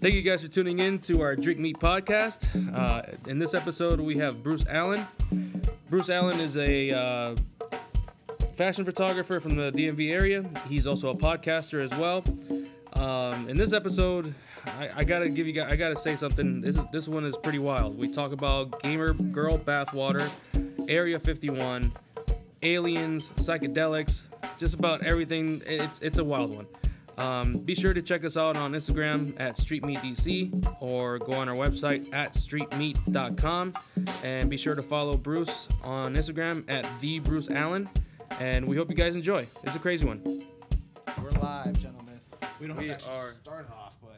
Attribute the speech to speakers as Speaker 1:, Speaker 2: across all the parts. Speaker 1: Thank you guys for tuning in to our Drink Meat podcast. Uh, in this episode, we have Bruce Allen. Bruce Allen is a uh, fashion photographer from the DMV area. He's also a podcaster as well. Um, in this episode, I, I gotta give you guys, I gotta say something. This is, this one is pretty wild. We talk about gamer girl bathwater, Area 51, aliens, psychedelics, just about everything. It's it's a wild one. Um, be sure to check us out on Instagram at StreetMeatDC or go on our website at streetmeat.com and be sure to follow Bruce on Instagram at the Bruce Allen. And we hope you guys enjoy. It's a crazy one.
Speaker 2: We're live, gentlemen. We don't
Speaker 1: We
Speaker 2: have to actually
Speaker 1: are-
Speaker 2: start it off, but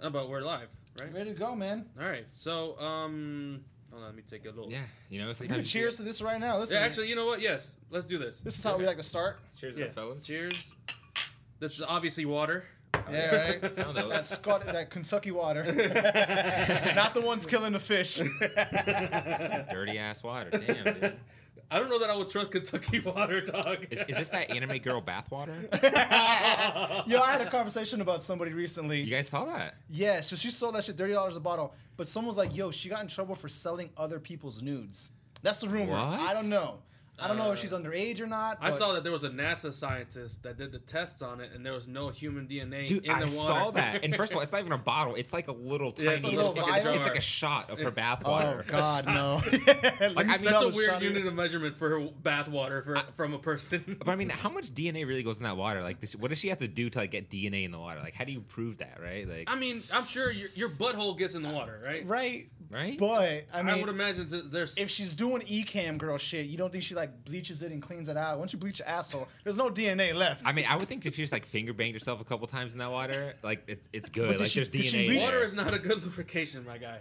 Speaker 1: Oh, but we're live, right?
Speaker 2: ready to go, man.
Speaker 1: All right. So, um, hold on, let me take a little.
Speaker 3: Yeah, you know,
Speaker 2: We can do
Speaker 3: sometimes
Speaker 2: cheers to this right now. Listen,
Speaker 1: Yeah, actually, you know what? Yes, let's do this.
Speaker 2: this is how we like to start.
Speaker 3: Cheers,
Speaker 1: Yeah.
Speaker 3: yeah. fellas.
Speaker 1: Cheers. That's obviously water.
Speaker 2: Yeah, right.
Speaker 3: I don't know.
Speaker 2: That Scott, that Kentucky water, not the ones killing the fish.
Speaker 3: Dirty ass water. Damn, dude.
Speaker 1: I don't know that I would trust Kentucky water, dog.
Speaker 3: Is, is this that anime girl bathwater?
Speaker 2: Yo, I had a conversation about somebody
Speaker 3: You
Speaker 2: recently.
Speaker 3: guys saw that?
Speaker 2: Yeah, so she sold that shit thirty dollars a bottle, but someone's like, "Yo, she got in trouble for selling other people's nudes." That's the rumor.
Speaker 3: What?
Speaker 2: I don't know. I don't know
Speaker 1: Uh,
Speaker 2: if she's underage or not.
Speaker 1: I
Speaker 2: but-
Speaker 1: saw that there was a NASA scientist that did the tests on it, and there was no human DNA
Speaker 3: Dude,
Speaker 1: in the
Speaker 3: I
Speaker 1: water.
Speaker 3: saw that. And first of all, it's not even a bottle. It's like a little
Speaker 1: Yeah,
Speaker 3: tiny.
Speaker 1: it's
Speaker 2: a little
Speaker 3: fucking-
Speaker 2: vial.
Speaker 3: It's like a shot of her
Speaker 2: Oh
Speaker 3: bathwater.
Speaker 2: God, no!
Speaker 3: I mean,
Speaker 1: that's
Speaker 3: that
Speaker 1: a weird unit of measurement for her bath water for, from a person.
Speaker 3: But I mean, how much DNA really goes in that water? Like, this, what does she have to do to like get DNA in the water? Like, how do you prove that, right? Like,
Speaker 1: I mean, I'm sure your, your butthole gets in the water, right?
Speaker 2: Right,
Speaker 3: right?
Speaker 2: but I mean,
Speaker 1: I would imagine that there's.
Speaker 2: if she's doing ecam girl shit, you don't think she like bleaches it and cleans it out? Once you bleach your asshole, there's no DNA left.
Speaker 3: I mean, I would think if she just like finger banged herself a couple times in that water, like it's it's good.
Speaker 2: did
Speaker 3: Like,
Speaker 2: she-
Speaker 3: there's
Speaker 2: did she
Speaker 3: DNA.
Speaker 2: read-
Speaker 1: water
Speaker 3: there.
Speaker 1: is not a good lubrication, my guy.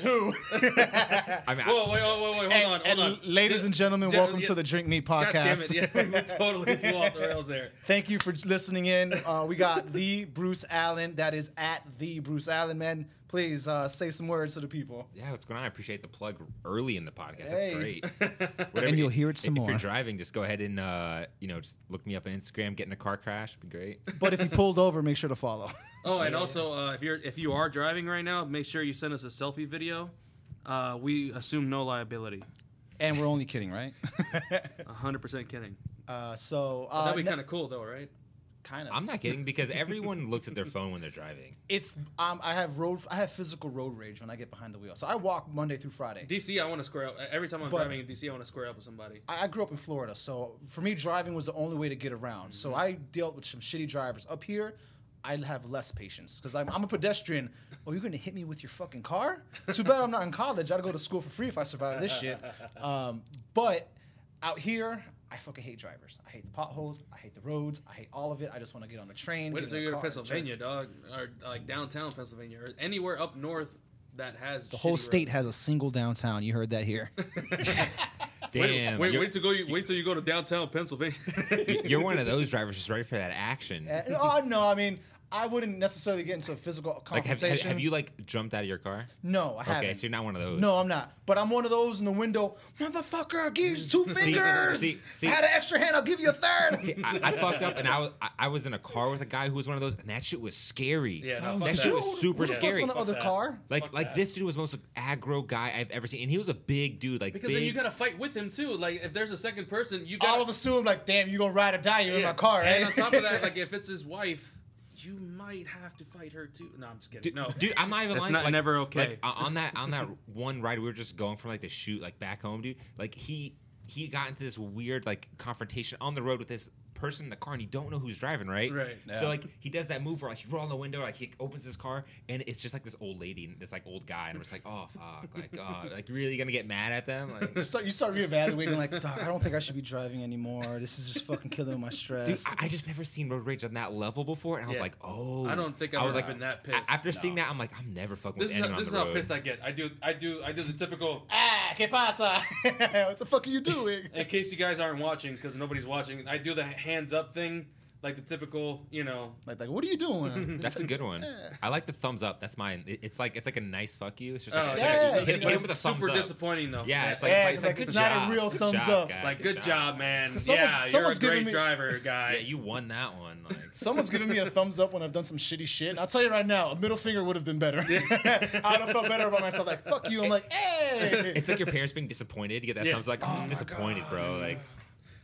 Speaker 2: who?
Speaker 3: I mean, I-
Speaker 1: Whoa, wait, wait, wait, wait hold
Speaker 2: And-
Speaker 1: on, hold
Speaker 2: and
Speaker 1: on.
Speaker 2: ladies and gentlemen,
Speaker 1: Gen-
Speaker 2: welcome
Speaker 1: yeah.
Speaker 2: to the Drink Meat
Speaker 1: God damn
Speaker 2: Podcast.
Speaker 1: it! Yeah, we totally flew off the rails there.
Speaker 2: Thank you for listening in. Uh, we got the Bruce Allen. That is at the Bruce Allen. Man, please uh, say some words to the people.
Speaker 3: Yeah, what's going on? I appreciate the plug early in the podcast.
Speaker 2: Hey.
Speaker 3: That's great. Whatever
Speaker 2: And you'll
Speaker 3: you-
Speaker 2: hear it some
Speaker 3: if
Speaker 2: more.
Speaker 3: you're driving, just go ahead and uh, you know, just look me up on Instagram. Get in a car crash, it'd be great.
Speaker 2: But if you pulled over, make sure to follow.
Speaker 1: Oh, and also, uh, if you're if you are driving right now, make sure you send us a selfie video. Uh, we assume no liability.
Speaker 2: And we're only kidding, right?
Speaker 1: hundred percent kidding.
Speaker 2: Uh, so uh,
Speaker 1: That'd be
Speaker 2: ne-
Speaker 1: kind of cool, though, right?
Speaker 2: kind of.
Speaker 3: I'm not kidding because everyone looks at their phone when they're driving.
Speaker 2: It's um, I have road. I have physical road rage when I get behind the wheel. So I walk Monday through Friday.
Speaker 1: DC, I want to square up. e, Every time I'm
Speaker 2: But-
Speaker 1: driving in DC, I want to square up with somebody.
Speaker 2: I I grew up in Florida, so for me, driving was the only way to get around.
Speaker 1: Mm-hmm.
Speaker 2: So I dealt with some shitty drivers. Up here, I have less patience because I'm, I'm a pedestrian. Oh, you're gonna hit me with your fucking car? Too bad I'm not in college. I'd go to school for free if I survived this shit. Um, but out here, I fucking hate drivers. I hate the potholes. I hate the roads. I hate all of it. I just want to get on a train.
Speaker 1: Wait
Speaker 2: get in
Speaker 1: until
Speaker 2: a
Speaker 1: you go to
Speaker 2: car and drive.
Speaker 1: Pennsylvania, dog, or like downtown Pennsylvania, or anywhere up north that has
Speaker 2: The whole state has a single downtown. You heard that here.
Speaker 1: wait,
Speaker 3: Damn,
Speaker 1: wait,
Speaker 3: you're,
Speaker 1: wait to go. You, wait till you go to downtown Pennsylvania.
Speaker 3: you're one of those drivers just ready for that action.
Speaker 2: Uh, oh no, I mean. I wouldn't necessarily get into a physical
Speaker 3: Like, have,
Speaker 2: confrontation.
Speaker 3: have, have you like jumped out of your car?
Speaker 2: No, I haven't.
Speaker 3: Okay, so you're not one of those.
Speaker 2: No, I'm not. But I'm one of those in the window. Motherfucker, I'll give you two fingers.
Speaker 3: see, see.
Speaker 2: I had an extra hand. I'll give you a third.
Speaker 3: See, I, I fucked up, and I was I, I was in a car with a guy who was one of those, and that shit was scary.
Speaker 1: Yeah, no,
Speaker 3: that,
Speaker 1: fuck that.
Speaker 3: shit was super
Speaker 2: Who the fuck's
Speaker 3: scary.
Speaker 2: on the other
Speaker 1: that.
Speaker 2: car?
Speaker 3: Like
Speaker 1: Fuck
Speaker 3: like
Speaker 1: that.
Speaker 3: this dude was the most aggro guy I've ever seen, and he was a big dude. Like
Speaker 1: because
Speaker 3: big,
Speaker 1: then you gotta fight with him too. Like if there's a second person, you gotta,
Speaker 2: All of a sudden, like, damn, you gonna ride or die. You're in my car, eh?" right?
Speaker 1: And on top of that, like if it's his wife, you might have to fight her too. No, I'm just kidding.
Speaker 3: Dude,
Speaker 1: no,
Speaker 3: dude, I'm not even
Speaker 1: That's
Speaker 3: lying.
Speaker 1: not-
Speaker 3: like,
Speaker 1: never okay.
Speaker 3: Like, on on that on that one ride, we were just going from like the shoot like back home, dude. Like he he got into this weird like confrontation on the road with this person in the car, and you don't know who's driving, right?
Speaker 1: Right.
Speaker 2: Yeah.
Speaker 3: So like he does that move where like he rolls the window, like he opens his car, and it's just like this old lady and this like old guy, and I'm just like, oh fuck, like oh, like really gonna get mad at them? Like,
Speaker 2: You start, you start reevaluating, like, Doc, I don't think I should be driving anymore. This is just fucking killing my
Speaker 3: Dude,
Speaker 2: stress.
Speaker 3: I, I just never seen road rage on that level before, and I was
Speaker 1: Yeah.
Speaker 3: like, oh.
Speaker 1: I don't think I've
Speaker 3: I was
Speaker 1: ever
Speaker 3: like
Speaker 1: been that
Speaker 3: a-
Speaker 1: pissed.
Speaker 3: After seeing that, I'm like, I'm never fucking
Speaker 1: this
Speaker 3: with
Speaker 1: is how,
Speaker 3: anyone
Speaker 1: this is
Speaker 3: on the
Speaker 1: how
Speaker 3: road.
Speaker 1: pissed I get. I do, I do, I do the typical.
Speaker 2: ah, que pasa? what the fuck are you doing?
Speaker 1: In case you guys aren't watching, because nobody's watching, I do the hands up thing like the typical, you know,
Speaker 2: Like, like, what are you doing?
Speaker 3: That's a good one. I like the thumbs up. That's mine. It- It's like it's like a nice fuck you. It's just like,
Speaker 1: Oh,
Speaker 3: it's
Speaker 1: yeah,
Speaker 3: like
Speaker 2: yeah,
Speaker 3: you
Speaker 2: yeah.
Speaker 3: hit- you hit
Speaker 1: but
Speaker 3: him
Speaker 1: it's
Speaker 3: with a thumbs
Speaker 1: super
Speaker 3: up.
Speaker 1: disappointing though.
Speaker 3: Yeah, it's like,
Speaker 2: Yeah,
Speaker 3: it's like,
Speaker 2: it's
Speaker 3: it's
Speaker 2: like, it's
Speaker 3: like,
Speaker 2: not a
Speaker 3: good
Speaker 2: real
Speaker 3: job.
Speaker 2: thumbs
Speaker 3: Good
Speaker 2: up.
Speaker 3: job, guy.
Speaker 1: like good job, man.
Speaker 2: Someone's-
Speaker 1: Yeah, you're a
Speaker 2: someone's giving
Speaker 1: great
Speaker 2: me-
Speaker 1: driver, guy.
Speaker 3: Yeah, you won that one. Like
Speaker 2: Someone's giving me a thumbs up when I've done some shitty shit. And I'll tell you right now, a middle finger would have been better. I'd have felt better about myself. Like, fuck you. I'm like, hey.
Speaker 3: it's like your parents being disappointed. You get that
Speaker 1: Yeah.
Speaker 3: thumbs like
Speaker 2: Oh
Speaker 3: I'm just disappointed, bro. Like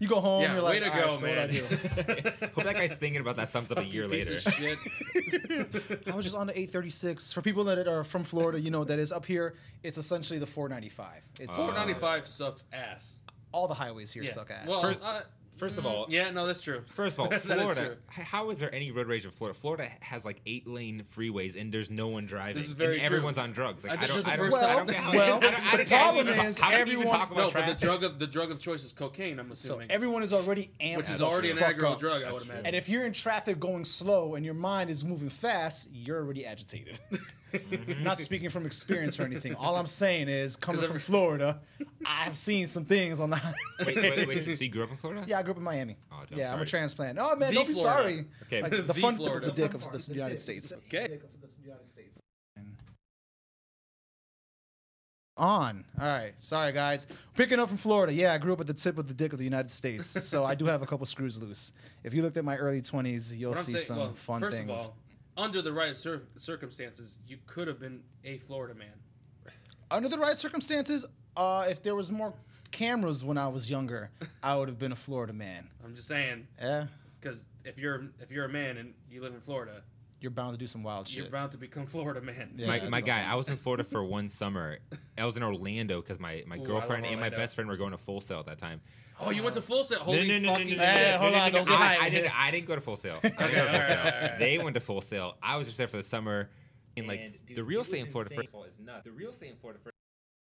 Speaker 2: You go home,
Speaker 1: Yeah,
Speaker 2: you're
Speaker 1: way
Speaker 2: like,
Speaker 1: to
Speaker 2: "All
Speaker 1: go,
Speaker 2: right, so what'd
Speaker 1: man."
Speaker 3: hope that guy's thinking about that thumbs up a year
Speaker 1: Piece
Speaker 3: later.
Speaker 1: of shit.
Speaker 2: I, do? I was just on the 836. For people that are from Florida, you know what that is. Up here, it's essentially the 495. It's
Speaker 1: 495 sucks ass.
Speaker 2: all the highways here
Speaker 1: Yeah.
Speaker 2: suck ass.
Speaker 1: Well,
Speaker 3: First-
Speaker 1: uh,
Speaker 3: First of all,
Speaker 1: yeah, no, that's true.
Speaker 3: First of all,
Speaker 1: That is
Speaker 3: Florida.
Speaker 1: true.
Speaker 3: h- How is there any road rage in Florida? Florida has like eight lane freeways and there's no one driving.
Speaker 1: This is very
Speaker 3: and
Speaker 1: true.
Speaker 3: everyone's on drugs.
Speaker 1: I
Speaker 3: Like, I,
Speaker 1: think this is the
Speaker 3: don't. I don't,
Speaker 1: first
Speaker 3: I
Speaker 1: time-
Speaker 3: don't get how.
Speaker 2: well,
Speaker 3: I don't,
Speaker 2: the
Speaker 3: I don't get how you
Speaker 2: problem
Speaker 3: even-
Speaker 2: is
Speaker 3: how do you even
Speaker 2: everyone-
Speaker 3: talk about
Speaker 1: No, but the
Speaker 3: traffic?
Speaker 1: drug of the drug of choice is cocaine. I'm
Speaker 2: so
Speaker 1: assuming,
Speaker 2: everyone is already amped.
Speaker 1: which is
Speaker 2: the
Speaker 1: already an
Speaker 2: fuck
Speaker 1: aggro
Speaker 2: up.
Speaker 1: drug, I would
Speaker 3: That's
Speaker 1: imagine.
Speaker 2: And if you're in traffic going slow and your mind is moving fast, you're already agitated. I'm not speaking from experience or anything. All I'm saying is,
Speaker 1: Mm-hmm.
Speaker 2: coming
Speaker 1: 'Cause
Speaker 2: from
Speaker 1: every-
Speaker 2: Florida, I've seen some things on the highway.
Speaker 3: Wait, wait, wait. So, so you grew up in Florida?
Speaker 2: Yeah, I grew up in Miami.
Speaker 3: Oh, dude, I'm
Speaker 2: yeah, I'm a
Speaker 3: sorry.
Speaker 2: transplant. Oh man,
Speaker 1: The
Speaker 2: don't be
Speaker 1: Florida.
Speaker 2: sorry.
Speaker 3: Okay.
Speaker 2: Like, the
Speaker 1: The
Speaker 2: fun part
Speaker 1: Florida.
Speaker 2: of the dick
Speaker 1: The
Speaker 2: of the United States.
Speaker 1: Okay. dick
Speaker 2: On. All right. Sorry, guys. Picking up from Florida. Yeah, I grew up at the tip of the dick of the United States, so I do have a couple screws loose. If you looked at my early 20s, you'll
Speaker 1: What I'm
Speaker 2: see
Speaker 1: saying-
Speaker 2: some
Speaker 1: well,
Speaker 2: fun
Speaker 1: first
Speaker 2: things.
Speaker 1: of all, under the right cir- circumstances, you could have been a Florida man.
Speaker 2: Under the right circumstances, uh, if there was more cameras when I was younger, I would have been a Florida man. Eh,
Speaker 1: I'm just saying,
Speaker 2: Yeah,
Speaker 1: because if you're if you're a man and you live in Florida,
Speaker 2: you're bound to do some wild
Speaker 1: you're
Speaker 2: shit.
Speaker 1: bound to become Florida man.
Speaker 2: Yeah.
Speaker 3: My, my
Speaker 2: that's
Speaker 3: guy, I was in Florida for one summer. I was in Orlando because my, my
Speaker 1: Ooh, I
Speaker 3: girlfriend
Speaker 1: love
Speaker 3: and my
Speaker 1: Orlando.
Speaker 3: best friend were going to Full Sail at that time.
Speaker 1: Oh, you went to full set. Holy fucking
Speaker 2: no,
Speaker 1: shit.
Speaker 2: Hey, hold on, don't get
Speaker 3: I,
Speaker 2: hyped.
Speaker 3: I didn't. I didn't go to Full Sail. I didn't
Speaker 1: Okay,
Speaker 3: go to Full
Speaker 1: alright,
Speaker 3: Sail.
Speaker 1: alright,
Speaker 3: They went to Full Sail. I was just there for the summer, and like
Speaker 4: And, dude,
Speaker 3: the real
Speaker 4: it
Speaker 3: estate
Speaker 4: was
Speaker 3: in Florida
Speaker 4: insane.
Speaker 3: first of all is nuts. The real estate in Florida first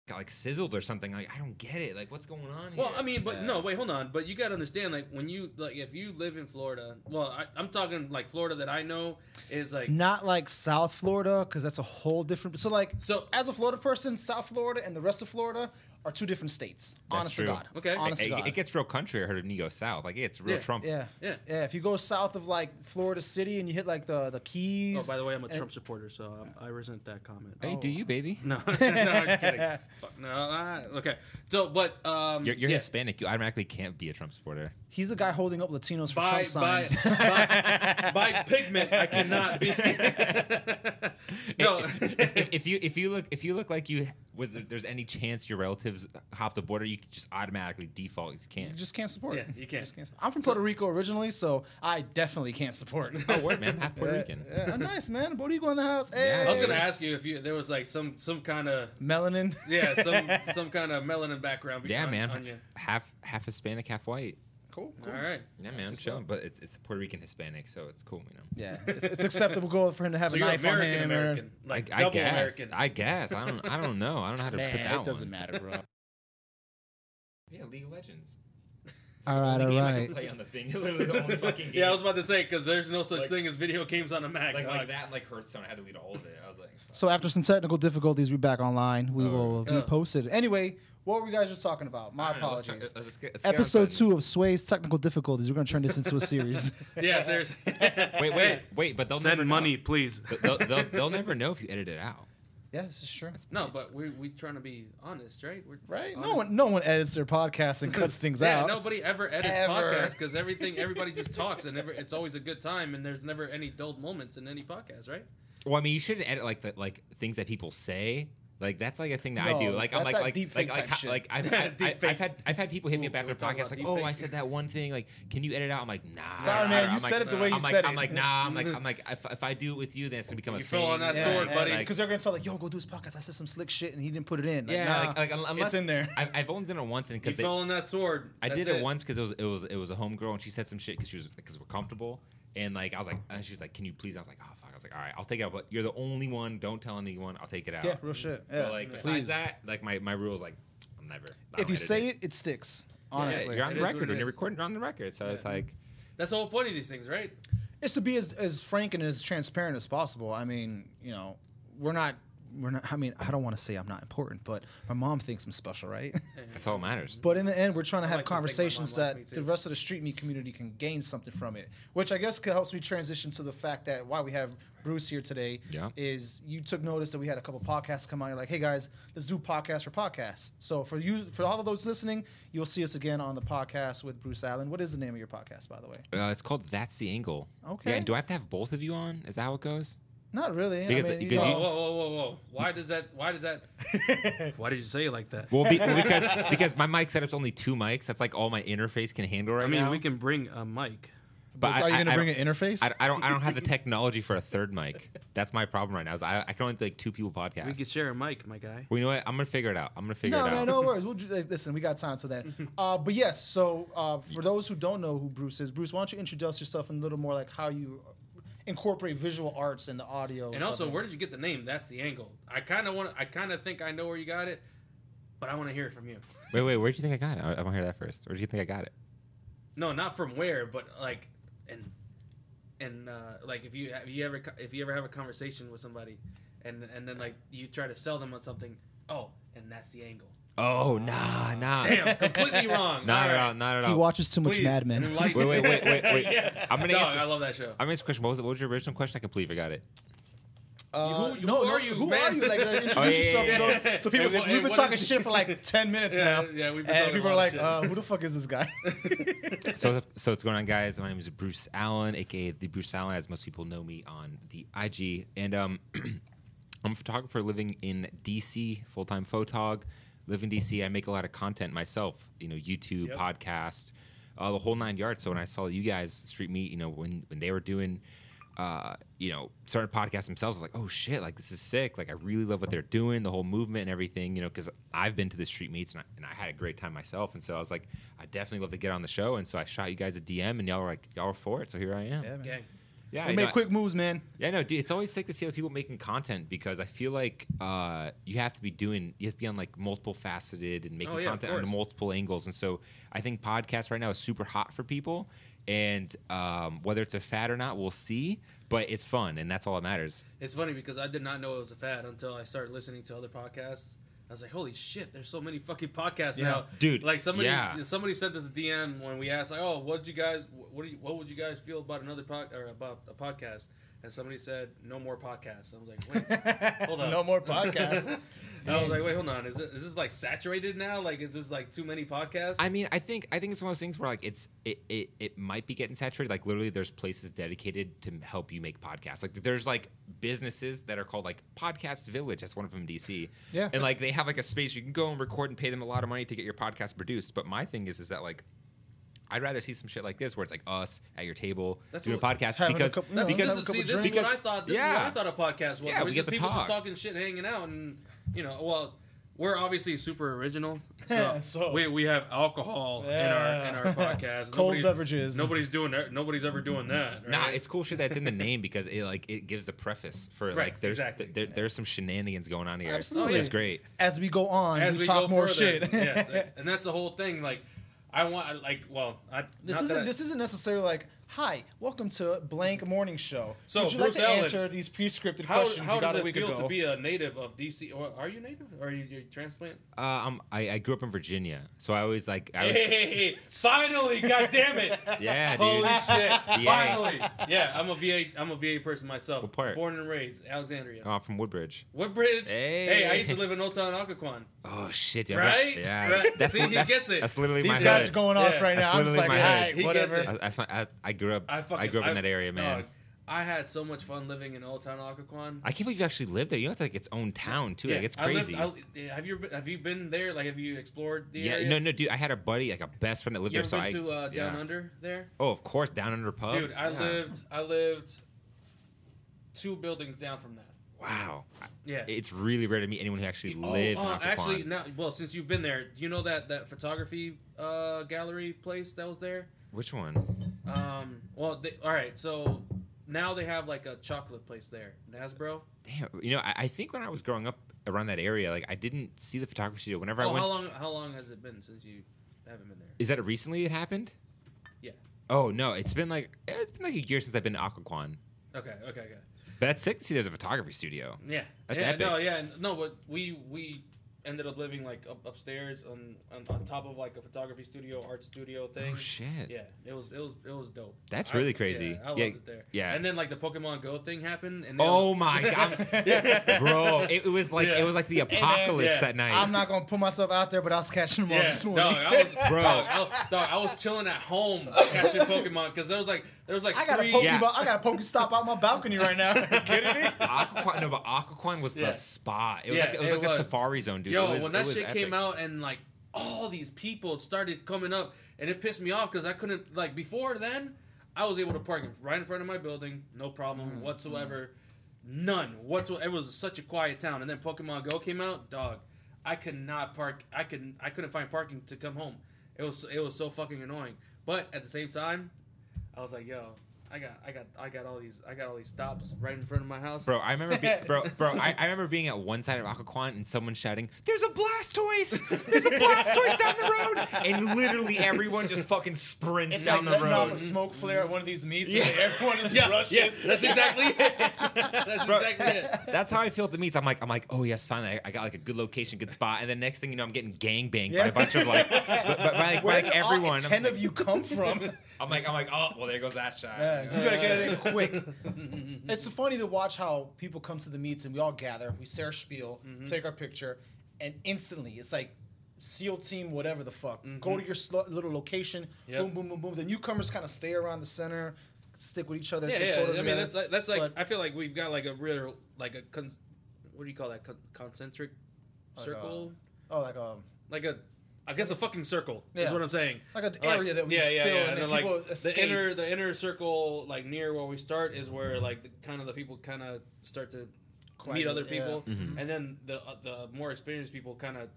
Speaker 3: got like sizzled or something. Like I don't get it. Like what's going on? Here?
Speaker 1: Well, I mean, but no, wait, hold on. But you got to understand, like, when you, like, if you live in Florida, well, I, I'm talking, like, Florida that I know is, like,
Speaker 2: Not like South Florida, because that's a whole different. So, like,
Speaker 1: So-
Speaker 2: as a Florida person, South Florida and the rest of Florida are two different states.
Speaker 3: That's
Speaker 2: honest
Speaker 3: true.
Speaker 2: to God.
Speaker 1: Okay.
Speaker 2: Honest to
Speaker 3: it,
Speaker 2: God.
Speaker 3: it gets real country. I heard of Nego South. Like it's real
Speaker 1: Yeah.
Speaker 3: Trump.
Speaker 2: yeah.
Speaker 1: Yeah.
Speaker 2: Yeah. If you go south of like Florida City and you hit like the the
Speaker 1: oh,
Speaker 2: Keys.
Speaker 1: by the way, I'm a
Speaker 2: and-
Speaker 1: Trump supporter, so um, I resent that comment. Oh,
Speaker 3: Hey, do you, baby?
Speaker 1: No, no, I'm just kidding. Fuck, no, I, okay. So, but, um,
Speaker 3: You're, you're
Speaker 1: yeah.
Speaker 3: Hispanic. You automatically can't be a Trump supporter.
Speaker 2: He's the guy holding up Latinos for
Speaker 1: by,
Speaker 2: Trump
Speaker 1: by,
Speaker 2: signs.
Speaker 1: by, by pigment, I cannot be. no.
Speaker 3: if, if- if you if you look if you look like you was there- there's any chance your relatives hopped the border, you could just automatically default. You
Speaker 2: you
Speaker 3: can't.
Speaker 2: just can't support.
Speaker 1: Yeah, you can't.
Speaker 2: just su- I'm from Puerto Rico originally, so I definitely can't support.
Speaker 3: Oh, word, man. I'm half Puerto Rican.
Speaker 2: Yeah, I'm nice, man. Boricua in the house. Hey.
Speaker 1: I was gonna ask you if you there was like some some kind of
Speaker 2: Melanin.
Speaker 1: yeah some some kind of melanin background.
Speaker 3: Yeah,
Speaker 1: on,
Speaker 3: man.
Speaker 1: On you.
Speaker 3: Half half Hispanic, half white.
Speaker 2: Cool.
Speaker 1: All right.
Speaker 3: Yeah, man. I'm
Speaker 2: what's
Speaker 3: chilling, but it's it's Puerto Rican Hispanic, so it's cool, you know.
Speaker 2: Yeah, it's, it's acceptable goal for him to have
Speaker 1: So
Speaker 2: a
Speaker 1: you're
Speaker 2: knife
Speaker 1: American
Speaker 2: on him. or-
Speaker 1: American, like
Speaker 3: I, I
Speaker 1: double
Speaker 3: guess.
Speaker 1: American.
Speaker 3: I guess. I don't. I don't know. I don't know how to put that
Speaker 2: Man, it doesn't
Speaker 3: one.
Speaker 2: matter, bro.
Speaker 3: Yeah, League of Legends.
Speaker 2: all right,
Speaker 3: The
Speaker 2: all
Speaker 3: game I can
Speaker 2: right.
Speaker 3: play on the thing. Literally the only fucking game.
Speaker 1: yeah, I was about to say because there's no such
Speaker 3: Like-
Speaker 1: thing as video games on a Mac.
Speaker 3: like,
Speaker 1: dog.
Speaker 3: like that, and like Hearthstone. I had to lead all of it. I was like,
Speaker 2: So after some technical difficulties, we're back online. We will
Speaker 1: yeah.
Speaker 2: repost it. Anyway, what were you guys just talking about? My
Speaker 3: I don't know, let's try-
Speaker 2: apologies.
Speaker 3: let's get- let's get on
Speaker 2: Episode
Speaker 3: something.
Speaker 2: two of Sway's technical difficulties. We're gonna turn this into a series.
Speaker 1: Yeah, seriously.
Speaker 3: Wait, wait, wait! But they'll never
Speaker 1: Send
Speaker 3: know.
Speaker 1: money, please.
Speaker 3: They'll, they'll, they'll never know if you edit it out.
Speaker 2: yeah, this is true.
Speaker 1: No, but we we trying to be honest, right? We're
Speaker 2: Right? No
Speaker 1: honest.
Speaker 2: one, no one edits their podcast and cuts things
Speaker 1: Yeah,
Speaker 2: out.
Speaker 1: nobody ever edits
Speaker 2: Ever.
Speaker 1: podcasts because everything everybody just talks and never, it's always a good time and there's never any dull moments in any podcast, right?
Speaker 3: Well, I mean, you shouldn't edit like the like things that people say. Like that's like a thing that
Speaker 2: No,
Speaker 3: I do. Like I'm
Speaker 2: that's
Speaker 3: like
Speaker 2: that
Speaker 3: like
Speaker 2: deep
Speaker 3: like
Speaker 2: fake
Speaker 3: like,
Speaker 2: type shit.
Speaker 3: like I've, I've,
Speaker 1: Deep
Speaker 3: I've,
Speaker 1: fake.
Speaker 3: had I've had people hit me
Speaker 1: Ooh,
Speaker 3: up after
Speaker 1: we're talking
Speaker 3: podcasts
Speaker 1: about
Speaker 3: like,
Speaker 1: deep
Speaker 3: oh,
Speaker 1: fake.
Speaker 3: I said that one thing. Like, can you edit out? I'm like, nah.
Speaker 2: Sorry, man,
Speaker 3: Or
Speaker 2: you
Speaker 3: I'm
Speaker 2: said
Speaker 3: like-
Speaker 2: it the way you
Speaker 3: I'm like,
Speaker 2: said
Speaker 3: I'm
Speaker 2: it.
Speaker 3: like, nah. I'm like, I'm like, if, if I do it with you, then it's gonna become
Speaker 1: You
Speaker 3: a
Speaker 1: fell
Speaker 3: thing.
Speaker 1: on that
Speaker 2: Yeah,
Speaker 1: sword,
Speaker 2: yeah,
Speaker 1: buddy.
Speaker 2: Because
Speaker 3: Like,
Speaker 2: they're gonna tell like, yo, go do his podcast. I said some slick shit and he didn't put it in. Like,
Speaker 3: yeah,
Speaker 2: nah,
Speaker 3: like, like, un-
Speaker 2: it's
Speaker 3: unless
Speaker 2: in there.
Speaker 3: I've, I've only done it once, and
Speaker 1: You
Speaker 3: because
Speaker 1: fell on that sword.
Speaker 3: I
Speaker 1: That's
Speaker 3: did it, once because it was it was it was a homegirl and she said some shit because she was because we're comfortable and like I was like and she was like can you please I was like oh fuck I was like all right I'll take it out but you're the only one don't tell anyone I'll take it out
Speaker 2: yeah, real shit.
Speaker 3: but
Speaker 2: Yeah,
Speaker 3: like besides
Speaker 2: please.
Speaker 3: that like my my rule is like I'm never I
Speaker 2: if
Speaker 3: don't
Speaker 2: you
Speaker 3: edit
Speaker 2: say it, it sticks.
Speaker 3: Yeah,
Speaker 2: Honestly,
Speaker 3: you're on
Speaker 1: It
Speaker 3: the
Speaker 1: is what
Speaker 3: record
Speaker 1: it
Speaker 3: and you're
Speaker 1: is.
Speaker 3: recording on the record so it's like
Speaker 1: That's the whole point of these things, right?
Speaker 2: it's to be as, as frank and as transparent as possible. I mean, you know, we're not we're not. I mean, I don't want to say I'm not important, but my mom thinks I'm special, right?
Speaker 3: That's all that matters.
Speaker 2: But in the end, we're trying to have
Speaker 1: like to think my
Speaker 2: conversations
Speaker 1: mom likes me
Speaker 2: that
Speaker 1: too.
Speaker 2: the rest of the street meat community can gain something from it, which I guess could- helps me transition to the fact that why we have Bruce here today
Speaker 3: Yeah.
Speaker 2: is you took notice that we had a couple podcasts come out. You're like, hey guys, let's do podcast for podcasts. So for you, for all of those listening, you'll see us again on the podcast with Bruce Allen. What is the name of your podcast, by the way?
Speaker 3: Uh, it's called That's the Angle. Yeah,
Speaker 2: Okay.
Speaker 3: and do I have to have both of you on? Is that how it goes?
Speaker 2: Not really.
Speaker 3: Because-
Speaker 2: I mean,
Speaker 3: because
Speaker 1: Whoa,
Speaker 2: you
Speaker 1: whoa,
Speaker 2: know,
Speaker 1: whoa, whoa, whoa! Why does that? Why did that? Why did you say it like that?
Speaker 3: Well, be, well, because because my mic setup's only two mics. That's like all my interface can handle right
Speaker 1: I mean,
Speaker 3: now.
Speaker 1: we can bring a mic.
Speaker 3: but
Speaker 2: are you going to bring
Speaker 3: don't-
Speaker 2: an interface?
Speaker 3: I, I don't. I don't have the technology for a third mic. That's my problem right now. Is I, I can only do like two people podcast.
Speaker 1: We could share a mic, my guy.
Speaker 3: well, you know what? I'm gonna figure it out. I'm gonna figure
Speaker 2: No,
Speaker 3: it
Speaker 2: no,
Speaker 3: out.
Speaker 2: no worries. We'll ju- like, listen, we got time till then. Uh, but yes, so uh, for those who don't know who Bruce is, Bruce, why don't you introduce yourself and a little more like how you incorporate visual arts in the audio?
Speaker 1: And also, where did you get the name? That's the angle. I kind of want. I kind of think I know where you got it, but I want to hear it from you.
Speaker 3: Wait, wait. Where do you think I got it? I, I want to hear that first. Where do you think I got it?
Speaker 1: No, not from where, but like, and and uh, like if you have you ever co- if you ever have a conversation with somebody, and and then like you try to sell them on something. Oh, and that's the angle.
Speaker 3: Oh, nah, nah.
Speaker 1: Damn, completely wrong.
Speaker 3: Not
Speaker 1: All
Speaker 3: at
Speaker 1: right.
Speaker 3: all. Not at all.
Speaker 2: he watches too much
Speaker 1: Please,
Speaker 2: Mad Men.
Speaker 1: enlighten
Speaker 3: Wait, wait,
Speaker 1: me.
Speaker 3: wait, wait, wait. I'm gonna
Speaker 1: Dog,
Speaker 3: answer-
Speaker 1: I love that show.
Speaker 3: I'm asking question. What was, what was your original question? I completely forgot it.
Speaker 2: Uh,
Speaker 1: Who- who
Speaker 2: no, no,
Speaker 1: are you,
Speaker 2: Who
Speaker 1: man?
Speaker 2: are you? Like, uh, introduce
Speaker 3: Oh, yeah,
Speaker 2: yourself
Speaker 3: yeah, yeah.
Speaker 2: to those. So people,
Speaker 1: And what-
Speaker 2: we've
Speaker 1: and
Speaker 2: been
Speaker 1: what
Speaker 2: talking
Speaker 1: is-
Speaker 2: shit for like ten minutes
Speaker 1: Yeah,
Speaker 2: now.
Speaker 1: yeah, we've been
Speaker 2: and
Speaker 1: talking
Speaker 2: people
Speaker 1: a
Speaker 2: are
Speaker 1: lot of
Speaker 2: like,
Speaker 1: shit.
Speaker 2: uh, "Who the fuck is this guy?"
Speaker 3: so, so what's going on, guys? My name is Bruce Allen, aka the Bruce Allen, as most people know me on the IG, and um, I'm a photographer living in DC, full time photog, live in DC. I make a lot of content myself, you know, YouTube,
Speaker 1: Yep.
Speaker 3: podcast, uh, the whole nine yards. So when I saw you guys street meet, you know, when when they were doing. Uh, you know, started podcasts themselves. I was like, oh shit, like this is sick. Like I really love what they're doing, the whole movement and everything. You know, because I've been to the street meets and I, and I had a great time myself. And so I was like, I definitely love to get on the show. And so I shot you guys a DM, and y'all were like, y'all were for it. So here I am.
Speaker 2: yeah, man.
Speaker 1: Gang.
Speaker 3: Yeah,
Speaker 2: We
Speaker 3: you know,
Speaker 2: made quick moves, man.
Speaker 3: yeah, no, dude, it's always sick to see other people making content because I feel like uh, you have to be doing, you have to be on like multiple faceted and making
Speaker 1: Oh, yeah, of
Speaker 3: content on
Speaker 1: course.
Speaker 3: multiple angles. And so I think podcasts right now is super hot for people. And um, whether it's a fad or not, we'll see. But it's fun, and that's all that matters.
Speaker 1: It's funny because I did not know it was a fad until I started listening to other podcasts. I was like, "Holy shit! There's so many fucking podcasts
Speaker 2: Yeah.
Speaker 1: now,
Speaker 3: Dude,
Speaker 1: Like somebody,
Speaker 3: yeah.
Speaker 1: somebody sent us a DM when we asked, like, "Oh, what did you guys? What do you? What would you guys feel about another pod or about a podcast?" And somebody said, "No more podcasts." I was like, "Wait, hold on,
Speaker 2: No more podcasts.
Speaker 1: I was like, "Wait, hold on. Is, it, is this like saturated now? Like, is this like too many podcasts?"
Speaker 3: I mean, I think I think it's one of those things where like it's it, it it might be getting saturated. Like literally, there's places dedicated to help you make podcasts. Like there's like businesses that are called like Podcast Village. That's one of them in DC.
Speaker 2: Yeah.
Speaker 3: and like they have like a space you can go and record and pay them a lot of money to get your podcast produced. But my thing is, is that like. I'd rather see some shit like this where it's like us at your table
Speaker 1: That's
Speaker 3: doing
Speaker 1: what-
Speaker 3: a podcast
Speaker 2: Having a
Speaker 3: because
Speaker 2: couple-
Speaker 1: That's,
Speaker 2: No,
Speaker 1: because this
Speaker 2: have a
Speaker 1: is,
Speaker 2: couple
Speaker 1: see, this is
Speaker 2: drinks.
Speaker 1: what I thought. This
Speaker 3: Yeah.
Speaker 1: is what I thought a podcast was.
Speaker 3: Yeah,
Speaker 1: We're
Speaker 3: we
Speaker 1: just
Speaker 3: get to
Speaker 1: people just
Speaker 3: talk.
Speaker 1: talking shit, and hanging out, and you know, well, we're obviously super original. So,
Speaker 2: Yeah, so-
Speaker 1: we we have alcohol in our in our
Speaker 2: Yeah.
Speaker 1: podcast.
Speaker 2: Cold beverages.
Speaker 1: Nobody's doing that. Nobody's ever doing that. Right?
Speaker 3: Nah, it's cool shit that's in the name because it like it gives the preface for
Speaker 1: Right,
Speaker 3: like there's
Speaker 1: exactly.
Speaker 3: there, there's some shenanigans going on here.
Speaker 2: Absolutely.
Speaker 3: it's great.
Speaker 2: As we go on,
Speaker 1: as
Speaker 2: we,
Speaker 1: we
Speaker 2: talk
Speaker 1: go
Speaker 2: more
Speaker 1: further,
Speaker 2: shit.
Speaker 1: yes, and that's the whole thing. Like, I want I like well, I
Speaker 2: This
Speaker 1: not
Speaker 2: isn't
Speaker 1: that-
Speaker 2: this isn't necessarily like, hi, welcome to blank morning show.
Speaker 1: So,
Speaker 2: Would you
Speaker 1: Bruce
Speaker 2: like to
Speaker 1: Allen,
Speaker 2: answer these pre-scripted
Speaker 1: How,
Speaker 2: questions
Speaker 1: how
Speaker 2: you got
Speaker 1: does
Speaker 2: a
Speaker 1: it
Speaker 2: week
Speaker 1: feel
Speaker 2: ago?
Speaker 1: to be a native of DC? Or are you native? Or are you, you transplant?
Speaker 3: Uh, I'm, I, I grew up in Virginia, so I always like, I was,
Speaker 1: Hey, hey, hey, finally! God damn it!
Speaker 3: yeah, dude. Oh,
Speaker 1: Holy shit!
Speaker 3: VA.
Speaker 1: Finally, yeah, I'm a VA. I'm a VA person myself.
Speaker 3: What part?
Speaker 1: Born and raised, Alexandria.
Speaker 3: Oh, I'm from Woodbridge.
Speaker 1: Woodbridge. Hey.
Speaker 3: Hey.
Speaker 1: I used to live in Old Town Algonquin.
Speaker 3: Oh shit, dude.
Speaker 1: Right?
Speaker 3: Yeah,
Speaker 1: Right.
Speaker 3: That's,
Speaker 1: See, he
Speaker 3: that's-
Speaker 1: gets it.
Speaker 3: That's literally
Speaker 2: These
Speaker 3: my
Speaker 2: guys
Speaker 3: hood.
Speaker 2: are going off
Speaker 1: Yeah.
Speaker 2: right
Speaker 3: That's
Speaker 2: now. I'm just like,
Speaker 3: literally
Speaker 2: all
Speaker 3: my hood.
Speaker 2: right,
Speaker 1: He gets
Speaker 2: whatever.
Speaker 1: it.
Speaker 3: I, that's my, I, I grew up.
Speaker 1: I
Speaker 3: I,
Speaker 1: fucking.
Speaker 3: grew up in
Speaker 1: I-
Speaker 3: that area, man.
Speaker 1: dog, I had so much fun living in Old Town Algonquin.
Speaker 3: I can't believe you actually lived there. You know, it's like its own town too. like it's
Speaker 1: I lived-
Speaker 3: crazy.
Speaker 1: I- yeah, have you ever been- have you been there? Like, have you explored the
Speaker 3: yeah,
Speaker 1: area?
Speaker 3: no, no, dude. I had a buddy, like a best friend that lived
Speaker 1: You
Speaker 3: there.
Speaker 1: ever
Speaker 3: So
Speaker 1: been
Speaker 3: I,
Speaker 1: to uh, Down
Speaker 3: yeah.
Speaker 1: Under there?
Speaker 3: Oh, of course, down under pub.
Speaker 1: Dude, I
Speaker 3: Yeah.
Speaker 1: lived. I lived two buildings down from that.
Speaker 3: Wow.
Speaker 1: Yeah.
Speaker 3: It's really rare to meet anyone who actually
Speaker 1: Oh,
Speaker 3: lives. in
Speaker 1: uh,
Speaker 3: Occoquan.
Speaker 1: actually, now, well, since you've been there, do you know that that photography uh, gallery place that was there?
Speaker 3: which one?
Speaker 1: Um, well, they, all right, so now they have like a chocolate place there, Nasbro.
Speaker 3: Damn. You know, I, I think when I was growing up around that area, like I didn't see the photography studio. Whenever I
Speaker 1: Oh,
Speaker 3: went,
Speaker 1: how long? How long has it been since you haven't been there?
Speaker 3: Is that recently it happened?
Speaker 1: Yeah.
Speaker 3: Oh no, it's been like eh, it's been like a year since I've been to Occoquan.
Speaker 1: Okay, okay, okay.
Speaker 3: But that's sick to see there's a photography studio.
Speaker 1: Yeah,
Speaker 3: That's
Speaker 1: yeah,
Speaker 3: epic.
Speaker 1: No, yeah, no. But we we ended up living like up, upstairs on, on on top of like a photography studio, art studio thing.
Speaker 3: Oh shit.
Speaker 1: Yeah, it was it was it was dope.
Speaker 3: That's
Speaker 1: I-
Speaker 3: really crazy.
Speaker 1: Yeah, I loved
Speaker 3: Yeah,
Speaker 1: it there.
Speaker 3: yeah.
Speaker 1: and then like the Pokemon Go thing happened. And that
Speaker 3: Oh
Speaker 1: was-
Speaker 3: my god, bro! It, it was like
Speaker 1: Yeah.
Speaker 3: it was like the
Speaker 2: man,
Speaker 3: apocalypse
Speaker 1: yeah.
Speaker 3: at night.
Speaker 2: I'm not gonna put myself out there, but I was catching them all
Speaker 1: Yeah,
Speaker 2: this
Speaker 1: no,
Speaker 2: morning.
Speaker 1: I was
Speaker 3: Bro.
Speaker 1: bro. I, dog, I was chilling at home catching Pokemon because there was like there was like
Speaker 2: I got
Speaker 1: three.
Speaker 2: a Pokeball.
Speaker 3: Yeah.
Speaker 2: I got a Pokestop out my balcony right now. Are you kidding me?
Speaker 3: Aquaquan, no, but Aquaquan was
Speaker 1: Yeah.
Speaker 3: the spot. It was
Speaker 1: Yeah,
Speaker 3: like it was
Speaker 1: it
Speaker 3: like a
Speaker 1: was.
Speaker 3: safari zone, dude.
Speaker 1: Yo,
Speaker 3: It was-
Speaker 1: when
Speaker 3: it
Speaker 1: that
Speaker 3: was
Speaker 1: shit
Speaker 3: epic.
Speaker 1: came out and like all these people started coming up, and it pissed me off because I couldn't like before then. I was able to park in- right in front of my building, no problem
Speaker 3: Mm,
Speaker 1: whatsoever, none whatsoever. It was such a quiet town, and then Pokemon Go came out, dog. I could not park. I could I couldn't find parking to come home. It was it was so fucking annoying. But at the same time, I was like, yo, I got I got I got all these I got all these stops right in front of my house.
Speaker 3: Bro, I remember, be- bro, bro. I, I remember being at one side of Aquaquan and someone shouting, "There's a Blastoise! There's a Blastoise down the road!" And literally everyone just fucking sprints
Speaker 2: It's
Speaker 3: down
Speaker 2: like
Speaker 3: the
Speaker 2: letting off
Speaker 3: road.
Speaker 2: a smoke flare at one of these meets,
Speaker 3: Yeah.
Speaker 2: and everyone just
Speaker 1: yeah,
Speaker 2: rushes.
Speaker 1: yeah, that's exactly it. That's
Speaker 3: Bro.
Speaker 1: exactly it.
Speaker 3: That's how I feel at the meets. I'm like, I'm like, oh yes, finally, I, I got like a good location, good spot. And then next thing you know, I'm getting gangbanged by
Speaker 2: Yeah.
Speaker 3: a bunch of like, by, by, by, like, by,
Speaker 2: Where
Speaker 3: like
Speaker 2: did all
Speaker 3: everyone. I'm,
Speaker 2: ten
Speaker 3: just
Speaker 2: of you come from?
Speaker 3: like, I'm like, I'm like, oh well, there goes that shot.
Speaker 2: Yeah,
Speaker 3: You
Speaker 2: you
Speaker 3: know?
Speaker 2: gotta get it in quick.
Speaker 1: Mm-hmm.
Speaker 2: it's funny to watch how people come to the meets and we all gather, we say our spiel,
Speaker 1: Mm-hmm.
Speaker 2: take our picture, and instantly it's like SEAL team, whatever the fuck. Go to your sl- little location,
Speaker 1: Mm-hmm. Yep.
Speaker 2: boom, boom, boom, boom. The newcomers kind of stay around the center, stick with each other,
Speaker 1: Yeah,
Speaker 2: take
Speaker 1: yeah.
Speaker 2: photos.
Speaker 1: I mean,
Speaker 2: together.
Speaker 1: that's uh, like, that's like
Speaker 2: But-
Speaker 1: I feel like we've got like a real like a con- what do you call that con- concentric
Speaker 2: Like,
Speaker 1: circle?
Speaker 2: oh, like um,
Speaker 1: Like a I guess a fucking circle is
Speaker 2: Yeah.
Speaker 1: what I'm saying.
Speaker 2: Like an area that we
Speaker 1: yeah, yeah,
Speaker 2: fill
Speaker 1: yeah.
Speaker 2: and
Speaker 1: And then,
Speaker 2: then
Speaker 1: like
Speaker 2: people
Speaker 1: the
Speaker 2: escape.
Speaker 1: inner the inner circle like near where we start is
Speaker 2: Mm-hmm.
Speaker 1: where like the, kind of the people kind of start to meet
Speaker 2: Coagulate,
Speaker 1: other
Speaker 2: yeah.
Speaker 1: people,
Speaker 3: Mm-hmm.
Speaker 1: and then the uh, the more experienced people kind of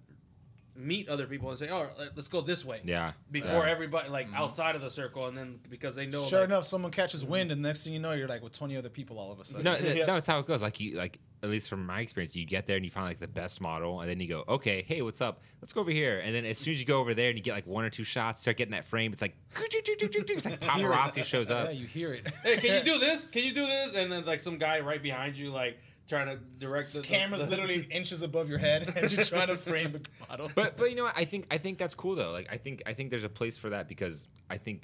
Speaker 1: meet other people and say, "Oh, let- let's go this way."
Speaker 3: Yeah.
Speaker 1: Before
Speaker 3: Yeah.
Speaker 1: everybody like outside of the circle, and then because they know
Speaker 2: Mm-hmm. sure
Speaker 1: like,
Speaker 2: enough, someone catches
Speaker 1: Mm-hmm.
Speaker 2: wind, and next thing you know, you're like with 20 other people all of a sudden.
Speaker 3: No, th-
Speaker 1: Yeah.
Speaker 3: no, it's how it goes. Like you, like at least from my experience, you get there and you find like the best model, and then you go, okay, hey, what's up? Let's go over here. And then as soon as you go over there and you get like one or two shots, start getting that frame. It's like, it's like paparazzi shows
Speaker 2: yeah,
Speaker 3: up.
Speaker 2: you hear it.
Speaker 1: hey, can you do this? Can you do this? And then like some guy right behind you, like trying to direct the, the
Speaker 2: Cameras
Speaker 1: the-
Speaker 2: literally inches above your head as you're trying to frame the model.
Speaker 3: But but you know what? I think I think that's cool though. Like I think I think there's a place for that because I think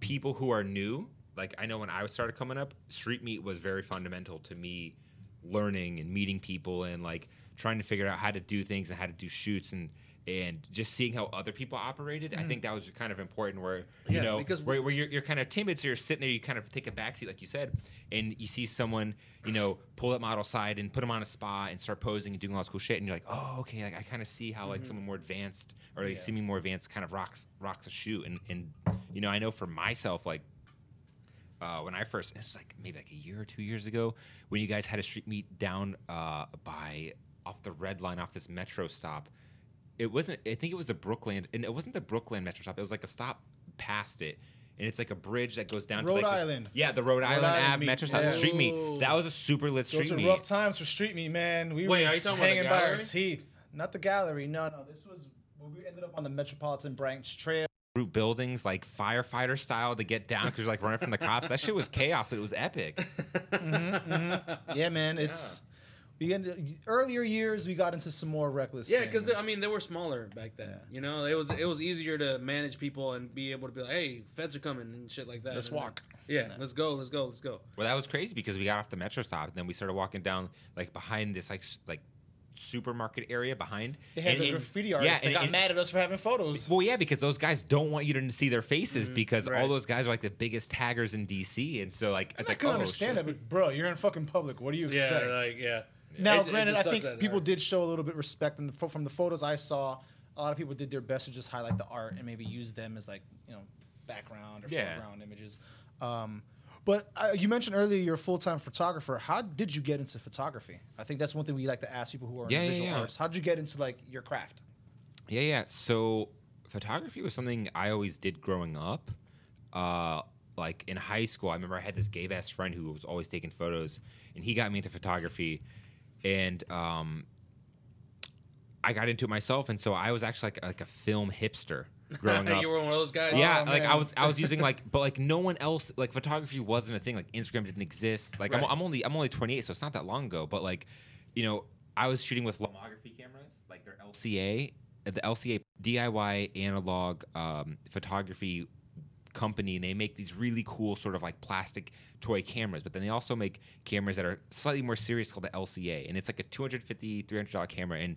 Speaker 3: people who are new, like I know when I started coming up, street meet was very fundamental to me learning and meeting people and like trying to figure out how to do things and how to do shoots and and just seeing how other people operated, I think that was kind of important. Where you
Speaker 1: Mm. Yeah,
Speaker 3: know,
Speaker 1: because
Speaker 3: where, where you're, you're kind of timid, so you're sitting there, you kind of take a backseat, like you said, and you see someone, you know, pull that model side and put them on a spot and start posing and doing all this cool shit, and you're like, oh, okay, like I kind of see how like someone more advanced or like seeming more advanced kind of rocks rocks a shoot, and and you know, I know for myself, like uh, when I first, this was like maybe like a year or two years ago, when you guys had a street meet down uh, by off the red line off this metro stop. It wasn't. I think it was the Brooklyn, and it wasn't the Brooklyn metro stop. It was like a stop past it, and it's like a bridge that goes down
Speaker 2: Rhode
Speaker 3: to like this-
Speaker 2: Island.
Speaker 3: yeah, the Rhode, Island,
Speaker 2: Island
Speaker 3: Ave
Speaker 2: meet,
Speaker 3: metro stop, the
Speaker 2: yeah.
Speaker 3: street meet.
Speaker 1: Ooh.
Speaker 3: That was a super lit street
Speaker 2: Those are
Speaker 3: meet.
Speaker 2: rough times for street meat, man.
Speaker 1: Wait,
Speaker 2: We were
Speaker 1: are you
Speaker 2: just
Speaker 1: talking about the
Speaker 2: hanging by our
Speaker 1: gallery?
Speaker 2: teeth. Not the gallery. No, no. This was when we ended up on the Metropolitan Branch Trail.
Speaker 3: Through buildings like firefighter style to get down because you're like running from the cops. That shit was chaos, but it was epic.
Speaker 1: Mm-hmm,
Speaker 2: Yeah, man. It's we ended earlier years. We got into some more reckless.
Speaker 1: yeah, because
Speaker 2: things.
Speaker 1: I mean they were smaller back then. You know, it was it was easier to manage people and be able to be like, hey, feds are coming and shit like that.
Speaker 2: Let's
Speaker 1: And then-
Speaker 2: walk.
Speaker 1: Yeah, let's go, let's go, let's go.
Speaker 3: Well, that was crazy because we got off the metro stop, and then we started walking down like behind this like s- like supermarket area behind.
Speaker 2: they had
Speaker 3: And-
Speaker 2: the
Speaker 3: and-
Speaker 2: graffiti artists.
Speaker 3: and-
Speaker 2: they got
Speaker 3: and-
Speaker 2: mad at us for having photos.
Speaker 3: Well, yeah, because those guys don't want you to see their faces
Speaker 2: Mm-hmm.
Speaker 3: because
Speaker 1: right.
Speaker 3: all those guys are like the biggest taggers in DC, and so like it's
Speaker 2: I
Speaker 3: like
Speaker 2: can
Speaker 3: oh,
Speaker 2: understand that,
Speaker 3: shit.
Speaker 2: but bro, you're in fucking public. What do you expect?
Speaker 1: Yeah, like yeah.
Speaker 2: Now,
Speaker 1: It- it
Speaker 2: granted,
Speaker 1: just
Speaker 2: I
Speaker 1: sucks
Speaker 2: think
Speaker 1: that- uh,
Speaker 2: people did show a little bit respect, and from the photos I saw, a lot of people did their best to just highlight the art and maybe use them as like you know background or
Speaker 3: Yeah.
Speaker 2: foreground images. Um, but uh, you mentioned earlier you're a full time photographer. How did you get into photography? I think that's one thing we like to ask people who are
Speaker 3: Yeah,
Speaker 2: in
Speaker 3: yeah,
Speaker 2: the visual
Speaker 3: yeah.
Speaker 2: arts. How did you get into like your craft?
Speaker 3: Yeah, yeah. So photography was something I always did growing up. Uh, like in high school, I remember I had this gay ass friend who was always taking photos, and he got me into photography, and um, I got into it myself. And so I was actually like, like a film hipster. growing up.
Speaker 5: you were one of those guys.
Speaker 3: Yeah,
Speaker 2: Oh,
Speaker 3: like I
Speaker 2: man.
Speaker 3: was, I was using like, but like no one else, like photography wasn't a thing. Like Instagram didn't exist. Like
Speaker 5: Right.
Speaker 3: I'm, I'm only, I'm only 28, so it's not that long ago. But like, you know, I was shooting with lomography cameras, like their LCA, the LCA DIY analog um, photography company, and they make these really cool sort of like plastic toy cameras. But then they also make cameras that are slightly more serious called the LCA, and it's like a 250 300 dollar camera. And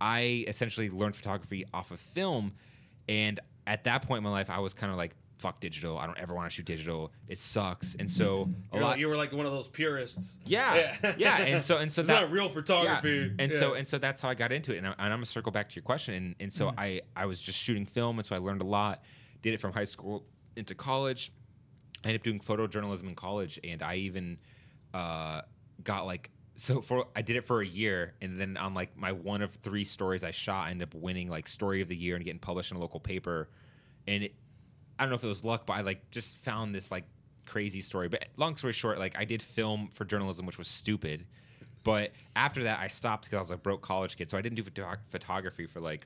Speaker 3: I essentially learned photography off of film. And at that point in my life, I was kind of like, fuck digital. I don't ever want to shoot digital. It sucks. And so a
Speaker 5: You're
Speaker 3: lot.
Speaker 5: like- you were like one of those purists.
Speaker 3: yeah, yeah, and so and so
Speaker 5: it's
Speaker 3: that
Speaker 5: not real
Speaker 3: yeah.
Speaker 5: photography.
Speaker 3: And so
Speaker 5: Yeah.
Speaker 3: and so that's how I got into it. And, I, and I'm gonna circle back to your question. And, and so I I was just shooting film, and so I learned a lot. Did it from high school into college. I ended up doing photojournalism in college, and I even uh, got like so for I did it for a year, and then on like my one of three stories I shot, I ended up winning like story of the year and getting published in a local paper. And it, I don't know if it was luck, but I like just found this like crazy story. But long story short, like I did film for journalism, which was stupid. But after that, I stopped because I was a broke college kid, so I didn't do photo- photography for like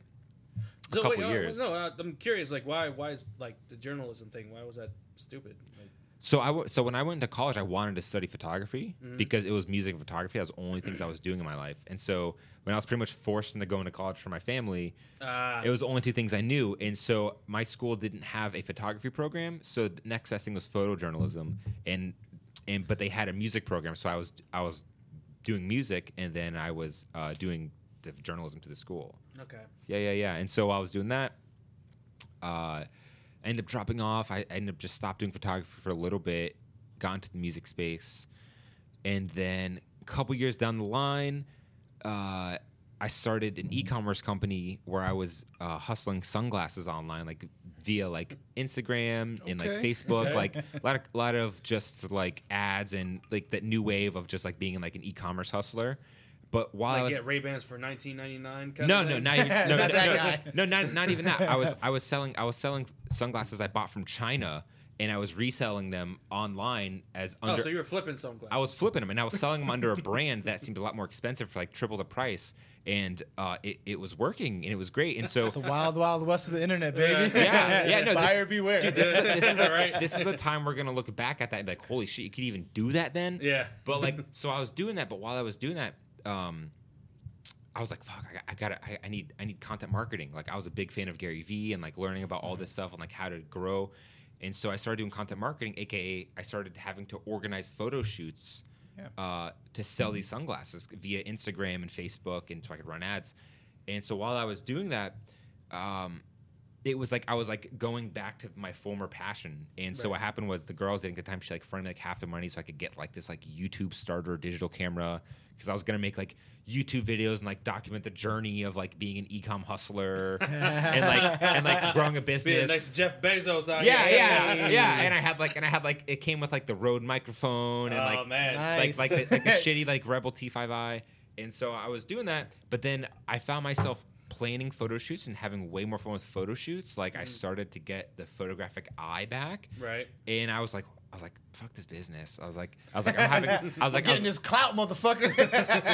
Speaker 3: a couple
Speaker 5: wait, oh,
Speaker 3: years.
Speaker 5: No, uh, I'm curious. Like, why? Why is like the journalism thing? Why was that stupid? Like,
Speaker 3: So I w- so when I went to college, I wanted to study photography because it was music and photography. That was the only things I was doing in my life. And so when I was pretty much forced into going to college for my family,
Speaker 5: Ah.
Speaker 3: it was the only two things I knew. And so my school didn't have a photography program. So the next best thing was photojournalism, and and but they had a music program. So I was I was doing music, and then I was uh, doing the journalism to the school.
Speaker 5: okay.
Speaker 3: Yeah, yeah, yeah. And so while I was doing that, uh, I ended up dropping off. I, I ended up just stopped doing photography for a little bit, got into the music space, and then a couple years down the line, uh, I started an e-commerce company where I was uh, hustling sunglasses online, like via like Instagram and like
Speaker 2: Okay.
Speaker 3: Facebook,
Speaker 5: Okay.
Speaker 3: like a lot of lot of just like ads and like that new wave of just like being like an e-commerce hustler. But while I
Speaker 5: Like
Speaker 3: was
Speaker 5: get Ray Bans for 19.99. kind
Speaker 3: no,
Speaker 5: of
Speaker 3: no,
Speaker 5: thing?
Speaker 3: not even no,
Speaker 2: Not
Speaker 3: no,
Speaker 2: that
Speaker 3: no,
Speaker 2: guy.
Speaker 3: no, not not even that. I was I was selling I was selling sunglasses I bought from China and I was reselling them online as
Speaker 5: Oh,
Speaker 3: under
Speaker 5: so you were flipping sunglasses.
Speaker 3: I was flipping them and I was selling them under a brand that seemed a lot more expensive for like triple the price and uh, it, it was working and it was great and so
Speaker 2: It's the wild, wild west of the internet, baby.
Speaker 3: yeah, yeah, no, this-
Speaker 2: Buyer beware.
Speaker 3: dude, this is, a, this, is a,
Speaker 5: Right.
Speaker 3: this is a time we're gonna look back at that and be like, holy shit, you could even do that then.
Speaker 5: Yeah.
Speaker 3: But like, so I was doing that, but while I was doing that, um, I was like, fuck, I, got to I, I need, I need content marketing. Like, I was a big fan of Gary Vee and like learning about all this stuff and like how to grow. And so I started doing content marketing, aka I started having to organize photo shoots
Speaker 2: Yeah.
Speaker 3: uh, to sell
Speaker 5: Mm-hmm.
Speaker 3: these sunglasses via Instagram and Facebook, and so I could run ads. And so while I was doing that, um, it was like I was like going back to my former passion. And so
Speaker 5: Right.
Speaker 3: what happened was the girls didn't get time. She like fronted me like half the money so I could get like this like YouTube starter digital camera because I was gonna make like YouTube videos and like document the journey of like being an ecom hustler and like and like growing a
Speaker 5: Be the
Speaker 3: business.
Speaker 5: next Jeff Bezos out
Speaker 3: yeah,
Speaker 5: here.
Speaker 3: yeah, yeah. And I had like and I had like it came with like the Rode microphone and
Speaker 5: oh
Speaker 3: like
Speaker 5: man.
Speaker 2: Nice.
Speaker 3: like like the, like the shitty like Rebel T5i. And so I was doing that, but then I found myself planning photo shoots and having way more fun with photo shoots. Like
Speaker 2: Mm.
Speaker 3: I started to get the photographic eye back,
Speaker 5: Right.
Speaker 3: and I was like, I was like, fuck this business. I was like, I was like, I'm having, I was like, I was-
Speaker 2: Getting this clout, motherfucker.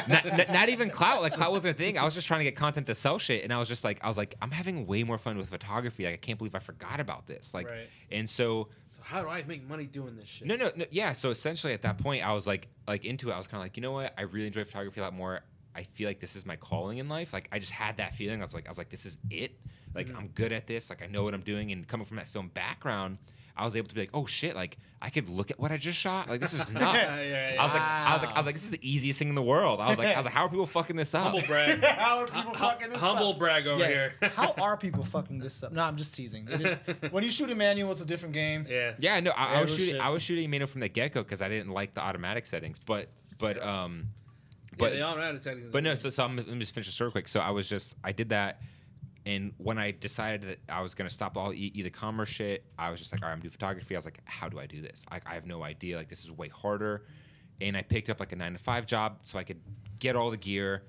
Speaker 3: not, not, not even clout. Like clout wasn't a thing. I was just trying to get content to sell shit, and I was just like, I was like, I'm having way more fun with photography. Like I can't believe I forgot about this. Like,
Speaker 5: Right.
Speaker 3: and so
Speaker 5: So how do I make money doing this shit?
Speaker 3: no, no, no, yeah. So essentially, at that point, I was like, like into it. I was kind of like, you know what? I really enjoy photography a lot more. I feel like this is my calling in life. Like I just had that feeling. I was like, I was like, this is it. Like
Speaker 5: Mm-hmm.
Speaker 3: I'm good at this. Like I know what I'm doing. And coming from that film background, I was able to be like, oh shit! Like I could look at what I just shot. Like this is nuts.
Speaker 5: Yeah,
Speaker 3: I was like, I was like, I was like, this is the easiest thing in the world. I was like, I was like, how are people fucking this up?
Speaker 5: Humble brag.
Speaker 2: How are people
Speaker 5: Hum-
Speaker 2: fucking this
Speaker 5: humble
Speaker 2: up?
Speaker 5: brag over
Speaker 2: Yes.
Speaker 5: here.
Speaker 2: How are people fucking this up? No, I'm just teasing. It is- when you shoot a manual, it's a different game.
Speaker 5: yeah.
Speaker 3: Yeah, no, I, I
Speaker 2: Yeah,
Speaker 3: was
Speaker 2: no
Speaker 3: shooting.
Speaker 2: shit.
Speaker 3: I was shooting Mano from the get go because I didn't like the automatic settings. But but um,
Speaker 5: But
Speaker 3: but
Speaker 5: they all had it
Speaker 3: But no, so, so I'm, let me just finish this real quick. So I was just, I did that. And when I decided that I was going to stop all e- either commerce shit, I was just like, all right, I'm doing photography. I was like, how do I do this? Like, I have no idea. Like, this is way harder. And I picked up like a nine to five job so I could get all the gear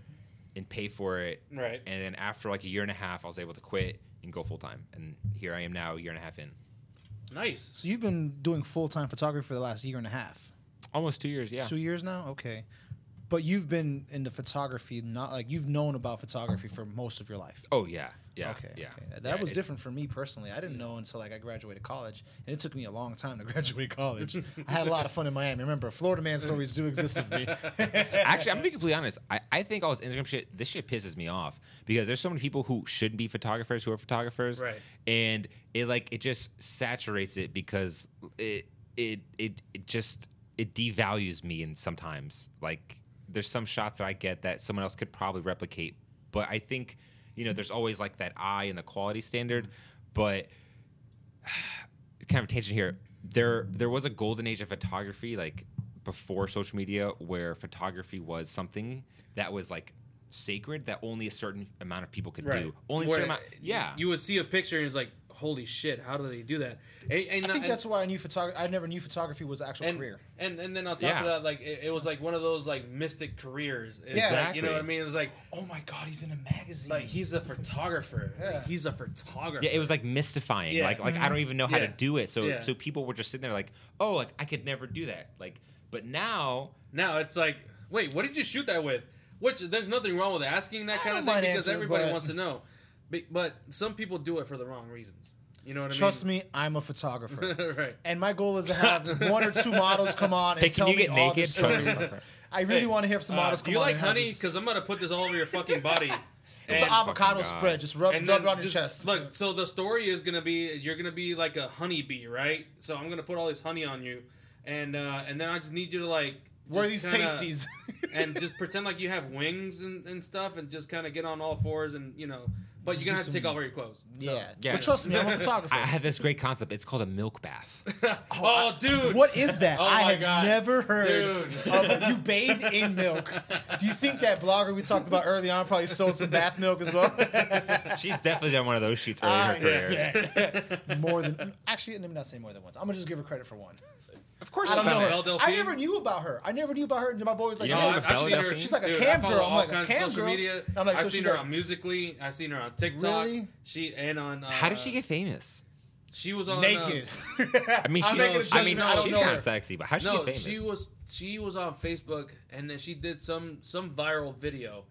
Speaker 3: and pay for it.
Speaker 5: Right.
Speaker 3: And then after like a year and a half, I was able to quit and go full time. And here I am now, a year and a half in.
Speaker 5: nice.
Speaker 2: So you've been doing full time photography for the last year and a half,
Speaker 3: Almost two years, yeah.
Speaker 2: two years now. Okay. But you've been into photography, not like you've known about photography for most of your life.
Speaker 3: Oh yeah, yeah,
Speaker 2: okay,
Speaker 3: yeah.
Speaker 2: okay. That, that
Speaker 3: Yeah,
Speaker 2: was
Speaker 3: it-
Speaker 2: different for me personally. I didn't know until like I graduated college, and it took me a long time to graduate college. I had a lot of fun in Miami. Remember, Florida man stories do exist of me.
Speaker 3: Actually, I'm gonna be completely honest. I, I think all this Instagram shit, this shit pisses me off because there's so many people who shouldn't be photographers who are photographers,
Speaker 1: Right.
Speaker 3: And it like it just saturates it because it it it, it just it devalues me. And sometimes like there's some shots that I get that someone else could probably replicate, but I think you know there's always like that eye and the quality standard, but kind of a tangent here. There there was a golden age of photography, like before social media, where photography was something that was like sacred that only a certain amount of people could do. Only a
Speaker 1: Where
Speaker 3: certain amount. Yeah.
Speaker 1: You would see a picture and it's like, holy shit, how do they do that? And, and
Speaker 2: I think
Speaker 1: and-
Speaker 2: that's why I knew photography. I never knew photography was an actual
Speaker 1: and,
Speaker 2: career.
Speaker 1: and and then on top
Speaker 3: Yeah.
Speaker 1: of that, like it, it was like one of those like mystic careers. It's
Speaker 2: Yeah.
Speaker 1: like, you know
Speaker 3: Exactly.
Speaker 1: what I mean? It's like
Speaker 2: Oh my God, he's in a magazine.
Speaker 1: like he's a photographer. Like,
Speaker 2: Yeah.
Speaker 1: he's a photographer.
Speaker 3: yeah, it was like mystifying.
Speaker 1: Yeah.
Speaker 3: Like like
Speaker 2: Mm-hmm.
Speaker 3: I don't even know how to
Speaker 1: Yeah.
Speaker 3: do it. So
Speaker 1: Yeah.
Speaker 3: so people were just sitting there like, oh, like I could never do that. Like, but now
Speaker 1: now it's like, wait, what did you shoot that with? Which there's nothing wrong with asking that
Speaker 2: I
Speaker 1: kind of thing
Speaker 2: don't mind
Speaker 1: because
Speaker 2: answering,
Speaker 1: everybody
Speaker 2: but-
Speaker 1: wants to know. But, but some people do it for the wrong reasons. You know what I
Speaker 2: Trust
Speaker 1: mean?
Speaker 2: me, I'm a photographer.
Speaker 1: right.
Speaker 2: and my goal is to have one or two models come on and
Speaker 3: Hey, can
Speaker 2: tell
Speaker 3: you
Speaker 2: me
Speaker 3: get
Speaker 2: all their
Speaker 3: naked? Try to-
Speaker 2: stories. I really
Speaker 1: Hey,
Speaker 2: want to hear some
Speaker 1: Uh,
Speaker 2: models
Speaker 1: do
Speaker 2: come
Speaker 1: you
Speaker 2: on.
Speaker 1: like
Speaker 2: and have
Speaker 1: honey?
Speaker 2: this-
Speaker 1: Because I'm gonna put this all over your fucking body. And-
Speaker 2: it's an avocado
Speaker 3: Fucking God.
Speaker 2: spread. Just rub,
Speaker 1: and
Speaker 2: rub
Speaker 1: then
Speaker 2: it on your
Speaker 1: just-
Speaker 2: chest.
Speaker 1: Look, so the story is gonna be you're gonna be like a honeybee, right? So I'm gonna put all this honey on you, and uh, and then I just need you to like
Speaker 2: Where are
Speaker 1: just
Speaker 2: these
Speaker 1: kinda-
Speaker 2: pasties?
Speaker 1: and just pretend like you have wings and, and stuff, and just kind of get on all fours, and you know. But
Speaker 2: Just
Speaker 1: you're gonna
Speaker 2: do
Speaker 1: have to
Speaker 2: some-
Speaker 1: take off all your clothes. So-
Speaker 2: yeah.
Speaker 3: Yeah.
Speaker 2: But trust me, I'm a photographer.
Speaker 3: I have this great concept. It's called a milk bath.
Speaker 1: Oh, dude.
Speaker 2: What is that?
Speaker 1: Oh
Speaker 2: I
Speaker 1: my
Speaker 2: have
Speaker 1: God.
Speaker 2: never heard
Speaker 1: Dude.
Speaker 2: of you bathe in milk. Do you think that blogger we talked about early on probably sold some bath milk as well?
Speaker 3: She's definitely done one of those shoots early in her
Speaker 2: I
Speaker 3: career.
Speaker 2: bet. more than actually, let me not say more than once. I'm gonna just give her credit for one.
Speaker 3: Of course,
Speaker 2: I don't
Speaker 3: it's
Speaker 2: know
Speaker 3: not
Speaker 1: Something.
Speaker 3: a-
Speaker 1: Belle
Speaker 2: her. I
Speaker 1: Delphine?
Speaker 2: never knew about her. I never knew about her. And my boy was like,
Speaker 3: You don't
Speaker 2: "Oh,
Speaker 3: know about Belle
Speaker 2: she's, a,
Speaker 3: Delphine?
Speaker 2: she's like a
Speaker 1: Dude, I
Speaker 2: cam
Speaker 1: follow
Speaker 2: girl." I'm
Speaker 1: all
Speaker 2: like a
Speaker 1: kinds of
Speaker 2: cam
Speaker 1: social
Speaker 2: girl.
Speaker 1: media.
Speaker 2: And I'm like,
Speaker 1: I've
Speaker 2: so
Speaker 1: seen
Speaker 2: she's
Speaker 1: her
Speaker 2: like-
Speaker 1: on Musically. I've seen her on TikTok.
Speaker 2: Really?
Speaker 1: She and on. Uh,
Speaker 3: How did she get famous?
Speaker 1: She was on uh,
Speaker 2: naked.
Speaker 3: I mean,
Speaker 2: I'm
Speaker 3: she,
Speaker 2: making a
Speaker 3: I mean,
Speaker 2: judgment. I don't
Speaker 3: she's
Speaker 2: know
Speaker 3: kind
Speaker 2: her.
Speaker 3: of sexy, but how did she
Speaker 1: no,
Speaker 3: get famous?
Speaker 1: she was she was on Facebook, and then she did some some viral video,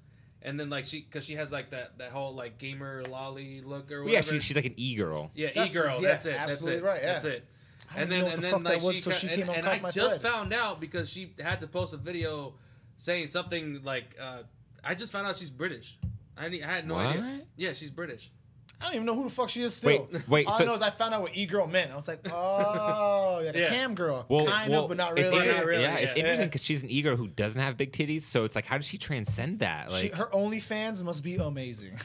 Speaker 1: and then like she because she has like that that whole like gamer lolly look or
Speaker 3: Well, yeah,
Speaker 1: whatever.
Speaker 3: she, she's like an e girl.
Speaker 1: yeah,
Speaker 2: That's-
Speaker 1: e girl.
Speaker 2: yeah,
Speaker 1: that's it. That's
Speaker 2: absolutely
Speaker 1: it.
Speaker 2: right, yeah.
Speaker 1: That's it.
Speaker 2: I don't
Speaker 1: And
Speaker 2: even
Speaker 1: then
Speaker 2: know what
Speaker 1: and
Speaker 2: the
Speaker 1: then
Speaker 2: fuck that
Speaker 1: like
Speaker 2: was,
Speaker 1: she,
Speaker 2: so
Speaker 1: ca-
Speaker 2: she
Speaker 1: and,
Speaker 2: came
Speaker 1: and I
Speaker 2: across my
Speaker 1: just
Speaker 2: thread.
Speaker 1: found out because she had to post a video saying something like uh, I just found out she's British. I, didn't- e, I had no idea.
Speaker 3: What?
Speaker 1: Yeah, she's British.
Speaker 2: I don't even know who the fuck she is still.
Speaker 3: Wait, wait,
Speaker 2: All I
Speaker 3: so-
Speaker 2: know is I found out what e girl meant. I was like, oh, yeah, the
Speaker 1: Yeah.
Speaker 2: cam girl.
Speaker 3: Well,
Speaker 2: kind
Speaker 3: well,
Speaker 2: of, but not
Speaker 3: it's
Speaker 2: really.
Speaker 1: But
Speaker 3: inter-
Speaker 1: not really,
Speaker 3: Yeah, it's
Speaker 1: yeah.
Speaker 3: interesting because she's an e girl who doesn't have big titties. So it's like, how does she transcend that?
Speaker 2: She,
Speaker 3: Like,
Speaker 2: her OnlyFans must be amazing.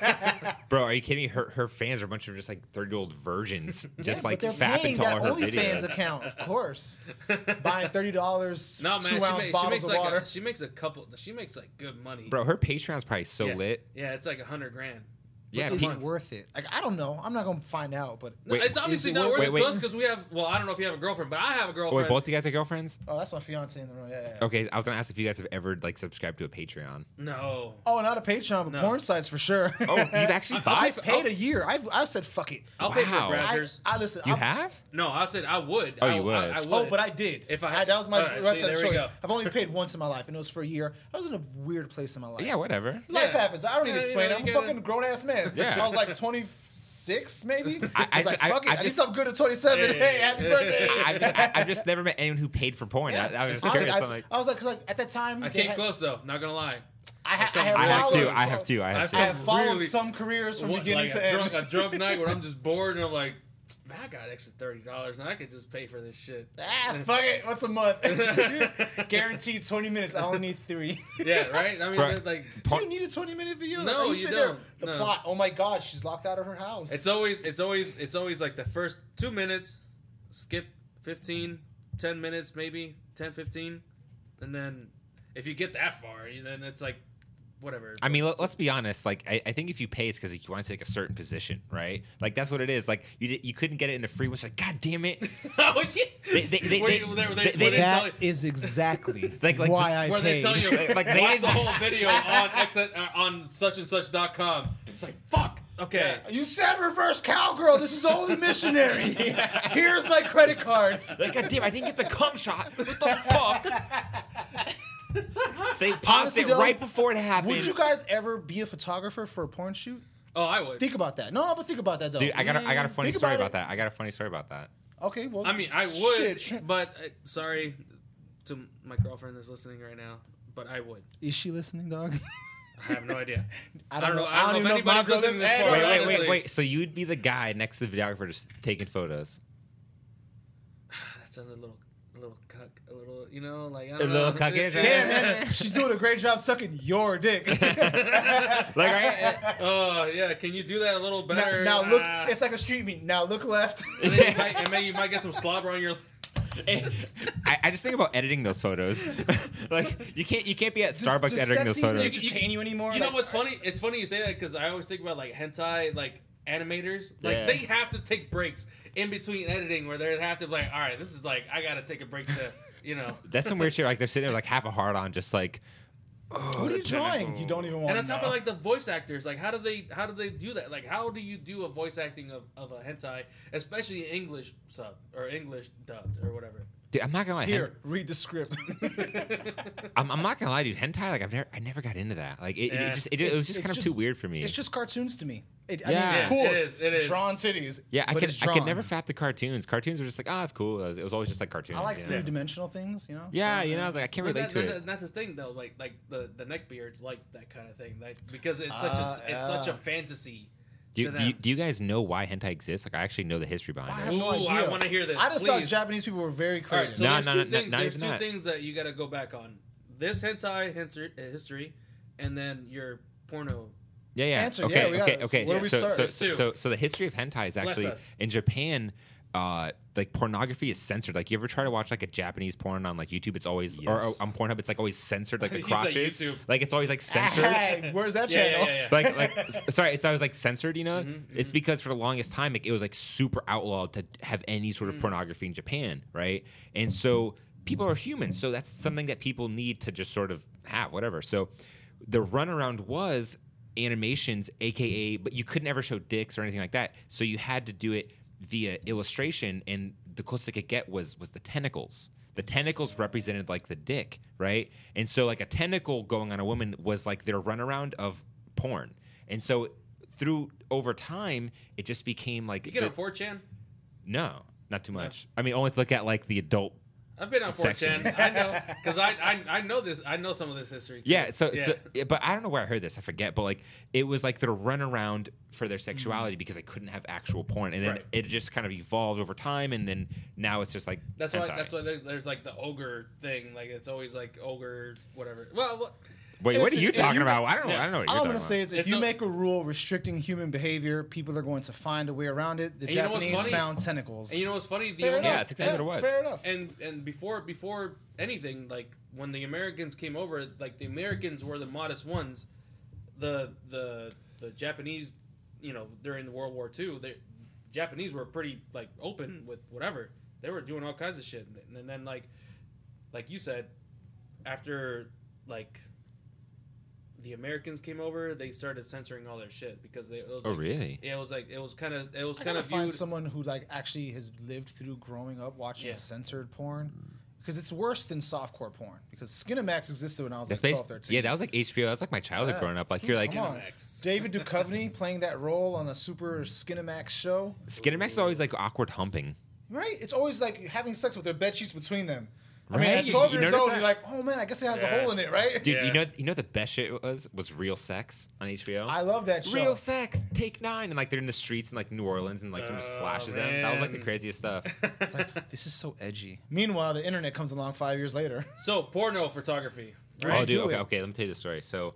Speaker 3: bro, are you kidding me? Her her fans are a bunch of just like thirty year old virgins, just like
Speaker 2: but they're
Speaker 3: fapping
Speaker 2: paying
Speaker 3: to all
Speaker 2: that
Speaker 3: her
Speaker 2: OnlyFans
Speaker 3: videos.
Speaker 2: account, of course. Buying thirty dollars,
Speaker 1: No man,
Speaker 2: two
Speaker 1: she,
Speaker 2: ounce
Speaker 1: ma- she
Speaker 2: bottles
Speaker 1: makes
Speaker 2: of
Speaker 1: like
Speaker 2: water.
Speaker 1: A, she makes a couple. She makes like good money.
Speaker 3: Bro, her Patreon's probably so
Speaker 1: yeah.
Speaker 3: lit.
Speaker 1: Yeah, it's like a hundred grand.
Speaker 3: Yeah,
Speaker 2: is
Speaker 3: pe-
Speaker 2: it worth it? Like I don't know. I'm not gonna find out, but
Speaker 1: No,
Speaker 3: Wait,
Speaker 1: it's obviously
Speaker 2: is it
Speaker 1: not
Speaker 2: worth-
Speaker 1: worth
Speaker 3: wait,
Speaker 1: it
Speaker 3: wait.
Speaker 1: to us because we have. Well, I don't know if you have a girlfriend, but I have a girlfriend.
Speaker 3: wait, both you guys are girlfriends?
Speaker 2: oh, that's my fiance in the room. Yeah, yeah, yeah.
Speaker 3: Okay, I was gonna ask if you guys have ever like subscribed to a Patreon.
Speaker 1: No.
Speaker 2: Oh, not a Patreon, but
Speaker 1: No.
Speaker 2: porn sites for sure.
Speaker 3: Oh, you've actually Oh.
Speaker 1: I'll pay
Speaker 2: I
Speaker 3: bought?
Speaker 1: for-
Speaker 2: paid
Speaker 1: I'll-
Speaker 2: a year. I've I've said fuck it.
Speaker 1: I'll pay
Speaker 3: Wow.
Speaker 1: for
Speaker 2: I,
Speaker 1: browsers.
Speaker 2: I listen.
Speaker 3: You
Speaker 2: I'm-
Speaker 3: have?
Speaker 1: no, I said I would.
Speaker 3: Oh,
Speaker 1: I,
Speaker 3: you
Speaker 1: I- I,
Speaker 3: would.
Speaker 1: would.
Speaker 2: Oh, but I did.
Speaker 1: If I-
Speaker 2: had, that was my
Speaker 1: all right, see,
Speaker 2: website
Speaker 1: there we
Speaker 2: choice.
Speaker 1: go.
Speaker 2: I've only paid once in my life, and it was for a year. I was in a weird place in my life.
Speaker 3: Yeah, whatever.
Speaker 2: Life
Speaker 1: Yeah.
Speaker 2: happens. I don't need
Speaker 1: Yeah,
Speaker 2: to
Speaker 1: you
Speaker 2: explain.
Speaker 1: know,
Speaker 2: I'm
Speaker 1: you
Speaker 2: a
Speaker 1: gotta-
Speaker 2: fucking grown ass man.
Speaker 3: Yeah.
Speaker 2: I was like 26, maybe.
Speaker 3: I-
Speaker 2: I,
Speaker 3: I-
Speaker 2: was like,
Speaker 3: I-
Speaker 2: fuck
Speaker 3: I
Speaker 2: it. At
Speaker 3: just-
Speaker 2: least I'm good at 27.
Speaker 1: Yeah,
Speaker 2: Hey,
Speaker 1: yeah, yeah.
Speaker 2: happy birthday.
Speaker 3: I've just, I, I've just never met anyone who paid for porn. I, I was just
Speaker 2: Honestly,
Speaker 3: curious.
Speaker 2: I,
Speaker 3: I'm like,
Speaker 2: I was like, 'cause, like, at that time,
Speaker 1: I
Speaker 2: they
Speaker 1: came
Speaker 2: had-
Speaker 1: close though. Not gonna lie.
Speaker 2: I, ha-
Speaker 1: come-
Speaker 2: I have,
Speaker 3: I have
Speaker 2: followed,
Speaker 3: two. I have
Speaker 2: so-
Speaker 3: two. I
Speaker 1: I've
Speaker 3: have two.
Speaker 2: I have followed
Speaker 1: Really?
Speaker 2: some careers from
Speaker 1: What-
Speaker 2: beginning
Speaker 1: like
Speaker 2: to
Speaker 1: a
Speaker 2: end.
Speaker 1: drunk, a drunk night where I'm just bored and I'm like, man, I got extra thirty dollars and I could just pay for this shit.
Speaker 2: ah, fuck it. What's a month? Guaranteed 20 minutes. I only need three.
Speaker 1: Yeah, right. I mean,
Speaker 3: Bro.
Speaker 1: it's like
Speaker 3: Porn-
Speaker 2: Do you need a 20 minute video? Like,
Speaker 1: No,
Speaker 2: are
Speaker 1: you
Speaker 2: sitting
Speaker 1: don't.
Speaker 2: There, the
Speaker 1: No.
Speaker 2: plot. Oh my God, she's locked out of her house.
Speaker 1: it's always, it's always, it's always like the first two minutes, skip 15, 10 minutes maybe, 10, 15. and then if you get that far, you- then it's like whatever.
Speaker 3: I mean, let, us be honest. Like, I, I think if you pay, it's because you want to take a certain position, right? Like, that's what it is. Like, you did, you couldn't get it in the free. It's like, god damn it!
Speaker 1: oh, yeah.
Speaker 3: They- they- they-
Speaker 1: Were
Speaker 3: they-
Speaker 1: you- were they- were
Speaker 3: they-
Speaker 1: they-
Speaker 3: they
Speaker 1: were they tell you-
Speaker 2: That is exactly
Speaker 3: Like- like-
Speaker 2: why I
Speaker 1: where they
Speaker 2: paid.
Speaker 1: tell you
Speaker 3: Like,
Speaker 1: like
Speaker 3: they
Speaker 1: watch
Speaker 3: didn't-
Speaker 1: the whole video on X, uh, on such and such dot com. It's like fuck. Okay.
Speaker 2: You said reverse cowgirl. This is only missionary. Here's my credit card.
Speaker 3: Like, god damn, I didn't get the cum shot. What the fuck? They popped
Speaker 2: Honestly,
Speaker 3: it
Speaker 2: though,
Speaker 3: right before it happened.
Speaker 2: Would you guys ever be a photographer for a porn shoot?
Speaker 1: Oh, I would.
Speaker 2: Think about that. No, but think about that though.
Speaker 3: Dude, I got a, I got a funny
Speaker 2: Mm, Think
Speaker 3: story
Speaker 2: about
Speaker 3: about,
Speaker 2: it.
Speaker 3: that. I got a funny story about that.
Speaker 2: okay, well,
Speaker 1: I mean, I would,
Speaker 2: Shit.
Speaker 1: but uh, sorry to my girlfriend that's listening right now, but I would.
Speaker 2: Is she listening, dog?
Speaker 1: I have no idea.
Speaker 2: I
Speaker 1: don't know- I don't know if
Speaker 2: even my
Speaker 1: anybody's
Speaker 2: girl
Speaker 1: listening
Speaker 2: is-
Speaker 1: this
Speaker 2: Hey,
Speaker 1: far.
Speaker 2: dog.
Speaker 3: Wait, wait,
Speaker 1: honestly.
Speaker 3: wait, wait. So you'd be the guy next to the videographer just taking photos.
Speaker 1: Ah, That sounds a little, a little cuck, a little, you know, like I
Speaker 3: A
Speaker 1: don't
Speaker 3: little
Speaker 1: know.
Speaker 3: cuckish, right?
Speaker 2: Damn, man, she's doing a great job sucking your dick.
Speaker 3: Like, right?
Speaker 1: Oh yeah, can you do that a little
Speaker 2: now,
Speaker 1: better?
Speaker 2: now look,
Speaker 1: Ah.
Speaker 2: it's like a street meet. Now look left.
Speaker 1: and then you might, and then you might get some slobber on your.
Speaker 3: I, I just think about editing those photos. like you can't you can't be at Starbucks
Speaker 2: Does
Speaker 3: editing
Speaker 2: sex
Speaker 3: those
Speaker 2: even
Speaker 3: photos.
Speaker 1: You-
Speaker 2: entertain you anymore?
Speaker 1: You know
Speaker 2: Like,
Speaker 1: what's funny? It's funny you say that because I always think about like hentai, like animators. Like
Speaker 3: Yeah.
Speaker 1: they have to take breaks in between editing, where they have to be like, all right, this is like I gotta take a break to, you know.
Speaker 3: That's some weird shit. Like they're sitting there like half a heart on, just like. Oh,
Speaker 2: What are
Speaker 3: the
Speaker 2: you drawing?
Speaker 3: genital.
Speaker 2: You don't even want.
Speaker 1: And on top
Speaker 2: know.
Speaker 1: of like the voice actors, like how do they how do they do that? Like how do you do a voice acting of, of a hentai, especially English sub or English dubbed or whatever?
Speaker 3: Dude, I'm not gonna lie. hen-
Speaker 2: here, read the script.
Speaker 3: I'm, I'm not gonna lie, dude. Hentai, like I've never, I never got into that. Like it, it-
Speaker 1: Yeah.
Speaker 3: it just, it, it was just
Speaker 2: It's
Speaker 3: kind of
Speaker 2: just-
Speaker 3: too weird for me.
Speaker 2: it's just cartoons to me. It, I
Speaker 3: Yeah.
Speaker 2: mean,
Speaker 3: Yeah,
Speaker 2: cool.
Speaker 1: it is, it is.
Speaker 2: Drawn titties.
Speaker 3: yeah, I
Speaker 2: but
Speaker 3: could,
Speaker 2: it's
Speaker 3: I could
Speaker 2: drawn.
Speaker 3: never fap the cartoons. Cartoons were just like, ah, it's cool. It was, it was always just like cartoons.
Speaker 2: I like
Speaker 3: you know?
Speaker 2: three-dimensional things. You know.
Speaker 3: Yeah,
Speaker 2: So,
Speaker 3: you know, I was like, I can't
Speaker 1: But
Speaker 3: relate
Speaker 1: that,
Speaker 3: to
Speaker 1: that-
Speaker 3: it.
Speaker 1: That's the thing though, like like the the neckbeards like that kind of thing, like because it's such
Speaker 2: Ah,
Speaker 1: a it's such a
Speaker 2: yeah.
Speaker 1: fantasy. to
Speaker 3: Do, you- do, you,
Speaker 1: them.
Speaker 3: do you guys know why hentai exists? Like, I actually know the history
Speaker 2: I
Speaker 3: behind
Speaker 2: have
Speaker 3: it.
Speaker 2: no
Speaker 1: Ooh, I
Speaker 2: idea.
Speaker 1: wanna hear this,
Speaker 2: I just thought
Speaker 1: please.
Speaker 2: Japanese people were
Speaker 1: All
Speaker 2: very
Speaker 1: right,
Speaker 2: creative.
Speaker 1: so
Speaker 3: No,
Speaker 1: there's
Speaker 3: no,
Speaker 1: two
Speaker 3: no, no,
Speaker 1: things.
Speaker 3: not
Speaker 1: There's
Speaker 3: even
Speaker 1: two
Speaker 3: that.
Speaker 1: things that you got to go back on. This hentai history, uh, history, and then your porno.
Speaker 3: Yeah, yeah.
Speaker 2: Answer, yeah,
Speaker 3: okay,
Speaker 2: we
Speaker 3: okay,
Speaker 2: gotta-
Speaker 3: okay.
Speaker 2: where do
Speaker 3: So,
Speaker 2: we
Speaker 3: so,
Speaker 2: start?
Speaker 3: so,
Speaker 1: There's two.
Speaker 3: so, so the history of hentai is actually
Speaker 1: us.
Speaker 3: in Japan. Uh, like pornography is censored. Like you ever try to watch like a Japanese porn on like YouTube? It's always or, or
Speaker 2: Yes.
Speaker 3: on Pornhub. It's like always censored. Like the
Speaker 1: You said
Speaker 3: crotches.
Speaker 1: YouTube.
Speaker 3: Like it's always like censored.
Speaker 2: Hey, where's that
Speaker 1: Yeah, yeah,
Speaker 2: channel?
Speaker 1: yeah, yeah.
Speaker 3: like like s- sorry it's i was like censored you know it's because for the longest time like, it was like super outlawed to have any sort of pornography in japan right and so people are human so that's something that people need to just sort of have whatever so the runaround was animations aka but you could never show dicks or anything like that so you had to do it via illustration and the closest it could get was was the tentacles the tentacles represented like the dick right and so like a tentacle going on a woman was like their runaround of porn. And so through over time, it just became like
Speaker 1: You get on
Speaker 3: the-
Speaker 1: 4chan.
Speaker 3: no, not too much. I mean, only look at like the adult.
Speaker 1: I've been on 4chan.
Speaker 3: Section.
Speaker 1: I know because I, I I know this. I know some of this history. Too.
Speaker 3: Yeah. So, so- yeah, but I don't know where I heard this. I forget. But like, it was like their runaround for their sexuality because they couldn't have actual porn, and then
Speaker 1: Right.
Speaker 3: it just kind of evolved over time, and then now it's just like
Speaker 1: that's why
Speaker 3: hentai.
Speaker 1: that's why there's, there's like the ogre thing. Like it's always like ogre whatever. Well, well
Speaker 3: Wait, what are
Speaker 2: Listen,
Speaker 3: you
Speaker 2: if
Speaker 3: talking
Speaker 2: you-
Speaker 3: about? I don't know. I don't
Speaker 2: All
Speaker 3: know. What you're
Speaker 2: I'm
Speaker 3: talking
Speaker 2: gonna
Speaker 3: about.
Speaker 2: say is, if
Speaker 1: It's
Speaker 2: you
Speaker 1: a-
Speaker 2: make a rule restricting human behavior, people are going to find a way around it. The
Speaker 1: And you know what's
Speaker 2: Japanese
Speaker 1: funny?
Speaker 2: found tentacles.
Speaker 1: and you know what's funny? The
Speaker 2: Fair
Speaker 1: only-
Speaker 2: enough.
Speaker 3: Yeah, it's exactly what it was.
Speaker 2: Fair enough.
Speaker 1: and and before before anything like when the americans came over like the americans were the modest ones the the the japanese you know during the world war ii the japanese were pretty like open with whatever they were doing all kinds of shit and, then like like you said after like the americans came over they started censoring all their shit because they it was
Speaker 3: Oh,
Speaker 1: like-
Speaker 3: really?
Speaker 1: it was like it was kind of it was
Speaker 2: I
Speaker 1: kind
Speaker 2: gotta
Speaker 1: of
Speaker 2: find
Speaker 1: viewed
Speaker 2: someone who like actually has lived through growing up watching
Speaker 1: Yeah.
Speaker 2: censored porn, because it's worse than softcore porn. Because Skinemax existed when I was
Speaker 3: That's
Speaker 2: like
Speaker 3: basi-
Speaker 2: 12, 13.
Speaker 3: yeah, that was like HBO. That was like my childhood growing up. Like you're like
Speaker 2: Come on.
Speaker 1: Skinemax.
Speaker 2: David Duchovny playing that role on a super Skinemax show.
Speaker 3: Skinemax is always like awkward humping.
Speaker 2: Right? It's always like having sex with their bed sheets between them. I mean,
Speaker 3: Right?
Speaker 2: at 12
Speaker 3: You- you
Speaker 2: years
Speaker 3: notice
Speaker 2: old,
Speaker 3: that?
Speaker 2: you're like, oh man, I guess it has
Speaker 1: Yeah.
Speaker 2: a hole in it, right?
Speaker 3: Dude,
Speaker 1: Yeah.
Speaker 3: you know you know the best shit was was Real Sex on HBO.
Speaker 2: I love that show.
Speaker 3: Real sex, take nine, and like they're in the streets in like New Orleans, and like someone just
Speaker 1: Oh,
Speaker 3: flashes them. That was like the
Speaker 1: man.
Speaker 3: craziest stuff.
Speaker 2: It's like, this is so edgy. Meanwhile, the internet comes along five years later.
Speaker 1: so porno photography
Speaker 2: We
Speaker 3: oh,
Speaker 2: should
Speaker 3: dude,
Speaker 2: do
Speaker 3: okay,
Speaker 2: it.
Speaker 3: okay. Let me tell you the story. So,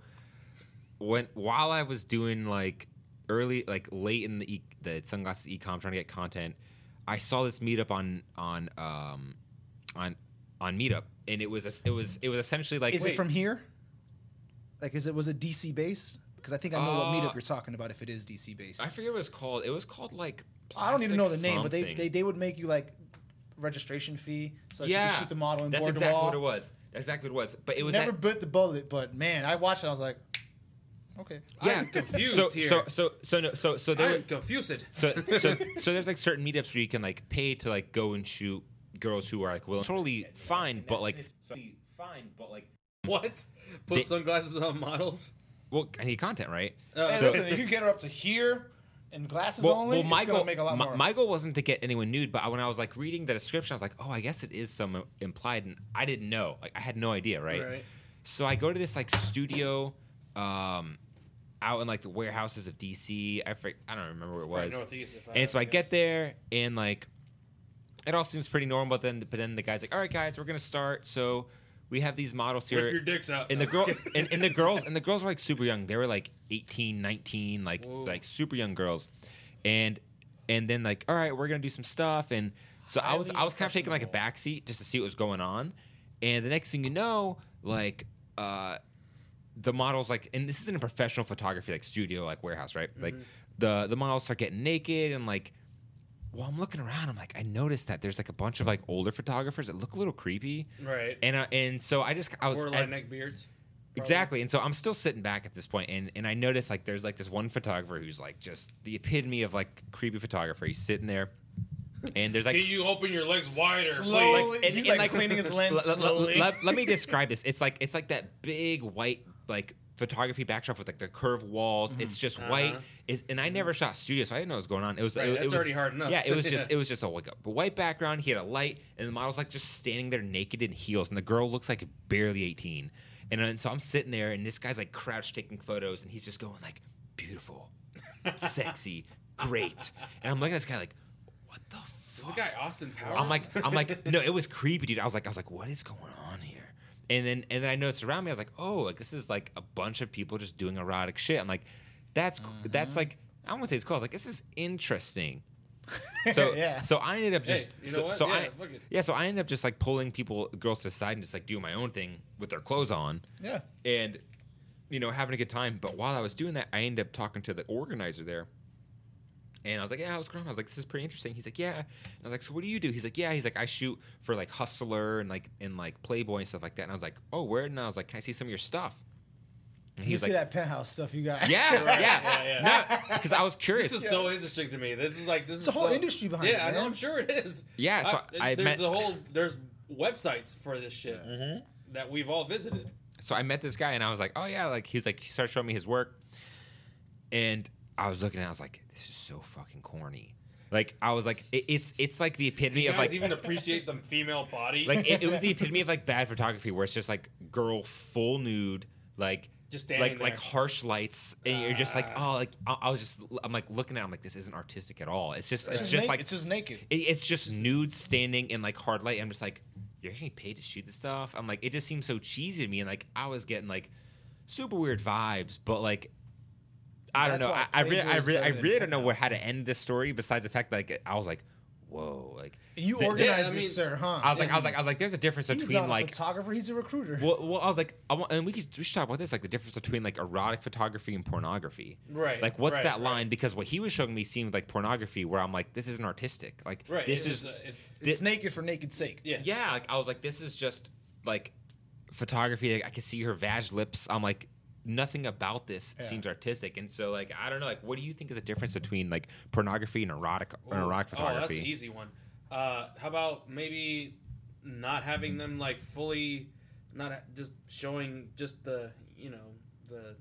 Speaker 3: when while I was doing like early, like late in the e- the sunglasses ecom trying to get content, I saw this meetup on on um on on Meetup, and it was it was it was essentially like
Speaker 2: Is
Speaker 1: Wait.
Speaker 2: it from here? Like, is it was it DC based? Because I think I know what
Speaker 3: Uh,
Speaker 2: meetup you're talking about. If it is DC based,
Speaker 3: I
Speaker 2: I,
Speaker 3: forget what it was called. It was called like
Speaker 2: don't even know the
Speaker 3: Plastic
Speaker 2: name, but they,
Speaker 3: something.
Speaker 2: they they would make you like registration fee so that you could shoot the model and
Speaker 3: that's
Speaker 2: board
Speaker 3: exactly
Speaker 2: the wall.
Speaker 3: what it was. That's exactly what it was. But it was
Speaker 2: Never
Speaker 3: that,
Speaker 2: bit the bullet, but man, I watched it. I was like, okay.
Speaker 3: yeah.
Speaker 1: I'm confused
Speaker 3: so,
Speaker 1: here.
Speaker 3: so so so no so so there were-
Speaker 1: I'm confused.
Speaker 3: so so so there's like certain meetups where you can like pay to like go and shoot girls who are like willing totally fine but like fine but like
Speaker 5: What? Put
Speaker 3: They-
Speaker 5: sunglasses on models?
Speaker 3: Well, I need content, right?
Speaker 5: Uh,
Speaker 2: Hey,
Speaker 3: So-
Speaker 2: listen, if you get her up to here and glasses only, it's
Speaker 3: my
Speaker 2: gonna
Speaker 3: goal,
Speaker 2: make a lot
Speaker 3: my,
Speaker 2: more.
Speaker 3: my goal wasn't to get anyone nude, but I- when I was like reading the description, I was like, oh, I guess it is some implied, and I didn't know. Like, I had no idea, right?
Speaker 5: Right.
Speaker 3: So I go to this like studio, um, out in like the warehouses of DC. I fr- I don't remember where it
Speaker 5: Probably
Speaker 3: was.
Speaker 5: Northeast, if I-
Speaker 3: and so
Speaker 5: I
Speaker 3: I,
Speaker 5: guess.
Speaker 3: get there, and like, it all seems pretty normal. But then, but then the guy's like, all right, guys, we're gonna start. So we have these models here.
Speaker 5: Whip your dicks out.
Speaker 3: And
Speaker 5: No,
Speaker 3: the
Speaker 5: I'm
Speaker 3: girl
Speaker 5: just kidding.
Speaker 3: and, and the girls and the girls were like super young. They were like 18, 19, like
Speaker 5: Whoa.
Speaker 3: like super young girls. And and then like, all right, we're gonna do some stuff. And so I was
Speaker 2: Highly
Speaker 3: I was kind of taking like a
Speaker 2: impressionable.
Speaker 3: back seat just to see what was going on. And the next thing you know, like uh the models like and this isn't a professional photography like studio like warehouse,
Speaker 5: Mm-hmm.
Speaker 3: right? Like the the models start getting naked and like well, I'm looking around. I'm like, I noticed that there's like a bunch of like older photographers that look a little creepy,
Speaker 5: Right.
Speaker 3: and uh, and so I just I was
Speaker 5: Or
Speaker 3: I-
Speaker 5: neck beards. probably.
Speaker 3: Exactly. And so I'm still sitting back at this point and and I notice like there's like this one photographer who's like just the epitome of like creepy photographer. He's sitting there and there's like
Speaker 5: Can you open your legs wider?
Speaker 2: Slowly.
Speaker 5: please?
Speaker 2: He's, like, cleaning his lens
Speaker 3: le- le- le-
Speaker 2: slowly.
Speaker 3: Let, let me describe this. It's like it's like that big white like photography backdrop with like the curved walls. It's just white.
Speaker 5: Uh-huh.
Speaker 3: It's, and I never shot studio, so I didn't know what was going on. It was
Speaker 5: Right,
Speaker 3: it, it
Speaker 5: that's
Speaker 3: was,
Speaker 5: already hard enough.
Speaker 3: Yeah, it was just
Speaker 5: Yeah.
Speaker 3: it was just a like a white background. He had a light, and the model's like just standing there naked in heels, and the girl looks like barely eighteen. And, and so I'm sitting there, and this guy's like crouched taking photos, and he's just going like beautiful, sexy, great. And I'm looking at this guy like, what the fuck?
Speaker 5: Is the guy Austin Powers?
Speaker 3: I'm like, I'm like, no, it was creepy, dude. I was like, I was like, what is going on here? And then, and then I noticed around me, I was like, oh, like this is like a bunch of people just doing erotic shit. I'm like, that's
Speaker 5: Mm-hmm.
Speaker 3: that's like, I won't say it's cool. I was like, this is interesting. So
Speaker 2: Yeah.
Speaker 3: so I ended up
Speaker 5: Hey,
Speaker 3: just
Speaker 5: you know
Speaker 3: so,
Speaker 5: what?
Speaker 3: so
Speaker 5: Yeah,
Speaker 3: I
Speaker 5: fuck it.
Speaker 3: yeah so I ended up just like pulling people girls to the side and just like doing my own thing with their clothes on
Speaker 2: yeah.
Speaker 3: and you know having a good time. But while I was doing that, I ended up talking to the organizer there, and I was like, "Yeah, what's going on?" I was like, "This is pretty interesting." He's like, "Yeah," and I was like, "So what do you do?" He's like, "Yeah." He's like, "I shoot for like Hustler and like and like Playboy and stuff like that." And I was like, "Oh, where?" And I was like, "Can I see some of your stuff?" And he
Speaker 2: You
Speaker 3: was
Speaker 2: see
Speaker 3: like,
Speaker 2: that penthouse stuff you got?
Speaker 3: "Yeah,
Speaker 5: Right,
Speaker 3: yeah,
Speaker 5: yeah,
Speaker 3: yeah." because I was curious.
Speaker 5: This is so interesting to me. This is like this is
Speaker 2: a whole
Speaker 5: so-
Speaker 2: industry behind
Speaker 5: Yeah,
Speaker 2: it,
Speaker 5: I know.
Speaker 2: man.
Speaker 5: I'm sure it is.
Speaker 3: Yeah, so I
Speaker 5: there's
Speaker 3: met-
Speaker 5: a whole there's websites for this shit
Speaker 3: Mm-hmm.
Speaker 5: that we've all visited.
Speaker 3: so I met this guy and I was like, oh yeah, like he's like he started showing me his work, and I was looking and I was like, this is so fucking corny. Like I was like, it, it's it's like the epitome
Speaker 5: You
Speaker 3: of
Speaker 5: guys
Speaker 3: like
Speaker 5: even appreciate the female body.
Speaker 3: like it, it was the epitome of like bad photography where it's just like girl full nude like
Speaker 5: Just standing
Speaker 3: like like
Speaker 5: there.
Speaker 3: harsh lights and you're just like
Speaker 5: Ah.
Speaker 3: oh like I, I was just I'm like looking at it, I'm like this isn't artistic at all it's just
Speaker 2: It's,
Speaker 3: it's
Speaker 2: just,
Speaker 3: just
Speaker 2: na-
Speaker 3: like
Speaker 2: it's just naked.
Speaker 3: it, it's just nude standing in like hard light. I'm just like, you're getting paid to shoot this stuff. I'm like, it just seems so cheesy to me. And like, I was getting like super weird vibes, but like, I don't
Speaker 2: That's
Speaker 3: know. I,
Speaker 2: why
Speaker 3: I really,
Speaker 2: Playboy
Speaker 3: I
Speaker 2: is
Speaker 3: really, I
Speaker 2: better than
Speaker 3: really don't know where,
Speaker 2: Penthouse.
Speaker 3: how to end this story besides the fact that like, I was like, whoa, like,
Speaker 2: You
Speaker 3: th-
Speaker 2: organize
Speaker 5: I mean,
Speaker 2: this, sir, huh?
Speaker 3: I was like, I was like, I was like, there's a difference
Speaker 2: he's not
Speaker 3: between
Speaker 2: a
Speaker 3: like.
Speaker 2: photographer. He's a recruiter.
Speaker 3: Well, well, I was like, I want, and we could we should talk about this, like the difference between like erotic photography and pornography.
Speaker 5: Right,
Speaker 3: Like, what's
Speaker 5: right,
Speaker 3: that
Speaker 5: right.
Speaker 3: line? Because what he was showing me seemed like pornography, where I'm like, this isn't artistic. Like,
Speaker 5: Right,
Speaker 3: this
Speaker 5: it's
Speaker 3: is
Speaker 5: just a- it's-
Speaker 3: thi-
Speaker 2: it's naked for naked sake.
Speaker 5: yeah.
Speaker 3: yeah, like I was like, this is just like photography. Like, I can see her vag lips. I'm like, nothing about this
Speaker 2: Yeah.
Speaker 3: seems artistic. And so, like, I don't know. Like, what do you think is the difference between like pornography and erotic and
Speaker 5: Ooh.
Speaker 3: erotic
Speaker 5: Oh, that's an
Speaker 3: photography?
Speaker 5: easy one. Uh, how about maybe not having them like fully, not ha- just showing just the you know the.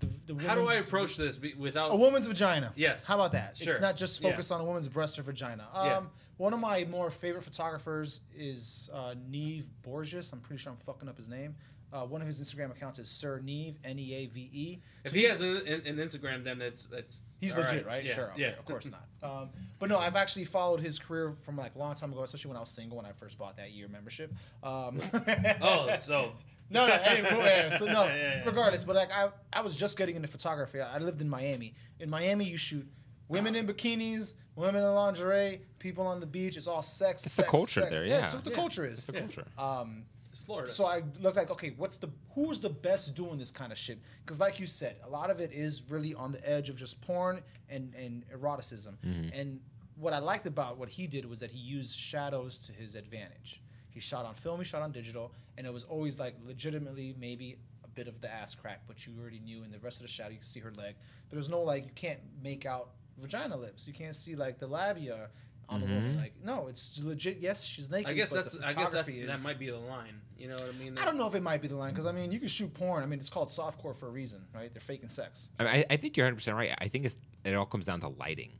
Speaker 2: The, the
Speaker 5: How do I
Speaker 2: woman's-
Speaker 5: approach this be- without?
Speaker 2: a woman's vagina?
Speaker 5: Yes.
Speaker 2: How about that?
Speaker 5: Sure.
Speaker 2: It's not just
Speaker 5: Yeah.
Speaker 2: focused on a woman's breast or vagina. Um,
Speaker 5: Yeah.
Speaker 2: One of my more favorite photographers is uh, Neve Borges. I'm pretty sure I'm fucking up his name. Uh, one of his Instagram accounts is Sir Neve N E A V E.
Speaker 5: if he has an, an, an Instagram, then it's it's
Speaker 2: He's
Speaker 5: all
Speaker 2: legit, right?
Speaker 5: Yeah,
Speaker 2: Sure. Okay,
Speaker 5: yeah,
Speaker 2: Of course not. Um, but no, I've actually followed his career from like a long time ago, especially when I was single when I first bought that year membership. Um,
Speaker 5: Oh, so
Speaker 2: No, no, hey, cool, yeah, so no.
Speaker 5: Yeah, yeah, yeah.
Speaker 2: Regardless, but like I, I was just getting into photography. I, I lived in Miami. In Miami, you shoot women in bikinis, women in lingerie, people on the beach. It's all sex.
Speaker 3: It's the
Speaker 2: sex,
Speaker 3: culture
Speaker 2: sex.
Speaker 3: there, yeah.
Speaker 2: it's what the culture is.
Speaker 3: It's the culture.
Speaker 2: um,
Speaker 5: it's Florida.
Speaker 2: so I looked like, okay, what's the who's the best doing this kind of shit? Because like you said, a lot of it is really on the edge of just porn and and eroticism. And what I liked about what he did was that he used shadows to his advantage. He shot on film, he shot on digital, and it was always like legitimately maybe a bit of the ass crack, but you already knew. And the rest of the shadow, you could see her leg. But there's no like you can't make out vagina lips. You can't see like the labia. on the woman. Like, no, it's legit. Yes, she's naked.
Speaker 1: I guess
Speaker 2: but
Speaker 1: that's.
Speaker 2: the
Speaker 1: I guess that's.
Speaker 2: photography
Speaker 1: That
Speaker 2: is-
Speaker 1: might be the line. You know what I mean?
Speaker 2: I don't know if it might be the line because I mean, you can shoot porn. I mean, it's called softcore for a reason, right? They're faking sex.
Speaker 3: I, mean, I, I think you're 100 percent right. I think it's it all comes down to lighting,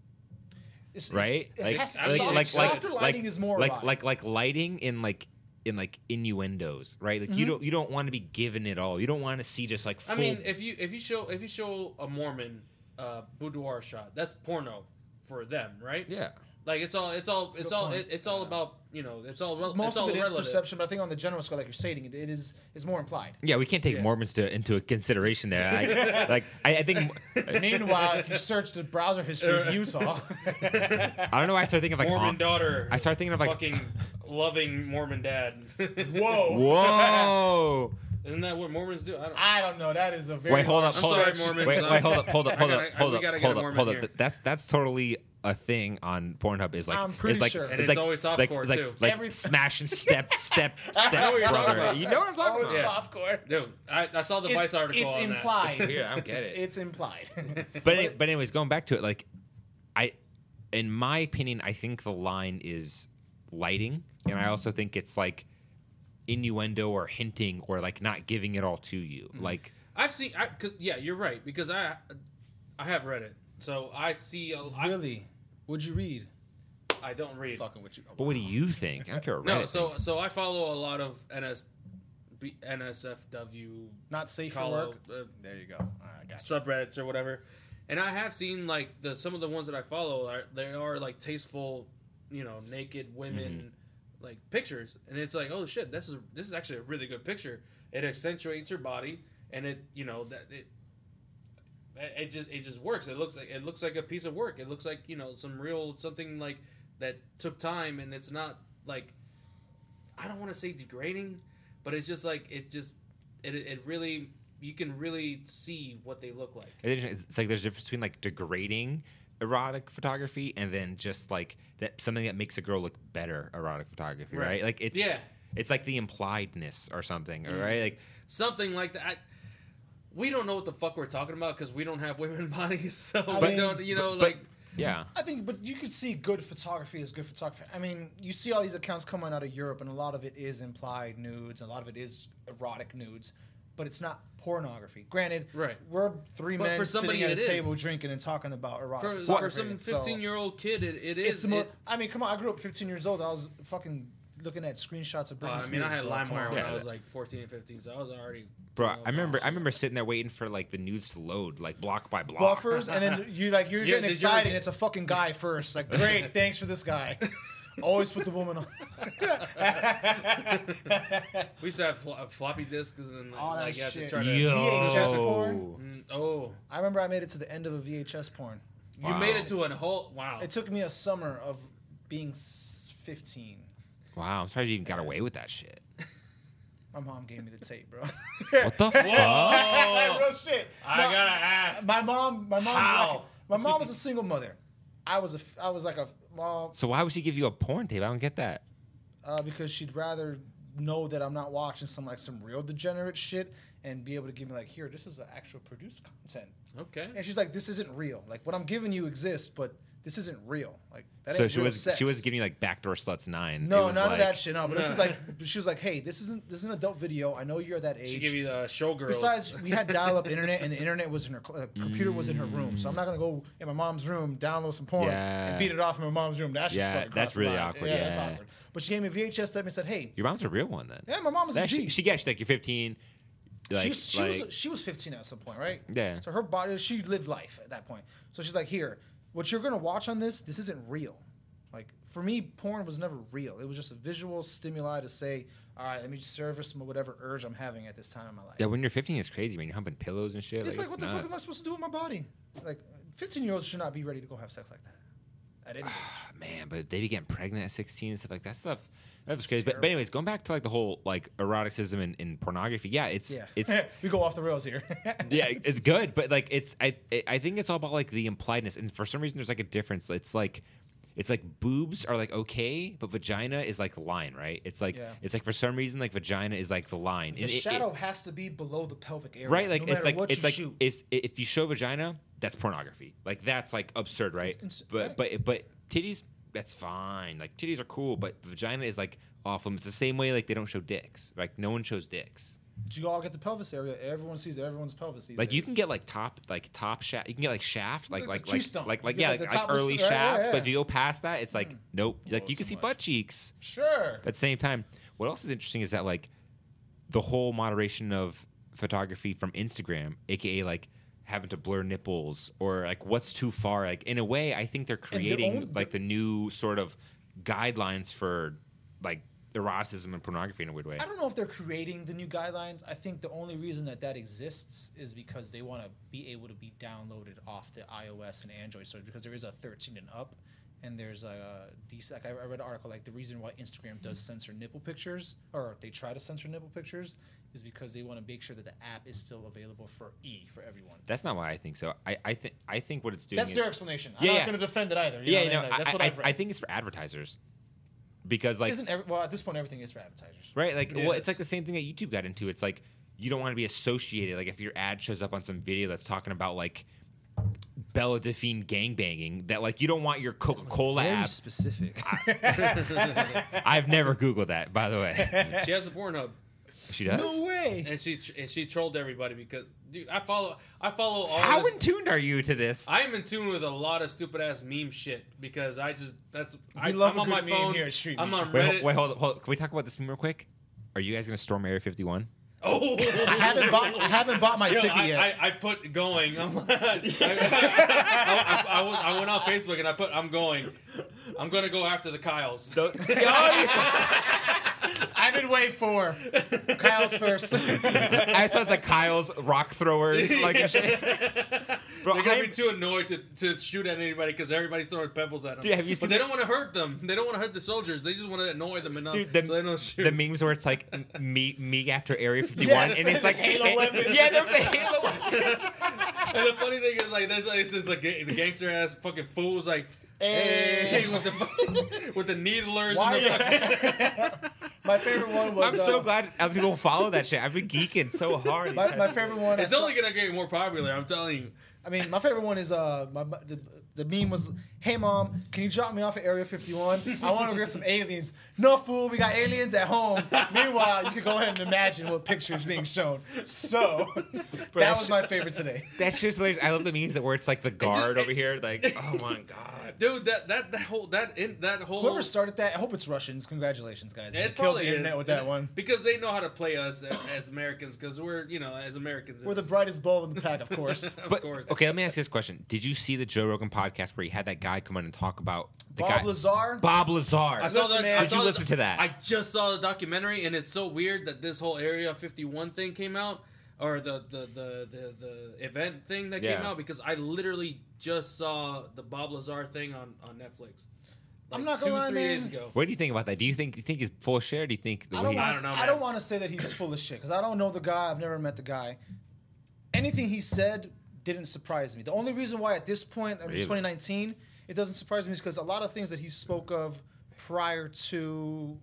Speaker 2: It's-
Speaker 3: right?
Speaker 2: It
Speaker 3: like,
Speaker 2: has to-
Speaker 3: like,
Speaker 2: softer,
Speaker 3: like, like,
Speaker 2: softer
Speaker 3: like-
Speaker 2: lighting is more
Speaker 3: like,
Speaker 2: erotic.
Speaker 3: like, like lighting in like in like innuendos, right? Like you
Speaker 2: Mm-hmm.
Speaker 3: don't you don't want to be given it all. You don't want to see just like. Full,
Speaker 1: I mean, if you if you show if you show a Mormon uh, boudoir shot, that's porno for them, right?
Speaker 3: yeah,
Speaker 1: Like it's all it's all
Speaker 2: a
Speaker 1: it's
Speaker 2: good
Speaker 1: all
Speaker 2: point.
Speaker 1: it, it's all about you know it's all rel-
Speaker 2: most
Speaker 1: it's all
Speaker 2: of it is
Speaker 1: relative.
Speaker 2: perception, but I think on the general scale, like you're stating, it, it is is more implied.
Speaker 3: yeah, we can't take
Speaker 1: Yeah.
Speaker 3: Mormons to, into a consideration there. I, like I, I think
Speaker 2: Meanwhile, if you search the browser history of Utah,
Speaker 3: I don't know why I started thinking of like
Speaker 1: Mormon
Speaker 3: on-
Speaker 1: daughter.
Speaker 3: I started thinking of like
Speaker 1: fucking loving Mormon dad.
Speaker 2: whoa,
Speaker 3: whoa.
Speaker 1: Isn't that what Mormons do? I don't.
Speaker 2: I don't know. That is a very
Speaker 3: Wait, hold up,
Speaker 1: I'm
Speaker 3: hold
Speaker 1: sorry,
Speaker 3: up,
Speaker 1: Mormons,
Speaker 3: wait,
Speaker 1: I'm-
Speaker 3: wait, hold up, hold up,
Speaker 1: I
Speaker 3: hold
Speaker 1: gotta-
Speaker 3: up, hold
Speaker 1: we
Speaker 3: up,
Speaker 1: gotta get
Speaker 3: hold
Speaker 1: a
Speaker 3: up,
Speaker 1: Mormon
Speaker 3: hold
Speaker 1: here.
Speaker 3: up. That's that's totally a thing on Pornhub. Is like
Speaker 2: I'm pretty
Speaker 3: is like,
Speaker 2: sure.
Speaker 3: is
Speaker 2: And
Speaker 1: it's
Speaker 3: like,
Speaker 1: always
Speaker 3: is like,
Speaker 1: softcore,
Speaker 3: is like,
Speaker 1: too.
Speaker 3: Like
Speaker 2: Every-
Speaker 3: smash and step, step, step,
Speaker 1: know what you're talking
Speaker 3: brother.
Speaker 1: about.
Speaker 3: You know what I'm talking
Speaker 2: Always
Speaker 3: about.
Speaker 2: softcore.
Speaker 1: Dude, I, I saw the Vice
Speaker 2: It's,
Speaker 1: article
Speaker 2: it's
Speaker 1: on
Speaker 2: implied.
Speaker 3: Yeah, I don't get it.
Speaker 2: It's implied.
Speaker 3: but any- but anyways, going back to it, like I, in my opinion, I think the line is lighting, and I also think it's like innuendo or hinting or like not giving it all to you. Like
Speaker 1: that. I've seen. I, 'cause- yeah, you're right because I I have read it, so I see. A, I,
Speaker 2: really? Would you read?
Speaker 1: I don't read.
Speaker 2: Fucking with you.
Speaker 3: But what do you think? I don't care. What
Speaker 1: No,
Speaker 3: Reddit
Speaker 1: so
Speaker 3: thinks.
Speaker 1: so I follow a lot of NS, B, NSFW
Speaker 2: Not safe for
Speaker 1: follow,
Speaker 2: work.
Speaker 1: uh,
Speaker 2: There you go. All right, gotcha.
Speaker 1: subreddits or whatever, and I have seen like the some of the ones that I follow are they are like tasteful, you know, naked women like pictures, and it's like oh shit, this is this is actually a really good picture. It accentuates her body, and it you know that it. it- It just it just works. It looks like it looks like a piece of work. It looks like you know some real something like that took time, and it's not like I don't want to say degrading, but it's just like it just it it really you can really see what they look like.
Speaker 3: It is- It's like there's a difference between like degrading erotic photography and then just like that something that makes a girl look better erotic photography,
Speaker 1: Right.
Speaker 3: right? Like it's
Speaker 1: Yeah.
Speaker 3: it's like the impliedness or something, all right? Like
Speaker 1: Something like that. I, we don't know what the fuck we're talking about because we don't have women bodies, so we
Speaker 2: mean-
Speaker 1: don't. You know,
Speaker 3: but-
Speaker 1: like
Speaker 3: yeah.
Speaker 2: I think, but you could see good photography is good photography. I mean, you see all these accounts coming out of Europe, and a lot of it is implied nudes, and a lot of it is erotic nudes, but it's not pornography. Granted,
Speaker 1: Right.
Speaker 2: We're three
Speaker 1: But
Speaker 2: men
Speaker 1: for somebody
Speaker 2: sitting at
Speaker 1: it
Speaker 2: a
Speaker 1: is.
Speaker 2: table drinking and talking about erotic
Speaker 1: for, for
Speaker 2: photography.
Speaker 1: some
Speaker 2: uh, so-
Speaker 1: fifteen-year-old kid, it, it
Speaker 2: it's
Speaker 1: is.
Speaker 2: the mo-
Speaker 1: it-
Speaker 2: I mean, come on. I grew up 15 years old. And I was fucking looking at screenshots of Britney
Speaker 1: well, I mean,
Speaker 2: Spears.
Speaker 1: I had
Speaker 2: bro, come
Speaker 1: LimeWire
Speaker 2: on.
Speaker 1: when I
Speaker 3: Yeah.
Speaker 1: was like fourteen and fifteen, so I was already.
Speaker 3: Bro,
Speaker 1: you know,
Speaker 3: I remember I remember sitting there waiting for like the news to load, like block by block.
Speaker 2: buffers, and then you like you're
Speaker 1: Yeah,
Speaker 2: getting
Speaker 1: did you
Speaker 2: excited,
Speaker 1: ever-
Speaker 2: and it's a fucking guy first. Like, great, thanks for this guy. Always put the woman on.
Speaker 1: We used to have flo- floppy disks and like,
Speaker 2: All that
Speaker 1: like, you had to
Speaker 2: shit.
Speaker 1: try to.
Speaker 2: VHS porn.
Speaker 1: Mm, Oh,
Speaker 2: I remember I made it to the end of a VHS porn.
Speaker 1: you
Speaker 3: Wow.
Speaker 1: made it to a whole wow.
Speaker 2: It took me a summer of being s- 15.
Speaker 3: Wow, I'm surprised you even got away with that shit.
Speaker 2: My mom gave me the tape, bro.
Speaker 3: What the fuck?
Speaker 2: Real shit.
Speaker 1: Oh, I
Speaker 2: No,
Speaker 1: gotta ask.
Speaker 2: My mom, my mom,
Speaker 1: How?
Speaker 2: my mom was a single mother. I was a, f- I was like a well,
Speaker 3: So why would she give you a porn tape? I don't get that.
Speaker 2: uh, because she'd rather know that I'm not watching some like some real degenerate shit and be able to give me like, here, this is the actual produced content.
Speaker 1: Okay.
Speaker 2: And she's like, this isn't real. Like what I'm giving you exists, but this isn't real. Like that
Speaker 3: so
Speaker 2: ain't
Speaker 3: she
Speaker 2: real
Speaker 3: was
Speaker 2: sex.
Speaker 3: she was giving you like backdoor sluts nine. It
Speaker 2: no,
Speaker 3: was
Speaker 2: none
Speaker 3: like-
Speaker 2: of that shit. No, but this is
Speaker 1: No.
Speaker 2: like she was like, hey, this isn't this is an adult video. I know you're that age.
Speaker 1: She gave you the showgirls.
Speaker 2: Besides, we had dial-up internet, and the internet was in her cl- uh, computer was in her room. So I'm not gonna go in my mom's room, download some porn,
Speaker 3: Yeah.
Speaker 2: and beat it off in my mom's room. That's just
Speaker 3: Yeah,
Speaker 2: fucking
Speaker 3: that's
Speaker 2: crossing the
Speaker 3: really
Speaker 2: line.
Speaker 3: awkward,
Speaker 2: Yeah, that's
Speaker 3: yeah.
Speaker 2: awkward. But she gave me a VHS tape and said, "Hey,
Speaker 3: Your mom's a real one then.
Speaker 2: yeah, my mom's a
Speaker 3: That
Speaker 2: G.
Speaker 3: she, she got you like you're 15. Like,
Speaker 2: she, was, she,
Speaker 3: like,
Speaker 2: was, she was 15 at some point, right?
Speaker 3: Yeah.
Speaker 2: So her body, she lived life at that point. So she's like, here, what you're gonna watch on this, this isn't real. Like for me, porn was never real. It was just a visual stimuli to say, all right, let me service my whatever urge I'm having at this time in my life.
Speaker 3: yeah, when you're 15, it's crazy, man. You're humping pillows and shit.
Speaker 2: It's like, what the fuck
Speaker 3: nuts.
Speaker 2: am I supposed to do with my body? Like, 15 year olds should not be ready to go have sex like that. At any age.
Speaker 3: Ah, man, but they be getting pregnant at 16 and stuff like that stuff. That was crazy. But, but
Speaker 2: terrible.
Speaker 3: anyways, going back to like the whole like eroticism and, and pornography. Yeah, it's
Speaker 2: Yeah.
Speaker 3: it's
Speaker 2: we go off the rails here.
Speaker 3: yeah, it's good, but like it's I I- I think it's all about like the impliedness, and for some reason there's like a difference. It's like it's like boobs are like okay, but vagina is like the line, right? It's like
Speaker 2: Yeah.
Speaker 3: it's like for some reason like vagina is like the line.
Speaker 2: The
Speaker 3: It- it- it-
Speaker 2: shadow has to be below the pelvic area.
Speaker 3: right? Like
Speaker 2: no matter
Speaker 3: it's like
Speaker 2: what
Speaker 3: it's
Speaker 2: you
Speaker 3: like
Speaker 2: shoot.
Speaker 3: if if you show vagina, that's pornography. Like that's like absurd, right?
Speaker 2: It's- it's-
Speaker 3: but but but titties, that's fine. Like titties are cool, but vagina is like off limits. The same way like they don't show dicks. Like no one shows dicks.
Speaker 2: Do you all get the pelvis area? Everyone sees everyone's pelvis. These
Speaker 3: Like you
Speaker 2: days.
Speaker 3: can get like top like top shaft. You can get like shaft like
Speaker 2: Like
Speaker 3: like
Speaker 2: the
Speaker 3: like
Speaker 2: G-stone.
Speaker 3: like,
Speaker 2: You
Speaker 3: like
Speaker 2: get,
Speaker 3: yeah
Speaker 2: like,
Speaker 3: like,
Speaker 2: the top
Speaker 3: early
Speaker 2: of the- yeah,
Speaker 3: shaft.
Speaker 2: yeah,
Speaker 3: But
Speaker 2: yeah.
Speaker 3: if you go past that, it's like nope. Like
Speaker 2: Whoa,
Speaker 3: you can
Speaker 2: too
Speaker 3: see
Speaker 2: much.
Speaker 3: butt cheeks.
Speaker 2: sure.
Speaker 3: But at the same time, what else is interesting is that like the whole moderation of photography from Instagram, aka like having to blur nipples or like what's too far. Like in a way, I think they're
Speaker 2: their
Speaker 3: creating
Speaker 2: own-
Speaker 3: like the new sort of guidelines for like eroticism and pornography in a weird way.
Speaker 2: I don't know if they're creating the new guidelines. I think the only reason that that exists is because they want to be able to be downloaded off the iOS and Android service because there is a 13 and up, and there's a decent. Like I I read an article like the reason why Instagram does
Speaker 3: Mm-hmm.
Speaker 2: censor nipple pictures or they try to censor nipple pictures is because they want to make sure that the app is still available for E for everyone.
Speaker 3: That's not why I think so. I, I think I think what it's doing.
Speaker 2: That's
Speaker 3: is,
Speaker 2: their explanation. I'm
Speaker 3: Yeah,
Speaker 2: not
Speaker 3: yeah.
Speaker 2: going to defend it either. You
Speaker 3: yeah,
Speaker 2: know,
Speaker 3: you
Speaker 2: what I
Speaker 3: know,
Speaker 2: mean? Like, that's
Speaker 3: I,
Speaker 2: what
Speaker 3: I,
Speaker 2: I've read.
Speaker 3: I think it's for advertisers because like
Speaker 2: Isn't every, well at this point everything is for advertisers.
Speaker 3: Right? Like, well,
Speaker 1: Yes.
Speaker 3: it's like the same thing that YouTube got into. It's like you don't want to be associated. Like, if your ad shows up on some video that's talking about like Bella Delphine gangbanging, that like you don't want your Coca Cola
Speaker 2: Very
Speaker 3: app.
Speaker 2: specific.
Speaker 3: I've never Googled that, by the way.
Speaker 1: She has a Pornhub,
Speaker 3: She does.
Speaker 2: no way.
Speaker 1: and she and she trolled everybody because dude, I follow I follow all.
Speaker 3: How
Speaker 1: this-
Speaker 3: in tuned are you to this?
Speaker 1: I am in tune with a lot of stupid ass meme shit because I just that's I I'm
Speaker 2: love a
Speaker 1: on
Speaker 2: good
Speaker 1: my
Speaker 2: meme
Speaker 1: phone
Speaker 2: here at Street
Speaker 1: I'm
Speaker 2: Meat.
Speaker 1: on
Speaker 3: wait, ho-
Speaker 1: Reddit.
Speaker 3: wait, hold, hold. Can we talk about this meme real quick? Are you guys gonna storm Area 51?
Speaker 1: Oh,
Speaker 2: I haven't bought I haven't bought my
Speaker 1: Yo,
Speaker 2: ticket
Speaker 1: I,
Speaker 2: yet.
Speaker 1: I, I put going. I'm, I, I, I, was, I went on Facebook and I put I'm going. I'm gonna go after the Kyles.
Speaker 2: I've been waiting for Kyle's first.
Speaker 3: I saw it's like Kyle's rock throwers, like and shit. Bro,
Speaker 1: They're gonna
Speaker 3: I'm-
Speaker 1: be too annoyed to, to shoot at anybody because everybody's throwing pebbles at them.
Speaker 3: Dude, have you seen
Speaker 1: but they
Speaker 3: the-
Speaker 1: don't want to hurt them. They don't want to hurt the soldiers. They just want to annoy them enough
Speaker 3: Dude, the,
Speaker 1: so they don't shoot.
Speaker 3: the memes where it's like m- me me after Area 51,
Speaker 2: Yes,
Speaker 3: and it's like
Speaker 2: Halo
Speaker 3: it-
Speaker 2: weapons.
Speaker 3: Yeah, they're the Halo weapons.
Speaker 1: and the funny thing is, like, there's like, it's just the, ga- the gangster ass fucking fools, like, hey, with the fu- with the needlers
Speaker 2: Eh. Why-
Speaker 1: and the fucking,
Speaker 2: my favorite one was.
Speaker 3: I'm so
Speaker 2: uh,
Speaker 3: glad other people follow that shit. I've been geeking so hard.
Speaker 2: My, my favorite one. I,
Speaker 1: It's
Speaker 2: saw-
Speaker 1: only gonna get more popular. I'm telling you.
Speaker 2: I mean, my favorite one is uh, my my- the, the meme was, "Hey mom, can you drop me off at Area 51? I want to get some aliens." No fool, we got aliens at home. Meanwhile, you can go ahead and imagine what picture is being shown. So that
Speaker 3: that's-
Speaker 2: was my favorite today.
Speaker 3: That's just hilarious. I love the memes that where it's like the guard
Speaker 1: it-
Speaker 3: over here, like oh my god.
Speaker 1: dude that that that whole that in that whole
Speaker 2: Whoever started that, I hope it's Russians. Congratulations, guys!
Speaker 1: Oh. It
Speaker 2: you killed
Speaker 1: probably
Speaker 2: the
Speaker 1: is.
Speaker 2: internet with that
Speaker 1: And-
Speaker 2: one.
Speaker 1: because they know how to play us as, as Americans because we're you know as Americans
Speaker 2: We're the brightest bulb in the pack, of course.
Speaker 1: of
Speaker 3: But
Speaker 1: course
Speaker 3: okay, let me ask you this question: Did you see the Joe Rogan podcast where he had that guy come on and talk about the
Speaker 2: Bob
Speaker 3: guy
Speaker 2: Lazar.
Speaker 3: Bob Lazar?
Speaker 1: I saw
Speaker 2: Listen,
Speaker 1: that,
Speaker 2: man.
Speaker 1: I
Speaker 2: Did
Speaker 1: saw
Speaker 3: you
Speaker 1: the-
Speaker 3: listen to that?
Speaker 1: I just saw the documentary and it's so weird that this whole Area 51 thing came out or the the the the, the event thing that came
Speaker 3: Yeah.
Speaker 1: out because I literally just saw the Bob Lazar thing on on Netflix.
Speaker 2: I'm not gonna
Speaker 1: two,
Speaker 2: lie,
Speaker 1: three days
Speaker 2: man.
Speaker 1: ago.
Speaker 3: what do you think about that? Do you think you think he's full of shit? Or do you think the
Speaker 2: I
Speaker 3: way
Speaker 2: don't,
Speaker 3: he-
Speaker 1: I
Speaker 2: wanna, I
Speaker 1: don't
Speaker 2: don't
Speaker 1: know, man.
Speaker 2: want to say that he's full of shit because I don't know the guy. I've never met the guy. Anything he said didn't surprise me. The only reason why at this point, I mean,
Speaker 3: Really?
Speaker 2: 2019, it doesn't surprise me is because a lot of things that he spoke of prior to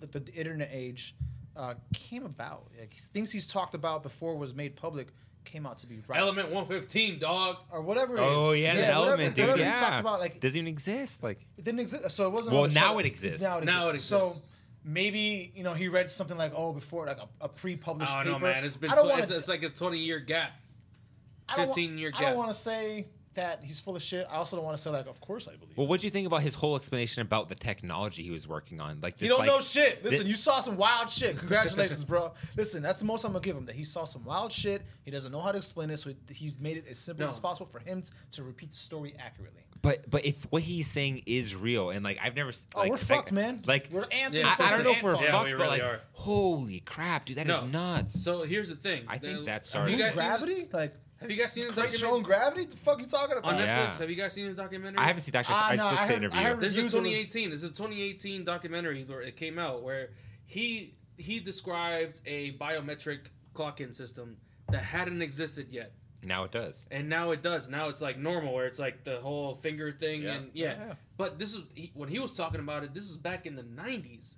Speaker 2: the, the internet age uh, came about. Like, things he's talked about before was made public came out to be right.
Speaker 1: Element 115, dog.
Speaker 2: or whatever it is.
Speaker 3: Oh yeah, the
Speaker 2: whatever-
Speaker 3: element, dude.
Speaker 2: whatever
Speaker 3: yeah,
Speaker 2: he talked about, like,
Speaker 3: doesn't even exist. Like
Speaker 2: it didn't exist. So it wasn't.
Speaker 3: Well,
Speaker 2: on the
Speaker 3: now
Speaker 2: show.
Speaker 3: it exists.
Speaker 2: Now it exists.
Speaker 1: Now it
Speaker 2: So
Speaker 1: exists.
Speaker 2: maybe you know he read something like oh before like a, a pre-published
Speaker 1: I don't know,
Speaker 2: paper.
Speaker 1: man. It's been
Speaker 2: I don't
Speaker 1: tw-
Speaker 2: wanna-
Speaker 1: it's, it's like a 20 year gap.
Speaker 2: I don't wa-
Speaker 1: 15 year
Speaker 2: I
Speaker 1: gap.
Speaker 2: don't want to say that he's full of shit. I also don't want to say like of course I believe.
Speaker 3: Well, what do you think about his whole explanation about the technology he was working on? Like,
Speaker 2: you
Speaker 3: this,
Speaker 2: don't
Speaker 3: like,
Speaker 2: know shit. Listen,
Speaker 3: thi-
Speaker 2: you saw some wild shit. Congratulations, bro. Listen, that's the most I'm gonna give him. That he saw some wild shit. He doesn't know how to explain it, so he- he made it as simple
Speaker 1: No.
Speaker 2: as possible for him t- to repeat the story accurately.
Speaker 3: But but if what he's saying is real, and like I've never, s-
Speaker 2: Oh,
Speaker 3: like,
Speaker 2: we're
Speaker 3: if
Speaker 2: fucked, man.
Speaker 3: Like
Speaker 2: We're ants
Speaker 1: Yeah.
Speaker 2: in a
Speaker 3: I, I
Speaker 2: fucking
Speaker 3: don't know if
Speaker 2: ant
Speaker 3: we're
Speaker 2: farm.
Speaker 1: Yeah,
Speaker 3: fucked,
Speaker 1: we
Speaker 3: but
Speaker 1: really
Speaker 3: like,
Speaker 1: are.
Speaker 3: holy crap, dude, that is
Speaker 1: No.
Speaker 3: nuts.
Speaker 1: So here's the thing.
Speaker 3: I think
Speaker 1: The-
Speaker 3: that's
Speaker 1: have you
Speaker 3: our-
Speaker 1: guys seen-
Speaker 2: Gravity? Like,
Speaker 1: Have you guys seen the
Speaker 2: Christ, your own
Speaker 1: documentary
Speaker 2: gravity? The fuck you talking
Speaker 1: on
Speaker 2: about?
Speaker 1: Netflix?
Speaker 3: Yeah.
Speaker 1: Have you guys seen the documentary?
Speaker 3: I haven't seen that. Actually,
Speaker 2: Ah,
Speaker 3: I
Speaker 2: no,
Speaker 3: just
Speaker 2: I
Speaker 3: said
Speaker 2: heard-
Speaker 3: an
Speaker 2: I
Speaker 3: interview.
Speaker 2: heard-
Speaker 1: This is
Speaker 2: reviews on his-
Speaker 1: 2018. This is 2018 documentary where it came out where he he described a biometric clock-in system that hadn't existed yet,
Speaker 3: Now it does.
Speaker 1: and now it does. Now it's like normal, where it's like the whole finger thing,
Speaker 3: Yeah.
Speaker 1: and yeah.
Speaker 2: Yeah.
Speaker 1: But this is he, when he was talking about it. This is back in the 90s,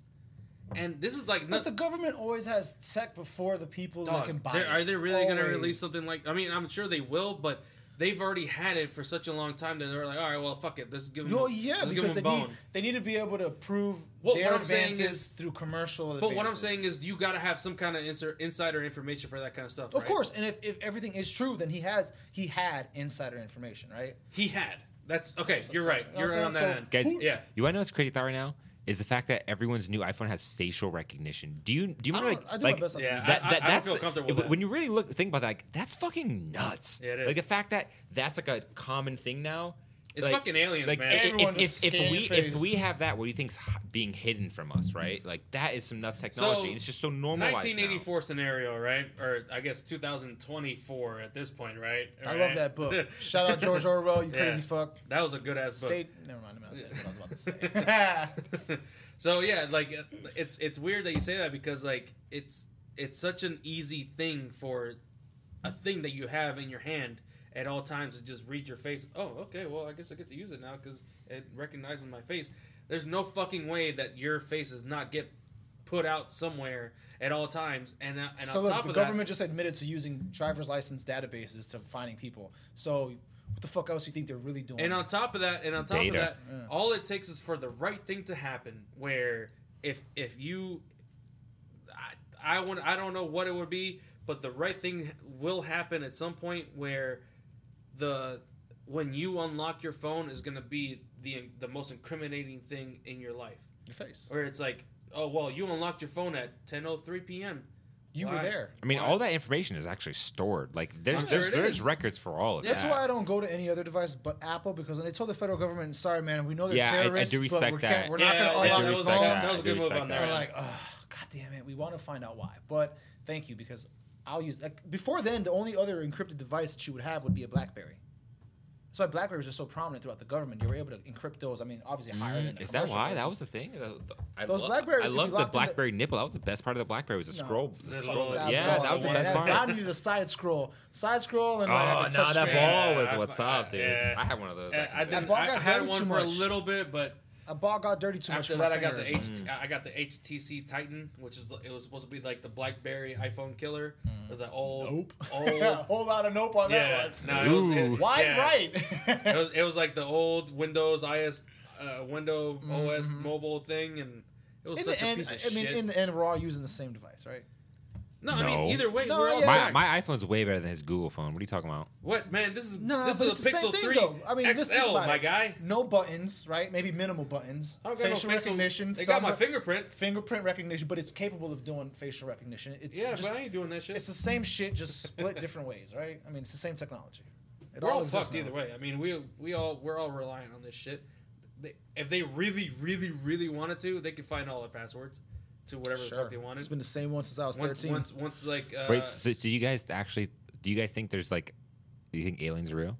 Speaker 1: and this is like
Speaker 2: But the government always has tech before the people that
Speaker 1: Dog,
Speaker 2: can buy
Speaker 1: they're-
Speaker 2: it.
Speaker 1: Are they really going to
Speaker 2: Always.
Speaker 1: release something like? I mean, I'm sure they will, but they've already had it for such a long time that they're like, all right, well, fuck it, let's give them.
Speaker 2: No, yeah,
Speaker 1: let's give
Speaker 2: because they
Speaker 1: them a
Speaker 2: need,
Speaker 1: bone.
Speaker 2: they need to be able to prove
Speaker 1: What-
Speaker 2: their
Speaker 1: what I'm saying
Speaker 2: advances
Speaker 1: is-
Speaker 2: through commercial.
Speaker 1: But what I'm saying is, you got to have some kind of inser- insider information for that kind of stuff.
Speaker 2: of
Speaker 1: right?
Speaker 2: course, and if, if everything is true, then he has he had insider information, right?
Speaker 1: he had. That's okay. You're right.
Speaker 2: You know
Speaker 1: You're
Speaker 2: what
Speaker 1: right on
Speaker 2: I'm
Speaker 1: that
Speaker 2: saying?
Speaker 1: end.
Speaker 2: So-
Speaker 3: Guys,
Speaker 2: Who-
Speaker 1: yeah.
Speaker 3: You want to know what's crazy thought right now is the fact that everyone's new iPhone has facial recognition. Do you do you
Speaker 2: I,
Speaker 3: remember
Speaker 2: don't,
Speaker 3: like,
Speaker 2: I do
Speaker 3: like
Speaker 2: my best.
Speaker 1: yeah,
Speaker 2: Yeah,
Speaker 1: I-
Speaker 3: that, that,
Speaker 1: I don't
Speaker 3: that's
Speaker 1: feel comfortable with
Speaker 3: when
Speaker 1: that.
Speaker 3: you really look think about that. Like, that's fucking nuts.
Speaker 1: Yeah, it
Speaker 3: Like
Speaker 1: is.
Speaker 3: the fact that that's like a common thing now.
Speaker 1: It's
Speaker 3: like-
Speaker 1: fucking aliens,
Speaker 3: like,
Speaker 1: man.
Speaker 3: i-
Speaker 2: Everyone
Speaker 3: If,
Speaker 2: just
Speaker 3: if, if
Speaker 2: scan
Speaker 3: we
Speaker 2: your
Speaker 3: if
Speaker 2: face.
Speaker 3: we have that, what do you think's h- being hidden from us, right? Like that is some nuts technology.
Speaker 1: So,
Speaker 3: and it's just so normalized.
Speaker 1: 1984 scenario, right? Or I guess 2024 at this point, right?
Speaker 2: I
Speaker 1: Right?
Speaker 2: love that book. Shout out George Orwell, you
Speaker 1: Yeah.
Speaker 2: crazy fuck.
Speaker 1: that was a good ass book.
Speaker 2: State. Never mind. I'm not saying what I was about to say.
Speaker 1: so yeah, like it's it's weird that you say that because like it's it's such an easy thing for a thing that you have in your hand at all times to just read your face. Oh, okay. Well, I guess I get to use it now because it recognizes my face. There's no fucking way that your face does not get put out somewhere at all times. And that- and
Speaker 2: so
Speaker 1: on
Speaker 2: look,
Speaker 1: top
Speaker 2: the
Speaker 1: of
Speaker 2: government just admitted to using driver's license databases to finding people. So what the fuck else you think they're really doing?
Speaker 1: that, and on top of that, and on top
Speaker 3: Data.
Speaker 1: of that, all it takes is for the right thing to happen. Where if if you I, I want I don't know what it would be, but the right thing will happen at some point where the when you unlock your phone is going to be the the most incriminating thing in your life.
Speaker 2: your face.
Speaker 1: Where it's like, oh well, you unlocked your phone at 10:03 p.m.
Speaker 2: You
Speaker 1: Why?
Speaker 2: were there.
Speaker 3: I mean,
Speaker 1: Why?
Speaker 3: all that information is actually stored. Like there's
Speaker 1: I'm sure
Speaker 3: there's,
Speaker 1: it
Speaker 3: there's
Speaker 1: is.
Speaker 3: records for all of
Speaker 2: That's
Speaker 3: that.
Speaker 2: why I don't go to any other device but Apple because when they told the federal government, "Sorry, man, we know they're
Speaker 3: Yeah, I- I do
Speaker 2: terrorists, but
Speaker 3: respect
Speaker 2: we're,
Speaker 3: that.
Speaker 2: Can't, we're
Speaker 1: Yeah,
Speaker 2: not
Speaker 1: yeah,
Speaker 2: going to
Speaker 1: that
Speaker 2: unlock
Speaker 1: was-
Speaker 2: your
Speaker 1: that-
Speaker 2: phone."
Speaker 1: that was a
Speaker 3: I
Speaker 1: good
Speaker 3: do
Speaker 1: move
Speaker 3: respect
Speaker 1: on
Speaker 3: that.
Speaker 1: there.
Speaker 2: We're like, oh, god damn it, we want to find out why. But thank you because I'll use like before then. The only other encrypted device that you would have would be a BlackBerry. That's why BlackBerry was just so prominent throughout the government. You were able to encrypt those. I mean, obviously
Speaker 1: Mm,
Speaker 2: higher than the
Speaker 3: Mm, Is that
Speaker 2: commercial
Speaker 3: why?
Speaker 2: version.
Speaker 3: That was the thing. I
Speaker 2: Those
Speaker 3: lo-
Speaker 2: Blackberries
Speaker 3: I
Speaker 2: could be
Speaker 3: love the
Speaker 2: locked in the-
Speaker 3: BlackBerry nipple. That was the best part of the Blackberry. Was the
Speaker 2: No.
Speaker 3: scroll. Oh,
Speaker 1: This
Speaker 3: scroll.
Speaker 1: one.
Speaker 3: Yeah,
Speaker 1: That
Speaker 2: one.
Speaker 3: that was the
Speaker 1: Yeah,
Speaker 3: best
Speaker 2: that-
Speaker 3: part.
Speaker 2: I needed a side scroll, side scroll, and like a touch
Speaker 3: no, that
Speaker 2: screen.
Speaker 3: ball was
Speaker 1: Yeah, I
Speaker 3: what's
Speaker 1: fu-
Speaker 3: up, dude.
Speaker 1: yeah.
Speaker 3: I had one of those.
Speaker 1: I,
Speaker 3: back
Speaker 1: I,
Speaker 3: in the day.
Speaker 1: didn't,
Speaker 2: ball
Speaker 1: I,
Speaker 2: got
Speaker 1: I had
Speaker 2: dirty
Speaker 1: one
Speaker 2: too
Speaker 1: for a
Speaker 2: much.
Speaker 1: little bit, but
Speaker 2: A ball got dirty too
Speaker 1: After
Speaker 2: much. for
Speaker 1: that, I
Speaker 2: my
Speaker 1: got the
Speaker 2: fingers.
Speaker 1: H- I got the HTC Titan, which is it was supposed to be like the BlackBerry iPhone killer. It was an old,
Speaker 2: Nope.
Speaker 1: old,
Speaker 2: Whole lot of nope on
Speaker 1: yeah,
Speaker 2: that one.
Speaker 1: no, it was,
Speaker 3: Ooh.
Speaker 1: it,
Speaker 2: Why
Speaker 1: yeah. It
Speaker 2: right?
Speaker 1: was, it was like the old Windows IS, uh, Window OS mobile thing, and it was
Speaker 2: in
Speaker 1: such
Speaker 2: the
Speaker 1: a
Speaker 2: end,
Speaker 1: piece of
Speaker 2: I mean,
Speaker 1: shit.
Speaker 2: in the end, we're all using the same device, right?
Speaker 1: no, I mean
Speaker 3: No.
Speaker 1: either way,
Speaker 2: No,
Speaker 1: we're all
Speaker 2: yeah.
Speaker 1: my,
Speaker 3: My, my iPhone's way better than his Google phone. What are you talking about?
Speaker 1: what man? This is
Speaker 2: No,
Speaker 1: this
Speaker 2: but
Speaker 1: is
Speaker 2: it's
Speaker 1: a
Speaker 2: the
Speaker 1: Pixel
Speaker 2: same thing,
Speaker 1: Three
Speaker 2: though. I mean,
Speaker 1: XL,
Speaker 2: let's think about
Speaker 1: my
Speaker 2: it.
Speaker 1: guy.
Speaker 2: No buttons, right? Maybe minimal buttons.
Speaker 1: I don't got no
Speaker 2: facial recognition.
Speaker 1: They got my
Speaker 2: thumb-
Speaker 1: fingerprint.
Speaker 2: Fingerprint recognition, but it's capable of doing facial recognition. It's
Speaker 1: Yeah,
Speaker 2: just,
Speaker 1: but I ain't doing that shit.
Speaker 2: it's the same shit, just split different ways, right? I mean, it's the same technology. It
Speaker 1: we're all
Speaker 2: exists
Speaker 1: fucked
Speaker 2: now.
Speaker 1: either way. I mean, we we all we're all relying on this shit. They, if they really, really, really wanted to, they could find all the passwords to whatever the
Speaker 2: Sure.
Speaker 1: fuck they wanted.
Speaker 2: It's been the same one since I was
Speaker 1: once,
Speaker 2: 13.
Speaker 1: once, once, like uh,
Speaker 3: Wait, so, so you guys actually? Do you guys think there's like? Do you think aliens are real?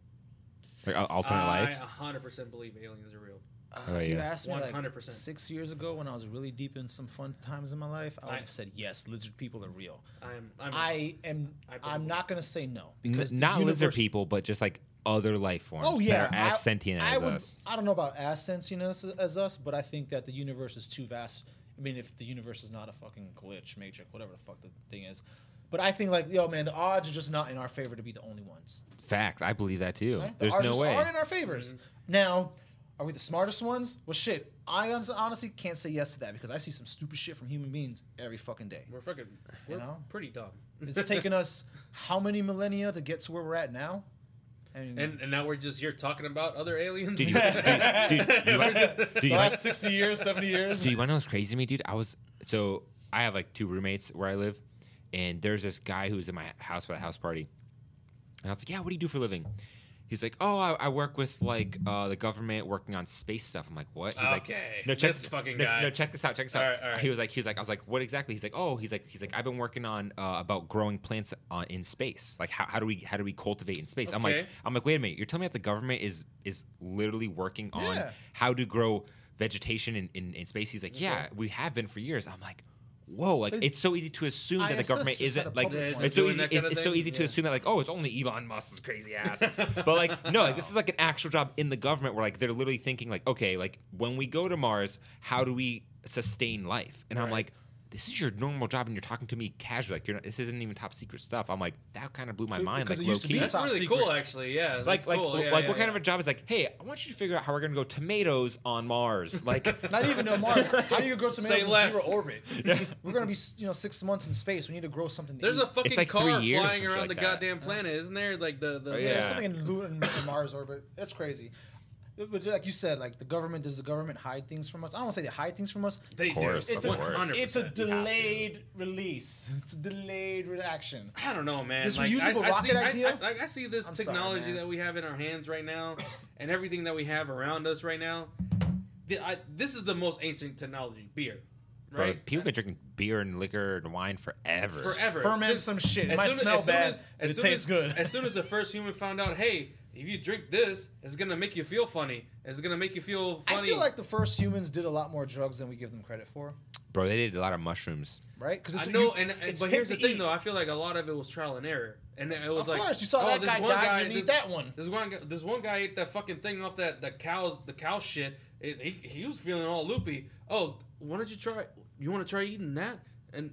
Speaker 3: Like al- alternate
Speaker 1: I
Speaker 3: life?
Speaker 1: 100 percent believe aliens are real.
Speaker 2: Uh,
Speaker 3: Oh,
Speaker 2: if you
Speaker 3: yeah.
Speaker 2: asked me like
Speaker 1: 100%.
Speaker 2: six years ago when I was really deep in some fun times in my life, I would
Speaker 1: I-
Speaker 2: have said yes, lizard people are real.
Speaker 1: I'm, I'm
Speaker 2: I am.
Speaker 1: I believe
Speaker 2: I'm
Speaker 1: it.
Speaker 2: not gonna say no
Speaker 3: N-
Speaker 2: because the
Speaker 3: not lizard
Speaker 2: universe-
Speaker 3: people, but just like other life forms.
Speaker 2: Oh yeah,
Speaker 3: that are as
Speaker 2: I-
Speaker 3: sentient
Speaker 2: I
Speaker 3: as
Speaker 2: would-
Speaker 3: us.
Speaker 2: I don't know about as sentient as, as us, but I think that the universe is too vast. I mean, if the universe is not a fucking glitch, matrix, whatever the fuck the thing is, but I think like yo man, the odds are just not in our favor to be the only ones.
Speaker 3: Facts. I believe that too.
Speaker 2: right? The
Speaker 3: There's
Speaker 2: odds
Speaker 3: no
Speaker 2: just
Speaker 3: way.
Speaker 2: Aren't in our favors. Now, are we the smartest ones? Well, shit. I honest- honestly can't say yes to that because I see some stupid shit from human beings every fucking day.
Speaker 1: we're fucking, we're
Speaker 2: know?
Speaker 1: pretty dumb.
Speaker 2: It's taken us how many millennia to get to where we're at now? I mean,
Speaker 1: And, and now we're just here talking about other aliens.
Speaker 3: Dude, you, dude, dude, you want, dude, you
Speaker 2: the
Speaker 3: want,
Speaker 2: last 60 years, 70 years.
Speaker 3: dude, you want to know what's crazy to me, dude? I was so I have like two roommates where I live, and there's this guy who was in my house for the house party, and I was like, "Yeah, what do you do for a living?" He's like, "Oh, I, I work with like uh, the government working on space stuff." I'm like, "What?" He's like,
Speaker 1: Okay,
Speaker 3: no, check
Speaker 1: this fucking
Speaker 3: no,
Speaker 1: guy."
Speaker 3: No, check this out. Check this out.
Speaker 1: All right, all right.
Speaker 3: He was like, he was like, I was like, "What exactly?" He's like, "Oh, he's like, he's like, I've been working on uh, about growing plants on, in space. Like, how, how do we how do we cultivate in space?" I'm like,
Speaker 1: Okay.
Speaker 3: I'm like, wait a minute. You're telling me that the government is is literally working on
Speaker 2: Yeah.
Speaker 3: how to grow vegetation in, in, in space. He's like, yeah, we have been for years. I'm like, whoa, like
Speaker 2: They-
Speaker 3: it's so easy to assume that the
Speaker 2: ISS
Speaker 3: government
Speaker 2: just had a
Speaker 3: isn't like
Speaker 2: public
Speaker 1: Yeah, one.
Speaker 3: it's so
Speaker 1: doing
Speaker 3: easy
Speaker 1: that
Speaker 3: it's,
Speaker 1: kinda
Speaker 3: it's so
Speaker 1: thing?
Speaker 3: easy to
Speaker 1: Yeah.
Speaker 3: assume that like oh it's only Elon Musk's crazy ass. but like no, like this is like an actual job in the government where like they're literally thinking like okay, like when we go to Mars, how do we sustain life? And I'm
Speaker 1: Right.
Speaker 3: like this is your normal job and you're talking to me casually. Like you're not, this isn't even top secret stuff. I'm like, that kind of blew my mind.
Speaker 2: because
Speaker 3: Like
Speaker 2: it
Speaker 3: low
Speaker 2: used to be
Speaker 3: key.
Speaker 1: That's
Speaker 2: Top
Speaker 1: really
Speaker 2: secret.
Speaker 1: cool, actually. Yeah,
Speaker 3: Like,
Speaker 1: that's
Speaker 3: like,
Speaker 1: cool. Yeah,
Speaker 3: like,
Speaker 1: yeah,
Speaker 3: what kind of
Speaker 1: yeah.
Speaker 3: a job is like? Hey, I want you to figure out how we're gonna go tomatoes on Mars. Like,
Speaker 2: Not even on Mars. How do you grow tomatoes
Speaker 1: Say
Speaker 2: in
Speaker 1: less.
Speaker 2: zero orbit? We're gonna be you know six months in space. We need to grow something. To
Speaker 1: There's
Speaker 2: eat.
Speaker 1: a fucking
Speaker 3: like
Speaker 1: car
Speaker 3: three years or
Speaker 1: flying
Speaker 3: something
Speaker 1: around
Speaker 3: like
Speaker 1: the
Speaker 3: that.
Speaker 1: goddamn planet, isn't there? Like the the
Speaker 3: Oh,
Speaker 2: yeah,
Speaker 3: yeah.
Speaker 2: there's something in Luna in Mars orbit. That's crazy. But like you said, like the government does the government hide things from us? I don't want to say they hide things from us.
Speaker 1: They
Speaker 3: Of course,
Speaker 1: do.
Speaker 2: It's
Speaker 3: of
Speaker 2: a,
Speaker 3: course.
Speaker 1: 100%.
Speaker 2: it's a delayed release. It's a delayed reaction.
Speaker 1: I don't know, man.
Speaker 2: This
Speaker 1: like,
Speaker 2: reusable
Speaker 1: I, I
Speaker 2: rocket
Speaker 1: see, I,
Speaker 2: idea?
Speaker 1: I, like, I see this
Speaker 2: I'm sorry,
Speaker 1: technology
Speaker 2: man.
Speaker 1: that we have in our hands right now, and everything that we have around us right now. The, I, this is the most ancient technology, beer,
Speaker 3: bro,
Speaker 1: right?
Speaker 3: people been drinking beer and liquor and wine forever.
Speaker 1: Forever.
Speaker 2: Ferment
Speaker 1: Since-
Speaker 2: some shit. It
Speaker 1: as
Speaker 2: might
Speaker 1: soon as-
Speaker 2: smell
Speaker 1: as soon
Speaker 2: bad,
Speaker 1: as-
Speaker 2: but
Speaker 1: as
Speaker 2: it
Speaker 1: soon
Speaker 2: tastes
Speaker 1: as-
Speaker 2: good.
Speaker 1: As soon as the first human found out, hey, if you drink this, it's gonna make you feel funny. It's gonna make you feel
Speaker 2: I
Speaker 1: funny.
Speaker 2: feel like the first humans did a lot more drugs than we give them credit for,
Speaker 3: Bro, they did a lot of mushrooms.
Speaker 2: right? Because
Speaker 1: I know, and, and- but here's the thing,
Speaker 2: though.
Speaker 1: though. I feel like a lot of it was trial and error, and it was
Speaker 2: E. Of
Speaker 1: like,
Speaker 2: course, you saw
Speaker 1: oh,
Speaker 2: that
Speaker 1: this
Speaker 2: guy
Speaker 1: one
Speaker 2: die.
Speaker 1: guy
Speaker 2: you
Speaker 1: this-
Speaker 2: need that one.
Speaker 1: This one guy, this one guy ate that fucking thing off that the cows, the cow shit. It, he, he was feeling all loopy. Oh, why don't you try? You want to try eating that? And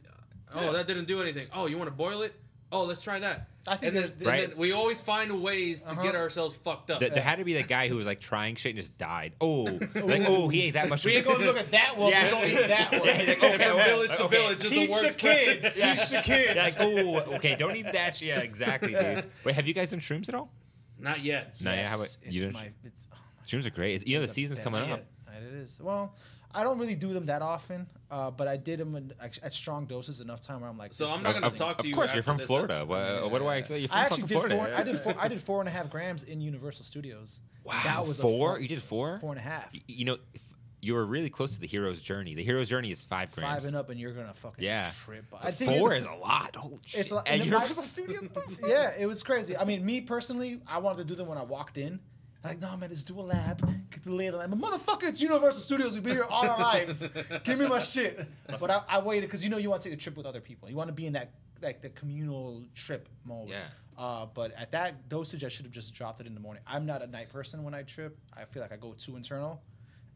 Speaker 1: uh, oh,
Speaker 2: Yeah.
Speaker 1: that didn't do anything. Oh, you want to boil it? Oh, let's try that.
Speaker 2: I think
Speaker 1: and then,
Speaker 2: there's-
Speaker 1: and
Speaker 3: Right.
Speaker 1: then we always find ways to get
Speaker 2: Uh-huh.
Speaker 1: ourselves fucked up.
Speaker 3: Th- There had to be that guy who was like trying shit and just died. Oh, like oh, he ate that mushroom.
Speaker 2: We ain't gonna look at that one.
Speaker 3: Yeah.
Speaker 2: We don't eat that one.
Speaker 3: Yeah, he's like, okay,
Speaker 1: From
Speaker 3: okay,
Speaker 1: village to
Speaker 3: okay.
Speaker 1: village is the
Speaker 2: Teach the
Speaker 1: worst.
Speaker 2: kids. Teach the kids.
Speaker 3: Yeah, like, oh, okay, don't eat that. shit. Yeah, exactly, dude. Wait, have you guys done shrooms at all?
Speaker 1: Not yet.
Speaker 3: No, yeah, how about
Speaker 2: Yes,
Speaker 3: you?
Speaker 2: it's
Speaker 3: done
Speaker 2: my,
Speaker 3: shrooms?
Speaker 2: it's, oh my
Speaker 3: Shrooms are great. It's- you know the
Speaker 2: God,
Speaker 3: season's
Speaker 2: best.
Speaker 3: coming up.
Speaker 2: It is. Well, I don't really do them that often, uh, but I did them in, at, at strong doses enough time where I'm like.
Speaker 1: So
Speaker 2: this
Speaker 1: I'm
Speaker 2: is
Speaker 1: not gonna
Speaker 2: amazing.
Speaker 3: Of,
Speaker 1: talk to
Speaker 3: of
Speaker 1: you
Speaker 3: course, you're
Speaker 1: after
Speaker 3: from
Speaker 1: this. uh,
Speaker 3: Florida. What, what do I expect? You're from
Speaker 2: I
Speaker 3: fucking
Speaker 2: actually did
Speaker 3: Florida.
Speaker 2: four.
Speaker 3: yeah.
Speaker 2: I did four. I did four and a half grams in Universal Studios.
Speaker 3: Wow,
Speaker 2: that was
Speaker 3: four.
Speaker 2: A fun-
Speaker 3: you did four.
Speaker 2: Four and a half.
Speaker 3: Y- You know, if you were really close to the hero's journey. The hero's journey is five grams.
Speaker 2: Five and up, and you're gonna fucking
Speaker 3: Yeah.
Speaker 2: trip.
Speaker 3: But
Speaker 2: I think
Speaker 3: four
Speaker 2: it's-
Speaker 3: is a lot. Holy shit.
Speaker 2: It's like
Speaker 3: and
Speaker 2: and
Speaker 3: you're
Speaker 2: I- yeah, it was crazy. I mean, me personally, I wanted to do them when I walked in. Like, no, man, let's do a lab. Get the lay of the land. But motherfucker, it's Universal Studios. We've been here all our lives. Give me my shit. But I, I waited because you know you want to take a trip with other people. You want to be in that like the communal trip mode.
Speaker 3: Yeah.
Speaker 2: Uh, but at that dosage, I should have just dropped it in the morning. I'm not a night person when I trip. I feel like I go too internal,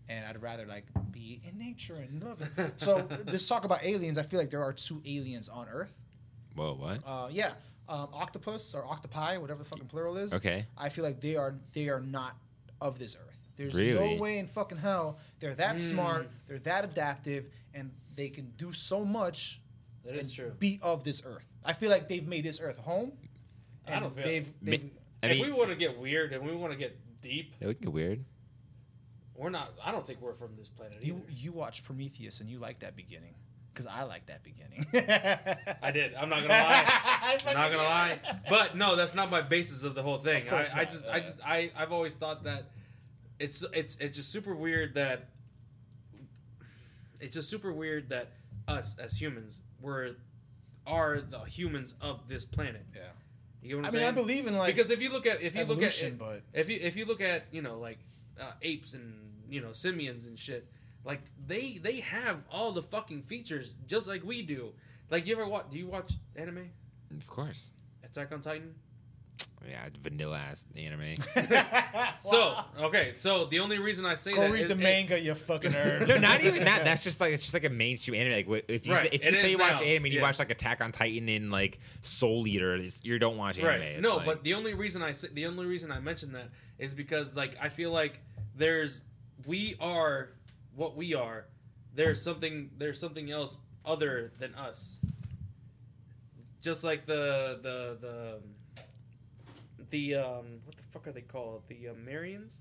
Speaker 2: and I'd rather like be in nature and love it. So this talk about aliens, I feel like there are two aliens on Earth
Speaker 3: Whoa, what?
Speaker 2: uh, yeah, um, octopus or octopi, whatever the fucking plural is.
Speaker 3: Okay.
Speaker 2: I feel like they are they are not of this earth. There's
Speaker 3: Really?
Speaker 2: no way in fucking hell they're
Speaker 1: Hmm.
Speaker 2: that smart, they're that adaptive, and they can do so much.
Speaker 1: That is
Speaker 2: and
Speaker 1: true.
Speaker 2: Be of this earth. I feel like they've made this earth home.
Speaker 1: I
Speaker 2: and
Speaker 1: don't feel-
Speaker 2: They've,
Speaker 3: Ma-
Speaker 2: they've
Speaker 3: I
Speaker 1: if
Speaker 3: mean,
Speaker 1: we want to get weird and we want to get deep,
Speaker 3: that would get weird.
Speaker 1: we're not. I don't think we're from this planet either.
Speaker 2: you you watch Prometheus and you like that beginning because I like that beginning.
Speaker 1: I did. I'm not gonna lie. I'm not gonna lie. But no, that's not my basis of the whole thing. I,
Speaker 2: course
Speaker 1: I
Speaker 2: not.
Speaker 1: just, I just, I, I've always thought that it's, it's, it's just super weird that it's just super weird that us as humans were are the humans of this planet.
Speaker 2: Yeah.
Speaker 1: You know what I'm
Speaker 2: I mean,
Speaker 1: saying?
Speaker 2: I believe in like
Speaker 1: because if you look at if you look at
Speaker 2: evolution, but-
Speaker 1: if you if you look at you know like uh, apes and you know simians and shit, like they they have all the fucking features just like we do. Like you ever watch? Do you watch anime?
Speaker 3: Of course.
Speaker 1: Attack on Titan.
Speaker 3: Yeah, vanilla ass anime.
Speaker 1: So okay, so the only reason I say
Speaker 2: go
Speaker 1: that
Speaker 2: read
Speaker 1: is-
Speaker 2: the
Speaker 1: it-
Speaker 2: manga, you fucking nerds.
Speaker 3: no, not even that. That's just like it's just like a mainstream anime. Like wh- if you
Speaker 1: Right,
Speaker 3: say, if
Speaker 1: it
Speaker 3: you say
Speaker 1: is
Speaker 3: you watch
Speaker 1: now,
Speaker 3: anime, and you
Speaker 1: yeah.
Speaker 3: watch like Attack on Titan and like Soul Eater. it's- You don't watch anime.
Speaker 1: right?
Speaker 3: It's
Speaker 1: no,
Speaker 3: like-
Speaker 1: but the only reason I say, the only reason I mention that is because like I feel like there's we are what we are. There's something there's something else other than us. Just like the the the the um what the fuck are they called? The uh, Marians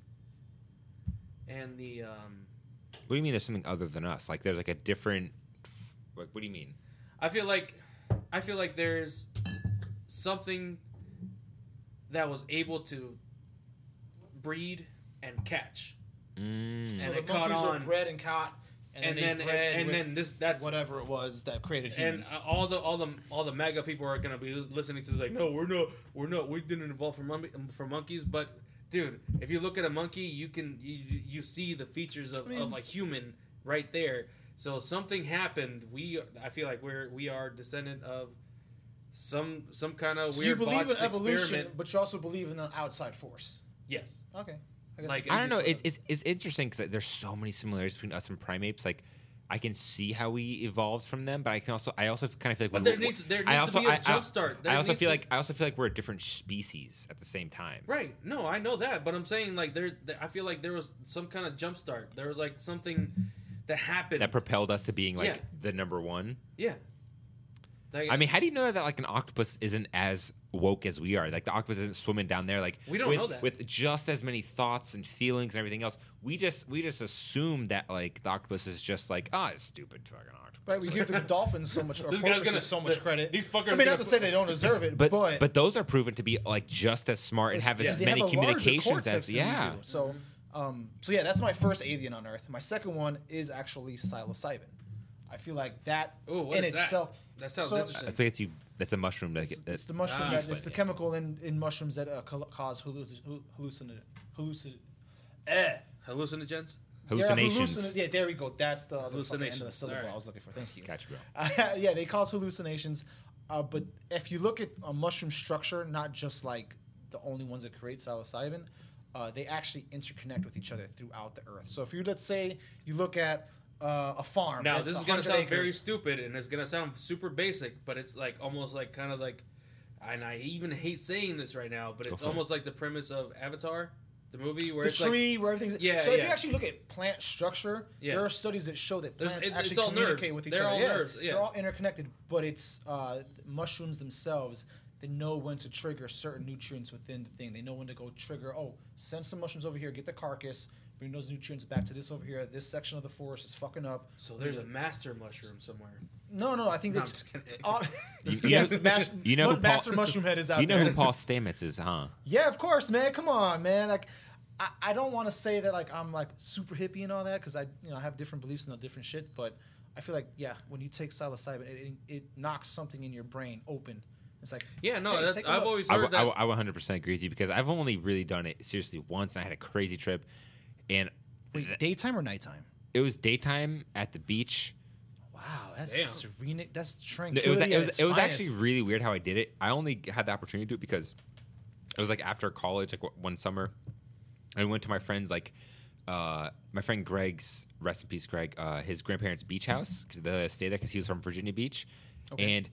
Speaker 1: and the um
Speaker 3: what do you mean? There's something other than us. Like there's like a different. Like what do you mean?
Speaker 1: I feel like I feel like there's something that was able to breed and catch.
Speaker 3: Mm.
Speaker 2: So
Speaker 1: and
Speaker 2: the
Speaker 1: it caught
Speaker 2: monkeys
Speaker 1: on.
Speaker 2: were bred and caught, and,
Speaker 1: And
Speaker 2: then,
Speaker 1: then-
Speaker 2: they bred
Speaker 1: and- and
Speaker 2: with
Speaker 1: then this- that's-
Speaker 2: whatever it was that created
Speaker 1: And
Speaker 2: humans.
Speaker 1: uh, all the all the all the mega people are gonna be listening to this like, no, we're not, we're not, we didn't evolve for mon- for monkeys. But dude, if you look at a monkey, you can you, you see the features of,
Speaker 2: I mean-
Speaker 1: of a human right there. So something happened. We I feel like we're we are descendant of some some kind of
Speaker 2: so
Speaker 1: weird
Speaker 2: you believe in
Speaker 1: botched
Speaker 2: evolution,
Speaker 1: experiment.
Speaker 2: but you also believe in an outside force.
Speaker 1: Yes.
Speaker 2: Okay, I guess
Speaker 1: Like,
Speaker 2: it gives
Speaker 3: I don't
Speaker 2: you
Speaker 3: know.
Speaker 2: sort
Speaker 3: It's
Speaker 2: of-
Speaker 3: it's, it's interesting because there's so many similarities between us and primates. Like I can see how we evolved from them, but I can also I also kind of feel like
Speaker 1: But
Speaker 3: we,
Speaker 1: there needs- there
Speaker 3: I
Speaker 1: needs to
Speaker 3: also,
Speaker 1: be a
Speaker 3: I- I-
Speaker 1: jump start. There
Speaker 3: I also
Speaker 1: needs
Speaker 3: feel
Speaker 1: to-
Speaker 3: like I also feel like we're a different species at the same time.
Speaker 1: Right. No, I know that, but I'm saying like there, th- I feel like there was some kind of jump start. There was like something that happened.
Speaker 3: That propelled us to being like
Speaker 1: Yeah.
Speaker 3: the number one.
Speaker 1: yeah. Like,
Speaker 3: I mean, how do you know that like an octopus isn't as woke as we are? Like the octopus isn't swimming down there like
Speaker 1: We don't
Speaker 3: with,
Speaker 1: know that.
Speaker 3: with just as many thoughts and feelings and everything else. We just we just assume that like the octopus is just like ah stupid fucking octopus.
Speaker 2: Right, we give the dolphins so much, or
Speaker 1: This guy's
Speaker 2: porpoises
Speaker 1: gonna-
Speaker 2: so much
Speaker 1: the-
Speaker 2: credit.
Speaker 1: these fuckers
Speaker 2: I mean,
Speaker 1: gonna
Speaker 2: not to
Speaker 1: put-
Speaker 2: say they don't deserve it, but
Speaker 3: But, but those are proven to be like just as smart and
Speaker 2: it's-
Speaker 3: have as
Speaker 2: yeah, they
Speaker 3: many
Speaker 2: have a larger court
Speaker 3: communications as
Speaker 2: system than we
Speaker 3: yeah.
Speaker 2: do. So, um, so yeah, that's my first avian on Earth. My second one is actually psilocybin. I feel like that
Speaker 1: Ooh, what
Speaker 2: in
Speaker 1: is that?
Speaker 2: itself.
Speaker 1: That sounds
Speaker 2: so-
Speaker 1: interesting.
Speaker 3: That's like it's you. That's a mushroom. That,
Speaker 2: It's,
Speaker 3: that-
Speaker 2: it's the mushroom.
Speaker 1: Ah.
Speaker 2: that, it's the
Speaker 3: Yeah.
Speaker 2: chemical in, in mushrooms that uh, col- cause hallucin hallucin hallucin. Eh.
Speaker 1: hallucinogens.
Speaker 2: They're
Speaker 3: hallucinations.
Speaker 2: hallucin- yeah, there we go. That's the other fucking end of the
Speaker 1: Hallucinations.
Speaker 2: syllable
Speaker 1: Alright.
Speaker 2: I was looking for. Thank you.
Speaker 3: Gotcha, bro.
Speaker 2: yeah, they cause hallucinations. Uh, but if you look at a mushroom structure, not just like the only ones that create psilocybin, uh, they actually interconnect with each other throughout the earth. So if you let's say you look at uh, a farm,
Speaker 1: Now
Speaker 2: that's
Speaker 1: this is gonna
Speaker 2: 100
Speaker 1: sound
Speaker 2: acres.
Speaker 1: very stupid, and it's gonna sound super basic, but it's like almost like kind of like, and I even hate saying this right now, but it's
Speaker 3: for it.
Speaker 1: almost like the premise of Avatar, the movie, where
Speaker 2: the
Speaker 1: it's
Speaker 2: tree where everything's
Speaker 1: Yeah,
Speaker 2: So if
Speaker 1: yeah.
Speaker 2: you actually look at plant structure,
Speaker 1: Yeah.
Speaker 2: there are studies that show that
Speaker 1: There's-
Speaker 2: plants
Speaker 1: it- it's
Speaker 2: actually
Speaker 1: all nerves.
Speaker 2: communicate with each
Speaker 1: They're
Speaker 2: other.
Speaker 1: all
Speaker 2: yeah,
Speaker 1: nerves, yeah.
Speaker 2: they're all interconnected, but it's uh, mushrooms themselves. They know when to trigger certain nutrients within the thing. They know when to go trigger. Oh, send some mushrooms over here, get the carcass, bring those nutrients back to this over here. This section of the forest is fucking up.
Speaker 1: like so there's a master mushroom somewhere.
Speaker 2: No, no, I think
Speaker 1: No,
Speaker 2: that's
Speaker 1: I'm just kidding.
Speaker 2: all,
Speaker 3: You- you
Speaker 2: yes,
Speaker 3: know-
Speaker 2: mas-
Speaker 3: you know
Speaker 2: one
Speaker 3: who Paul-
Speaker 2: master mushroom head is out
Speaker 3: You know
Speaker 2: there.
Speaker 3: who Paul Stamets is, huh?
Speaker 2: Yeah, of course, man. Come on, man. Like, I, I don't want to say that like I'm like super hippie and all that because I you know I have different beliefs and different shit. But I feel like yeah, when you take psilocybin, it, it, it knocks something in your brain open. It's like
Speaker 1: Yeah, no,
Speaker 2: hey,
Speaker 1: that's,
Speaker 2: take a
Speaker 1: I've
Speaker 2: look.
Speaker 1: always
Speaker 3: I,
Speaker 1: heard
Speaker 3: w- I
Speaker 1: that.
Speaker 3: w- I 100% agree with you because I've only really done it seriously once, and I had a crazy trip, and
Speaker 2: wait daytime or nighttime.
Speaker 3: it was daytime at the beach.
Speaker 2: Wow, that's
Speaker 1: Damn.
Speaker 2: serene. That's
Speaker 3: No,
Speaker 2: tranquility.
Speaker 3: it was it
Speaker 2: at
Speaker 3: was,
Speaker 2: its
Speaker 3: it was
Speaker 2: finest.
Speaker 3: actually really weird how I did it. I only had the opportunity to do it because it was like after college, like one summer, I went to my friend's like uh, my friend Greg's rest in peace, Greg. Uh, his grandparents' beach
Speaker 1: Mm-hmm.
Speaker 3: house. 'cause They stayed there because he was from Virginia Beach, and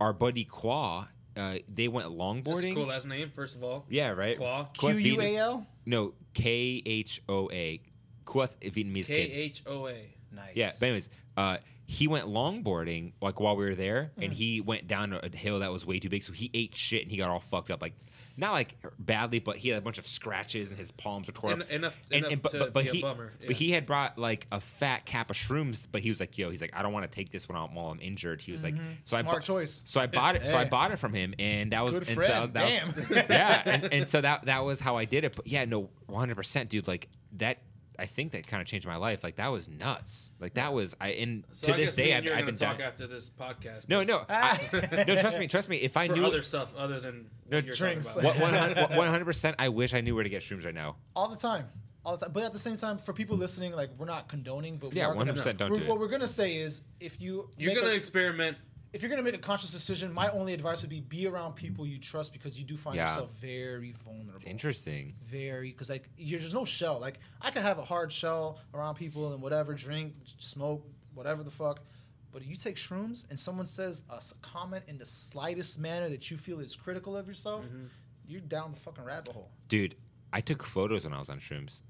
Speaker 3: our buddy Qua. Uh, they went
Speaker 1: That's a
Speaker 3: longboarding.
Speaker 1: cool last name, first of all.
Speaker 3: Yeah, right.
Speaker 1: Qua.
Speaker 3: Qua's
Speaker 2: Q U A
Speaker 3: Vietnam-
Speaker 2: L.
Speaker 3: No, K H O A. Quas Vietnamese
Speaker 1: K
Speaker 3: kid.
Speaker 1: H O A.
Speaker 2: Nice.
Speaker 3: Yeah, but anyways, uh, he went longboarding like while we were there, and he went down a hill that was way too big, so he ate shit and he got all fucked up, like not like badly, but he had a bunch of scratches and his palms were
Speaker 1: En-
Speaker 3: torn. up.
Speaker 1: uh, enough-
Speaker 3: and,
Speaker 1: enough
Speaker 3: and, but,
Speaker 1: to
Speaker 3: but, but
Speaker 1: be a
Speaker 3: he,
Speaker 1: bummer, yeah.
Speaker 3: But he had brought like a fat cap of shrooms, but he was like, "Yo," he's like, "I don't want to take this one out while I'm injured." He was like, "So I
Speaker 2: Smart
Speaker 3: bu-
Speaker 2: choice.
Speaker 3: So I bought it. So I
Speaker 2: Hey.
Speaker 3: bought it from him, and that was
Speaker 2: Good
Speaker 3: and So
Speaker 2: friend.
Speaker 3: that was-
Speaker 2: Damn.
Speaker 3: yeah, and, and so that that was how I did it. But yeah, no, 100, percent dude. Like that, I think that kind of changed my life. Like that was nuts. Like that was I. And
Speaker 1: So
Speaker 3: to
Speaker 1: I
Speaker 3: this
Speaker 1: guess me
Speaker 3: day,
Speaker 1: and
Speaker 3: I've,
Speaker 1: you're
Speaker 3: I've
Speaker 1: gonna
Speaker 3: been
Speaker 1: talk
Speaker 3: down.
Speaker 1: after this podcast.
Speaker 3: No, no, I, no. Trust me, trust me. If I
Speaker 1: for
Speaker 3: knew
Speaker 1: other stuff other than
Speaker 3: No,
Speaker 1: what you're talking
Speaker 2: drinks.
Speaker 1: about.
Speaker 3: what 100, percent I wish I knew where to get shrooms right now.
Speaker 2: all the time all the time but at the same time for people listening like we're not condoning but we
Speaker 3: Yeah,
Speaker 2: are gonna-
Speaker 3: 100% don't
Speaker 2: we're-
Speaker 3: do it.
Speaker 2: what we're gonna say is if you
Speaker 1: You're
Speaker 2: make
Speaker 1: gonna
Speaker 2: a-
Speaker 1: experiment.
Speaker 2: if you're gonna make a conscious decision my only advice would be be around people you trust because you do find
Speaker 3: Yeah.
Speaker 2: yourself very vulnerable
Speaker 3: Interesting.
Speaker 2: very because like you're, there's no shell like i can have a hard shell around people and whatever drink smoke whatever the fuck but you take shrooms and someone says a s- comment in the slightest manner that you feel is critical of yourself
Speaker 1: Mm-hmm.
Speaker 2: you're down the fucking rabbit hole
Speaker 3: Dude, I took photos when I was on shrooms.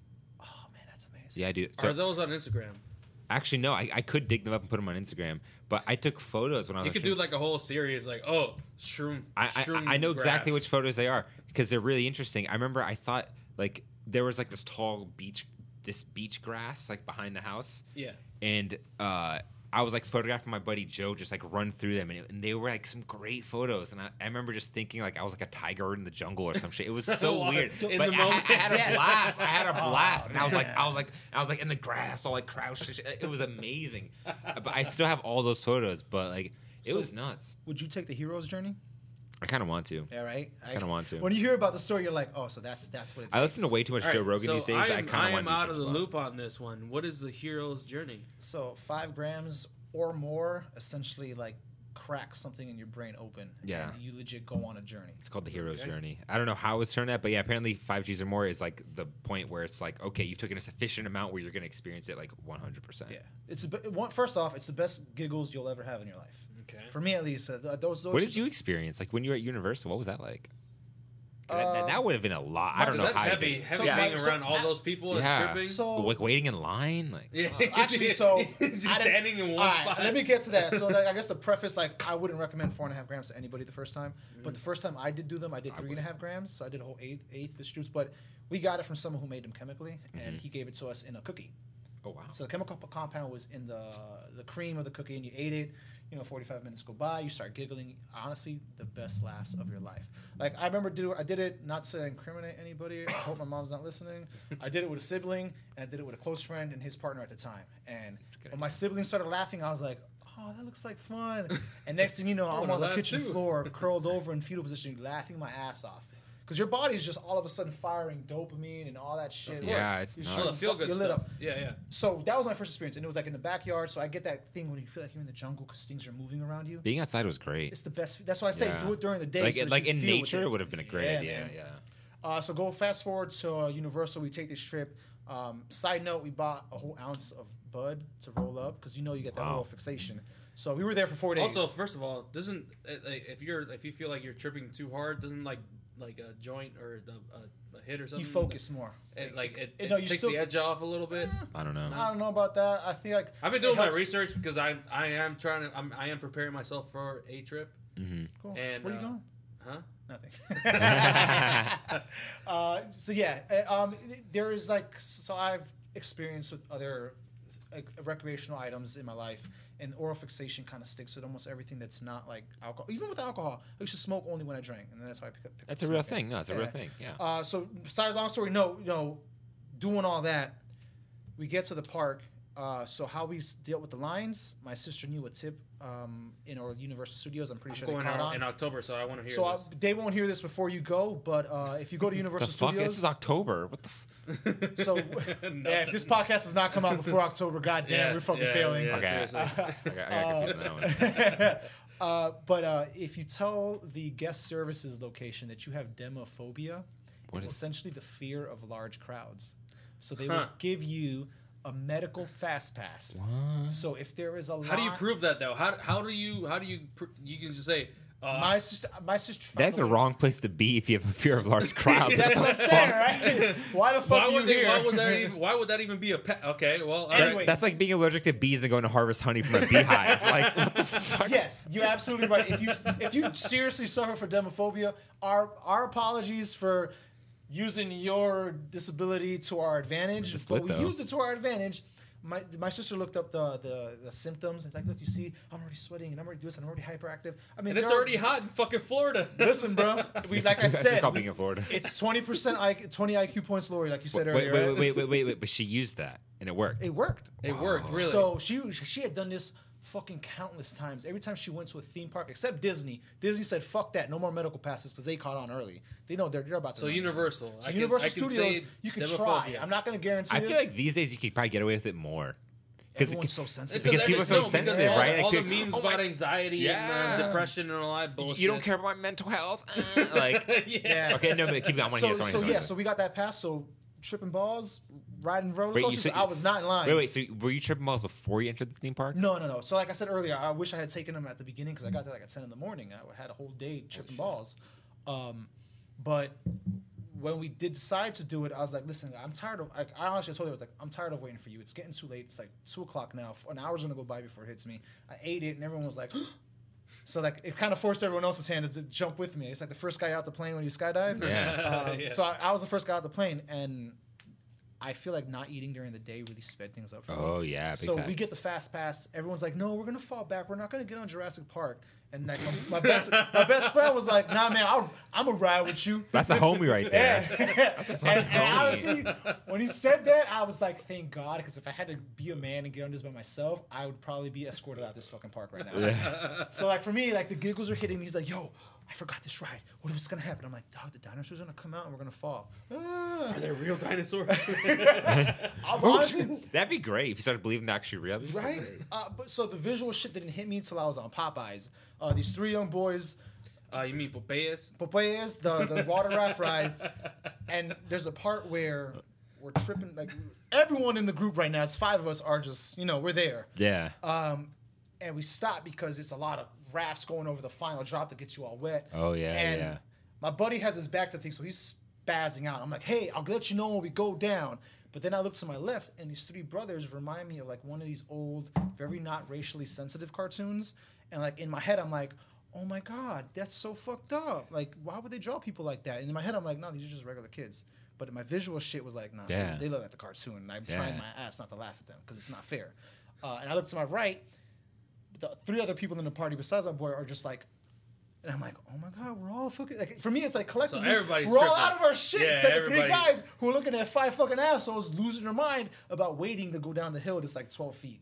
Speaker 2: oh man that's amazing
Speaker 3: Yeah, dude.
Speaker 1: Are those on Instagram?
Speaker 3: Actually, no, I, I could dig them up and put them on Instagram. But I took photos when I was.
Speaker 1: You
Speaker 3: on
Speaker 1: could do
Speaker 3: shrooms.
Speaker 1: like a whole series, like oh, shroom.
Speaker 3: Oh, I,
Speaker 1: shroom
Speaker 3: I, I know exactly
Speaker 1: graph.
Speaker 3: which photos they are because they're really interesting. I remember I thought like there was like this tall beach, this beach grass like behind the house,
Speaker 1: Yeah.
Speaker 3: and uh, I was like photographing my buddy Joe just like run through them, and, it, and they were like some great photos. And I, I remember just thinking like I was like a tiger in the jungle or some shit. It was so
Speaker 1: In
Speaker 3: weird,
Speaker 1: the
Speaker 3: but I, ha- I had a
Speaker 2: moment.
Speaker 3: blast. I had a
Speaker 2: Oh,
Speaker 3: blast, and I was like
Speaker 2: man.
Speaker 3: I was like I was like in the grass, all like crouched. and shit. It was amazing, but I still have all those photos. But like it
Speaker 2: So-
Speaker 3: was nuts.
Speaker 2: would you take the hero's journey
Speaker 3: I kind of want to.
Speaker 2: Yeah, right. I
Speaker 3: Kinda want to.
Speaker 2: When you hear about the story, you're like, oh, so that's that's what it's.
Speaker 3: I listen to way too much
Speaker 1: All
Speaker 3: Joe
Speaker 1: right,
Speaker 3: Rogan
Speaker 1: so
Speaker 3: these days.
Speaker 1: I
Speaker 3: I
Speaker 1: am, I
Speaker 3: kind
Speaker 1: am
Speaker 3: of want
Speaker 1: out
Speaker 3: to
Speaker 1: of the loop on this one. What is the hero's journey?
Speaker 2: So five grams or more, essentially like cracks something in your brain open.
Speaker 3: Yeah.
Speaker 2: And you legit go on a journey.
Speaker 3: It's called the hero's journey. I don't know how it was turned out, but yeah, apparently five Gs or more is like the point where it's like, okay, you've taken a sufficient amount where you're gonna experience it like 100. percent
Speaker 2: Yeah. It's the be- one, first off, it's the best giggles you'll ever have in your life.
Speaker 1: Okay.
Speaker 2: For me, at least, uh, th- those those.
Speaker 3: What did you experience like when you were at Universal? What was that like? 'Cause that- that,
Speaker 2: Uh,
Speaker 3: would have been a lot. I don't know.
Speaker 1: That's
Speaker 3: how you
Speaker 1: heavy.
Speaker 3: did it.
Speaker 1: Heavy
Speaker 2: So-
Speaker 1: being
Speaker 2: so- uh,
Speaker 1: around all those people
Speaker 3: Yeah.
Speaker 1: and tripping.
Speaker 2: So uh,
Speaker 3: like waiting in line, like
Speaker 1: yeah.
Speaker 2: actually, so
Speaker 1: just
Speaker 2: I didn't-
Speaker 1: standing in one
Speaker 2: All right,
Speaker 1: spot.
Speaker 2: Let me get to that. So like, I guess the preface, like I wouldn't recommend four and a half grams to anybody the first time. But the first time I did do them, I did three and a half grams. So I did a whole eight eighth of strips. But we got it from someone who made them chemically,
Speaker 3: Mm-hmm.
Speaker 2: and he gave it to us in a cookie.
Speaker 3: oh wow.
Speaker 2: So the chemical p- compound was in the the cream of the cookie, and you ate it. You know, 45 minutes go by, you start giggling. Honestly, the best laughs of your life. Like I remember, do I did it not to incriminate anybody. I hope my mom's not listening. I did it with a sibling, and I did it with a close friend and his partner at the time. And when my sibling started laughing, I was like. Oh, that looks like fun! And next thing you know, I'm
Speaker 1: wanna
Speaker 2: on the
Speaker 1: laugh
Speaker 2: kitchen
Speaker 1: too.
Speaker 2: floor, curled over in fetal position, laughing my ass off, because your body's just all of a sudden firing dopamine and all that shit.
Speaker 3: Yeah, it's
Speaker 2: Your
Speaker 3: nuts.
Speaker 1: All
Speaker 2: shit
Speaker 1: the
Speaker 2: is
Speaker 1: feel
Speaker 2: fu-
Speaker 1: good
Speaker 2: You're
Speaker 1: stuff.
Speaker 2: lit up
Speaker 1: Yeah, yeah.
Speaker 2: so that was my first experience, and it was like in the backyard. So I get that thing when you feel like you're in the jungle because things are moving around you.
Speaker 3: Being outside was great.
Speaker 2: It's the best. That's why I say
Speaker 3: Yeah.
Speaker 2: do it during the day.
Speaker 3: like
Speaker 2: so that
Speaker 3: like
Speaker 2: you
Speaker 3: in
Speaker 2: feel with
Speaker 3: nature,
Speaker 2: it.
Speaker 3: it would have been a great
Speaker 2: Yeah,
Speaker 3: idea.
Speaker 2: man.
Speaker 3: Yeah.
Speaker 2: Uh, so go fast forward to uh, Universal. We take this trip. Um, side note: We bought a whole ounce of bud to roll up because you know you get that
Speaker 3: Wow.
Speaker 2: whole fixation. So we were there for four days.
Speaker 1: Also, first of all, doesn't uh, like, if you're if you feel like you're tripping too hard, doesn't like like a joint or the, a, a hit or something?
Speaker 2: you focus more.
Speaker 1: It, like it,
Speaker 2: It-
Speaker 1: it
Speaker 2: no, you
Speaker 1: takes
Speaker 2: still-
Speaker 1: the edge off a little bit.
Speaker 3: I don't know.
Speaker 2: I don't know about that. I think like
Speaker 1: I've been
Speaker 2: it
Speaker 1: doing my
Speaker 2: helps.
Speaker 1: research because I I am trying to I'm, I am preparing myself for a trip.
Speaker 3: Mm-hmm.
Speaker 2: Cool.
Speaker 1: and,
Speaker 2: Where are you
Speaker 1: uh,
Speaker 2: going?
Speaker 1: Huh?
Speaker 2: Nothing. uh, so yeah, uh, um, there is like so I've experienced with other like, recreational items in my life, and oral fixation kind of sticks with almost everything that's not like alcohol. Even with alcohol, I used to smoke only when I drank, and that's how I pick up. Pick
Speaker 3: That's a real thing. No, it's a real thing. Yeah.
Speaker 2: Uh, so besides long story, no, you know, doing all that, we get to the park. Uh, so how we s- dealt with the lines, my sister knew a tip um, in our Universal Studios. I'm pretty sure they
Speaker 1: Going
Speaker 2: caught
Speaker 1: out
Speaker 2: on.
Speaker 1: in October, so I want to hear
Speaker 2: So I,
Speaker 1: this.
Speaker 2: they won't hear this before you go, but uh, if you go to
Speaker 3: the
Speaker 2: Universal
Speaker 3: fuck? This
Speaker 2: Studios,
Speaker 3: is October. What the? F-
Speaker 2: so yeah, if this podcast does not come out before October, goddamn, we're fucking
Speaker 1: yeah,
Speaker 2: failing.
Speaker 1: yeah,
Speaker 3: Okay.
Speaker 1: seriously.
Speaker 3: I got, I got confused on that one.
Speaker 2: uh, but uh, if you tell the guest services location that you have demophobia, it's
Speaker 3: is-
Speaker 2: essentially the fear of large crowds. So they
Speaker 1: Huh.
Speaker 2: will give you a medical fast pass. So if there is a
Speaker 1: How do you
Speaker 2: line-
Speaker 1: prove that though? How, how do you how do you pr- you can just say uh,
Speaker 2: my sister? My sister. found
Speaker 3: That's
Speaker 2: a
Speaker 3: the wrong place to be if you have a fear of large crowds.
Speaker 2: That's what I'm saying, right? Why the fuck
Speaker 1: why
Speaker 2: are you
Speaker 1: would they,
Speaker 2: here?
Speaker 1: why would that even why would that even be a pet? Okay, well all right.
Speaker 2: Anyway.
Speaker 3: That's like being allergic to bees and going to harvest honey from a beehive. Like, what the fuck?
Speaker 2: Yes, you're absolutely right. If you if you seriously suffer from demophobia, our our apologies for using your disability to our advantage.
Speaker 3: That's
Speaker 2: but
Speaker 3: lit,
Speaker 2: we
Speaker 3: though.
Speaker 2: used it to our advantage. My, my sister looked up the, the, the symptoms and like, look, you see, I'm already sweating and I'm already doing this and I'm already hyperactive. I mean,
Speaker 1: and it's
Speaker 2: there are-
Speaker 1: already hot in fucking Florida.
Speaker 2: Listen, bro. We, like I
Speaker 3: That's just
Speaker 2: said,
Speaker 3: called
Speaker 2: we-
Speaker 3: being in Florida.
Speaker 2: it's 20% IQ, 20 IQ points lower, like you said
Speaker 3: Wait,
Speaker 2: earlier.
Speaker 3: wait,
Speaker 2: right?
Speaker 3: wait, wait, wait, wait, wait. But she used that and it worked.
Speaker 2: It worked.
Speaker 1: it worked really.
Speaker 2: So she she had done this fucking countless times. Every time she went to a theme park, except Disney. Disney said, "Fuck that, no more medical passes," because they caught on early. They know they're, they're about to.
Speaker 1: So
Speaker 2: run.
Speaker 1: Universal.
Speaker 2: So Universal Studios, you can try. I'm not going to guarantee
Speaker 3: I
Speaker 2: this.
Speaker 3: feel like these days you could probably get away with it more. 'Cause it
Speaker 2: everyone's
Speaker 3: can-
Speaker 2: so sensitive.
Speaker 3: because
Speaker 1: because people
Speaker 3: people are so
Speaker 1: no, because
Speaker 3: sensitive,
Speaker 1: all
Speaker 3: right?
Speaker 1: The,
Speaker 3: Like,
Speaker 1: all the
Speaker 3: people-
Speaker 1: memes
Speaker 3: oh my-
Speaker 1: about anxiety and
Speaker 3: Yeah.
Speaker 1: uh, depression and all that bullshit.
Speaker 3: you don't care about mental health. Uh, like,
Speaker 1: yeah.
Speaker 3: okay, no, but keep going. I want to
Speaker 2: so,
Speaker 3: hear something.
Speaker 2: so yeah, so we got that pass. So tripping balls, riding roller
Speaker 3: Wait, you
Speaker 2: coasters.
Speaker 3: said-
Speaker 2: I was not in line.
Speaker 3: Wait, wait. So were you tripping balls before you entered the theme park?
Speaker 2: No, no, no. So like I said earlier, I wish I had taken them at the beginning because I got there like at ten in the morning. and I had a whole day tripping balls. Um, but when we did decide to do it, I was like, "Listen, I'm tired of." Like, I honestly told her, "I was like, I'm tired of waiting for you. It's getting too late. It's like two o'clock now. An hour's gonna go by before it hits me." I ate it, and everyone was like. So like it kind of forced everyone else's hand to jump with me. It's like the first guy out the plane when you skydive.
Speaker 3: Yeah.
Speaker 2: Um, So I, I was the first guy out the plane, and I feel like not eating during the day really sped things up for me.
Speaker 3: Oh yeah. Big
Speaker 2: So we
Speaker 3: facts.
Speaker 2: get the fast pass. Everyone's like, "No, we're gonna fall back. We're not gonna get on Jurassic Park." And like my, my best, my best friend was like, "Nah, man, I'll, I'm gonna ride with you."
Speaker 3: That's a homie right there.
Speaker 2: and, and honestly, when he said that, I was like, "Thank God," because if I had to be a man and get on this by myself, I would probably be escorted out of this fucking park right now. So like for me, like the giggles are hitting me. He's like, "Yo, I forgot this ride. What was gonna happen? I'm like, dog, the dinosaurs are gonna come out and we're gonna fall. Ah.
Speaker 1: Are there real dinosaurs?
Speaker 2: I'm honestly,
Speaker 3: That'd be great if you started believing they're actually real.
Speaker 2: right? Uh, but so the visual shit didn't hit me until I was on Popeyes. Uh, these three young boys,
Speaker 1: uh, you mean Popeyes?
Speaker 2: Popeyes, the the water raft ride, and there's a part where we're tripping. Like everyone in the group right now, it's five of us are just you know we're there. Um,
Speaker 3: Yeah.
Speaker 2: Uh, and we stopped because it's a lot of rafts going over the final drop that gets you all wet.
Speaker 3: Oh, yeah,
Speaker 2: and
Speaker 3: yeah.
Speaker 2: My buddy has his back to things, so he's spazzing out. I'm like, hey, I'll let you know when we go down. But then I look to my left, and these three brothers remind me of like one of these old, very not racially sensitive cartoons. And like in my head, I'm like, oh my god, that's so fucked up. Like, why would they draw people like that? And in my head, I'm like, no, these are just regular kids. But my visual shit was like, nah, they-
Speaker 3: Yeah.
Speaker 2: they look like the cartoon. And I'm trying
Speaker 3: Yeah.
Speaker 2: my ass not to laugh at them because it's not fair. Uh, and I look to my right, the three other people in the party besides my boy are just like, and I'm like, oh my god, we're all fucking. Like, for me, it's like collectively,
Speaker 1: everybody's
Speaker 2: we're all
Speaker 1: tripping.
Speaker 2: out of our shit
Speaker 1: Yeah,
Speaker 2: except the three
Speaker 1: everybody-
Speaker 2: guys who are looking at five fucking assholes losing their mind about waiting to go down the hill that's like 12 feet.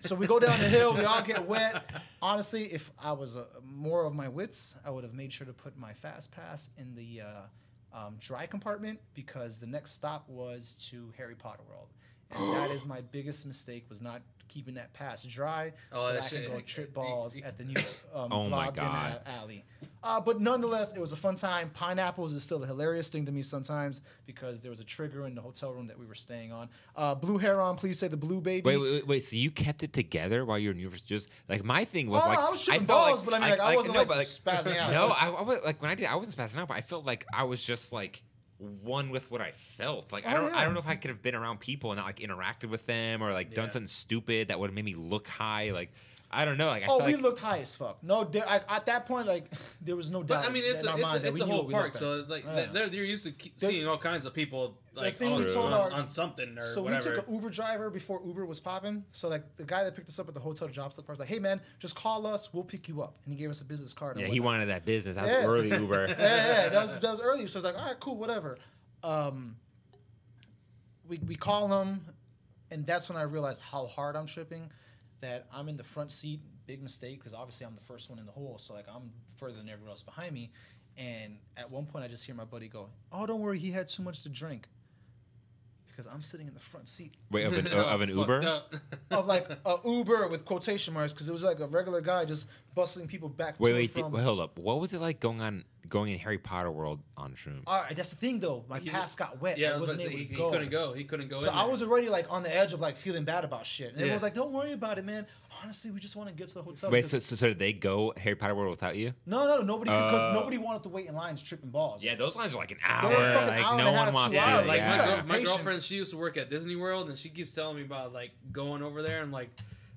Speaker 2: so we go down the hill, we all get wet. Honestly, if I was uh, more of my wits, I would have made sure to put my fast pass in the uh, um, dry compartment because the next stop was to Harry Potter World. And that is my biggest mistake was not keeping that pass dry
Speaker 1: Oh,
Speaker 2: so
Speaker 1: that
Speaker 2: that I can
Speaker 1: shit-
Speaker 2: go trip balls at the new um,
Speaker 3: Oh my
Speaker 2: Blob in
Speaker 3: God.
Speaker 2: a- alley. Uh, but nonetheless, it was a fun time. Pineapples is still a hilarious thing to me sometimes because there was a trigger in the hotel room that we were staying on. Uh, blue hair on, please say the blue baby.
Speaker 3: Wait, wait, wait, wait. So you kept it together while you were in university? Just like my thing was
Speaker 2: Oh, no,
Speaker 3: like
Speaker 2: I was shooting
Speaker 3: felt
Speaker 2: balls, but I mean, like, I wasn't, like, spazzing out.
Speaker 3: No, I, I was like when I did, I wasn't spazzing out, but I felt like I was just like one with what I felt. Like I
Speaker 2: Oh,
Speaker 3: don't,
Speaker 2: yeah.
Speaker 3: I don't know if I could have been around people and not like interacted with them or like done
Speaker 1: Yeah.
Speaker 3: something stupid that would have made me look high. Like I don't know. Like I
Speaker 2: Oh,
Speaker 3: felt
Speaker 2: we
Speaker 3: like,
Speaker 2: looked high as fuck. No, there, I, at that point, like there was no doubt.
Speaker 1: But I mean, it's
Speaker 2: in
Speaker 1: a,
Speaker 2: my
Speaker 1: it's
Speaker 2: mind
Speaker 1: a,
Speaker 2: that
Speaker 1: it's
Speaker 2: we
Speaker 1: a
Speaker 2: knew
Speaker 1: whole
Speaker 2: what we looked
Speaker 1: park,
Speaker 2: at.
Speaker 1: so like
Speaker 2: Yeah.
Speaker 1: they're, you're used to ke- seeing all kinds of people like
Speaker 2: thing we
Speaker 1: on, on-
Speaker 2: told our-
Speaker 1: on something or
Speaker 2: So
Speaker 1: whatever.
Speaker 2: we took an Uber driver before Uber was popping. So like the guy that picked us up at the hotel job site part was like, "Hey man, just call us. We'll pick you up." And he gave us a business card. and
Speaker 3: yeah, he
Speaker 2: whatnot.
Speaker 3: wanted that business. That was
Speaker 2: Yeah.
Speaker 3: early Uber.
Speaker 2: yeah, yeah, that was that was earlier. So I was like, all right, cool, whatever. Um, we we call him, and that's when I realized how hard I'm tripping. That I'm in the front seat, big mistake because obviously I'm the first one in the hole, so like I'm further than everyone else behind me. And at one point, I just hear my buddy go, "Oh, don't worry, he had too much to drink," because I'm sitting in the front seat
Speaker 3: Wait, of an,
Speaker 1: Oh,
Speaker 3: of an
Speaker 1: fucked
Speaker 3: Uber?
Speaker 1: up.
Speaker 2: of like a Uber with quotation marks because it was like a regular guy just bustling people back.
Speaker 3: Wait,
Speaker 2: to
Speaker 3: wait,
Speaker 2: and
Speaker 3: did,
Speaker 2: from.
Speaker 3: wait, hold up. What was it like going on going in Harry Potter world on shrooms?
Speaker 2: all right, that's the thing though. My
Speaker 1: He-
Speaker 2: pass got wet.
Speaker 1: yeah,
Speaker 2: I
Speaker 1: I was
Speaker 2: wasn't
Speaker 1: about to
Speaker 2: able
Speaker 1: say, he,
Speaker 2: to
Speaker 1: he couldn't go. He couldn't go.
Speaker 2: So
Speaker 1: in
Speaker 2: I
Speaker 1: there.
Speaker 2: was already like on the edge of like feeling bad about shit. And everyone
Speaker 1: Yeah.
Speaker 2: was like, "Don't worry about it, man. Honestly, we just want to get to the hotel."
Speaker 3: Wait,
Speaker 2: because-
Speaker 3: so, so so did they go Harry Potter world without you?
Speaker 2: no, no, no, nobody could because
Speaker 3: Uh,
Speaker 2: nobody wanted to wait in lines tripping balls.
Speaker 3: Yeah, those lines are like an
Speaker 2: They
Speaker 3: hour.
Speaker 2: were fucking
Speaker 3: like
Speaker 2: hour and
Speaker 3: no
Speaker 2: a half,
Speaker 3: one wants
Speaker 2: two
Speaker 3: to.
Speaker 2: hours,
Speaker 3: do
Speaker 1: like
Speaker 3: that.
Speaker 1: my,
Speaker 2: Yeah.
Speaker 1: girl, my
Speaker 2: Patient.
Speaker 1: girlfriend, she used to work at Disney World, and she keeps telling me about like going over there and like.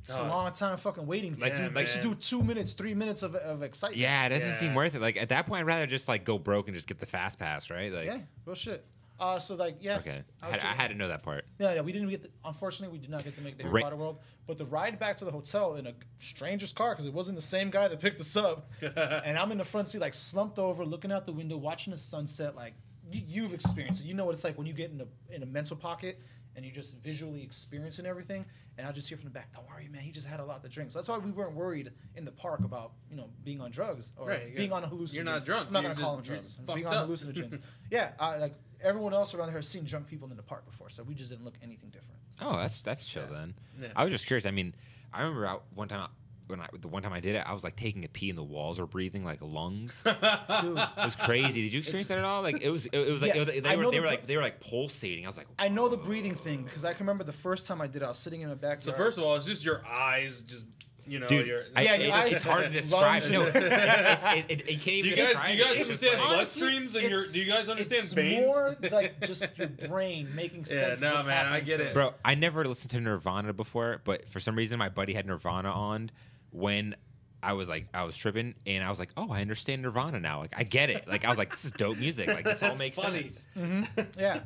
Speaker 2: it's a
Speaker 1: uh,
Speaker 2: long time fucking waiting. Like,
Speaker 1: Yeah,
Speaker 2: dude, they should
Speaker 1: man.
Speaker 2: do two minutes, three minutes of, of excitement.
Speaker 3: Yeah, it doesn't
Speaker 1: Yeah.
Speaker 3: seem worth it. Like at that point, I'd rather just like go broke and just get the fast pass, right? Like,
Speaker 2: yeah, real shit. Uh, so like, yeah.
Speaker 3: okay,
Speaker 2: I was
Speaker 3: I had, I
Speaker 2: tripping.
Speaker 3: had to know that part.
Speaker 2: Yeah, yeah, we didn't get. The, unfortunately, we did not get to make the Harry
Speaker 3: Ra-
Speaker 2: Potter world. But the ride back to the hotel in a stranger's car because it wasn't the same guy that picked us up, and I'm in the front seat, like slumped over, looking out the window, watching the sunset. Like you, you've experienced it, you know what it's like when you get in a in a mental pocket and you're just visually experiencing everything. And I just hear from the back, "Don't worry, man. He just had a lot to drink." So that's why we weren't worried in the park about you know being on drugs or
Speaker 1: Right,
Speaker 2: being
Speaker 1: yeah.
Speaker 2: on hallucinogens.
Speaker 1: You're not drunk,
Speaker 2: I'm not
Speaker 1: you're
Speaker 2: gonna call them
Speaker 1: just- you're
Speaker 2: drugs.
Speaker 1: just
Speaker 2: Being
Speaker 1: fucked
Speaker 2: on
Speaker 1: up.
Speaker 2: hallucinogens. yeah, I, like everyone else around here has seen drunk people in the park before, so we just didn't look anything different.
Speaker 3: Oh, that's that's chill then.
Speaker 1: Yeah.
Speaker 3: I was just curious. I mean, I remember out one time when I the one time I did it, I was like taking a pee and the walls were breathing like lungs. it
Speaker 2: Dude,
Speaker 3: was crazy. Did you experience that at all? Like it was it, was like it
Speaker 2: Yes,
Speaker 3: was,
Speaker 2: I
Speaker 3: they were
Speaker 2: know
Speaker 3: they
Speaker 2: the
Speaker 3: were
Speaker 2: br-
Speaker 3: like they were like pulsating. I was like,
Speaker 2: I know the breathing thing because I can remember the first time I did it. I was sitting in the backyard.
Speaker 1: So first of all, it's just your eyes, just you know,
Speaker 3: dude,
Speaker 1: your.
Speaker 3: I,
Speaker 2: Yeah,
Speaker 3: it-
Speaker 2: your eyes-
Speaker 3: it's hard to describe.
Speaker 2: lungs-
Speaker 3: No, it's, it's, it, it, it can't
Speaker 1: do
Speaker 3: even
Speaker 1: you guys
Speaker 3: describe
Speaker 1: do you
Speaker 3: it.
Speaker 1: guys
Speaker 3: It's just
Speaker 1: understand
Speaker 3: like-
Speaker 1: blood streams and your? Do you guys understand
Speaker 2: it's
Speaker 1: veins?
Speaker 2: more like just your brain making
Speaker 1: Yeah,
Speaker 2: sense.
Speaker 1: nah,
Speaker 2: of what's
Speaker 1: man, I
Speaker 2: happening
Speaker 1: get
Speaker 2: to
Speaker 1: it.
Speaker 3: Bro, I never listened to Nirvana before, but for some reason my buddy had Nirvana on when I was like I was tripping and I was like, "Oh, I understand Nirvana now. Like I get it. Like I was like, this is dope music. Like this all
Speaker 1: That's
Speaker 3: makes
Speaker 1: funny.
Speaker 3: sense."
Speaker 2: Mm-hmm. yeah.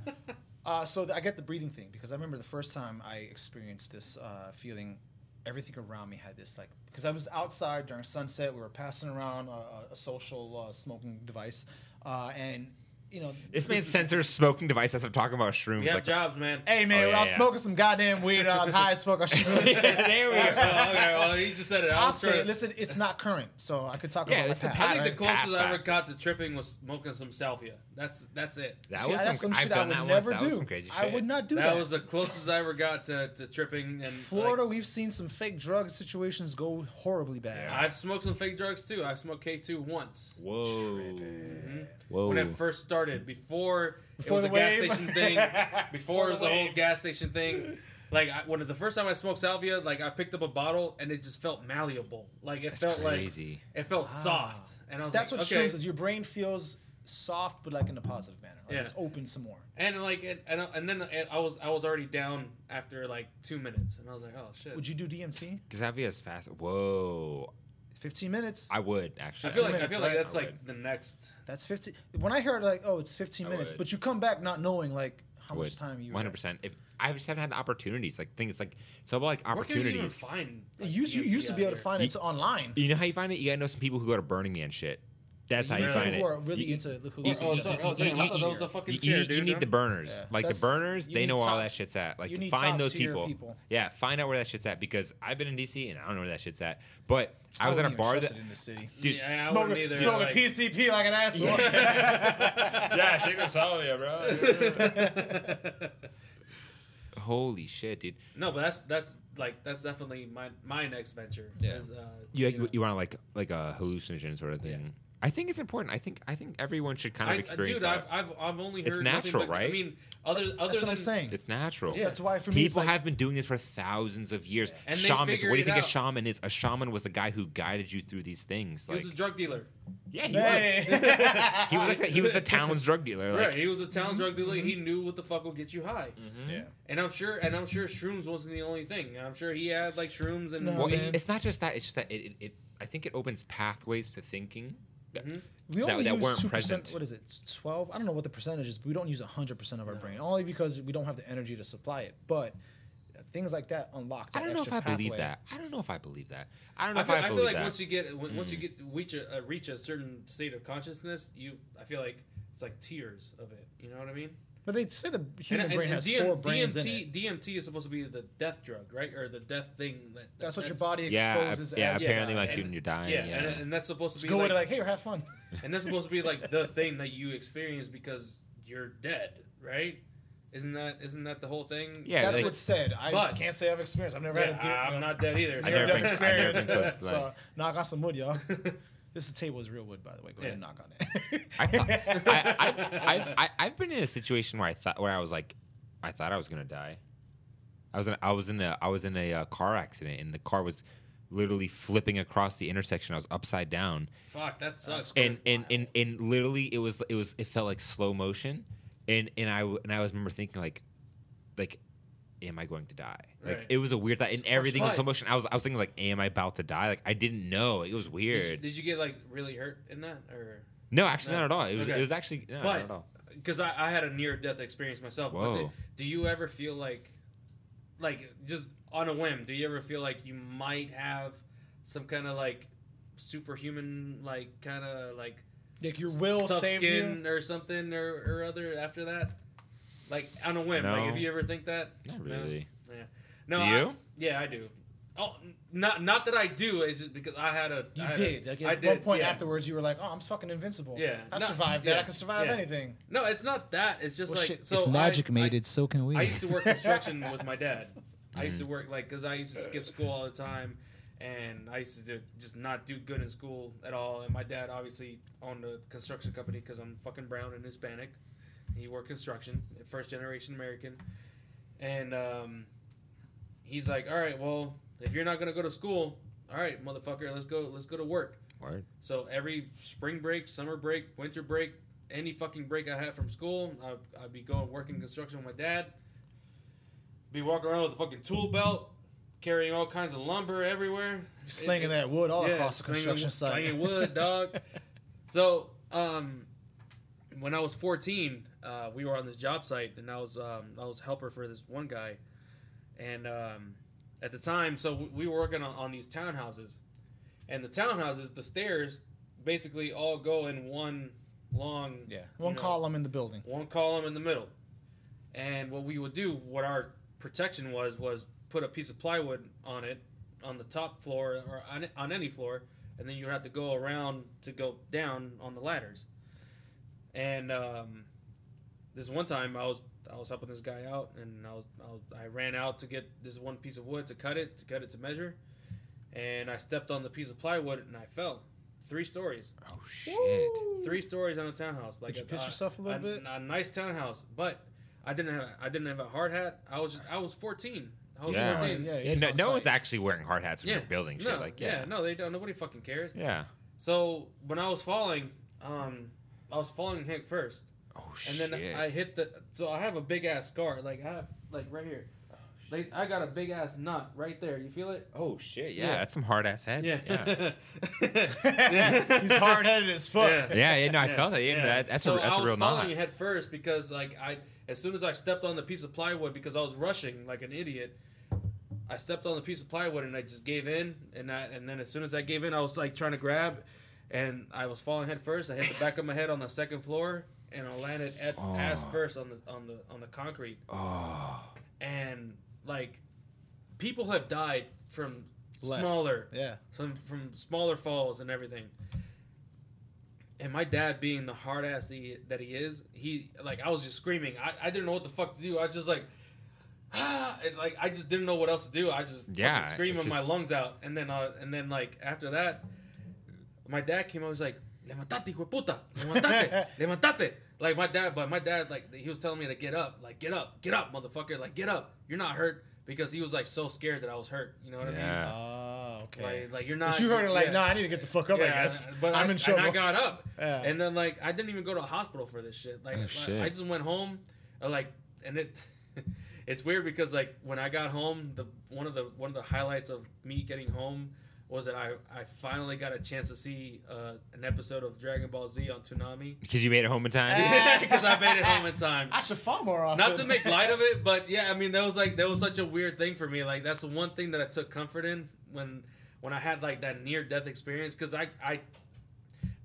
Speaker 2: Uh, so th- I get the breathing thing because I remember the first time I experienced this uh, feeling. Everything around me had this like because I was outside during sunset. We were passing around a, a- a social uh, smoking device, uh, and you know,
Speaker 3: This man censors smoking device as I'm talking about shrooms.
Speaker 1: We have
Speaker 3: like the-
Speaker 1: jobs, man.
Speaker 2: Hey man,
Speaker 3: Oh,
Speaker 2: when
Speaker 3: yeah,
Speaker 2: I was
Speaker 3: yeah.
Speaker 2: smoking some goddamn weed, I was high as fuck. I should.
Speaker 3: there we
Speaker 1: Oh, okay,
Speaker 3: go.
Speaker 1: well, he just said it. I
Speaker 2: I'll
Speaker 1: was
Speaker 2: say,
Speaker 1: trying
Speaker 2: it.
Speaker 1: to-
Speaker 2: listen, it's not current, so I could talk
Speaker 3: Yeah,
Speaker 2: about
Speaker 3: it's
Speaker 2: my
Speaker 3: the
Speaker 1: I
Speaker 2: past.
Speaker 1: think the
Speaker 3: past.
Speaker 2: right?
Speaker 1: closest I ever
Speaker 3: past.
Speaker 1: got to tripping was smoking some salvia. That's that's it.
Speaker 3: That
Speaker 2: See,
Speaker 3: was
Speaker 2: that's some
Speaker 3: some, I've
Speaker 2: shit I
Speaker 3: done
Speaker 2: would
Speaker 3: that once.
Speaker 2: never
Speaker 3: That was
Speaker 2: do.
Speaker 3: some crazy shit.
Speaker 2: I would not do that.
Speaker 1: That was the closest I ever got to, to tripping and like,
Speaker 2: Florida. we've seen some fake drug situations go horribly bad.
Speaker 1: I've smoked some fake drugs too. I've smoked K two once
Speaker 3: Whoa.
Speaker 1: Oh.
Speaker 3: Whoa.
Speaker 1: when it first started, before,
Speaker 2: Before
Speaker 1: Mm-hmm. it was a gas
Speaker 2: the wave.
Speaker 1: station thing. Before,
Speaker 3: Before
Speaker 1: it was
Speaker 3: the
Speaker 1: a whole
Speaker 3: wave.
Speaker 1: gas station thing. Like I, when the first time I smoked salvia, like I picked up a bottle and it just felt malleable. Like it
Speaker 3: That's
Speaker 1: felt
Speaker 3: crazy.
Speaker 1: like it felt soft. And I was
Speaker 2: That's
Speaker 1: like,
Speaker 2: what
Speaker 1: okay.
Speaker 2: shrooms is. Your brain feels soft, but like in a positive manner. Like
Speaker 1: Yeah.
Speaker 2: it's open some more.
Speaker 1: And like and and, and then and I was I was already down after like two minutes, and I was like, oh shit.
Speaker 2: Would you do DMT?
Speaker 3: Because that'd be as fast. Whoa.
Speaker 2: Fifteen minutes.
Speaker 3: I would actually.
Speaker 1: I feel like
Speaker 2: minutes,
Speaker 1: I feel like
Speaker 2: right?
Speaker 1: that's
Speaker 3: I
Speaker 1: like the next.
Speaker 2: That's fifteen. When I heard like, oh, it's fifteen
Speaker 3: I
Speaker 2: minutes,
Speaker 3: would.
Speaker 2: but you come back not knowing like how
Speaker 3: would.
Speaker 2: much time you. were
Speaker 3: One hundred
Speaker 2: at.
Speaker 3: percent. If I just haven't had the opportunities, like things like it's all about like
Speaker 1: Where can you even
Speaker 3: opportunities.
Speaker 1: find?
Speaker 2: You
Speaker 1: like,
Speaker 2: used, you
Speaker 1: DMT
Speaker 2: used to be
Speaker 1: out
Speaker 2: able
Speaker 1: here?
Speaker 2: to find it online.
Speaker 3: You know how you find it? You gotta know some people who go to Burning Man shit. That's how you
Speaker 2: know
Speaker 3: find
Speaker 2: people
Speaker 3: it.
Speaker 2: who are really
Speaker 3: You-
Speaker 2: into the who
Speaker 3: you-
Speaker 2: listen
Speaker 1: Oh,
Speaker 2: to
Speaker 1: sorry.
Speaker 2: this.
Speaker 1: Oh,
Speaker 2: It's a
Speaker 1: damn, I
Speaker 2: top
Speaker 1: thought that was
Speaker 2: tier.
Speaker 1: a fucking
Speaker 3: you, you
Speaker 1: chair,
Speaker 3: need, you
Speaker 1: dude.
Speaker 3: need the burners.
Speaker 2: Yeah.
Speaker 3: Like the
Speaker 2: That's-
Speaker 3: burners,
Speaker 2: you
Speaker 3: they
Speaker 2: need
Speaker 3: know where all
Speaker 2: top-
Speaker 3: that shit's at. Like
Speaker 2: you need
Speaker 3: find
Speaker 2: top
Speaker 3: those
Speaker 2: tier
Speaker 3: people.
Speaker 2: people.
Speaker 3: Yeah, find out where that shit's at because I've been in DC and I don't know where that shit's at. But I
Speaker 1: oh,
Speaker 3: was at a
Speaker 2: wouldn't even
Speaker 3: bar
Speaker 2: trust
Speaker 3: that
Speaker 2: it in the city.
Speaker 3: dude.
Speaker 1: Yeah, I
Speaker 2: Smoking
Speaker 1: wouldn't either.
Speaker 2: smoking
Speaker 1: like,
Speaker 2: PCP like an asshole.
Speaker 3: yeah, shake the salvia, bro. Holy shit, dude.
Speaker 1: no, but that's that's like that's definitely my my next venture.
Speaker 2: Yeah.
Speaker 1: is, uh,
Speaker 3: You
Speaker 1: know,
Speaker 3: you, want to like like a hallucinogen sort of thing. I think it's important. I think I think everyone should
Speaker 2: uh,
Speaker 3: kind
Speaker 1: I,
Speaker 3: of experience
Speaker 1: dude,
Speaker 3: that.
Speaker 1: I've, I've I've only heard
Speaker 3: It's
Speaker 1: nothing
Speaker 3: natural,
Speaker 1: but- I
Speaker 3: right?
Speaker 1: mean, other other
Speaker 2: That's
Speaker 1: than
Speaker 2: what I'm saying.
Speaker 3: It's natural.
Speaker 1: Yeah.
Speaker 2: That's why for me, it's
Speaker 3: People
Speaker 2: like-
Speaker 3: have been doing this for thousands of years.
Speaker 1: And they
Speaker 3: Shamans.
Speaker 1: figured
Speaker 3: What do you
Speaker 1: it
Speaker 3: think
Speaker 1: out.
Speaker 3: a shaman is? A shaman was a guy who guided you through these things.
Speaker 1: he
Speaker 3: Like,
Speaker 1: was a drug dealer.
Speaker 3: yeah, he
Speaker 2: Hey.
Speaker 3: was. He was like the, he was the town's drug dealer. Like, mm-hmm.
Speaker 1: right, he was a town's drug dealer. He knew what the fuck would get you high. And I'm sure, and I'm sure shrooms wasn't the only thing. I'm sure he had like shrooms and
Speaker 2: No,
Speaker 3: well, it's,
Speaker 2: man.
Speaker 3: it's not just that. It's just that it, it, it. I think it opens pathways to thinking.
Speaker 2: We
Speaker 3: that-
Speaker 2: only
Speaker 3: that
Speaker 2: use
Speaker 3: weren't
Speaker 2: two percent.
Speaker 3: present.
Speaker 2: What is it? Twelve? I don't know what the percentage is, but we don't use hundred percent of our brain only because we don't have the energy to supply it. But things like that unlock.
Speaker 3: I
Speaker 2: that
Speaker 3: don't know if
Speaker 2: extra
Speaker 3: I believe
Speaker 2: pathway.
Speaker 3: that. I don't know if I believe that. I don't know
Speaker 1: I
Speaker 3: if
Speaker 1: feel,
Speaker 3: I
Speaker 1: I
Speaker 3: believe
Speaker 1: feel like
Speaker 3: that. Mm.
Speaker 1: once you get when- once you get reach a uh, reach a certain state of consciousness, you I feel like it's like tears of it. You know what I mean?
Speaker 2: But they say the human
Speaker 1: and, and-
Speaker 2: brain
Speaker 1: and
Speaker 2: has
Speaker 1: DM
Speaker 2: four brains
Speaker 1: DMT,
Speaker 2: in it.
Speaker 1: DMT is supposed to be the death drug, right? Or the death thing. That,
Speaker 2: That's what
Speaker 1: that-
Speaker 2: your body
Speaker 3: yeah,
Speaker 2: exposes.
Speaker 3: yeah.
Speaker 2: as
Speaker 3: Apparently,
Speaker 2: you die.
Speaker 3: like
Speaker 1: and-
Speaker 3: when you're dying.
Speaker 1: Yeah,
Speaker 3: Yeah,
Speaker 1: And, and that's supposed to
Speaker 2: It's
Speaker 1: be
Speaker 2: go
Speaker 1: like,
Speaker 2: into like, hey, have fun.
Speaker 1: and that's supposed to be like the thing that you experience because you're dead, right? Isn't that isn't that the whole thing?
Speaker 3: Yeah,
Speaker 2: That's
Speaker 3: like-
Speaker 2: what's said. I
Speaker 1: but-
Speaker 2: can't say I've experienced. I've never
Speaker 1: Yeah,
Speaker 2: had a deer-
Speaker 1: I'm not dead either.
Speaker 3: I
Speaker 1: so-
Speaker 2: near
Speaker 3: never
Speaker 2: death
Speaker 3: been- I never
Speaker 2: experience.
Speaker 3: been close to
Speaker 2: so
Speaker 3: like-
Speaker 2: knock on some wood, y'all. This table is real wood, by the way. Go
Speaker 1: Yeah.
Speaker 2: ahead and knock on it.
Speaker 3: I've, I, I've, I've, I've been in a situation where I thought where I was like, I thought I was gonna die. I was in, I was in a I was in a uh, car accident and the car was literally flipping across the intersection. I was upside down
Speaker 1: Fuck, that sucks.
Speaker 3: and and, and and literally it was it was it felt like slow motion and and I w- and I was remember thinking like like am I going to die? Like
Speaker 1: Right.
Speaker 3: it was a weird thought and everything was
Speaker 1: But-
Speaker 3: slow motion. I was I was thinking like am I about to die? Like I didn't know. It was
Speaker 1: did you,
Speaker 3: weird.
Speaker 1: did you get like really hurt in that or?
Speaker 3: No, actually
Speaker 1: No.
Speaker 3: not at all. It was
Speaker 1: Okay.
Speaker 3: it was actually no, not at
Speaker 1: but
Speaker 3: all.
Speaker 1: because I, I had a near death experience myself. But do,
Speaker 3: Whoa.
Speaker 1: do you ever feel like, like just on a whim, do you ever feel like you might have some kind of like superhuman, like kind of like
Speaker 2: like your will
Speaker 1: tough
Speaker 2: save
Speaker 1: skin
Speaker 2: you.
Speaker 1: or something or, or other after that? Like on a whim, like
Speaker 3: No.
Speaker 1: have you ever think that?
Speaker 3: Not
Speaker 1: No?
Speaker 3: really.
Speaker 1: Yeah. No.
Speaker 3: Do
Speaker 1: I-
Speaker 3: you?
Speaker 1: yeah, I do. Oh, n- not not that I do. It's just because I had a.
Speaker 2: You
Speaker 1: I had a-
Speaker 2: did. Like at
Speaker 1: I
Speaker 2: one point
Speaker 1: yeah.
Speaker 2: afterwards, you were like, "Oh, I'm fucking invincible.
Speaker 1: Yeah.
Speaker 2: I
Speaker 1: No,
Speaker 2: survived that.
Speaker 1: yeah,
Speaker 2: I can survive
Speaker 1: yeah.
Speaker 2: anything."
Speaker 1: No, it's not that. It's just
Speaker 2: Well,
Speaker 1: like
Speaker 2: shit,
Speaker 1: so.
Speaker 4: if magic
Speaker 1: I,
Speaker 4: made
Speaker 1: I-
Speaker 4: it, so can we.
Speaker 1: I used to work construction with my dad. I used to work like because I used to skip school all the time, and I used to do, just not do good in school at all. And my dad obviously owned a construction company because I'm fucking brown and Hispanic. He worked construction, first generation American, and um, he's like, "All right, well, if you're not gonna go to school, all right, motherfucker, let's go, let's go to work."
Speaker 3: Word.
Speaker 1: So every spring break, summer break, winter break, any fucking break I had from school, I'd, I'd be going working construction with my dad. Be walking around with a fucking tool belt, carrying all kinds of lumber everywhere,
Speaker 2: Slinging that wood all
Speaker 1: Yeah,
Speaker 2: across the
Speaker 1: slinging-
Speaker 2: construction site.
Speaker 1: slinging wood, dog. So, um, when I was 14, uh, we were on this job site, and I was um, I was helper for this one guy, and um, at the time, so we- we were working on, on these townhouses, and the townhouses, the stairs basically all go in one long.
Speaker 2: Yeah,
Speaker 1: you
Speaker 2: one
Speaker 1: know,
Speaker 2: column in the building.
Speaker 1: one column in the middle. And what we would do, what our protection was, was put a piece of plywood on it, on the top floor or on, on any floor, and then you have to go around to go down on the ladders. And um, this one time, I was I was helping this guy out, and I was, I was I ran out to get this one piece of wood to cut it to cut it to measure, and I stepped on the piece of plywood and I fell, three stories
Speaker 3: Oh shit.
Speaker 1: three stories on a uh, townhouse. Like
Speaker 2: Did you piss yourself a little bit?
Speaker 1: A nice townhouse, but I didn't have I didn't have a hard hat. I was just, I was fourteen. I was
Speaker 3: Yeah.
Speaker 2: Yeah,
Speaker 1: fourteen.
Speaker 2: yeah,
Speaker 3: Yeah,
Speaker 2: he's
Speaker 3: no,
Speaker 2: on
Speaker 3: no one's
Speaker 2: site.
Speaker 3: actually wearing hard hats when
Speaker 1: Yeah.
Speaker 3: you're building
Speaker 1: no,
Speaker 3: shit. Like yeah,
Speaker 1: no, they don't. Nobody fucking cares.
Speaker 3: yeah.
Speaker 1: So when I was falling, um, I was falling head first,
Speaker 3: Oh
Speaker 1: and
Speaker 3: shit.
Speaker 1: then I hit the. So I have a big ass scar, like I have, like right here. Like I got a big ass knot right there. You feel it?
Speaker 3: oh shit. Yeah,
Speaker 1: Yeah.
Speaker 3: that's some hard ass head.
Speaker 1: Yeah.
Speaker 3: yeah.
Speaker 1: Yeah.
Speaker 2: he's hard headed as fuck.
Speaker 1: Yeah.
Speaker 3: yeah, yeah, no, I
Speaker 1: Yeah,
Speaker 3: felt that. Yeah,
Speaker 1: yeah.
Speaker 3: that- that's a,
Speaker 1: So
Speaker 3: that's
Speaker 1: I
Speaker 3: a
Speaker 1: was
Speaker 3: real knot.
Speaker 1: falling head first because like I as soon as I stepped on the piece of plywood because I was rushing like an idiot. I stepped on the piece of plywood and I just gave in and I and then as soon as I gave in I was like trying to grab and I was falling head first. I hit the back of my head on the second floor and I landed at, ass first on the on the on the concrete
Speaker 3: Oh,
Speaker 1: and like people have died from
Speaker 2: Less.
Speaker 1: smaller
Speaker 2: Yeah.
Speaker 1: some from smaller falls and everything. And my dad, being the hard ass that he, that he is, he like I was just screaming. I, I didn't know what the fuck to do. I was just like, ah, and, like I just didn't know what else to do. I just
Speaker 3: Yeah,
Speaker 1: fucking screaming
Speaker 3: it's
Speaker 1: my
Speaker 3: just-
Speaker 1: lungs out. And then uh, and then like after that, my dad came. I was like, levantate, hijo de puta, levantate, levantate. Like my dad, but my dad like he was telling me to get up, like get up, get up, motherfucker, like get up. You're not hurt because he was like so scared that I was hurt. You know what I mean? uh,
Speaker 3: yeah.
Speaker 2: Ah, okay.
Speaker 1: Like, like you're
Speaker 2: But
Speaker 1: not.
Speaker 2: you heard it like,
Speaker 1: yeah.
Speaker 2: nah, I need to get the fuck up. I guess
Speaker 1: But
Speaker 2: I'm
Speaker 1: I,
Speaker 2: in trouble.
Speaker 1: And I got up,
Speaker 2: Yeah.
Speaker 1: and then like I didn't even go to the hospital for this shit. Like
Speaker 3: Oh,
Speaker 1: I-
Speaker 3: shit.
Speaker 1: I just went home, uh, like, and it. It's weird because like when I got home, the one of the one of the highlights of me getting home was that I, I finally got a chance to see uh, an episode of Dragon Ball Z on Toonami
Speaker 3: Because you made it home in time.
Speaker 2: Ah.
Speaker 1: because I made it home in time
Speaker 2: I should fall more often.
Speaker 1: not to make light of it, but yeah, I mean that was like that was such a weird thing for me. Like that's the one thing that I took comfort in when when I had like that near death experience because I I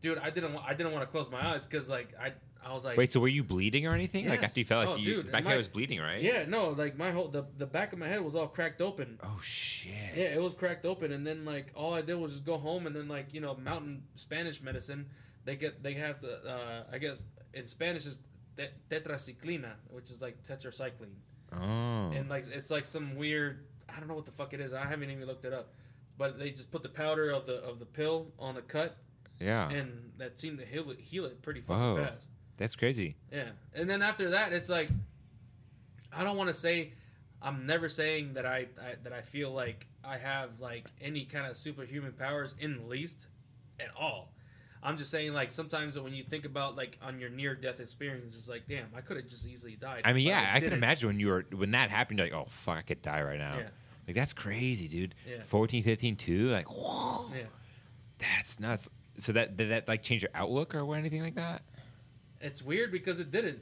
Speaker 1: dude I didn't wa- I didn't want to close my eyes because like I I was like
Speaker 3: Wait, so were you bleeding or anything? Like
Speaker 1: Yes.
Speaker 3: after you fell, like
Speaker 1: Oh,
Speaker 3: you,
Speaker 1: dude,
Speaker 3: the back
Speaker 1: my-
Speaker 3: hair was bleeding, right?
Speaker 1: yeah no like my whole the the back of my head was all cracked open.
Speaker 3: Oh shit.
Speaker 1: Yeah, it was cracked open, and then like all I did was just go home, and then like you know mountain Spanish medicine, they get they have the uh, I guess in Spanish is te- tetraciclina, which is like tetracycline.
Speaker 3: Oh.
Speaker 1: and like it's like some weird I don't know what the fuck it is. I haven't even looked it up. But they just put the powder of the of the pill on the cut
Speaker 3: yeah.
Speaker 1: and that seemed to heal it, heal it pretty fucking
Speaker 3: Ah. Whoa.
Speaker 1: fast.
Speaker 3: That's crazy.
Speaker 1: Yeah. And then after that it's like I don't want to say I'm never saying that I, I that I feel like I have like any kind of superhuman powers in the least at all. I'm just saying like sometimes when you think about like on your near death experience it's like damn, I could have just easily died.
Speaker 3: I mean,
Speaker 1: but
Speaker 3: yeah, I, can
Speaker 1: didn't.
Speaker 3: imagine when you were when that happened, you're like, oh fuck, I could die right now.
Speaker 1: Yeah.
Speaker 3: Like that's crazy, dude.
Speaker 1: Yeah.
Speaker 3: Fourteen, fifteen, 14, 15, too. Like, whoa,
Speaker 1: Yeah.
Speaker 3: that's nuts. So that did that like change your outlook or what, anything like that?
Speaker 1: It's weird because it didn't.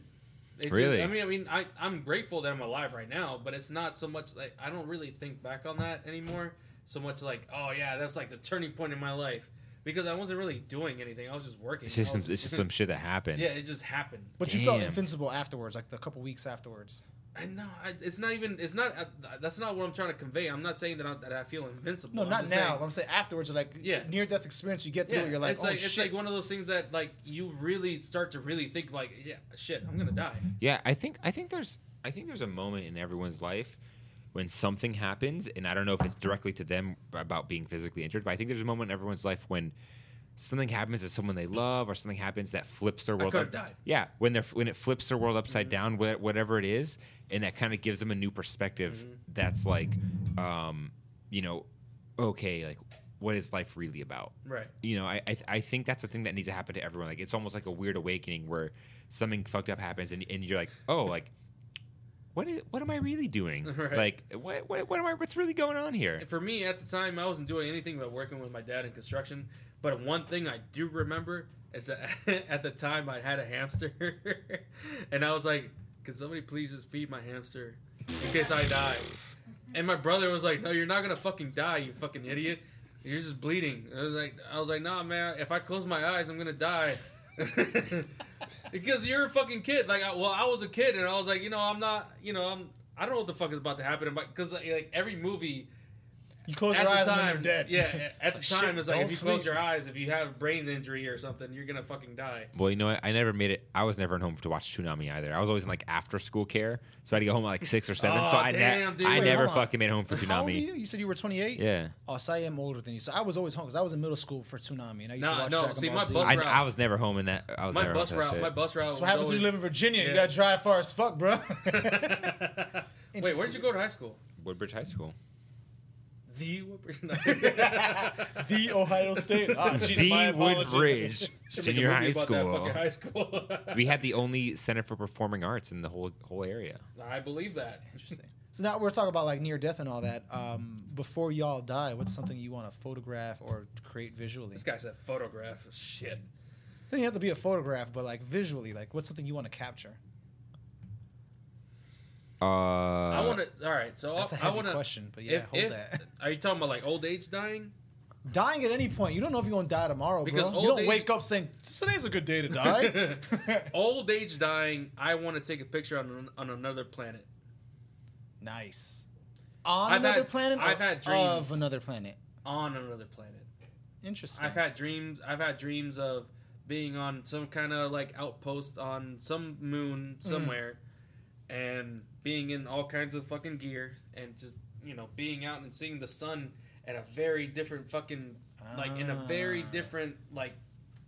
Speaker 1: It just-
Speaker 3: Really?
Speaker 1: I mean, I mean, I I'm grateful that I'm alive right now, but it's not so much like I don't really think back on that anymore. So much like, oh yeah, that's like the turning point in my life because I wasn't really doing anything. I was just working.
Speaker 3: It's just
Speaker 1: I was-
Speaker 3: some, it's just some shit that happened.
Speaker 1: yeah, it just happened.
Speaker 2: but you felt
Speaker 3: Damn.
Speaker 2: invincible afterwards, like the couple weeks afterwards.
Speaker 1: I know I, it's not even. It's not. Uh, that's not what I'm trying to convey. I'm not saying that I, that I feel invincible.
Speaker 2: No,
Speaker 1: I'm
Speaker 2: not
Speaker 1: just
Speaker 2: now.
Speaker 1: saying-
Speaker 2: I'm saying afterwards, like
Speaker 1: Yeah.
Speaker 2: near death experience, you get through it, you're like,
Speaker 1: it's
Speaker 2: oh
Speaker 1: like
Speaker 2: shit.
Speaker 1: it's like one of those things that like you really start to really think like, yeah, shit, I'm gonna die.
Speaker 3: Yeah, I think I think there's I think there's a moment in everyone's life when something happens, and I don't know if it's directly to them about being physically injured, but I think there's a moment in everyone's life when something happens to someone they love, or something happens that flips their world.
Speaker 1: could've
Speaker 3: up-
Speaker 1: died.
Speaker 3: Yeah, when they're when it flips their world upside down, wha- whatever it is, and that kind of gives them a new perspective. That's like, um, you know, okay, like what is life really about?
Speaker 1: Right.
Speaker 3: you know, I, I I think that's the thing that needs to happen to everyone. Like it's almost like a weird awakening where something fucked up happens and, and you're like, oh, like what is, what am I really doing?
Speaker 1: Right.
Speaker 3: Like what, what what am I what's really going on here?
Speaker 1: And for me at the time i wasn't doing anything but working with my dad in construction but one thing i do remember is that at the time i had a hamster and i was like can somebody please just feed my hamster in case i die and my brother was like no you're not gonna fucking die you fucking idiot you're just bleeding And i was like i was like nah man if i close my eyes i'm gonna die because you're a fucking kid. Like, I, well, I was a kid, and I was like, you know, I'm not, you know, I'm, I don't know what the fuck is about to happen, because like, like every movie
Speaker 2: You close
Speaker 1: at
Speaker 2: your eyes
Speaker 1: the
Speaker 2: and
Speaker 1: time,
Speaker 2: then you're dead.
Speaker 1: yeah, at
Speaker 2: like,
Speaker 1: the time
Speaker 2: shit,
Speaker 1: it's like
Speaker 2: don't
Speaker 1: if you
Speaker 2: sleep.
Speaker 1: close your eyes, if you have brain injury or something, you're gonna fucking die.
Speaker 3: Well, you know what? I never made it. I was never at home to watch Tsunami either. I was always in like after school care, so I had to go home at like six or seven.
Speaker 1: Oh,
Speaker 3: so I, ne-
Speaker 1: damn, dude.
Speaker 3: I
Speaker 1: Wait,
Speaker 3: never
Speaker 2: hold on.
Speaker 3: fucking made it home for
Speaker 2: How old are
Speaker 3: Tsunami.
Speaker 2: you? You said you were 28.
Speaker 3: Yeah,
Speaker 2: Oh, so I am older than you. So I was always home because I was in middle school for Tsunami, and I used
Speaker 1: Nah,
Speaker 2: to watch
Speaker 1: no,
Speaker 2: Dragon
Speaker 1: see,
Speaker 2: Ball
Speaker 1: my
Speaker 2: Z.
Speaker 1: bus
Speaker 3: I,
Speaker 1: route.
Speaker 3: I was never home in that. I was
Speaker 1: My
Speaker 3: never
Speaker 1: bus
Speaker 3: home for that
Speaker 1: route,
Speaker 3: shit.
Speaker 1: my bus route.
Speaker 2: That's
Speaker 1: was
Speaker 2: what happens when
Speaker 1: always-
Speaker 2: you live in Virginia. You
Speaker 1: Yeah.
Speaker 2: gotta drive far as fuck, bro.
Speaker 1: Wait, where'd you go to high school?
Speaker 3: Woodbridge High School.
Speaker 1: The
Speaker 2: The Ohio State. Ah, Gina, my
Speaker 3: the
Speaker 2: apologies.
Speaker 3: Woodbridge
Speaker 1: Should make a
Speaker 3: Senior
Speaker 1: movie
Speaker 3: High
Speaker 1: about that
Speaker 3: School.
Speaker 1: fucking high school.
Speaker 3: We had the only Center for Performing Arts in the whole whole area.
Speaker 1: I believe that.
Speaker 2: Interesting. So now we're talking about like near death and all that. Um, before y'all die, what's something you want to photograph or create visually?
Speaker 1: This guy said photograph. Shit.
Speaker 2: Then you have to be a photograph, but like visually, like what's something you want to capture?
Speaker 3: Uh,
Speaker 1: I want to. All right, so
Speaker 2: That's a
Speaker 1: I- I
Speaker 2: heavy
Speaker 1: want to.
Speaker 2: question, but yeah, hold that.
Speaker 1: Are you talking about like old age dying?
Speaker 2: Dying at any point, you don't know if you're gonna die tomorrow,
Speaker 1: Because
Speaker 2: bro.
Speaker 1: old
Speaker 2: You don't
Speaker 1: age-
Speaker 2: wake up saying today's a good day to die.
Speaker 1: Old age dying. I want to take a picture on an- on another planet.
Speaker 2: nice. On
Speaker 1: I've
Speaker 2: another
Speaker 1: had-
Speaker 2: planet. or
Speaker 1: I've had dreams.
Speaker 2: of another planet.
Speaker 1: On another planet.
Speaker 2: Interesting.
Speaker 1: I've had dreams. I've had dreams of being on some kind of like outpost on some moon
Speaker 2: Mm.
Speaker 1: somewhere, and being in all kinds of fucking gear, and just you know being out and seeing the sun at a very different fucking like in a very
Speaker 2: Ah.
Speaker 1: different like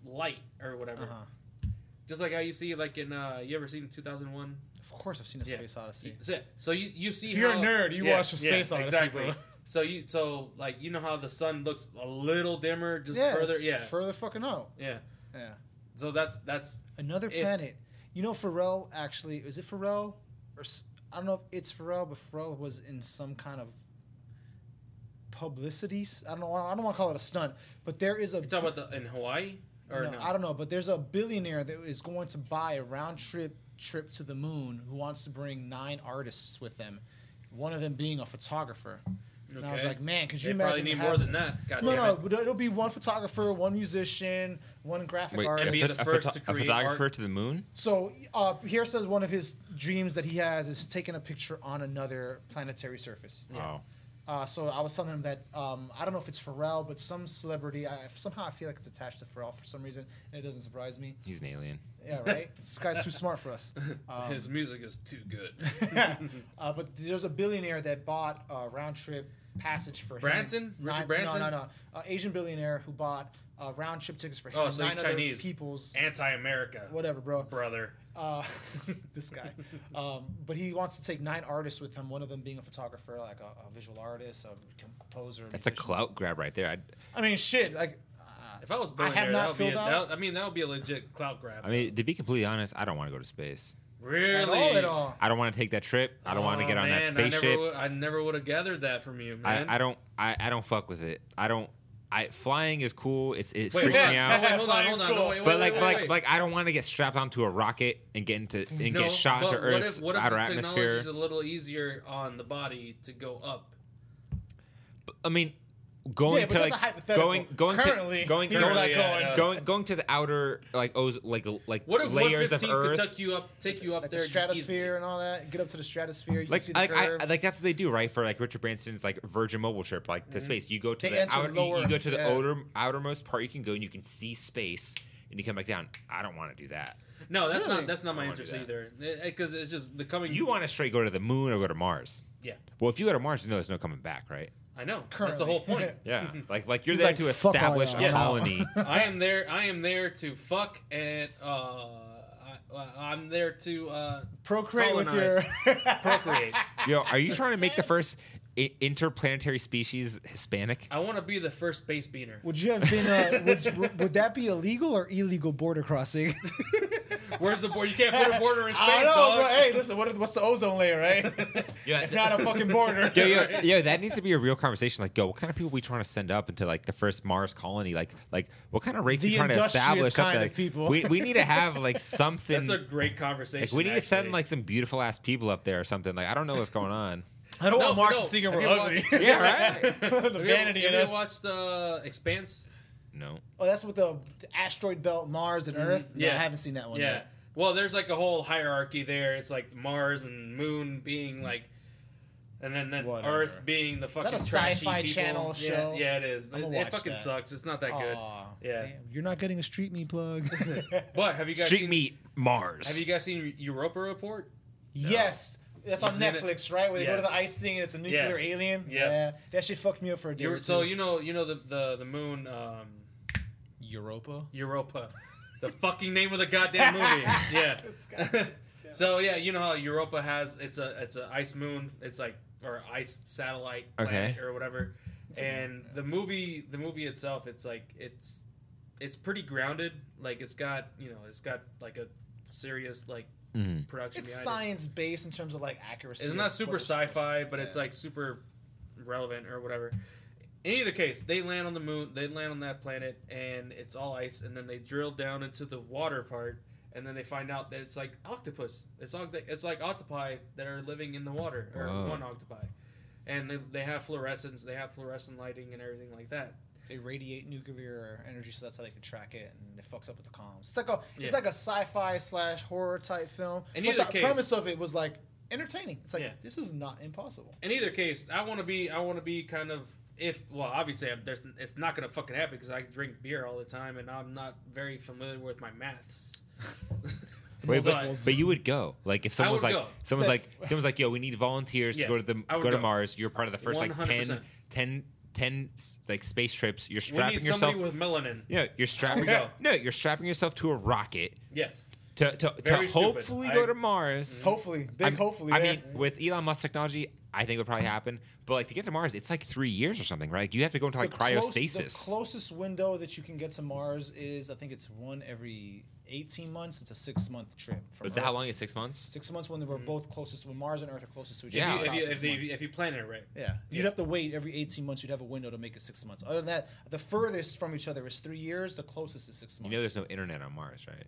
Speaker 1: light or whatever.
Speaker 2: Uh-huh.
Speaker 1: Just like how you see like in uh you ever seen two thousand one?
Speaker 2: Of course, I've seen a
Speaker 1: Yeah.
Speaker 2: Space Odyssey.
Speaker 1: So, so you you see
Speaker 2: If you're a
Speaker 1: how-
Speaker 2: nerd, you watch the Space Odyssey, bro.
Speaker 1: So you so like you know how the sun looks a little dimmer just
Speaker 2: yeah,
Speaker 1: further
Speaker 2: it's
Speaker 1: yeah
Speaker 2: further fucking out.
Speaker 1: yeah.
Speaker 2: Yeah.
Speaker 1: So that's that's
Speaker 2: Another
Speaker 1: If-
Speaker 2: planet. You know, Pharrell actually is it Pharrell or s- I don't know if it's Pharrell, but Pharrell was in some kind of publicity. s- I don't know. I don't want to call it a stunt, but there is a.
Speaker 1: you talking about the in Hawaii or
Speaker 2: no,
Speaker 1: no?
Speaker 2: I don't know, but there's a billionaire that is going to buy a round trip trip to the moon who wants to bring nine artists with them, one of them being a photographer. And I was
Speaker 1: Okay.
Speaker 2: like, man, could you
Speaker 1: They
Speaker 2: imagine?
Speaker 1: probably need
Speaker 2: having-
Speaker 1: more than that. God
Speaker 2: No,
Speaker 1: damn
Speaker 2: no,
Speaker 1: it.
Speaker 2: but it'll be one photographer, one musician, one graphic artist.
Speaker 1: be the first to
Speaker 3: a
Speaker 1: create
Speaker 3: photographer
Speaker 1: art.
Speaker 3: to the moon.
Speaker 2: So uh, here says one of his dreams that he has is taking a picture on another planetary surface.
Speaker 3: Wow.
Speaker 2: Uh, so I was telling him that um, I don't know if it's Pharrell, but some celebrity. I, somehow I feel like it's attached to Pharrell for some reason, and it doesn't surprise me.
Speaker 3: He's an alien.
Speaker 2: Yeah, right. this guy's too smart for us. Um,
Speaker 1: His music is too good.
Speaker 2: uh, but there's a billionaire that bought a round trip passage for him.
Speaker 1: Branson? Richard Branson?
Speaker 2: No, no, no. Uh, Asian billionaire who bought uh, round trip tickets for him.
Speaker 1: Oh,
Speaker 2: and
Speaker 1: so he's
Speaker 2: nine other
Speaker 1: Chinese.
Speaker 2: Peoples.
Speaker 1: Anti-America,
Speaker 2: Whatever, bro.
Speaker 1: brother.
Speaker 2: uh, this guy. Um, but he wants to take nine artists with him. One of them being a photographer, like a, a visual artist, a composer.
Speaker 3: That's a
Speaker 2: musicians.
Speaker 3: clout grab right there. I'd,
Speaker 2: I mean, shit. Like, uh,
Speaker 1: If I was
Speaker 2: I have
Speaker 1: billionaire,
Speaker 2: not
Speaker 1: that would be a,
Speaker 2: filled out-
Speaker 1: that, I mean that would be a legit clout grab.
Speaker 3: I mean, to be completely honest, I don't want to go to space.
Speaker 1: really?
Speaker 2: at all, at all.
Speaker 3: I don't want to take that trip. I don't want to
Speaker 1: Oh,
Speaker 3: get on
Speaker 1: man,
Speaker 3: that
Speaker 1: I
Speaker 3: spaceship.
Speaker 1: never, would, I never would have gathered that from you, man.
Speaker 3: I, I don't. I, I don't fuck with it. I don't. I flying is cool. It's it
Speaker 1: wait,
Speaker 3: freaks
Speaker 1: hold on,
Speaker 3: me
Speaker 1: no,
Speaker 3: out.
Speaker 1: wait, hold on,
Speaker 2: Flying's
Speaker 1: hold on.
Speaker 2: cool.
Speaker 1: No, wait, wait,
Speaker 3: But
Speaker 1: wait,
Speaker 3: like,
Speaker 1: wait,
Speaker 3: like,
Speaker 1: wait.
Speaker 3: like, I don't want to get strapped onto a rocket and get into and
Speaker 1: No,
Speaker 3: get shot into
Speaker 1: but what if-
Speaker 3: Earth's
Speaker 1: what if
Speaker 3: outer
Speaker 1: the
Speaker 3: atmosphere.
Speaker 1: Technology's a little easier on the body to go up.
Speaker 3: I mean,
Speaker 2: Yeah,
Speaker 3: going
Speaker 2: but
Speaker 3: to
Speaker 2: that's
Speaker 3: like
Speaker 2: a hypothetical.
Speaker 3: going going
Speaker 2: Currently,
Speaker 3: to, going
Speaker 2: he's oh,
Speaker 3: going,
Speaker 1: not going.
Speaker 3: going, going to the outer like oz like like
Speaker 1: What if
Speaker 3: layers of
Speaker 1: 115 could
Speaker 3: Earth.
Speaker 1: take you up, take you up
Speaker 2: like the
Speaker 1: there? just easily?
Speaker 2: stratosphere and all that. Get up to the stratosphere. You
Speaker 3: like
Speaker 2: see the
Speaker 3: like, I,
Speaker 2: curve.
Speaker 3: like that's what they do right for like Richard Branson's like Virgin Mobile trip like to space. You go to
Speaker 2: Mm-hmm. They
Speaker 3: the
Speaker 2: enter
Speaker 3: outer, you,
Speaker 2: lower,
Speaker 3: you go to the
Speaker 2: yeah.
Speaker 3: outer, outermost part you can go and you can see space and you come back down. I don't want to do that.
Speaker 1: No, that's
Speaker 2: Really?
Speaker 1: not that's not my
Speaker 3: I wanna
Speaker 1: interest
Speaker 3: do
Speaker 1: either. Because it's just the coming.
Speaker 3: You want to straight go to the moon or go to Mars.
Speaker 1: Yeah,
Speaker 3: Well, if you go to Mars, you know there's no coming back, right?
Speaker 1: I know. That's the whole
Speaker 2: Currently.
Speaker 1: point.
Speaker 3: Yeah, like like you're
Speaker 2: He's
Speaker 3: there
Speaker 2: like,
Speaker 3: to
Speaker 2: "Fuck all
Speaker 3: establish
Speaker 2: y'all."
Speaker 3: a
Speaker 1: Yes.
Speaker 3: colony.
Speaker 1: I am there. I am there to fuck and uh, I, uh, I'm there to uh,
Speaker 2: procreate with your.
Speaker 1: procreate.
Speaker 3: Yo, are you trying to make the first I- interplanetary species Hispanic?
Speaker 1: I want to be the first space beaner.
Speaker 2: would you have been? Uh, would, would- would that be illegal or illegal border crossing?
Speaker 1: Where's the border? You can't put a border in space,
Speaker 2: I know,
Speaker 1: dog.
Speaker 2: bro. Hey, listen. What, what's the ozone layer, right?
Speaker 3: Yeah,
Speaker 2: if not a fucking border.
Speaker 3: yo, yo, yo, that needs to be a real conversation. Like, yo, what kind of people we trying to send up into like the first Mars colony? Like, like what kind of race
Speaker 2: The
Speaker 3: we trying to
Speaker 2: industrious
Speaker 3: establish? up
Speaker 2: kind
Speaker 3: there?
Speaker 2: of
Speaker 3: Like,
Speaker 2: people.
Speaker 3: We, we need to have like something.
Speaker 1: That's a great conversation.
Speaker 3: like, we need to send
Speaker 1: actually.
Speaker 3: like some beautiful ass people up there or something. Like, I don't know what's going on.
Speaker 2: I don't
Speaker 1: No,
Speaker 2: want Mars
Speaker 1: no.
Speaker 2: to think
Speaker 1: Have
Speaker 2: we're
Speaker 1: you
Speaker 2: ugly.
Speaker 1: watched-
Speaker 3: yeah, right.
Speaker 2: the
Speaker 1: Have you ever-
Speaker 2: vanity
Speaker 1: have
Speaker 2: in
Speaker 1: you
Speaker 2: us.
Speaker 1: watched uh, Expanse?
Speaker 3: No.
Speaker 2: Oh, that's with the the asteroid belt, Mars and Earth. No,
Speaker 1: Mm-hmm. Yeah.
Speaker 2: I haven't seen that one
Speaker 1: yeah.
Speaker 2: yet.
Speaker 1: Well, there's like a whole hierarchy there. It's like Mars and Moon being like, and then then
Speaker 2: Mm. Whatever.
Speaker 1: Earth being the
Speaker 2: that
Speaker 1: fucking
Speaker 2: a
Speaker 1: trashy
Speaker 2: Sci-Fi
Speaker 1: people.
Speaker 2: Channel
Speaker 1: yeah,
Speaker 2: show?
Speaker 1: Yeah, it is. But
Speaker 2: I'ma
Speaker 1: It,
Speaker 2: watch
Speaker 1: it fucking
Speaker 2: that.
Speaker 1: sucks. It's not that good.
Speaker 2: Aw,
Speaker 1: Yeah.
Speaker 2: damn, you're not getting a street meat plug.
Speaker 1: But have you guys
Speaker 3: Street
Speaker 1: seen?
Speaker 3: meat Mars.
Speaker 1: Have you guys seen Europa Report?
Speaker 2: Yes. That's on
Speaker 1: You've seen it?
Speaker 2: Netflix, right? Where they go to the
Speaker 1: Yes.
Speaker 2: ice thing and it's a nuclear alien.
Speaker 1: Yeah.
Speaker 2: That shit fucked me up for a day.
Speaker 1: You're-
Speaker 2: or
Speaker 1: so
Speaker 2: two.
Speaker 1: you know, you know the the the moon, um,
Speaker 2: Europa?
Speaker 1: Europa, the fucking name of the goddamn movie. Yeah.
Speaker 2: This guy.
Speaker 1: so yeah, you know how Europa has it's a it's a ice moon. It's like or ice satellite planet
Speaker 3: Okay.
Speaker 1: or whatever. And the movie the movie itself, it's like it's it's pretty grounded. Like it's got you know it's got like a serious like
Speaker 3: Mhm.
Speaker 1: production.
Speaker 2: It's
Speaker 1: behind it.
Speaker 2: science based in terms of like accuracy.
Speaker 1: It's
Speaker 2: of
Speaker 1: not
Speaker 2: what
Speaker 1: super
Speaker 2: it's supposed
Speaker 1: sci-fi,
Speaker 2: to-
Speaker 1: but it's
Speaker 2: yeah.
Speaker 1: like super relevant or whatever. In either case, they land on the moon. They land on that planet, and it's all ice. And then they drill down into the water part, and then they find out that it's like octopus. It's all it's like octopi that are living in the water, or
Speaker 3: Whoa.
Speaker 1: one octopi. And they, they have fluorescence. They have fluorescent lighting and everything like that.
Speaker 2: they radiate nuclear energy, so that's how they can track it, and it fucks up with the comms. It's like a
Speaker 1: Yeah.
Speaker 2: it's like a sci-fi slash horror type film.
Speaker 1: In
Speaker 2: but
Speaker 1: either
Speaker 2: the
Speaker 1: case-
Speaker 2: premise of it was like entertaining. It's like
Speaker 1: Yeah.
Speaker 2: this is not impossible.
Speaker 1: in either case, I want to be I want to be kind of if well obviously I'm, there's it's not gonna fucking happen because I drink beer all the time and I'm not very familiar with my maths.
Speaker 3: Wait, but,
Speaker 2: Multiples.
Speaker 3: but you would go. Like if someone was
Speaker 1: would
Speaker 3: like
Speaker 1: go.
Speaker 3: someone's
Speaker 2: Seth-
Speaker 3: like someone's like, yo, we need volunteers
Speaker 1: Yes,
Speaker 3: to go to the
Speaker 1: I would
Speaker 3: go to
Speaker 1: go.
Speaker 3: Mars. You're part of the first like 10,
Speaker 1: 100%.
Speaker 3: 10, 10 like space trips. You're
Speaker 1: We
Speaker 3: strapping
Speaker 1: need somebody
Speaker 3: yourself.
Speaker 1: with melanin.
Speaker 3: yeah, you're strapping.
Speaker 1: would go.
Speaker 3: No, you're strapping yourself to a rocket
Speaker 1: Yes.
Speaker 3: to to, to
Speaker 1: Very stupid.
Speaker 3: hopefully
Speaker 1: I-
Speaker 3: go to Mars.
Speaker 2: Hopefully, big
Speaker 3: I'm-
Speaker 2: hopefully.
Speaker 3: I
Speaker 2: yeah.
Speaker 3: mean, with Elon Musk technology, I think it would probably happen. But like to get to Mars, it's like three years or something, right? Like you have to go into like
Speaker 2: The close-
Speaker 3: cryostasis.
Speaker 2: the closest window that you can get to Mars is I think it's one every eighteen months. It's a six month trip. From
Speaker 3: is that
Speaker 2: Earth.
Speaker 3: how long? It's six months.
Speaker 2: Six months when we're both closest when Mars and Earth are closest to each
Speaker 3: Yeah.
Speaker 1: Mm. If
Speaker 2: other. about
Speaker 1: you, if, you,
Speaker 2: six
Speaker 1: if, you,
Speaker 2: months.
Speaker 1: if you plan it right.
Speaker 2: Yeah, you'd
Speaker 1: Yeah.
Speaker 2: have to wait every 18 months. You'd have a window to make it six months. Other than that, the furthest from each other is three years. The closest is six
Speaker 3: You
Speaker 2: months.
Speaker 3: know, there's no internet on Mars, right?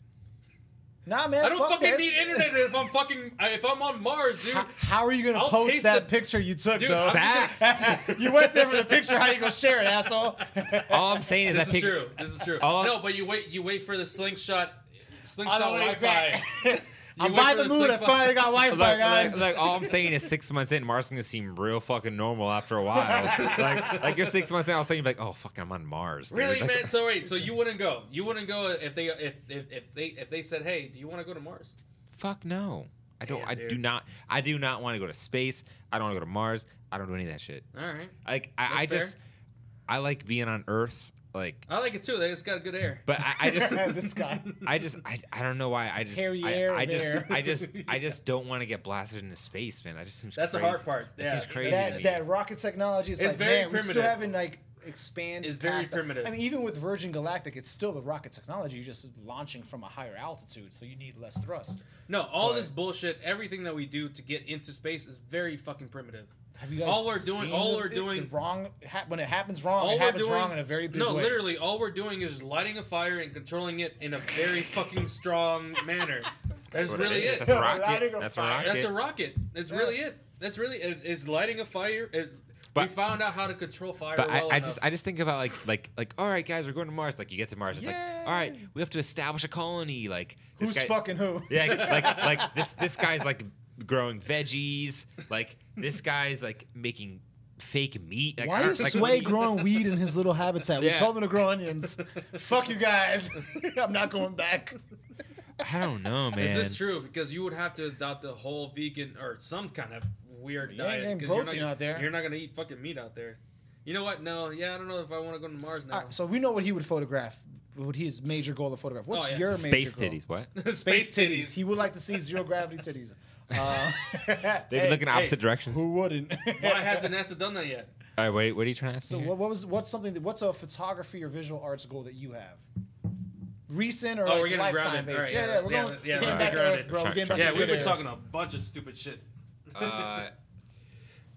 Speaker 2: nah, man.
Speaker 1: I don't
Speaker 2: fuck
Speaker 1: fucking
Speaker 2: this.
Speaker 1: need internet if I'm fucking if I'm on Mars, dude.
Speaker 2: How, how are you gonna
Speaker 1: I'll
Speaker 2: post
Speaker 1: taste
Speaker 2: that
Speaker 1: the-
Speaker 2: picture you took
Speaker 1: Dude,
Speaker 2: though?
Speaker 1: I'm just gonna-
Speaker 2: you went there with a picture. How you gonna share it, asshole?
Speaker 3: All I'm saying is
Speaker 1: this
Speaker 3: that
Speaker 1: is
Speaker 3: pic-
Speaker 1: true. This is true.
Speaker 3: All-
Speaker 1: no, but you wait. You wait for the slingshot, slingshot
Speaker 2: On the way
Speaker 1: Wi-Fi.
Speaker 2: back. I'm
Speaker 1: wait
Speaker 2: by
Speaker 1: for
Speaker 2: the
Speaker 1: the
Speaker 2: moon. I
Speaker 1: slip-
Speaker 2: finally got Wi-Fi,
Speaker 3: Like,
Speaker 2: guys.
Speaker 3: like, like, all I'm saying is six months in, Mars is gonna seem real fucking normal after a while. like, like you're six months in, all of a sudden you're like, oh fucking, I'm on Mars. dude."
Speaker 1: Really,
Speaker 3: Like,
Speaker 1: man? So wait. So you wouldn't go? You wouldn't go if they if if, if they if they said, hey, do you want to go to Mars?
Speaker 3: Fuck no. I don't.
Speaker 1: Damn,
Speaker 3: I do
Speaker 1: dude.
Speaker 3: not. I do not want to go to space. I don't want to go to Mars. I don't do any of that shit.
Speaker 1: All right.
Speaker 3: Like I, I
Speaker 1: That's fair.
Speaker 3: just, I like being on Earth. Like,
Speaker 1: I like it too. They just got good air.
Speaker 3: but I, I just.
Speaker 2: this guy.
Speaker 3: I just I, I don't know why I just I,
Speaker 2: Carrier
Speaker 3: I just
Speaker 2: there.
Speaker 3: I just I just don't want to get blasted into space, man. That just seems
Speaker 1: That's the
Speaker 3: crazy.
Speaker 1: hard part.
Speaker 3: That
Speaker 1: Yeah.
Speaker 3: seems crazy. to
Speaker 2: that
Speaker 3: me.
Speaker 2: that rocket technology is
Speaker 1: It's
Speaker 2: like
Speaker 1: very
Speaker 2: man, we still
Speaker 1: primitive.
Speaker 2: haven't like expanded.
Speaker 1: It's very
Speaker 2: past that.
Speaker 1: primitive.
Speaker 2: I mean, even with Virgin Galactic, it's still the rocket technology. You're just launching from a higher altitude, so you need less thrust.
Speaker 1: No, all
Speaker 2: But-
Speaker 1: this bullshit, everything that we do to get into space is very fucking primitive.
Speaker 2: Have you guys
Speaker 1: All we're doing-
Speaker 2: seen
Speaker 1: all
Speaker 2: the-
Speaker 1: we're
Speaker 2: the
Speaker 1: doing-
Speaker 2: wrong ha- when it happens wrong,
Speaker 1: all
Speaker 2: it happens wrong in a very big
Speaker 1: no,
Speaker 2: way.
Speaker 1: literally, all we're doing is lighting a fire and controlling it in a very fucking strong manner. That's
Speaker 3: That's what
Speaker 1: really
Speaker 3: is.
Speaker 1: it.
Speaker 3: That's a
Speaker 2: We're lighting
Speaker 3: rocket.
Speaker 2: a
Speaker 3: That's a
Speaker 2: fire.
Speaker 3: rocket.
Speaker 1: That's a rocket. That's
Speaker 2: Yeah.
Speaker 1: really it. That's really it, it's lighting a fire. It, we
Speaker 3: But-
Speaker 1: found out how to control fire.
Speaker 3: But
Speaker 1: well
Speaker 3: I, I
Speaker 1: enough.
Speaker 3: just I just think about like like like all right guys we're going to Mars like you get to Mars it's like all right we have to establish a colony like this
Speaker 2: Who's
Speaker 3: guy-
Speaker 2: fucking who?
Speaker 3: yeah like like this this guy's like growing veggies like this guy's like making fake meat like,
Speaker 2: Why
Speaker 3: I-
Speaker 2: is
Speaker 3: like,
Speaker 2: Sway growing weed in his little habitat? We
Speaker 3: Yeah.
Speaker 2: told him to grow onions. Fuck you guys. I'm not going back.
Speaker 3: I don't know man
Speaker 1: is this true? Because you would have to adopt a whole vegan or some kind of weird
Speaker 2: You ain't
Speaker 1: diet.
Speaker 2: getting
Speaker 1: 'cause
Speaker 2: protein
Speaker 1: you're not,
Speaker 2: out there.
Speaker 1: You're not gonna eat fucking meat out there. You know what? No, yeah, I don't know if I want to go to Mars now.
Speaker 2: All right, so we know what he would photograph. What his major goal to photograph? What's
Speaker 1: Oh, yeah.
Speaker 2: your major
Speaker 3: space
Speaker 2: goal?
Speaker 3: titties what
Speaker 2: Space titties. He would like to see zero gravity titties. Uh,
Speaker 3: they
Speaker 2: hey,
Speaker 3: look in opposite directions
Speaker 2: Who wouldn't?
Speaker 1: Why hasn't NASA done that yet?
Speaker 3: all right wait what are you trying to ask
Speaker 2: So
Speaker 3: me here?
Speaker 2: what, what was what's something that what's a photography or visual arts goal that you have? Recent or
Speaker 1: Oh,
Speaker 2: like
Speaker 1: we're getting
Speaker 2: lifetime
Speaker 1: grounded.
Speaker 2: based?
Speaker 1: All right,
Speaker 2: yeah,
Speaker 1: yeah,
Speaker 2: yeah, we're
Speaker 1: yeah,
Speaker 2: going.
Speaker 1: yeah,
Speaker 2: we're getting
Speaker 1: we're
Speaker 2: back to
Speaker 1: grounded.
Speaker 2: earth, bro. We're
Speaker 3: Trying-
Speaker 2: getting back
Speaker 3: trying-
Speaker 1: Yeah,
Speaker 2: to
Speaker 1: we've
Speaker 2: good
Speaker 1: been
Speaker 2: air.
Speaker 1: talking a bunch of stupid shit.
Speaker 3: Uh,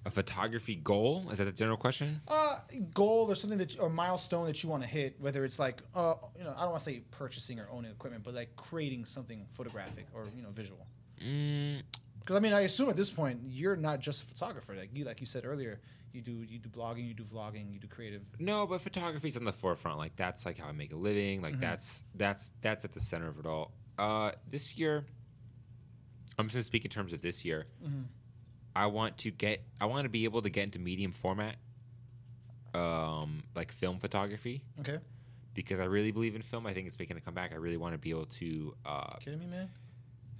Speaker 3: a photography goal? Is that the general question?
Speaker 2: Uh, goal or something that or milestone that you want to hit, whether it's like uh, you know, I don't want to say purchasing or owning equipment, but like creating something photographic or you know, visual.
Speaker 3: Mm,
Speaker 2: Because I mean, I assume at this point you're not just a photographer. Like you, like you said earlier, you do you do blogging, you do vlogging, you do creative.
Speaker 3: No, but photography's on the forefront. Like that's like how I make a living.
Speaker 2: Mm-hmm.
Speaker 3: Like that's that's that's at the center of it all. Uh, this year, I'm just gonna speak in terms of this year.
Speaker 2: Mm-hmm.
Speaker 3: I want to get. I want to be able to get into medium format, um, like film photography,
Speaker 2: Okay,
Speaker 3: because I really believe in film. I think it's making a comeback. I really want to be able to. Uh,
Speaker 2: kidding me, man.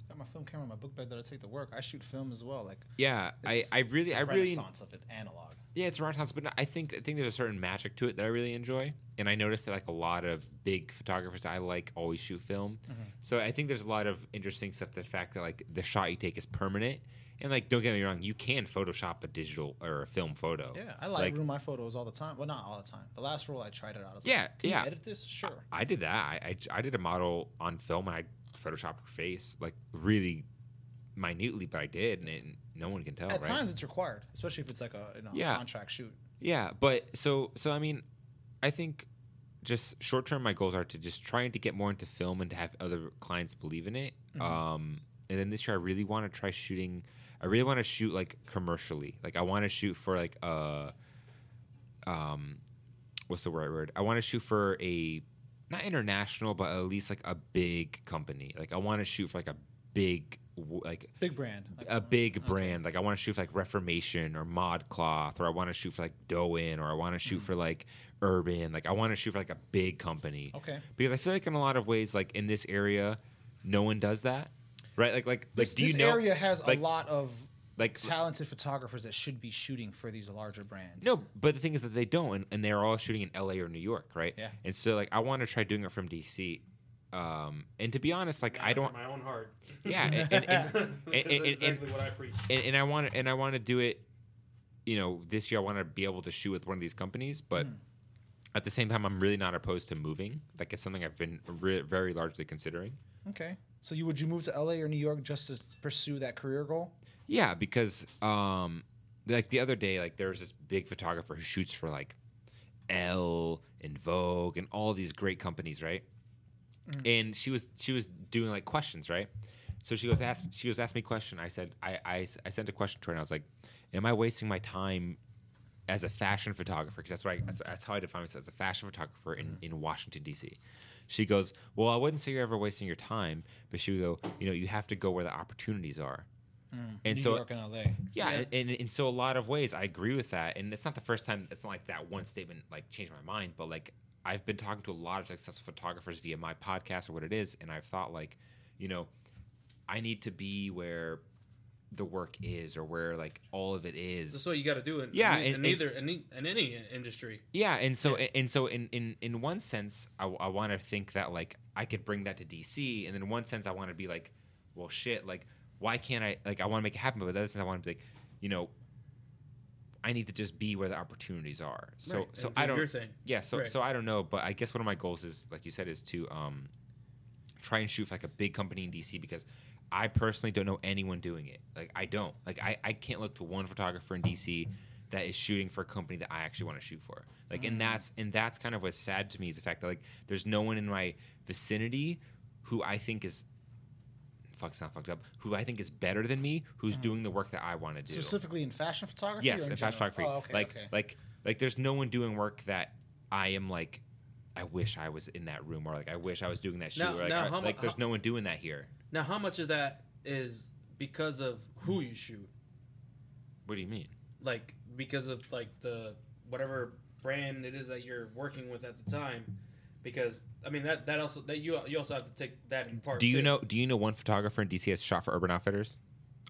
Speaker 2: Got my film camera, in my book bag that I take to work. I shoot film as well. Like
Speaker 3: yeah, I,
Speaker 2: it's
Speaker 3: I really, I
Speaker 2: the
Speaker 3: really,
Speaker 2: renaissance of it, analog.
Speaker 3: yeah, it's a renaissance. But no, I think I think there's a certain magic to it that I really enjoy, and I noticed that like a lot of big photographers I like always shoot film.
Speaker 2: Mm-hmm.
Speaker 3: So I think there's a lot of interesting stuff. The fact that like the shot you take is permanent, and like don't get me wrong, you can Photoshop a digital or a film photo.
Speaker 2: Yeah, I like, room my photos all the time. Well, not all the time. The last roll I tried it out. I was
Speaker 3: Yeah,
Speaker 2: like, Can
Speaker 3: yeah.
Speaker 2: You edit this, sure.
Speaker 3: I did that. I, I, I did a model on film and I photoshopped her face like really minutely, but I did, and it, no one can tell.
Speaker 2: At
Speaker 3: Oh, right?
Speaker 2: times it's required, especially if it's like a you know,
Speaker 3: Yeah.
Speaker 2: contract shoot.
Speaker 3: Yeah, but so so I mean, I think just short term my goals are to just trying to get more into film and to have other clients believe in it. Um, and then this year I really want to try shooting. I really want to shoot like commercially. Like I want to shoot for like a, um, what's the right word? I want to shoot for a not international, but at least like a big company. Like I want to shoot for like a big w- like
Speaker 2: Big brand. Like,
Speaker 3: a big brand. Like I want to shoot for like Reformation or Mod Cloth, or I want to shoot for like Doin, or I want to
Speaker 2: Mm-hmm.
Speaker 3: shoot for like Urban. Like I want to shoot for like a big company.
Speaker 2: Okay.
Speaker 3: Because I feel like in a lot of ways, like in this area, no one does that, right? Like like like
Speaker 2: this,
Speaker 3: do you
Speaker 2: this
Speaker 3: know?
Speaker 2: area has
Speaker 3: like-
Speaker 2: a lot of
Speaker 3: like-
Speaker 2: talented photographers that should be shooting for these larger brands.
Speaker 3: no, but the thing is that they don't, and, and they're all shooting in L.A. or New York, right?
Speaker 2: Yeah.
Speaker 3: And so like I want to try doing it from D.C. Um, and to be honest, like I
Speaker 1: After
Speaker 3: don't,
Speaker 1: my own heart.
Speaker 3: yeah, and and, and, and,
Speaker 1: That's
Speaker 3: and- and-
Speaker 1: exactly what I preach.
Speaker 3: and, and I want and I want to do it. You know, this year I want to be able to shoot with one of these companies, but at the same time, I'm really not opposed to moving. Like it's something I've been re- very largely considering.
Speaker 2: Okay. So you would you move to LA or New York just to pursue that career goal?
Speaker 3: Yeah, because um, like the other day, like there was this big photographer who shoots for like Elle and Vogue and all these great companies, right?
Speaker 2: Mm.
Speaker 3: And she was she was doing like questions, right? So she was asked she was asked me a question. I said I, I s- I sent a question to her and I was like, "Am I wasting my time as a fashion photographer?" Because that's why I- that's, that's how I define myself as a fashion photographer in,
Speaker 2: Mm.
Speaker 3: in Washington D.C. She goes, "Well, I wouldn't say you're ever wasting your time, but she would go, you know, you have to go where the opportunities are." And
Speaker 2: Mm. New
Speaker 3: so
Speaker 2: York and LA.
Speaker 3: yeah, and- And, and so a lot of ways I agree with that, and it's not the first time. It's not like that one statement like changed my mind, but like I've been talking to a lot of successful photographers via my podcast or what it is, and I've thought like, you know, I need to be where the work is or where like all of it is.
Speaker 1: That's what you got to do in
Speaker 3: Yeah,
Speaker 1: in,
Speaker 3: and-
Speaker 1: in either in, e- in any industry.
Speaker 3: Yeah, and so and so in in in one sense, I, want to think that like I could bring that to DC, and in one sense, I want to be like, well, shit, like why can't I like I want to make it happen, but the other sense, I want to be like, you know, I need to just be where the opportunities are. So
Speaker 1: Right,
Speaker 3: so
Speaker 1: and
Speaker 3: I
Speaker 1: do
Speaker 3: don't
Speaker 1: your thing.
Speaker 3: yeah, so
Speaker 1: Right.
Speaker 3: so I don't know, but I guess one of my goals is like you said is to um try and shoot for like a big company in DC because I personally don't know anyone doing it. Like I don't. Like I, I can't look to one photographer in DC that is shooting for a company that I actually want to shoot for. Like and that's and that's kind of what's sad to me is the fact that like there's no one in my vicinity who I think is fuck it's not fucked up, who I think is better than me, who's doing the work that I want to do.
Speaker 2: Specifically in fashion photography?
Speaker 3: Yes,
Speaker 2: or in
Speaker 3: in fashion
Speaker 2: general?
Speaker 3: photography.
Speaker 2: Oh, okay,
Speaker 3: like
Speaker 2: okay.
Speaker 3: like like there's no one doing work that I am like I wish I was in that room or like I wish I was doing that shoot.
Speaker 1: Now-
Speaker 3: or, like,
Speaker 1: now
Speaker 3: I-
Speaker 1: how mu-
Speaker 3: like there's
Speaker 1: how-
Speaker 3: no one doing that here.
Speaker 1: Now, how much of that is because of who you shoot?
Speaker 3: What do you mean?
Speaker 1: Like because of like the whatever brand it is that you're working with at the time. Because I mean that that also that you you also have to take that in part.
Speaker 3: Do you
Speaker 1: too.
Speaker 3: know do you know one photographer in DC that's shot for Urban Outfitters?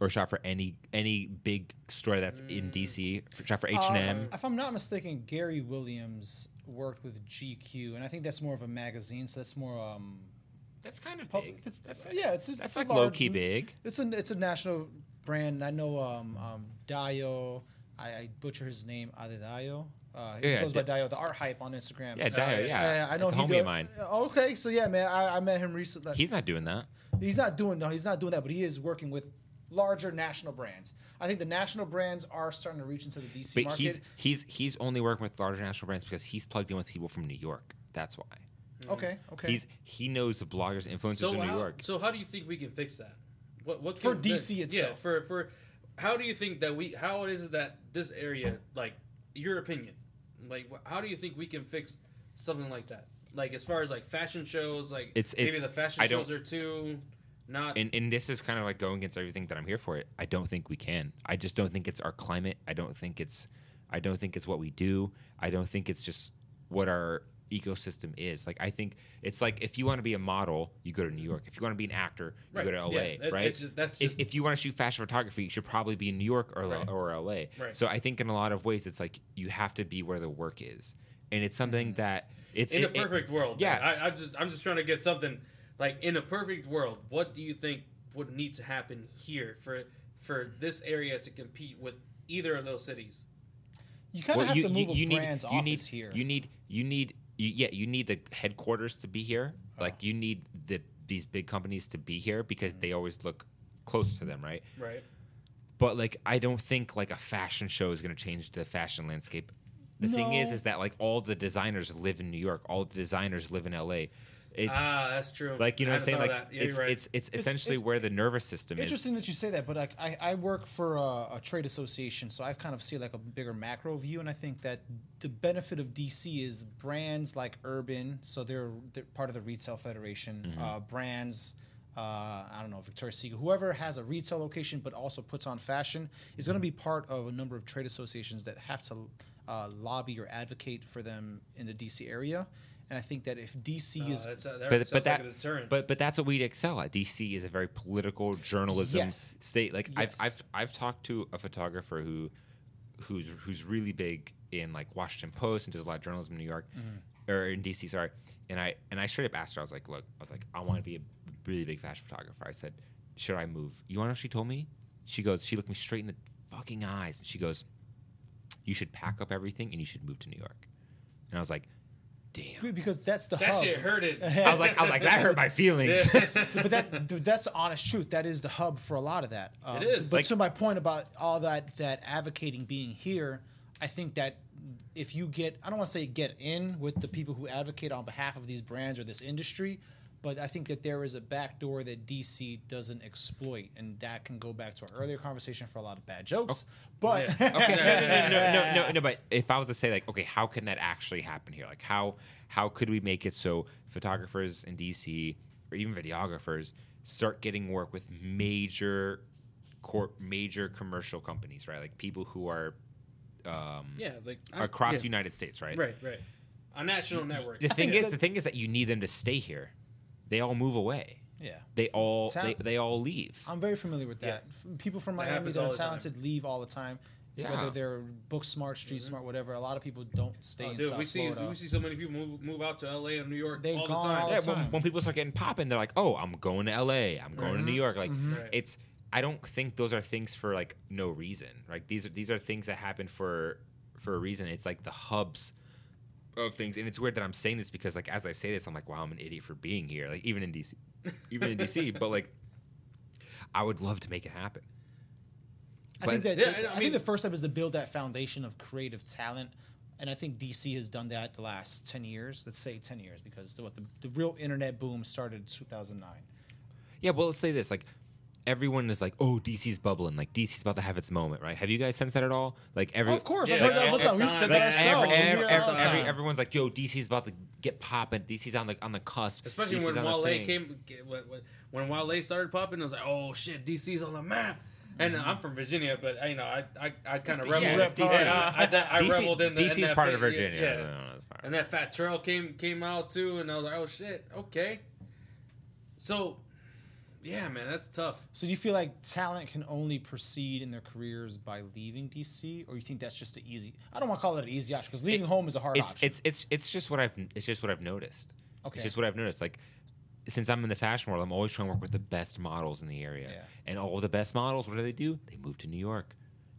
Speaker 3: Or shot for any any big store that's
Speaker 2: Mm.
Speaker 3: in DC? Shot for H
Speaker 2: Uh,
Speaker 3: and
Speaker 2: if,
Speaker 3: M.
Speaker 2: I'm, if I'm not mistaken, Gary Williams worked with GQ, and I think that's more of a magazine, so that's more um,
Speaker 3: That's kind of
Speaker 2: public.
Speaker 3: big.
Speaker 2: That's, uh,
Speaker 3: That's
Speaker 2: yeah, it's, it's
Speaker 3: that's
Speaker 2: a
Speaker 3: like
Speaker 2: large-
Speaker 3: low key big.
Speaker 2: It's a it's a national brand. and I know um, um, Dio. I, I butcher his name, Adedayo. Uh, he
Speaker 3: Yeah,
Speaker 2: goes by
Speaker 3: Di-
Speaker 2: Dio, the art hype on Instagram.
Speaker 3: Yeah, Dio,
Speaker 1: yeah,
Speaker 3: yeah.
Speaker 2: Uh, I know
Speaker 3: That's
Speaker 2: he
Speaker 3: a homie
Speaker 2: do- uh,
Speaker 3: of mine.
Speaker 2: Okay, so yeah, man, I, I met him recently.
Speaker 3: He's not doing that.
Speaker 2: He's not doing no, he's not doing that, but he is working with larger national brands. I think the national brands are starting to reach into the DC
Speaker 3: But
Speaker 2: market.
Speaker 3: he's he's he's only working with larger national brands because he's plugged in with people from New York. That's why.
Speaker 2: okay, okay.
Speaker 3: He's he knows the bloggers and influencers
Speaker 1: So
Speaker 3: in New
Speaker 1: how,
Speaker 3: York.
Speaker 1: so how do you think we can fix that? What what
Speaker 2: For
Speaker 1: can-
Speaker 2: DC
Speaker 1: yeah,
Speaker 2: itself.
Speaker 1: for for how do you think that we how is it that this area like your opinion like wh- how do you think we can fix something like that like as far as like fashion shows like
Speaker 3: It's- it's-
Speaker 1: maybe the fashion
Speaker 3: I don't-
Speaker 1: shows are too not
Speaker 3: and and this is kind of like going against everything that I'm here for. I don't think we can. I just don't think it's our climate. I don't think it's I don't think it's what we do. I don't think it's just what our ecosystem is. Like I think it's like if you want to be a model, you go to New York. If you want to be an actor, you go
Speaker 1: Right.
Speaker 3: to LA,
Speaker 1: Yeah, that-
Speaker 3: right?
Speaker 1: it's just- that's
Speaker 3: if,
Speaker 1: just-
Speaker 3: if you want to shoot fashion photography, you should probably be in New York or L-
Speaker 1: Right.
Speaker 3: or LA.
Speaker 1: Right.
Speaker 3: So I think in a lot of ways it's like you have to be where the work is. And it's something that it's
Speaker 1: Mm-hmm. in a
Speaker 3: it- it-
Speaker 1: perfect world
Speaker 3: yeah.
Speaker 1: yeah I, I just i'm just trying to get something like in a perfect world what do you think would need to happen here for for this area to compete with either of those cities
Speaker 2: You kind of
Speaker 3: Well,
Speaker 2: have to move a brand's office
Speaker 3: need,
Speaker 2: here.
Speaker 3: You need you need you, yeah you need the headquarters to be here.
Speaker 2: Uh-huh.
Speaker 3: Like you need the these big companies to be here because
Speaker 2: Mm-hmm.
Speaker 3: they always look close to them, right?
Speaker 1: right
Speaker 3: But like I don't think like a fashion show is going to change the fashion landscape. The thing is
Speaker 2: No.
Speaker 3: is that like all the designers live in New York, all the designers live in LA. It,
Speaker 1: ah that's true
Speaker 3: like you know
Speaker 1: I
Speaker 3: what I'm saying? Like
Speaker 1: hadn't thought of that. Yeah,
Speaker 3: it's,
Speaker 1: you're right.
Speaker 3: it's it's essentially
Speaker 2: it's-
Speaker 3: where the nervous system is.
Speaker 2: Interesting that you say that, but like I, I work for a, a trade association, so I kind of see like a bigger macro view, and I think that the benefit of DC is brands like Urban, so they're, they're part of the Retail Federation. Uh, brands, uh, I don't know, Victoria's Secret, whoever has a retail location but also puts on fashion, is going to be part of a number of trade associations that have to uh, lobby or advocate for them in the DC area, and I think that if DC
Speaker 1: Oh,
Speaker 2: is
Speaker 1: that's- that
Speaker 3: but,
Speaker 1: sounds
Speaker 3: but that
Speaker 1: like a deterrent.
Speaker 3: but but that's what we excel at. DC is a very political journalism
Speaker 2: Yes.
Speaker 3: state. Like
Speaker 2: Yes.
Speaker 3: I've, I've I've talked to a photographer who who's who's really big in like Washington Post and does a lot of journalism in New York
Speaker 2: Mm-hmm.
Speaker 3: or in DC. Sorry, and I and I straight up asked her. I was like, look, I was like, I want to be a really big fashion photographer. I said, should I move? You want to know what she told me? She goes, she looked me straight in the fucking eyes and she goes, you should pack up everything and you should move to New York. And I was like, damn.
Speaker 2: because that's the
Speaker 1: that
Speaker 2: hub.
Speaker 1: shit hurted
Speaker 3: Oh. I was like, I was like, that hurt my feelings.
Speaker 2: So, but that dude, that's the honest truth. That is the hub for a lot of that. Um,
Speaker 1: It is.
Speaker 2: But
Speaker 1: Like-
Speaker 2: to my point about all that that advocating being here, I think that if you get, I don't want to say get in with the people who advocate on behalf of these brands or this industry, but I think that there is a back door that DC doesn't exploit, and that can go back to our earlier conversation for a lot of bad jokes. But
Speaker 1: Oh, Yeah.
Speaker 3: Okay, no, no, no, no, no, no, no, no. But if I was to say like, okay, how can that actually happen here? Like, how how could we make it so photographers in DC or even videographers start getting work with major corp, major commercial companies, right? Like people who are um,
Speaker 1: yeah like I'm-
Speaker 3: across
Speaker 1: yeah.
Speaker 3: the United States, right?
Speaker 1: right right a national Oh, network
Speaker 3: The thing
Speaker 2: think
Speaker 3: is,
Speaker 2: that-
Speaker 3: the thing is that you need them to stay here. They all move away.
Speaker 2: yeah.
Speaker 3: They all
Speaker 2: Ta-
Speaker 3: they, they all leave.
Speaker 2: I'm very familiar with that. F- People from Miami
Speaker 1: happens
Speaker 2: that
Speaker 1: all
Speaker 2: are
Speaker 1: the time.
Speaker 2: talented leave all the time.
Speaker 3: Yeah.
Speaker 2: Whether they're book smart, street smart, whatever. A lot of people don't stay
Speaker 1: Mm-hmm. Oh,
Speaker 2: in
Speaker 1: dude
Speaker 2: South
Speaker 1: we see
Speaker 2: Florida.
Speaker 1: we see so many people move, move out to la and new york
Speaker 2: They've
Speaker 1: all the
Speaker 2: gone
Speaker 1: time
Speaker 2: all
Speaker 3: Yeah,
Speaker 2: the
Speaker 3: when,
Speaker 2: time.
Speaker 3: when people start getting popping, they're like, "Oh, I'm going to LA. I'm going to New York."
Speaker 2: Mm-hmm.
Speaker 3: Like,
Speaker 1: Right.
Speaker 3: it's. I don't think those are things for like no reason. Like these are these are things that happen for for a reason. It's like the hubs of things, and it's weird that I'm saying this because like as I say this, I'm like, "Wow, I'm an idiot for being here." Like even in DC, even in DC, but like, I would love to make it happen.
Speaker 2: I think
Speaker 3: But-
Speaker 2: that
Speaker 1: Yeah, I
Speaker 2: I,
Speaker 1: know, I mean-
Speaker 2: think the first step is to build that foundation of creative talent, and I think DC has done that the last ten years. Let's say ten years because the, what the, the real internet boom started in two thousand nine.
Speaker 3: Yeah, well, let's say this. Like, everyone is like, "Oh, DC's bubbling. Like, DC's about to have its moment, right?" Have you guys sensed that at all? Like, every
Speaker 2: Of course,
Speaker 1: Yeah,
Speaker 2: I heard that
Speaker 1: yeah,
Speaker 2: all the time.
Speaker 1: it's
Speaker 2: We've
Speaker 1: on.
Speaker 2: said
Speaker 3: Like
Speaker 2: that
Speaker 1: Like,
Speaker 2: ourselves. We
Speaker 3: every, every,
Speaker 2: hear it all
Speaker 3: every,
Speaker 2: the
Speaker 3: every-
Speaker 2: time.
Speaker 3: everyone's like, "Yo, DC's about to get popping. DC's on the on the cusp."
Speaker 1: Especially
Speaker 3: DC's
Speaker 1: when
Speaker 3: on the
Speaker 1: Wale
Speaker 3: thing."
Speaker 1: came, when, when- when Wale started popping, I was like, "Oh shit, DC's on the map." And
Speaker 3: Mm-hmm.
Speaker 1: uh, I'm from Virginia, but uh, you know, I I, I kind of
Speaker 3: Yeah,
Speaker 1: reveled.
Speaker 3: it's
Speaker 1: in-
Speaker 3: DC.
Speaker 1: I, I, that- I
Speaker 3: DC
Speaker 1: reveled in the in
Speaker 3: DC's
Speaker 1: that
Speaker 3: part of
Speaker 1: thing, yeah,
Speaker 3: Virginia.
Speaker 1: Yeah,
Speaker 3: No, no, no, it's part.
Speaker 1: And that Fat Trail came came out too, and I was like, "Oh shit, okay." So, yeah, man, that's tough.
Speaker 2: So do you feel like talent can only proceed in their careers by leaving DC, or you think that's just an easy? I don't want to call it an easy option because leaving home is a hard
Speaker 3: it's
Speaker 2: option.
Speaker 3: it's it's it's just what I've it's just what I've noticed.
Speaker 2: Okay.
Speaker 3: It's just what I've noticed. Like since I'm in the fashion world, I'm always trying to work with the best models in the area.
Speaker 2: Yeah.
Speaker 3: And all the best models, what do they do? They move to New York.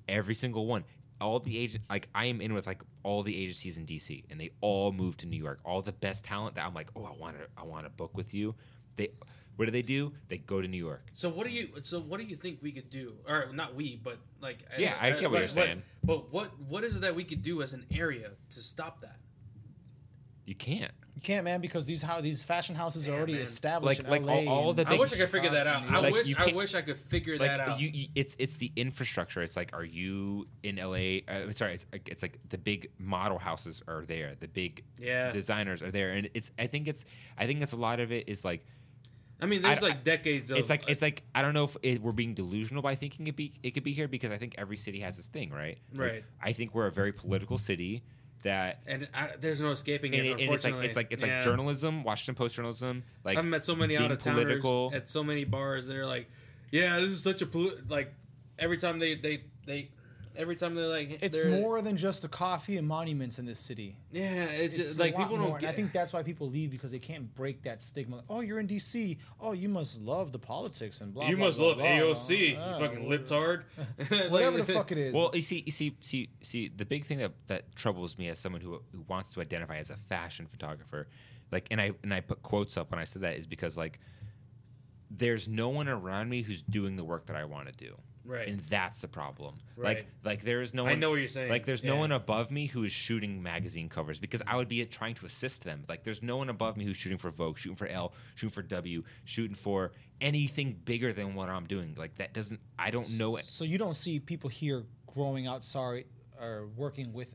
Speaker 3: Every single one. All the agent like I am in with like all the agencies in DC and they all move to New York. All the best talent that I'm like, "Oh, I want to I want to book with you." They what do they do? They go to New York.
Speaker 1: So what do you so what do you think we could do? Or not we, but like as-
Speaker 3: Yeah, I get what you're
Speaker 1: but-
Speaker 3: saying.
Speaker 1: But what what is it that we could do as an area to stop that?
Speaker 3: You can't.
Speaker 2: You can't, man, because these how these fashion houses are
Speaker 1: Yeah,
Speaker 2: already
Speaker 1: man.
Speaker 2: established
Speaker 3: Like-
Speaker 2: in
Speaker 3: like
Speaker 2: LA.
Speaker 3: all- all
Speaker 2: and-
Speaker 3: the
Speaker 1: I
Speaker 3: Like
Speaker 1: wish I could figure that out. I
Speaker 3: Like,
Speaker 1: wish
Speaker 3: you
Speaker 1: I
Speaker 3: can't-
Speaker 1: wish I could figure that
Speaker 3: Like
Speaker 1: out.
Speaker 3: you, you, it's it's the infrastructure. It's like, are you in LA? Uh, I'm sorry, it's, like- it's like the big model houses are there. The big
Speaker 1: Yeah.
Speaker 3: designers are there, and it's. I think it's. I think it's a lot of it is like
Speaker 1: I mean, there's
Speaker 3: I-
Speaker 1: like decades of.
Speaker 3: it's like it's like I don't know if it, we're being delusional by thinking it be it could be here because I think every city has its thing, right? Like,
Speaker 1: Right.
Speaker 3: I think we're a very political city that.
Speaker 1: and I, there's no escaping
Speaker 3: And,
Speaker 1: it.
Speaker 3: it, and it's like
Speaker 1: unfortunately,
Speaker 3: it's like it's
Speaker 1: Yeah.
Speaker 3: like journalism, Washington Post journalism. Like
Speaker 1: I've met so many
Speaker 3: being
Speaker 1: out of towners
Speaker 3: political.
Speaker 1: at so many bars. They're like, yeah, this is such a polit-, like. Every time they they they, every time they're like,
Speaker 2: It's
Speaker 1: they're-
Speaker 2: more than just the coffee and monuments in this city.
Speaker 1: Yeah, it's,
Speaker 2: It's
Speaker 1: just
Speaker 2: a
Speaker 1: like
Speaker 2: lot
Speaker 1: people don't
Speaker 2: more, and
Speaker 1: get.
Speaker 2: I think that's why people leave because they can't break that stigma. Like, oh, you're in D.C. Oh, you must love the politics and blah.
Speaker 1: you
Speaker 2: blah,
Speaker 1: must
Speaker 2: blah,
Speaker 1: love
Speaker 2: blah.
Speaker 1: AOC,
Speaker 2: Uh,
Speaker 1: you fucking libtard. Like,
Speaker 2: Whatever the fuck it is.
Speaker 3: Well, you see, you see, see, see, the big thing that, that troubles me as someone who, who wants to identify as a fashion photographer, like, and I and I put quotes up when I said that is because like, there's no one around me who's doing the work that I want to do,
Speaker 1: Right.
Speaker 3: And that's the problem. Like,
Speaker 1: Right.
Speaker 3: like there is no.
Speaker 1: I
Speaker 3: One,
Speaker 1: know what you're saying.
Speaker 3: Like, there's no
Speaker 1: Yeah.
Speaker 3: one above me who is shooting magazine covers because I would be uh, trying to assist them. Like, there's no one above me who's shooting for Vogue, shooting for L, shooting for W, shooting for anything bigger than what I'm doing. Like, that doesn't. I don't know it.
Speaker 2: So you don't see people here growing out sorry or working with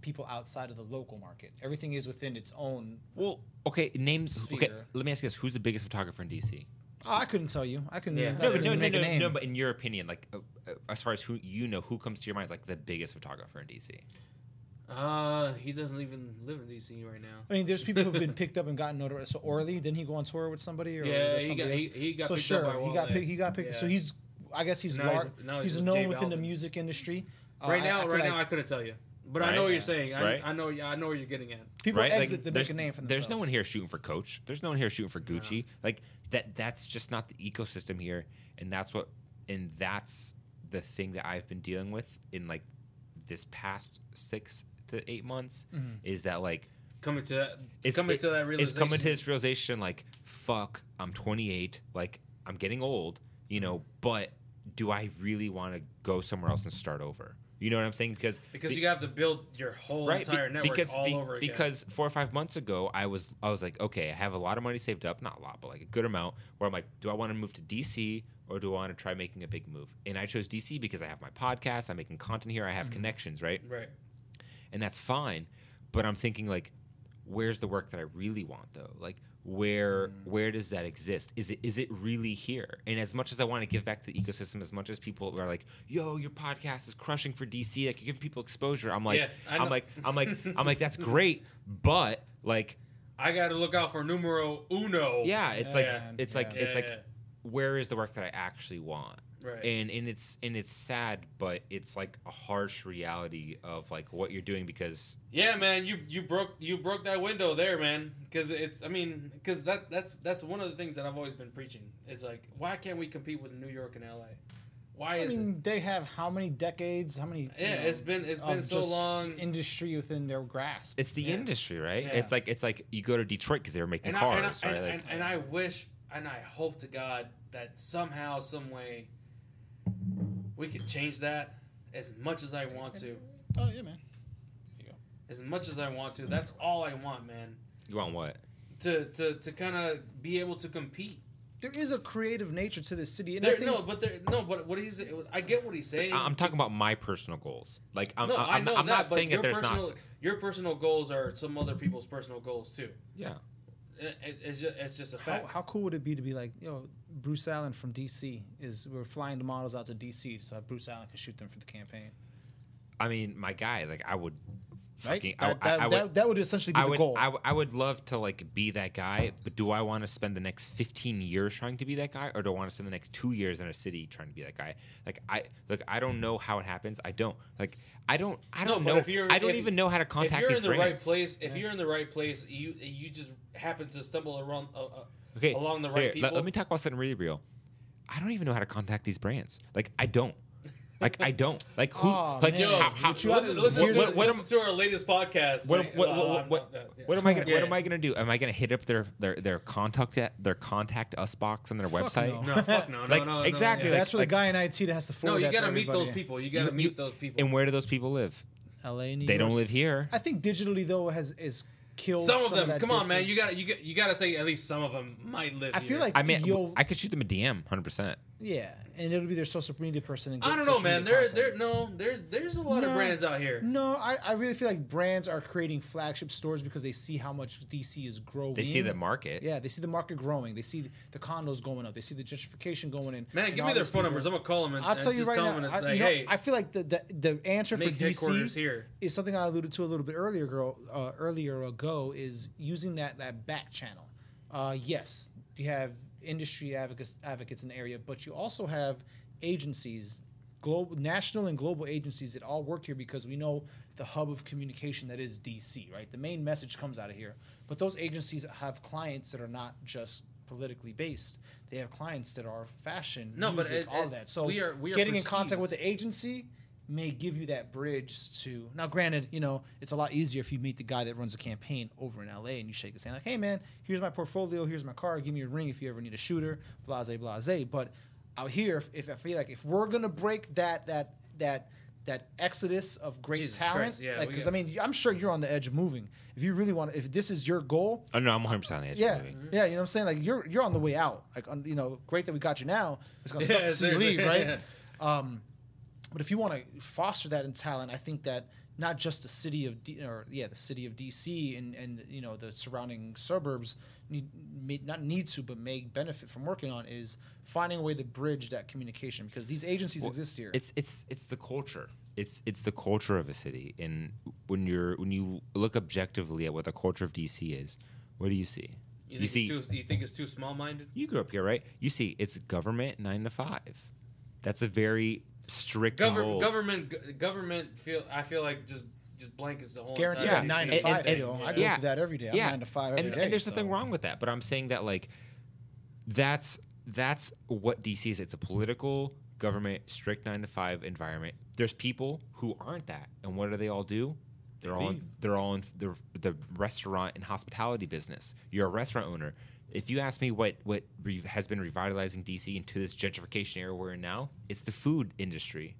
Speaker 2: people outside of the local market. Everything is within its own.
Speaker 3: Well, okay, names. Okay,
Speaker 2: Sphere.
Speaker 3: let me ask you this: Who's the biggest photographer in DC?
Speaker 2: Oh, I couldn't tell you. I couldn't.
Speaker 1: Yeah.
Speaker 2: I
Speaker 3: No, but
Speaker 2: couldn't
Speaker 3: no, no,
Speaker 2: make a
Speaker 3: no,
Speaker 2: name.
Speaker 3: no. But in your opinion, like uh, uh, as far as who you know, who comes to your mind is like the biggest photographer in DC?
Speaker 1: Uh, he doesn't even live in DC right now.
Speaker 2: I mean, there's people who've been picked up and gotten notoriety. So Orly, didn't he go on tour with somebody? Or
Speaker 1: Yeah,
Speaker 2: was that
Speaker 1: he
Speaker 2: somebody
Speaker 1: got-
Speaker 2: else?
Speaker 1: he- he got
Speaker 2: so
Speaker 1: picked up
Speaker 2: sure,
Speaker 1: by
Speaker 2: he got
Speaker 1: Wale.
Speaker 2: picked. He got picked. So
Speaker 1: Yeah.
Speaker 2: he's, I guess he's
Speaker 1: Now
Speaker 2: lar-
Speaker 1: he's-
Speaker 2: he's,
Speaker 1: now he's with
Speaker 2: known
Speaker 1: J
Speaker 2: within the
Speaker 1: Balvin.
Speaker 2: music industry. Uh,
Speaker 1: Right
Speaker 2: I-
Speaker 1: now,
Speaker 2: I feel
Speaker 1: right
Speaker 2: like
Speaker 1: now, I couldn't tell you, but I
Speaker 3: Right?
Speaker 1: know what
Speaker 3: Yeah.
Speaker 1: you're saying. I,
Speaker 3: Right?
Speaker 1: I know, I know what you're getting at.
Speaker 2: people
Speaker 3: right?
Speaker 2: exit to
Speaker 3: there's-
Speaker 2: make a name for themselves.
Speaker 3: There's no one here shooting for Coach. There's no one here shooting for Gucci. Like that. That's just not the ecosystem here, and that's what. And that's the thing that I've been dealing with in like this past six to eight months is that like
Speaker 1: Coming to that, it's coming
Speaker 3: it-
Speaker 1: to that realization.
Speaker 3: It's coming to this realization, like, fuck, I'm 28, like, I'm getting old, you know, but do I really want to go somewhere else and start over? You know what I'm saying? Because
Speaker 1: because
Speaker 3: be-
Speaker 1: you have to build your whole
Speaker 3: be-
Speaker 1: entire network
Speaker 3: because,
Speaker 1: all
Speaker 3: be-
Speaker 1: over again.
Speaker 3: Because four or five months ago, I was I was like, okay, I have a lot of money saved up, not a lot, but like a good amount. Where I'm like, do I want to move to DC or do I want to try making a big move? And I chose DC because I have my podcast, I'm making content here, I
Speaker 1: Mm-hmm.
Speaker 3: have connections, right?
Speaker 1: right,
Speaker 3: and that's fine but i'm thinking like where's the work that i really want though like where
Speaker 1: Mm.
Speaker 3: where does that exist is it is it really here and as much as i want to give back to the ecosystem as much as people are like yo your podcast is crushing for dc like you're giving people exposure i'm like
Speaker 1: Yeah, I
Speaker 3: i'm
Speaker 1: know.
Speaker 3: like i'm like i'm like that's great but like
Speaker 1: I got to look out for numero uno.
Speaker 3: yeah
Speaker 1: Yeah.
Speaker 3: it's like it's like
Speaker 1: Yeah.
Speaker 3: it's like
Speaker 1: Yeah.
Speaker 3: where is the work that i actually want
Speaker 1: Right.
Speaker 3: and and it's and it's sad but it's like a harsh reality of like what you're doing because
Speaker 1: Yeah, man, you you broke you broke that window there, man. Because it's I mean, because that that's that's one of the things that I've always been preaching. It's like, why can't we compete with New York and L.A.? Why
Speaker 2: I
Speaker 1: is it?
Speaker 2: mean, they have how many decades? How many?
Speaker 1: Yeah, it's been it's been
Speaker 2: of
Speaker 1: so
Speaker 2: just
Speaker 1: long.
Speaker 2: Industry within their grasp.
Speaker 3: It's the
Speaker 1: Yeah.
Speaker 3: industry, right?
Speaker 1: Yeah.
Speaker 3: It's like it's like you go to Detroit because they were making
Speaker 1: and, I, and, I,
Speaker 3: cars, right?
Speaker 1: and,
Speaker 3: Like,
Speaker 1: and, and I wish and I hope to God that somehow, some way, we could change that as much as I want to.
Speaker 2: oh yeah, man.
Speaker 1: As much as I want to, that's all I want, man.
Speaker 3: you want what?
Speaker 1: To to to kind of be able to compete.
Speaker 2: There is a creative nature to this city, and I
Speaker 1: There,
Speaker 2: think
Speaker 1: no, but there, no, but what he's I get what he's saying.
Speaker 3: I- I'm talking about my personal goals. Like I'm,
Speaker 1: no,
Speaker 3: I'm,
Speaker 1: i know
Speaker 3: I'm,
Speaker 1: that,
Speaker 3: not
Speaker 1: but
Speaker 3: saying
Speaker 1: your
Speaker 3: that there's
Speaker 1: personal,
Speaker 3: not.
Speaker 1: Your personal goals are some other people's personal goals too.
Speaker 3: Yeah.
Speaker 1: It, it- it's just it's just a
Speaker 2: How,
Speaker 1: fact.
Speaker 2: how cool would it be to be like, yo, Bruce Allen from DC is we're flying the models out to DC so that Bruce Allen can shoot them for the campaign.
Speaker 3: I mean, my guy, like I would,
Speaker 2: Right?
Speaker 3: fucking,
Speaker 2: that,
Speaker 3: I, I,
Speaker 2: that,
Speaker 3: I would.
Speaker 2: that, that would essentially be
Speaker 3: I
Speaker 2: the
Speaker 3: would,
Speaker 2: goal.
Speaker 3: I, would- I would love to like be that guy, but do I want to spend the next 15 years trying to be that guy, or do I want to spend the next two years in a city trying to be that guy? Like I, look, I don't know how it happens. I don't like, I don't, I
Speaker 1: No,
Speaker 3: don't
Speaker 1: but
Speaker 3: know.
Speaker 1: if you're-
Speaker 3: I don't
Speaker 1: if-
Speaker 3: even know how to contact
Speaker 1: if you're
Speaker 3: these
Speaker 1: in the right
Speaker 3: brands.
Speaker 1: place, if you're in the right place, you you just happen to stumble around uh, uh,
Speaker 3: okay,
Speaker 1: along the right
Speaker 3: here,
Speaker 1: people.
Speaker 3: Let, let me talk about something really real. I don't even know how to contact these brands. Like I don't. Like I don't. Like who?
Speaker 2: Aw,
Speaker 3: like
Speaker 2: man.
Speaker 1: Yo,
Speaker 3: how? how
Speaker 2: But you
Speaker 1: listen,
Speaker 2: have-
Speaker 1: listen,
Speaker 2: what-
Speaker 1: to,
Speaker 2: what-
Speaker 3: what
Speaker 1: listen
Speaker 3: am-
Speaker 1: to our latest podcast.
Speaker 3: what,
Speaker 1: like,
Speaker 3: what,
Speaker 1: uh,
Speaker 3: what,
Speaker 1: I'm
Speaker 3: what,
Speaker 1: not-
Speaker 3: what,
Speaker 1: that- yeah.
Speaker 3: what am I gonna, what
Speaker 1: Yeah.
Speaker 3: am I gonna do? Am I gonna hit up their their their, contact their contact us box on their
Speaker 2: Fuck
Speaker 3: website?
Speaker 2: no.
Speaker 1: No, fuck no, no,
Speaker 3: Like,
Speaker 1: no, no,
Speaker 3: exactly,
Speaker 1: yeah.
Speaker 3: like-
Speaker 2: That's for the guy in IT that has to forward
Speaker 1: no, you
Speaker 2: that
Speaker 1: gotta
Speaker 2: to
Speaker 1: meet those
Speaker 2: everybody.
Speaker 1: people. You gotta
Speaker 3: You-
Speaker 1: meet
Speaker 3: you-
Speaker 1: those people.
Speaker 3: And where do those people live?
Speaker 2: LA, New
Speaker 3: They
Speaker 2: York.
Speaker 3: don't live here.
Speaker 2: I think digitally though has is kill
Speaker 1: Some of
Speaker 2: Of
Speaker 1: them.
Speaker 2: that
Speaker 1: Come on, man.
Speaker 2: distance.
Speaker 1: You got to you got you got to say at least some of them might live.
Speaker 2: I feel
Speaker 1: here.
Speaker 2: like
Speaker 3: I mean,
Speaker 2: you'll,
Speaker 3: I could shoot them a DM, hundred percent.
Speaker 2: yeah, and it'll be their social media person. And get
Speaker 1: I don't know,
Speaker 2: social
Speaker 1: man.
Speaker 2: media
Speaker 1: There, there,
Speaker 2: content.
Speaker 1: no, there's, there's a lot
Speaker 2: No.
Speaker 1: of brands out here.
Speaker 2: No, I, I really feel like brands are creating flagship stores because they see how much DC is growing.
Speaker 3: They see the market.
Speaker 2: Yeah, they see the market growing. They see the condos going up. They see the gentrification going in.
Speaker 1: Man,
Speaker 2: and
Speaker 1: give
Speaker 2: all
Speaker 1: me their
Speaker 2: these
Speaker 1: phone
Speaker 2: people-
Speaker 1: numbers. I'm gonna call them and,
Speaker 2: I'll
Speaker 1: and
Speaker 2: tell you
Speaker 1: just
Speaker 2: right
Speaker 1: tell
Speaker 2: now.
Speaker 1: them,
Speaker 2: I,
Speaker 1: like,
Speaker 2: you know,
Speaker 1: hey,
Speaker 2: I feel like the the, the answer for
Speaker 1: make headquarters
Speaker 2: DC
Speaker 1: here.
Speaker 2: is something I alluded to a little bit earlier, girl, uh, earlier ago. Is using that that back channel. Uh, yes, you have industry advocates advocates in the area, but you also have agencies, global, national and global agencies that all work here because we know the hub of communication that is DC. Right, the main message comes out of here, but those agencies have clients that are not just politically based. They have clients that are fashion,
Speaker 1: No, but
Speaker 2: music,
Speaker 1: it-
Speaker 2: all
Speaker 1: it-
Speaker 2: that. So
Speaker 1: we are- we are
Speaker 2: getting in contact
Speaker 1: perceived.
Speaker 2: with the agency may give you that bridge to now granted you know it's a lot easier if you meet the guy that runs a campaign over in la and you shake his hand like hey man here's my portfolio here's my car give me a ring if you ever need a shooter blase blase but out here if, if i feel like if we're gonna break that that that that exodus of great
Speaker 1: Jesus
Speaker 2: talent
Speaker 1: Christ, yeah, we
Speaker 2: because
Speaker 1: got-
Speaker 2: i mean i'm sure you're on the edge of moving if you really want if this is your goal
Speaker 3: Oh no, I'm 100 percent on the edge.
Speaker 2: yeah,
Speaker 3: Of moving.
Speaker 2: yeah, you know what I'm saying. Like you're you're on the way out. Like on, you know, great that we got you now. It's gonna suck
Speaker 1: Yeah,
Speaker 2: to see you
Speaker 1: seriously,
Speaker 2: leave, right?
Speaker 1: yeah.
Speaker 2: Um, but if you want to foster that in talent, I think that not just the city of D- or yeah, the city of DC and and you know the surrounding suburbs need may, not need to but may benefit from working on is finding a way to bridge that communication because these agencies exist here.
Speaker 3: It's it's it's the culture. It's it's the culture of a city. And when you're when you look objectively at what the culture of DC is, what do you see?
Speaker 1: You think, it's too, you think it's too small-minded?
Speaker 3: you grew up here, right? You see, it's government nine to five. That's a very strict
Speaker 1: Govern,
Speaker 3: mold.
Speaker 1: government, go- government. Feel I feel like just, just blankets the whole.
Speaker 2: Guaranteed
Speaker 1: entire
Speaker 3: Yeah.
Speaker 2: nine
Speaker 1: DC.
Speaker 2: to
Speaker 3: And-
Speaker 2: five
Speaker 3: and- and-
Speaker 2: feel. I go
Speaker 3: yeah.
Speaker 2: through that every day. I'm nine to five every day.
Speaker 3: and, and there's nothing
Speaker 2: so-
Speaker 3: wrong with that, but I'm saying that like that's that's what DC is. It's a political government, strict nine to five environment. There's people who aren't that, and what do they all do? They're all in, they're all in the, the restaurant and hospitality business. You're a restaurant owner. If you ask me what what re- has been revitalizing DC into this gentrification era we're in now, it's the food industry.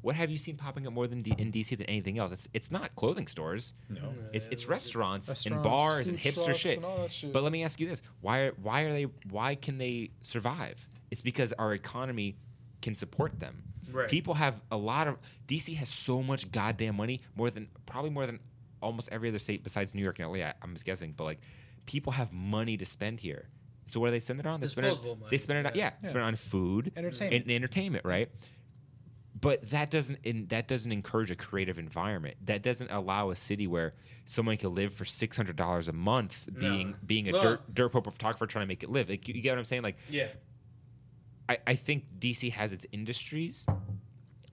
Speaker 3: What have you seen popping up more than D- in DC than anything else? It's it's not clothing stores. No, it's it's restaurants, and
Speaker 2: Restaurants,
Speaker 3: bars
Speaker 2: food
Speaker 3: and hipster
Speaker 2: trucks
Speaker 3: shit.
Speaker 2: and all that shit.
Speaker 3: But let me ask you this: Why why are they why can they survive? It's because our economy can support them.
Speaker 1: Right.
Speaker 3: People have a lot of DC has so much goddamn money, more than probably more than almost every other state besides New York and LA. I, I'm just guessing, but like people have money to spend here. So what do they spend it on? They spend
Speaker 1: Disposable
Speaker 3: it,
Speaker 1: money,
Speaker 3: They spend it on, yeah,
Speaker 1: yeah.
Speaker 3: spend it on food,
Speaker 2: Entertainment.
Speaker 3: and entertainment, right? but that doesn't in, that doesn't encourage a creative environment. That doesn't allow a city where someone can live for six hundred dollars a month being being a
Speaker 1: Well-
Speaker 3: dirt dirt poor photographer trying to make it live. Like, you, you get what I'm saying? Like
Speaker 1: Yeah.
Speaker 3: I, I think DC has its industries,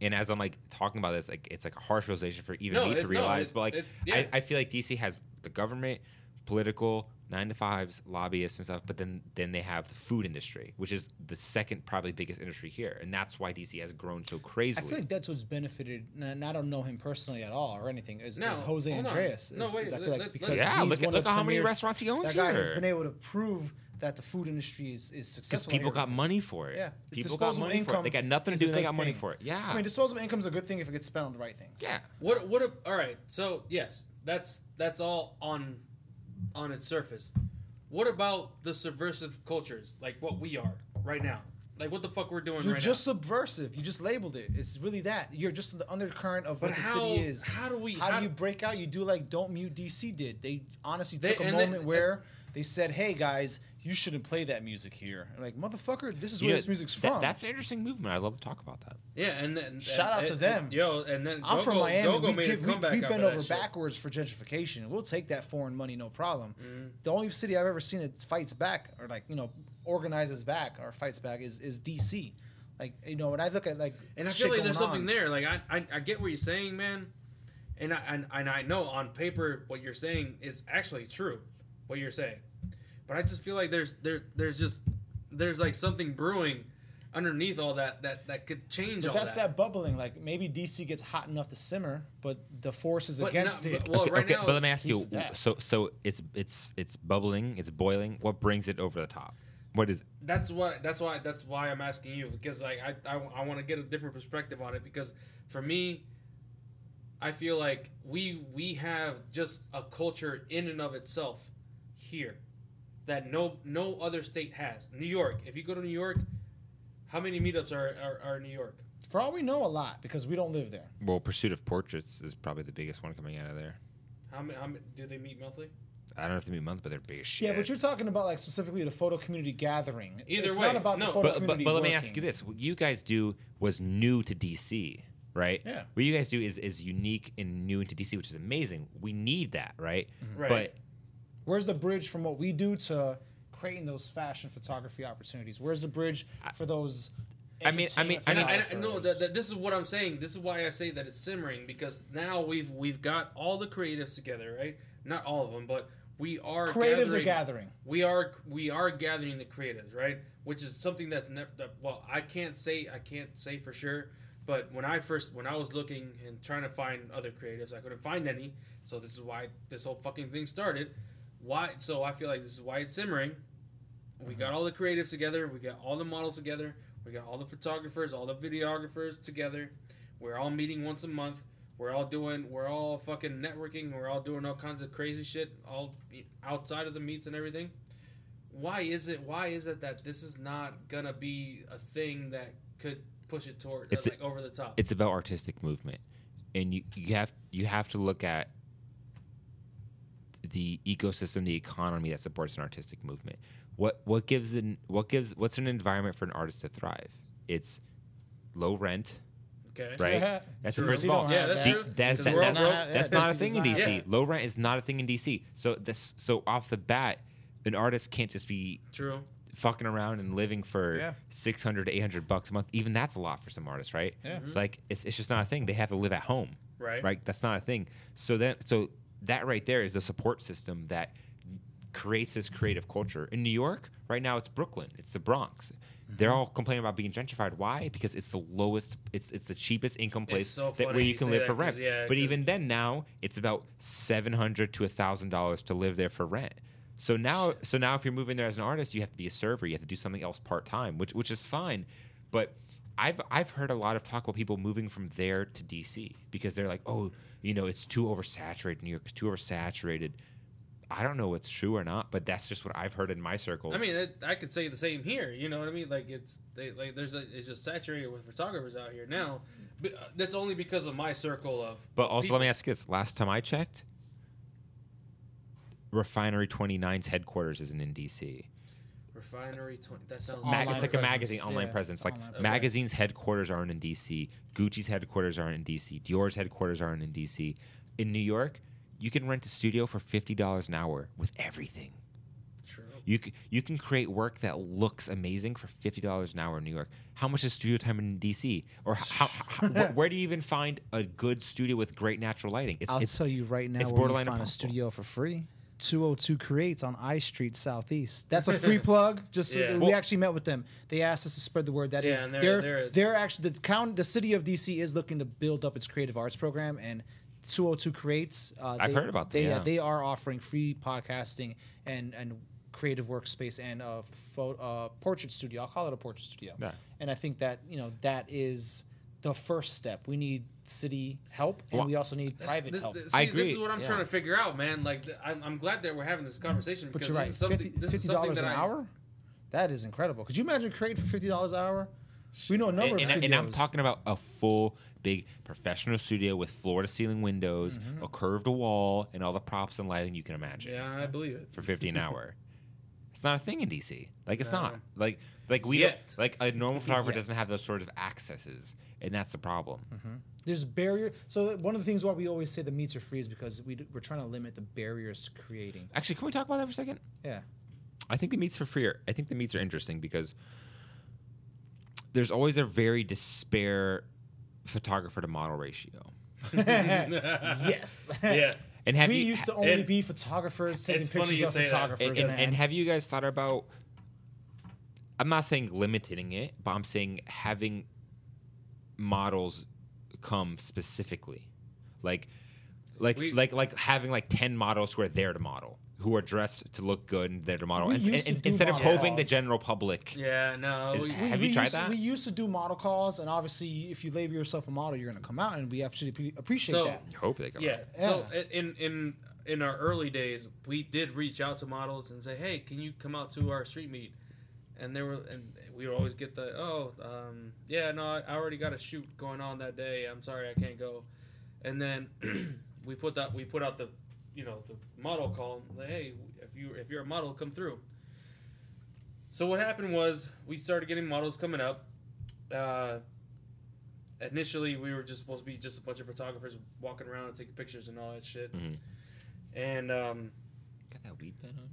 Speaker 3: and as I'm like talking about this, like it's like a harsh realization for even
Speaker 1: No,
Speaker 3: me
Speaker 1: it-
Speaker 3: to
Speaker 1: no,
Speaker 3: realize.
Speaker 1: it-
Speaker 3: but like
Speaker 1: it- yeah.
Speaker 3: I, I feel like DC has the government, political nine to fives, lobbyists and stuff, but then then they have the food industry, which is the second probably biggest industry here, and that's why DC has grown so
Speaker 2: I
Speaker 3: crazily.
Speaker 2: feel like that's what's benefited, and- and I don't know him personally at all or anything. Is,
Speaker 1: No,
Speaker 2: is Jose
Speaker 1: hold on.
Speaker 2: Andreas?
Speaker 1: No,
Speaker 2: is-
Speaker 1: wait,
Speaker 2: is I feel
Speaker 1: let-
Speaker 2: like
Speaker 1: let-
Speaker 2: because
Speaker 3: yeah,
Speaker 2: he's
Speaker 3: look at
Speaker 2: one of
Speaker 3: look
Speaker 2: the
Speaker 3: at how many
Speaker 2: premier-
Speaker 3: restaurants he owns
Speaker 2: That guy has
Speaker 3: here.
Speaker 2: been able to prove that the food industry is, is
Speaker 3: Because
Speaker 2: successful.
Speaker 3: people
Speaker 2: here
Speaker 3: got
Speaker 2: because-
Speaker 3: money for it.
Speaker 2: Yeah, the
Speaker 3: people got
Speaker 2: disposable
Speaker 3: money for it. They
Speaker 2: income
Speaker 3: got nothing to
Speaker 2: is
Speaker 3: do.
Speaker 2: a
Speaker 3: and They
Speaker 2: good
Speaker 3: got money
Speaker 2: thing.
Speaker 3: for it. Yeah,
Speaker 2: I mean, disposable income is a good thing if it gets spent on the right things.
Speaker 3: yeah.
Speaker 1: What? What? a- all right. So yes, that's that's all on, on its surface. What about the subversive cultures, like what we are right now? Like what the fuck we're doing
Speaker 2: You're
Speaker 1: right
Speaker 2: just
Speaker 1: now?
Speaker 2: subversive. You just labeled it. It's really that. You're just the undercurrent of
Speaker 1: But
Speaker 2: what the
Speaker 1: how-
Speaker 2: city is.
Speaker 1: how do we-
Speaker 2: How,
Speaker 1: how-
Speaker 2: do you break out? You do like Don't Mute DC did. They honestly
Speaker 1: They-
Speaker 2: took a
Speaker 1: and they-
Speaker 2: moment where they said, "Hey guys, you shouldn't play that music here." And like, motherfucker, this is
Speaker 3: You
Speaker 2: where
Speaker 3: know,
Speaker 2: this music's
Speaker 3: that-
Speaker 2: from.
Speaker 3: that's an interesting movement. I'd love to talk about that.
Speaker 1: Yeah, and then
Speaker 2: Shout out
Speaker 1: and-
Speaker 2: to
Speaker 1: and-
Speaker 2: them.
Speaker 1: yo, and then
Speaker 2: I'm
Speaker 1: Gogo,
Speaker 2: from Miami.
Speaker 1: Gogo
Speaker 2: we
Speaker 1: made
Speaker 2: give,
Speaker 1: a
Speaker 2: we,
Speaker 1: comeback
Speaker 2: we
Speaker 1: off of
Speaker 2: bend
Speaker 1: that
Speaker 2: over
Speaker 1: shit.
Speaker 2: backwards for gentrification. and We'll take that foreign money, no problem.
Speaker 1: Mm-hmm.
Speaker 2: The only city I've ever seen that fights back or like you know organizes back or fights back is is DC. Like you know when I look at like
Speaker 1: And I
Speaker 2: shit
Speaker 1: feel like
Speaker 2: going
Speaker 1: there's something
Speaker 2: on,
Speaker 1: there. Like I, I, I get what you're saying, man. And I and, and I know on paper what you're saying is actually true, what you're saying. But I just feel like there's there there's just there's like something brewing underneath all that that that could change
Speaker 2: But
Speaker 1: all
Speaker 2: that's
Speaker 1: that.
Speaker 2: that bubbling. Like maybe DC gets hot enough to simmer, but the force is
Speaker 1: But
Speaker 2: against
Speaker 1: no-
Speaker 2: it.
Speaker 1: but- well, right
Speaker 3: okay,
Speaker 1: now
Speaker 3: but let me ask you.
Speaker 2: keeps that.
Speaker 3: So, so it's it's it's bubbling. It's boiling. What brings it over the top? What is?
Speaker 1: that's what that's why that's why I'm asking you because like I I, want to get a different perspective on it because for me I feel like we we have just a culture in and of itself here that no no other state has. New York, if you go to New York, how many meetups are are, are in New York?
Speaker 2: For all we know, a lot because we don't live there.
Speaker 3: Well, Pursuit of Portraits is probably the biggest one coming out of there.
Speaker 1: How many, how many do they meet monthly?
Speaker 3: I don't know if they meet month, but they're big as shit.
Speaker 2: Yeah, but you're talking about like specifically the photo community gathering.
Speaker 1: Either
Speaker 2: it's
Speaker 1: way,
Speaker 2: not about
Speaker 1: no.
Speaker 2: the photo
Speaker 3: but, but,
Speaker 2: community
Speaker 3: but let me ask
Speaker 2: working.
Speaker 3: you this: what you guys do was new to DC, right?
Speaker 2: Yeah.
Speaker 3: What you guys do is is unique and new into DC, which is amazing. We need that, right?
Speaker 2: Mm-hmm.
Speaker 1: Right.
Speaker 3: But
Speaker 2: Where's the bridge from what we do to creating those fashion photography opportunities? Where's the bridge for those?
Speaker 3: I mean- I mean-
Speaker 2: entertainment
Speaker 3: I
Speaker 1: And
Speaker 3: mean-
Speaker 1: I, and I- no,
Speaker 2: photographers?
Speaker 1: that, that, this is what I'm saying. This is why I say that it's simmering because now we've we've got all the creatives together, right? Not all of them, but we are
Speaker 2: creatives
Speaker 1: gathering,
Speaker 2: are gathering.
Speaker 1: We are we are gathering the creatives, right? Which is something that's never that, well, I can't say I can't say for sure, but when I first when I was looking and trying to find other creatives, I couldn't find any. So this is why this whole fucking thing started. Why? So I feel like this is why it's simmering. We got
Speaker 3: Mm-hmm.
Speaker 1: all the creatives together. We got all the models together. We got all the photographers, all the videographers together. We're all meeting once a month. We're all doing, we're all fucking networking. We're all doing all kinds of crazy shit, all outside of the meets and everything. Why is it? Why is it that this is not gonna be a thing that could push it toward
Speaker 3: It's a-
Speaker 1: like over the top?
Speaker 3: it's about artistic movement, and you you have you have to look at the ecosystem, the economy that supports an artistic movement. What what gives an what gives what's an environment for an artist to thrive? It's low rent,
Speaker 1: Okay.
Speaker 3: right?
Speaker 2: Yeah.
Speaker 3: That's
Speaker 2: True.
Speaker 3: the first
Speaker 2: We
Speaker 3: of all.
Speaker 2: don't
Speaker 1: Yeah,
Speaker 2: have
Speaker 1: that's
Speaker 2: that.
Speaker 1: true.
Speaker 3: The- that's
Speaker 1: Because
Speaker 3: that-
Speaker 1: we're all
Speaker 3: that-
Speaker 1: broke.
Speaker 2: Yeah,
Speaker 3: that's not a
Speaker 2: DC
Speaker 3: thing in
Speaker 2: does not
Speaker 3: DC.
Speaker 1: have
Speaker 3: Low rent is not a thing in DC. So this so off the bat, an artist can't just be
Speaker 1: True.
Speaker 3: fucking around and living for
Speaker 2: Yeah.
Speaker 3: 600 to 800 bucks a month. Even that's a lot for some artists, right?
Speaker 2: Yeah.
Speaker 3: Like it's, it's just not a thing. They have to live at home.
Speaker 1: Right.
Speaker 3: Right? That's not a thing. So that so that right there is the support system that creates this creative culture. In New York, right now it's Brooklyn, it's the Bronx. They're
Speaker 1: Mm-hmm.
Speaker 3: all complaining about being gentrified. Why? Because it's the lowest, it's it's the cheapest income place
Speaker 1: so
Speaker 3: that,
Speaker 1: funny
Speaker 3: where you
Speaker 1: you
Speaker 3: can
Speaker 1: say
Speaker 3: live
Speaker 1: that
Speaker 3: for
Speaker 1: 'cause,
Speaker 3: rent.
Speaker 1: yeah,
Speaker 3: but
Speaker 1: 'cause-
Speaker 3: even then, now it's about seven hundred to thousand dollars to live there for rent. So now, so now, if you're moving there as an artist, you have to be a server. You have to do something else part time, which which is fine. But I've I've heard a lot of talk about people moving from there to DC because they're like, oh, you know, it's too oversaturated. New York is too oversaturated. I don't know what's true or not, but that's just what I've heard in my circles.
Speaker 1: I mean, it, I could say the same here. You know what I mean? Like it's they, like there's a, it's just saturated with photographers out here now. But uh, that's only because of my circle of.
Speaker 3: But also,
Speaker 1: people.
Speaker 3: let me ask you this: Last time I checked, Refinery 29's headquarters isn't in DC.
Speaker 1: Refinery twenty. That
Speaker 2: It's
Speaker 1: sounds.
Speaker 2: online
Speaker 3: Mag- it's like a
Speaker 2: presence,
Speaker 3: magazine online
Speaker 2: yeah.
Speaker 3: presence. Like
Speaker 2: Online
Speaker 3: magazines' headquarters aren't in DC. Gucci's headquarters aren't in DC. Dior's headquarters aren't in DC. In New York, you can rent a studio for fifty dollars an hour with everything.
Speaker 1: True.
Speaker 3: You c- you can create work that looks amazing for fifty dollars an hour in New York. How much is studio time in DC? Or h- how, how, wh- where do you even find a good studio with great natural lighting? It's,
Speaker 2: I'll
Speaker 3: it's
Speaker 2: tell you right now,
Speaker 3: it's
Speaker 2: where you
Speaker 3: borderline
Speaker 2: find a
Speaker 3: impossible.
Speaker 2: studio for free. 202 Creates on I Street Southeast. That's a free plug. Just so
Speaker 1: Yeah.
Speaker 2: we
Speaker 1: Well-
Speaker 2: actually met with them. They asked us to spread the word. That
Speaker 1: Yeah,
Speaker 2: is,
Speaker 1: and they're-
Speaker 2: they're
Speaker 1: they're-
Speaker 2: they're, actually the county, the city of DC is looking to build up its creative arts program, and 202 Creates. Uh,
Speaker 3: I've
Speaker 2: they-
Speaker 3: heard about them,
Speaker 2: They,
Speaker 3: yeah.
Speaker 2: they are offering free podcasting and and creative workspace and a photo, uh, portrait studio. I'll call it a portrait studio.
Speaker 3: Yeah.
Speaker 2: And I think that you know that is the first step. We need city help, and
Speaker 3: Well,
Speaker 2: we also need private
Speaker 1: Th-
Speaker 2: help.
Speaker 1: th-
Speaker 3: I
Speaker 1: see, This is
Speaker 3: agree,
Speaker 1: what I'm
Speaker 3: yeah.
Speaker 1: trying to figure out, man. Like, th- I'm, I'm glad that we're having this conversation
Speaker 2: Mm-hmm. But
Speaker 1: because
Speaker 2: you're right.
Speaker 1: this is something.
Speaker 2: Fifty
Speaker 1: this is
Speaker 2: fifty
Speaker 1: something
Speaker 2: dollars
Speaker 1: that
Speaker 2: an
Speaker 1: I-
Speaker 2: hour? That is incredible. Could you imagine creating for fifty dollars an hour? We know a number
Speaker 3: and,
Speaker 2: of
Speaker 3: and-
Speaker 2: studios.
Speaker 3: and I'm talking about a full big professional studio with floor to ceiling windows,
Speaker 2: Mm-hmm.
Speaker 3: a curved wall, and all the props and lighting you can imagine
Speaker 1: Yeah, I believe it.
Speaker 3: for 50 an hour. It's not a thing in DC. Like it's not. Like like we
Speaker 1: Yet.
Speaker 3: don't, like a normal photographer
Speaker 2: Yet. Hmm.
Speaker 3: doesn't have those sort of accesses, and that's the problem.
Speaker 2: There's barrier. So that- one of the things why we always say the meets are free is because we d- we're trying to limit the barriers to creating.
Speaker 3: Actually, can we talk about that for a second?
Speaker 2: Yeah.
Speaker 3: I think the meats for free. Are, I think the meats are interesting because there's always a very despair photographer to model ratio.
Speaker 2: yes.
Speaker 1: Yeah.
Speaker 3: And have
Speaker 2: we
Speaker 3: you
Speaker 2: used to only
Speaker 1: and-
Speaker 2: be photographers taking
Speaker 1: it's funny
Speaker 2: pictures
Speaker 1: you
Speaker 2: of
Speaker 1: say that.
Speaker 2: photographers,
Speaker 3: and, and-
Speaker 2: man.
Speaker 3: and have you guys thought about i'm not saying limiting it but i'm saying having models come specifically like like
Speaker 1: We-
Speaker 3: like like having like 10 models who are there to model who who are dressed to look good and they're the model
Speaker 2: We
Speaker 3: and,
Speaker 2: used
Speaker 3: and,
Speaker 2: to
Speaker 3: and
Speaker 2: do
Speaker 3: instead of
Speaker 2: model
Speaker 3: hoping the
Speaker 2: calls.
Speaker 3: general public.
Speaker 1: Yeah, no.
Speaker 3: Is-
Speaker 1: we-
Speaker 3: have
Speaker 2: we
Speaker 3: you tried
Speaker 2: used,
Speaker 3: that?
Speaker 2: We used to do model calls, and obviously, if you label yourself a model, you're going to come out, and we absolutely pre- appreciate
Speaker 1: So-
Speaker 2: that.
Speaker 3: Hope they come.
Speaker 1: yeah. So
Speaker 3: out.
Speaker 1: i- in in in our early days, we did reach out to models and say, "Hey, can you come out to our street meet?" And they were, and we would always get the, "Oh, um, yeah, no, I I already got a shoot going on that day. I'm sorry, I can't go." And then we put that we put out the, you know, the model call. Like, hey, if you if you're a model, come through. So what happened was we started getting models coming up. Uh, initially we were just supposed to be just a bunch of photographers walking around and taking pictures and all that shit.
Speaker 3: Mhm.
Speaker 1: And um,
Speaker 3: Got that weed pen on?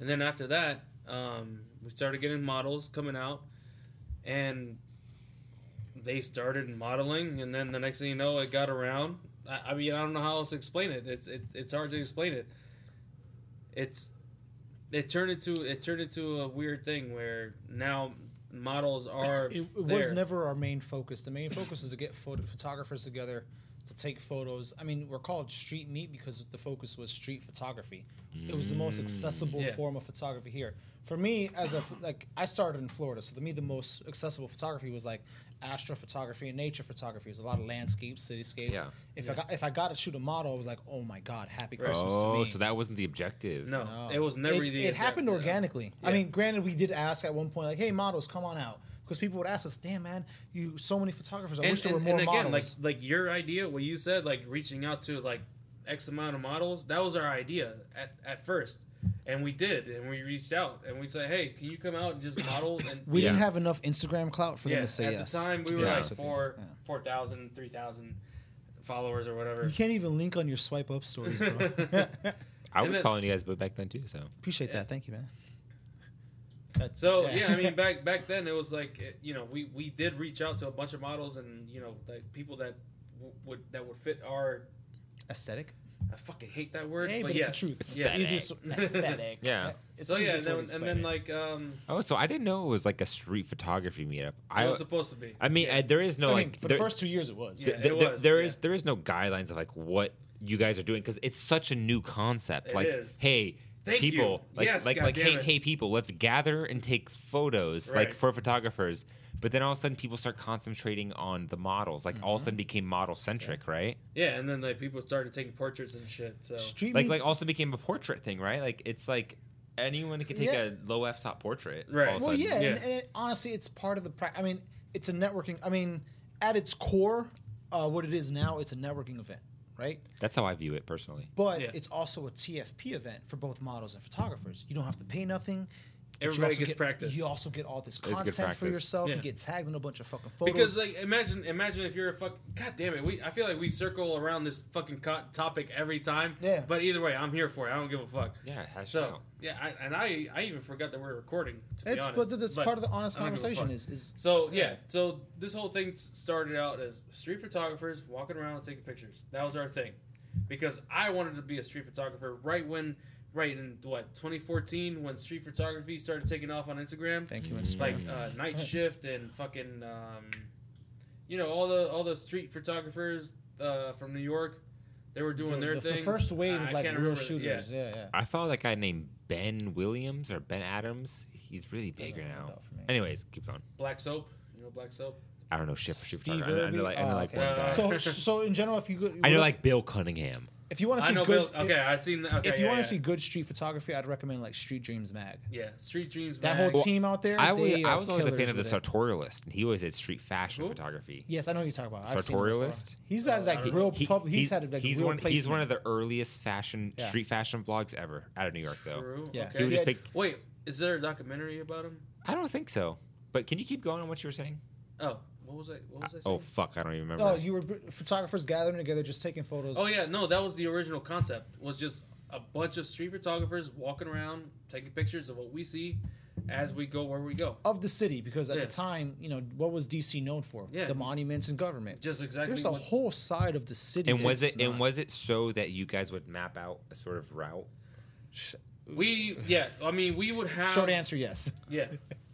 Speaker 1: and then after that, um, we started getting models coming out, and they started modeling. And then the next thing you know, it got around. I, I mean, I don't know how else to explain it. It's it, it's hard to explain it. It's it turned into it turned into a weird thing where now models are
Speaker 2: It, it was
Speaker 1: there.
Speaker 2: never our main focus. The main focus is to get photo- photographers together to take photos. I mean, we're called street meet because the focus was street photography. It was the most
Speaker 3: Mm.
Speaker 2: accessible
Speaker 1: Yeah.
Speaker 2: form of photography here. For me, as a ph- like, I started in Florida, so to me, the most accessible photography was like astrophotography and nature photography. It was a lot of landscapes, cityscapes.
Speaker 3: Yeah.
Speaker 2: If I got if I got to shoot a model, I was like, oh my god, happy Christmas to
Speaker 3: Oh,
Speaker 2: me.
Speaker 3: so that wasn't the objective.
Speaker 1: no,
Speaker 2: No.
Speaker 1: it was never
Speaker 2: It,
Speaker 1: the
Speaker 2: it
Speaker 1: exact-
Speaker 2: happened
Speaker 1: uh, yeah.
Speaker 2: organically. I mean, granted, we did ask at one point, like, "Hey, models, come on out," because people would ask us, "Damn, man, you so many photographers. I wish there were more
Speaker 1: again,
Speaker 2: models."
Speaker 1: Like like your idea, what you said, like reaching out to like X amount of models, that was our idea at, at first. And we did, and we reached out and we said, Hey, can you come out and just model and
Speaker 2: we
Speaker 3: Yeah.
Speaker 2: didn't have enough Instagram clout for
Speaker 1: yeah,
Speaker 2: them to say
Speaker 1: at
Speaker 2: yes.
Speaker 1: the time
Speaker 2: to
Speaker 1: we
Speaker 2: be
Speaker 1: were like
Speaker 2: honest with you.
Speaker 1: four
Speaker 2: Yeah.
Speaker 1: four thousand, three thousand followers or
Speaker 2: You
Speaker 1: whatever.
Speaker 2: can't even link on your swipe up stories, bro.
Speaker 3: I
Speaker 1: And
Speaker 3: was
Speaker 1: then-
Speaker 3: calling you guys, but back then too. So
Speaker 2: Appreciate that. Thank you, man. That-
Speaker 1: So yeah. I mean, back back then it was like eh, you know we we did reach out to a bunch of models and you know like people that w- would that would fit our
Speaker 2: aesthetic.
Speaker 1: I fucking hate that word,
Speaker 2: Hey,
Speaker 1: but,
Speaker 2: but,
Speaker 1: yeah,
Speaker 2: it's the truth. It's
Speaker 1: yeah.
Speaker 2: the easiest aesthetic.
Speaker 3: Yeah.
Speaker 2: It's
Speaker 1: So
Speaker 2: the
Speaker 1: yeah, and
Speaker 2: easiest
Speaker 1: then,
Speaker 2: way to
Speaker 1: and
Speaker 2: explain
Speaker 1: then
Speaker 2: it.
Speaker 1: like um,
Speaker 3: oh, so I didn't know it was like a street photography meetup.
Speaker 1: it
Speaker 3: I
Speaker 1: was supposed to be.
Speaker 3: I mean, I, there is no
Speaker 2: I mean,
Speaker 3: like
Speaker 2: for
Speaker 3: there-
Speaker 2: the first two years, it was.
Speaker 1: Yeah.
Speaker 3: th-
Speaker 1: it
Speaker 3: th-
Speaker 1: was,
Speaker 3: there
Speaker 1: yeah.
Speaker 3: is- there is no guidelines of like what you guys are doing because it's such a new concept.
Speaker 1: It
Speaker 3: like,
Speaker 1: is.
Speaker 3: hey,
Speaker 1: Thank
Speaker 3: people,
Speaker 1: you.
Speaker 3: like
Speaker 1: Yes,
Speaker 3: like
Speaker 1: God
Speaker 3: like
Speaker 1: damn
Speaker 3: hey
Speaker 1: it.
Speaker 3: hey people, let's gather and take photos
Speaker 1: Right.
Speaker 3: like for photographers. But then all of a sudden, people start concentrating on the models. Like
Speaker 1: Mm-hmm.
Speaker 3: all of a sudden, became model centric, right?
Speaker 1: Yeah, and then like people started taking portraits and shit. So
Speaker 2: Street
Speaker 3: Like
Speaker 2: meet-
Speaker 3: like also became a portrait thing, right? Like it's like anyone can take
Speaker 2: Yeah.
Speaker 3: a low f stop portrait.
Speaker 1: Right.
Speaker 3: all of a
Speaker 2: Well,
Speaker 3: sudden.
Speaker 2: yeah, And,
Speaker 1: Yeah.
Speaker 2: and it, honestly, it's part of the. Pra- I mean, it's a networking. I mean, at its core, uh, what it is now, it's a networking event, right?
Speaker 3: That's how I view it personally.
Speaker 2: But
Speaker 1: Yeah.
Speaker 2: it's also a TFP event for both models and photographers. You don't have to pay nothing. but you
Speaker 1: Everybody
Speaker 2: also
Speaker 1: gets
Speaker 2: get-
Speaker 1: practice.
Speaker 2: You also get all this
Speaker 3: good
Speaker 2: content for
Speaker 3: practice.
Speaker 2: yourself.
Speaker 1: Yeah.
Speaker 2: You get tagged in a bunch of fucking photos.
Speaker 1: because like imagine imagine if you're a fuck god damn it we I feel like we circle around this fucking co- topic every time.
Speaker 2: Yeah.
Speaker 1: But either way, I'm here for it. I don't give a fuck.
Speaker 3: Yeah, hash it
Speaker 1: So
Speaker 3: out.
Speaker 1: yeah, I, and I I even forgot that we're recording. To
Speaker 2: it's
Speaker 1: be honest,
Speaker 2: but that's part of the honest
Speaker 1: I don't give a
Speaker 2: conversation.
Speaker 1: fuck.
Speaker 2: Is is
Speaker 1: So yeah.
Speaker 2: Yeah.
Speaker 1: so this whole thing s- started out as street photographers walking around and taking pictures. That was our thing, because I wanted to be a street photographer right when, right in what 2014 when street photography started taking off on Instagram.
Speaker 2: thank you, Instagram.
Speaker 1: like uh, night shift and fucking um, you know all the all the street photographers uh, from New York. They were doing
Speaker 2: the,
Speaker 1: their
Speaker 2: the- the
Speaker 1: thing.
Speaker 2: first wave
Speaker 1: I
Speaker 2: of like
Speaker 1: can't
Speaker 2: real
Speaker 1: remember-
Speaker 2: shooters.
Speaker 1: Yeah.
Speaker 2: Yeah, yeah.
Speaker 3: I follow that guy named Ben Williams or Ben Adams. He's really big
Speaker 2: Doesn't
Speaker 3: right
Speaker 2: ring a
Speaker 3: now.
Speaker 2: bell for me.
Speaker 3: Anyways, keep going.
Speaker 1: Black soap. You know black soap.
Speaker 3: I don't know shit for Steve
Speaker 2: Steve
Speaker 3: I know
Speaker 2: Irby?
Speaker 3: like, I know
Speaker 2: Oh,
Speaker 3: like
Speaker 2: okay.
Speaker 3: one guy.
Speaker 2: So so in general, if you go,
Speaker 3: I know like Bill Cunningham.
Speaker 2: if you want to
Speaker 1: I
Speaker 2: see
Speaker 1: know.
Speaker 2: good
Speaker 1: Bill, okay, I've seen. that. Okay,
Speaker 2: if you
Speaker 1: yeah,
Speaker 2: want to
Speaker 1: yeah.
Speaker 2: see good street photography, I'd recommend like Street Dreams Mag.
Speaker 1: yeah, street dreams.
Speaker 2: That
Speaker 1: man.
Speaker 2: whole team out there.
Speaker 3: I was,
Speaker 2: they
Speaker 3: I
Speaker 2: are
Speaker 3: was always a
Speaker 2: uh,
Speaker 3: fan
Speaker 2: killers
Speaker 3: of the
Speaker 2: with it.
Speaker 3: sartorialist, and he always did street fashion
Speaker 1: Who?
Speaker 3: photography.
Speaker 2: Yes, I know who you're talking about. I've seen him
Speaker 3: Sartorialist? Uh,
Speaker 2: before. He's had
Speaker 1: I
Speaker 2: like
Speaker 1: don't
Speaker 2: real.
Speaker 3: He-
Speaker 2: pub, he's, had like
Speaker 3: he's
Speaker 2: real
Speaker 3: one, he's one
Speaker 2: placement.
Speaker 3: of the earliest fashion
Speaker 2: Yeah.
Speaker 3: street fashion blogs ever out of New York, though.
Speaker 1: True.
Speaker 2: Yeah.
Speaker 1: Okay.
Speaker 3: He would
Speaker 2: He
Speaker 3: just
Speaker 2: had-
Speaker 3: pick.
Speaker 1: Wait, is there a documentary about him?
Speaker 3: I don't think so. But can you keep going on what you were saying?
Speaker 1: Oh, what was I? What was I
Speaker 3: Oh
Speaker 1: saying?
Speaker 3: fuck, I don't even remember.
Speaker 2: No, you were b- photographers gathering together, just taking photos.
Speaker 1: Oh, yeah, no, that was the original concept. Was just a bunch of street photographers walking around taking pictures of what we see as we go where we go.
Speaker 2: Of the city, because at
Speaker 1: Yeah.
Speaker 2: the time, you know, what was DC known for?
Speaker 1: Yeah.
Speaker 2: The monuments and government.
Speaker 1: Just exactly.
Speaker 2: There's a
Speaker 1: what-
Speaker 2: whole side of the city.
Speaker 3: and was
Speaker 2: that's
Speaker 3: it and
Speaker 2: not-
Speaker 3: was it so that you guys would map out a sort of route?
Speaker 1: we yeah. I mean, we would have
Speaker 2: Short answer, yes.
Speaker 1: Yeah,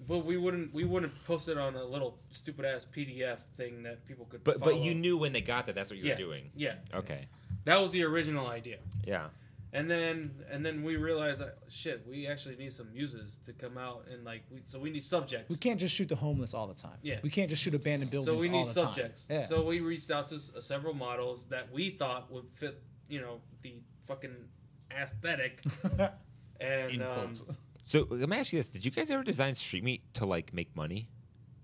Speaker 1: but we wouldn't we wouldn't post it on a little stupid ass PDF thing that people could.
Speaker 3: But but
Speaker 1: follow.
Speaker 3: you knew when they got that that's what you
Speaker 1: yeah,
Speaker 3: were doing.
Speaker 1: Yeah,
Speaker 3: Okay.
Speaker 1: that was the original idea.
Speaker 3: Yeah.
Speaker 1: And then and then we realized, like, shit, we actually need some muses to come out and like we so we need subjects.
Speaker 2: We can't just shoot the homeless all the time.
Speaker 1: Yeah.
Speaker 2: We can't just shoot abandoned
Speaker 1: so
Speaker 2: buildings
Speaker 1: we
Speaker 2: all
Speaker 1: need
Speaker 2: the
Speaker 1: subjects.
Speaker 2: time. Yeah.
Speaker 1: So we reached out to s- uh, several models that we thought would fit, you know, the fucking aesthetic. and um,
Speaker 3: So let me ask you this: Did you guys ever design street meat to like make money?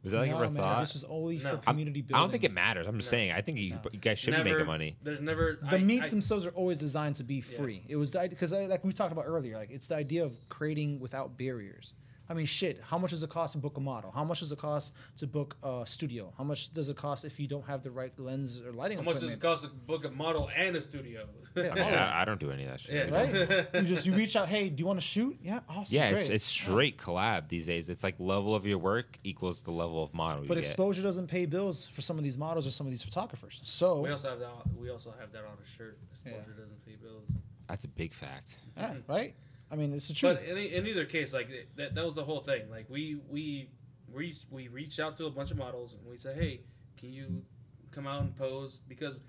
Speaker 3: Was that like
Speaker 2: no,
Speaker 3: ever
Speaker 2: man,
Speaker 3: thought?
Speaker 2: This was only
Speaker 1: No.
Speaker 2: for
Speaker 1: I'm-
Speaker 2: community building.
Speaker 3: I don't think it matters. I'm just saying. I think you, you guys should
Speaker 1: never,
Speaker 3: be making money.
Speaker 1: There's never
Speaker 2: the
Speaker 1: I-
Speaker 2: meats
Speaker 1: I-
Speaker 2: themselves are always designed to be free. It was because like we talked about earlier, like it's the idea of creating without barriers. I mean, shit. How much does it cost to book a model? How much does it cost to book a studio? How much does it cost if you don't have the right lens or lighting
Speaker 1: How much does it
Speaker 2: equipment?
Speaker 1: cost to book a model and a studio?
Speaker 3: I,
Speaker 2: Yeah,
Speaker 3: mean,
Speaker 2: all
Speaker 3: I, I don't do any of that shit.
Speaker 1: Yeah.
Speaker 2: that, right? you just you reach out. Hey, do you want to shoot? Yeah, awesome.
Speaker 3: Yeah, it's,
Speaker 2: great.
Speaker 3: it's straight collab these days. It's like level of your work equals the level of
Speaker 2: But
Speaker 3: model you get.
Speaker 2: exposure doesn't pay bills for some of these models or some of these photographers. So
Speaker 1: we also have that. on- We also have that on a shirt. Exposure
Speaker 2: Yeah.
Speaker 1: doesn't pay bills.
Speaker 3: That's a big fact.
Speaker 2: yeah, right? I mean, it's the truth.
Speaker 1: mm. But in, e- in either case, like th- that, that was the whole thing. Like we we reached we reached out to a bunch of models and we said, hey, can you come out and pose? Because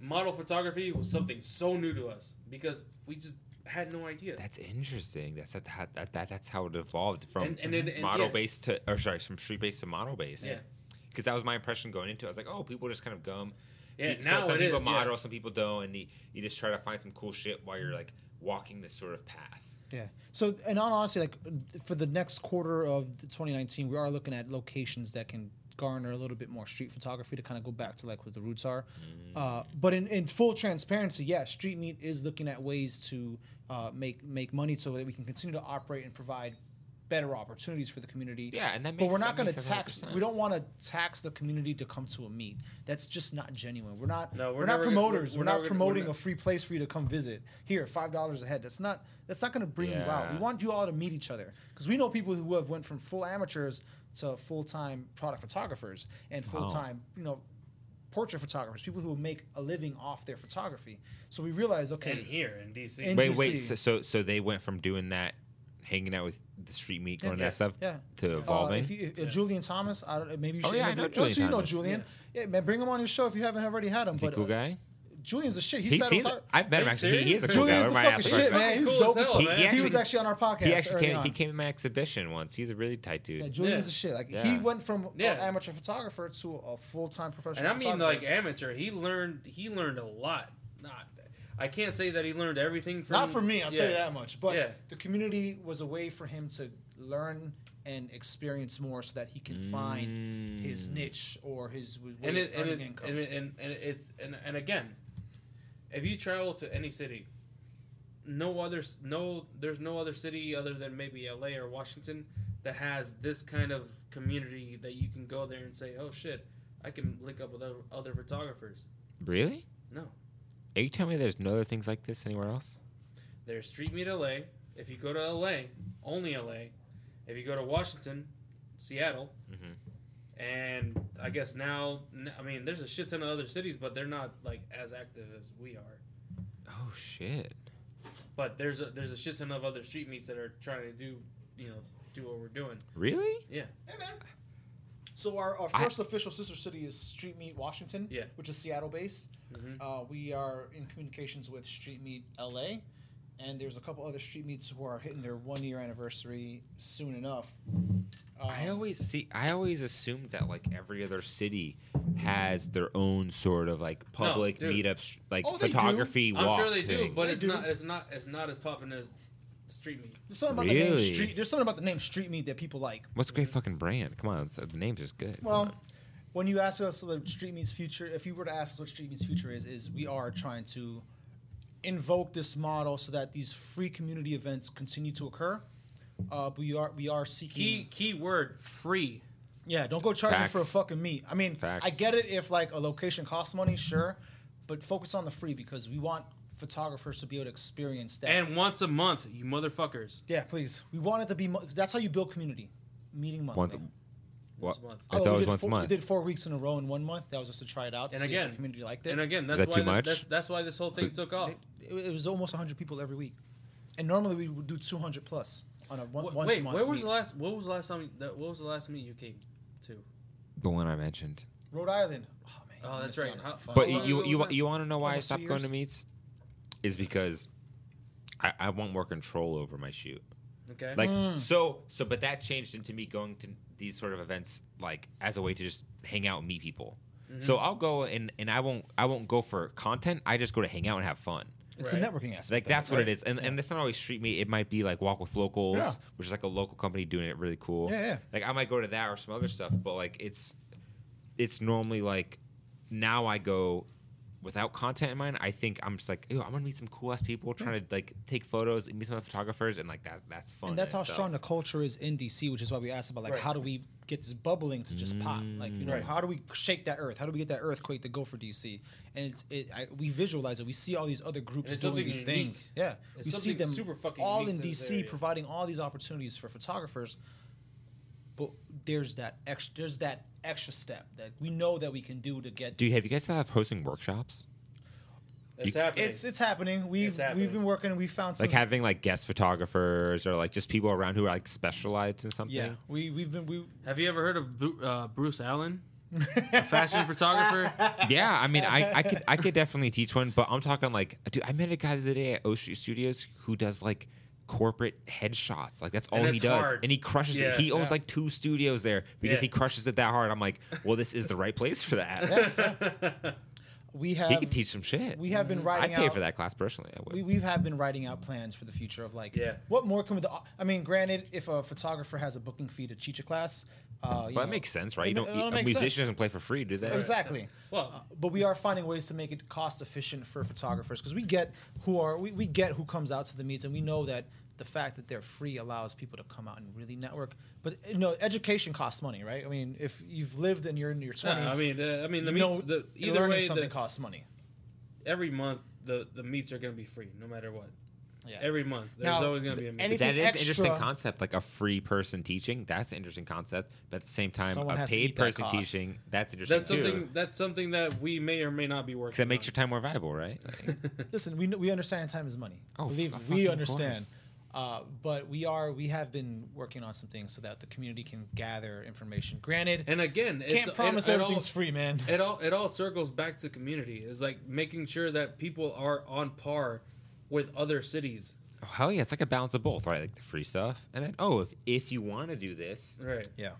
Speaker 1: model photography was something so new to us because we just had no idea.
Speaker 3: That's interesting. That's that, that, that, that that's how it evolved from
Speaker 1: And- and then- and
Speaker 3: model
Speaker 1: yeah.
Speaker 3: based to or sorry, from street based to model based.
Speaker 1: Yeah.
Speaker 3: Because that was my impression going into. it. I was like, oh, people just kind of gum.
Speaker 1: Yeah,
Speaker 3: Pe-
Speaker 1: now
Speaker 3: some
Speaker 1: it
Speaker 3: people
Speaker 1: is, yeah.
Speaker 3: model, some people don't, and you, you just try to find some cool shit while you're like walking this sort of path.
Speaker 2: Yeah. So, and on honestly, like for the next quarter of the 2019, we are looking at locations that can garner a little bit more street photography to kind of go back to like what the roots are. Uh, but in, in full transparency, yeah, Street Meat is looking at ways to uh, make make money so that we can continue to operate and provide better opportunities for the community.
Speaker 3: Yeah, and that
Speaker 2: But
Speaker 3: makes-
Speaker 2: we're
Speaker 3: that
Speaker 2: not going to
Speaker 3: makes
Speaker 2: tax.
Speaker 3: 100%.
Speaker 2: We don't want to tax the community to come to a meet. That's just not genuine. We're not.
Speaker 1: No,
Speaker 2: we're,
Speaker 1: we're
Speaker 2: not
Speaker 1: never gonna-
Speaker 2: promoters.
Speaker 1: we're-
Speaker 2: We're,
Speaker 1: we're
Speaker 2: not
Speaker 1: never gonna- we're
Speaker 2: promoting
Speaker 1: not-
Speaker 2: a free place for you to come visit. Here, five dollars a head. That's not. That's not going to bring you out. We
Speaker 3: Yeah.
Speaker 2: want you all to meet each other because we know people who have went from full amateurs to full time product photographers and full time, you know, portrait photographers. People who make a living off their photography. So we realize, okay,
Speaker 1: And here in DC,
Speaker 2: And-
Speaker 3: Wait, wait.
Speaker 2: NPC.
Speaker 3: So, so so they went from doing that, hanging out with the street meat, going to
Speaker 2: yeah,
Speaker 3: that stuff,
Speaker 2: yeah.
Speaker 3: to
Speaker 2: Uh,
Speaker 3: evolving.
Speaker 2: if you, if, uh, Julian Thomas, I don't, maybe you
Speaker 3: Oh,
Speaker 2: should.
Speaker 3: yeah, I
Speaker 2: interview-
Speaker 3: know Julian
Speaker 2: so you know
Speaker 3: Thomas.
Speaker 2: Julian. Yeah. man, bring him on your show if you haven't already had him.
Speaker 3: Is he a
Speaker 2: but,
Speaker 3: cool
Speaker 2: uh,
Speaker 3: guy?
Speaker 2: Julian's the shit. He,
Speaker 3: He
Speaker 2: sat
Speaker 3: seems.
Speaker 2: with our-
Speaker 3: I've met him
Speaker 1: Are you
Speaker 3: actually. He, he is a cool
Speaker 2: Julian's
Speaker 3: guy.
Speaker 2: the
Speaker 3: Why am I
Speaker 2: fucking
Speaker 3: asking about
Speaker 2: shit,
Speaker 3: that?
Speaker 2: man. He's
Speaker 1: Cool
Speaker 2: dope
Speaker 1: as
Speaker 2: as
Speaker 1: hell,
Speaker 2: fuck.
Speaker 3: man.
Speaker 2: He,
Speaker 3: He
Speaker 2: was
Speaker 3: actually-
Speaker 2: actually on our podcast.
Speaker 3: He actually
Speaker 2: early
Speaker 3: came.
Speaker 2: on.
Speaker 3: He came to my exhibition once. He's a really tight dude.
Speaker 2: Yeah, Julian's
Speaker 1: Yeah.
Speaker 2: a shit. Like he
Speaker 3: Yeah.
Speaker 2: went from a
Speaker 1: Yeah.
Speaker 2: amateur photographer to a full time professional.
Speaker 1: and I mean
Speaker 2: photographer.
Speaker 1: like amateur. He learned he learned a lot. Not I can't say that he learned everything from.
Speaker 2: not for me. I'll tell you
Speaker 1: Yeah.
Speaker 2: that much. But
Speaker 1: Yeah.
Speaker 2: the community was a way for him to learn and experience more, so that he can find his niche or his way
Speaker 1: Mm. and it,
Speaker 2: of
Speaker 1: and,
Speaker 2: earning
Speaker 1: it,
Speaker 2: income.
Speaker 1: and, it, and and it's and, and again, if you travel to any city, no other s- no there's no other city other than maybe L.A. or Washington that has this kind of community that you can go there and say, oh shit, I can link up with other, other photographers.
Speaker 3: Really?
Speaker 1: No,
Speaker 3: Are you telling me there's no other things like this anywhere else?
Speaker 1: there's Street Meet L.A. If you go to L.A., only L.A. If you go to Washington, Seattle.
Speaker 3: Mhm.
Speaker 1: And I guess now, n- I mean, there's a shit ton of other cities, but they're not like as active as we are.
Speaker 3: Oh shit!
Speaker 1: But there's a there's a shit ton of other street meets that are trying to do you know do what we're doing.
Speaker 3: Really?
Speaker 1: Yeah,
Speaker 2: Hey man. So our, our
Speaker 3: I-
Speaker 2: first official sister city is Street Meet Washington,
Speaker 1: Yeah.
Speaker 2: which is Seattle based.
Speaker 1: Mhm.
Speaker 2: Uh, we are in communications with Street Meet LA, and there's a couple other street meets who are hitting their one year anniversary soon enough. Um,
Speaker 3: I always see. I always assumed that like every other city has their own sort of like public
Speaker 1: dude.
Speaker 3: meetups, like
Speaker 2: Oh, they do.
Speaker 3: photography
Speaker 1: I'm
Speaker 3: walk
Speaker 1: sure they do,
Speaker 3: thing.
Speaker 1: but
Speaker 2: They
Speaker 1: it's
Speaker 2: do.
Speaker 1: not it's not it's not as popping as street meet.
Speaker 2: there's something about the name
Speaker 3: Really?
Speaker 2: street. There's something about the name Street Meet that people like.
Speaker 3: What's a great fucking brand? Come on, it's- uh, the name's just good. Come
Speaker 2: Well,
Speaker 3: on.
Speaker 2: when you ask us what Street Meet's future, if you were to ask us what Street Meet's future is, is we are trying to invoke this model so that these free community events continue to occur. Uh, we are we are seeking.
Speaker 1: Key key word free.
Speaker 2: Yeah, don't go charging for a
Speaker 3: Facts.
Speaker 2: fucking meat. I mean, I
Speaker 3: Facts.
Speaker 2: get it if like a location costs money, sure, but focus on the free because we want photographers to be able to experience that.
Speaker 1: And once a month, you motherfuckers.
Speaker 2: yeah, please. We want it to be. Mo- that's how you build community. Meeting month.
Speaker 3: once.
Speaker 2: man.
Speaker 3: What?
Speaker 1: Once a month.
Speaker 3: I thought
Speaker 2: Although Oh,
Speaker 3: it
Speaker 2: we
Speaker 3: was
Speaker 2: did
Speaker 3: once a
Speaker 2: four-
Speaker 3: month.
Speaker 2: We did four weeks in a row in one month. That was just to try it out. To
Speaker 1: And
Speaker 2: see if
Speaker 1: again-
Speaker 2: the community liked it.
Speaker 1: And again,
Speaker 3: Is
Speaker 1: that's
Speaker 3: that
Speaker 1: why
Speaker 3: too
Speaker 1: this,
Speaker 3: much?
Speaker 1: That's, that's why this whole thing took off.
Speaker 2: it, it was almost 100 people every week, and normally we would do 200 plus on a one,
Speaker 1: Wh-
Speaker 2: once a
Speaker 1: Wait,
Speaker 2: month.
Speaker 1: where was
Speaker 2: meet.
Speaker 1: the last? What was the last time? That, what was the last meet you came to?
Speaker 3: The one I mentioned.
Speaker 2: Rhode Island? Oh man,
Speaker 1: Oh,
Speaker 2: I
Speaker 1: that's
Speaker 2: missed out
Speaker 1: right.
Speaker 2: on some
Speaker 1: How-
Speaker 2: fun
Speaker 3: But
Speaker 1: How
Speaker 2: stuff.
Speaker 1: long
Speaker 3: you
Speaker 1: ago
Speaker 3: you
Speaker 1: was
Speaker 3: you,
Speaker 1: that?
Speaker 3: you want to know why I
Speaker 2: Almost two
Speaker 3: stopped going to
Speaker 2: years.
Speaker 3: meets? Is because I, I want more control over my shoot.
Speaker 6: Okay.
Speaker 3: Like
Speaker 2: Mm.
Speaker 3: so so but that changed into me going to these sort of events like as a way to just hang out and meet people.
Speaker 2: Mm-hmm.
Speaker 3: So I'll go and and I won't I won't go for content. I just go to hang out and have fun.
Speaker 2: It's
Speaker 6: Right.
Speaker 2: a networking aspect.
Speaker 3: Like
Speaker 2: of
Speaker 3: that's
Speaker 2: it,
Speaker 3: what
Speaker 2: right?
Speaker 3: it is. And and it's not always street meet. It might be like walk with locals,
Speaker 2: Yeah.
Speaker 3: which is like a local company doing it really cool.
Speaker 2: Yeah, yeah.
Speaker 3: Like I might go to that or some other stuff, but like it's it's normally like now I go without content in mind. I think I'm just like, yo, I'm gonna meet some cool ass people, trying to like take photos, and meet some other photographers, and like that that's
Speaker 2: And
Speaker 3: fun. in
Speaker 2: that's how
Speaker 3: itself.
Speaker 2: strong the culture is in DC, which is why we asked about like
Speaker 6: Right.
Speaker 2: how do we get this bubbling to just pop? Like you know,
Speaker 6: Right.
Speaker 2: how do we shake that earth? How do we get that earthquake to go for DC? And it's it I, we visualize it. We see all these other groups
Speaker 6: And it's
Speaker 2: doing
Speaker 6: something
Speaker 2: these
Speaker 6: unique.
Speaker 2: things. Yeah,
Speaker 6: It's
Speaker 2: we see
Speaker 6: something
Speaker 2: them
Speaker 6: super fucking
Speaker 2: all
Speaker 6: unique
Speaker 2: in
Speaker 6: to this
Speaker 2: DC
Speaker 6: area.
Speaker 2: providing all these opportunities for photographers. But there's that extra there's that extra step that we know that we can do to get
Speaker 3: Do you have you guys still have hosting workshops?
Speaker 6: it's happening.
Speaker 2: it's it's happening. We've
Speaker 6: happening.
Speaker 2: we've been working. We found some
Speaker 3: Like having like guest photographers or like just people around who are like specialized in something.
Speaker 2: yeah. We we've been we
Speaker 1: Have you ever heard of Bru- uh, Bruce Allen, a fashion photographer?
Speaker 3: yeah, I mean, I, I could I could definitely teach one, but I'm talking like, dude, I met a guy the other day at Ocean Studios who does like corporate headshots. Like that's all he
Speaker 6: that's
Speaker 3: does,
Speaker 6: hard.
Speaker 3: and he crushes
Speaker 6: Yeah,
Speaker 3: it. He owns
Speaker 2: yeah.
Speaker 3: like two studios there because
Speaker 6: Yeah.
Speaker 3: he crushes it that hard. I'm like, well, this is the right place for that.
Speaker 2: we have
Speaker 3: He could teach some shit.
Speaker 2: we have been
Speaker 1: Mm-hmm.
Speaker 3: I'd
Speaker 2: riding
Speaker 3: pay
Speaker 2: out
Speaker 3: for that class personally. I would.
Speaker 2: we, we have been writing out plans for the future of like
Speaker 6: Yeah.
Speaker 2: what more can we the i mean granted if a photographer has a booking fee to teach a class uh you
Speaker 3: but that
Speaker 2: know,
Speaker 3: makes sense, right? You
Speaker 2: ma-
Speaker 3: don't. e,
Speaker 2: it all
Speaker 3: A
Speaker 2: makes
Speaker 3: musician
Speaker 2: sense.
Speaker 3: doesn't play for free, do they?
Speaker 2: exactly
Speaker 6: Well-
Speaker 2: Uh, but we are finding ways to make it cost efficient for photographers because we get who are we, we get who comes out to the meets and we know that the fact that they're free allows people to come out and really network but you know education costs money right i mean if you've lived and you're in your 20s
Speaker 1: I mean, uh, I mean, the
Speaker 2: you
Speaker 1: meets,
Speaker 2: know
Speaker 1: the, either way,
Speaker 2: learning something
Speaker 1: the,
Speaker 2: costs money
Speaker 1: every month the the meets are gonna be free, no matter what.
Speaker 2: yeah
Speaker 1: Every month, there's
Speaker 2: Now,
Speaker 1: always gonna be a meet.
Speaker 2: any-
Speaker 3: that
Speaker 2: anything
Speaker 3: is an interesting
Speaker 2: extra-
Speaker 3: concept, like a free person teaching. That's an interesting concept, but at the same time,
Speaker 2: Someone
Speaker 3: a
Speaker 2: has to
Speaker 3: paid
Speaker 2: eat that
Speaker 3: person
Speaker 2: cost.
Speaker 3: teaching. That's interesting
Speaker 1: that's
Speaker 3: too,
Speaker 1: something. That's something that we may or may not be working.
Speaker 3: because that makes
Speaker 1: on.
Speaker 3: your time more valuable, right? Like,
Speaker 2: Listen, we we understand time is money.
Speaker 3: Oh, f-
Speaker 2: Believe
Speaker 3: uh,
Speaker 2: me, we
Speaker 3: fucking
Speaker 2: understand.
Speaker 3: course.
Speaker 2: Uh, but we are we have been working on some things so that the community can gather information. Granted,
Speaker 1: And again, it's,
Speaker 2: can't promise
Speaker 1: it, it all-
Speaker 2: everything's free, man.
Speaker 1: it all it all circles back to community is like making sure that people are on par with other cities
Speaker 3: oh, hell yeah, it's like a balance of both, right? Like the free stuff, and then oh, if if you want to do this,
Speaker 1: right
Speaker 2: yeah,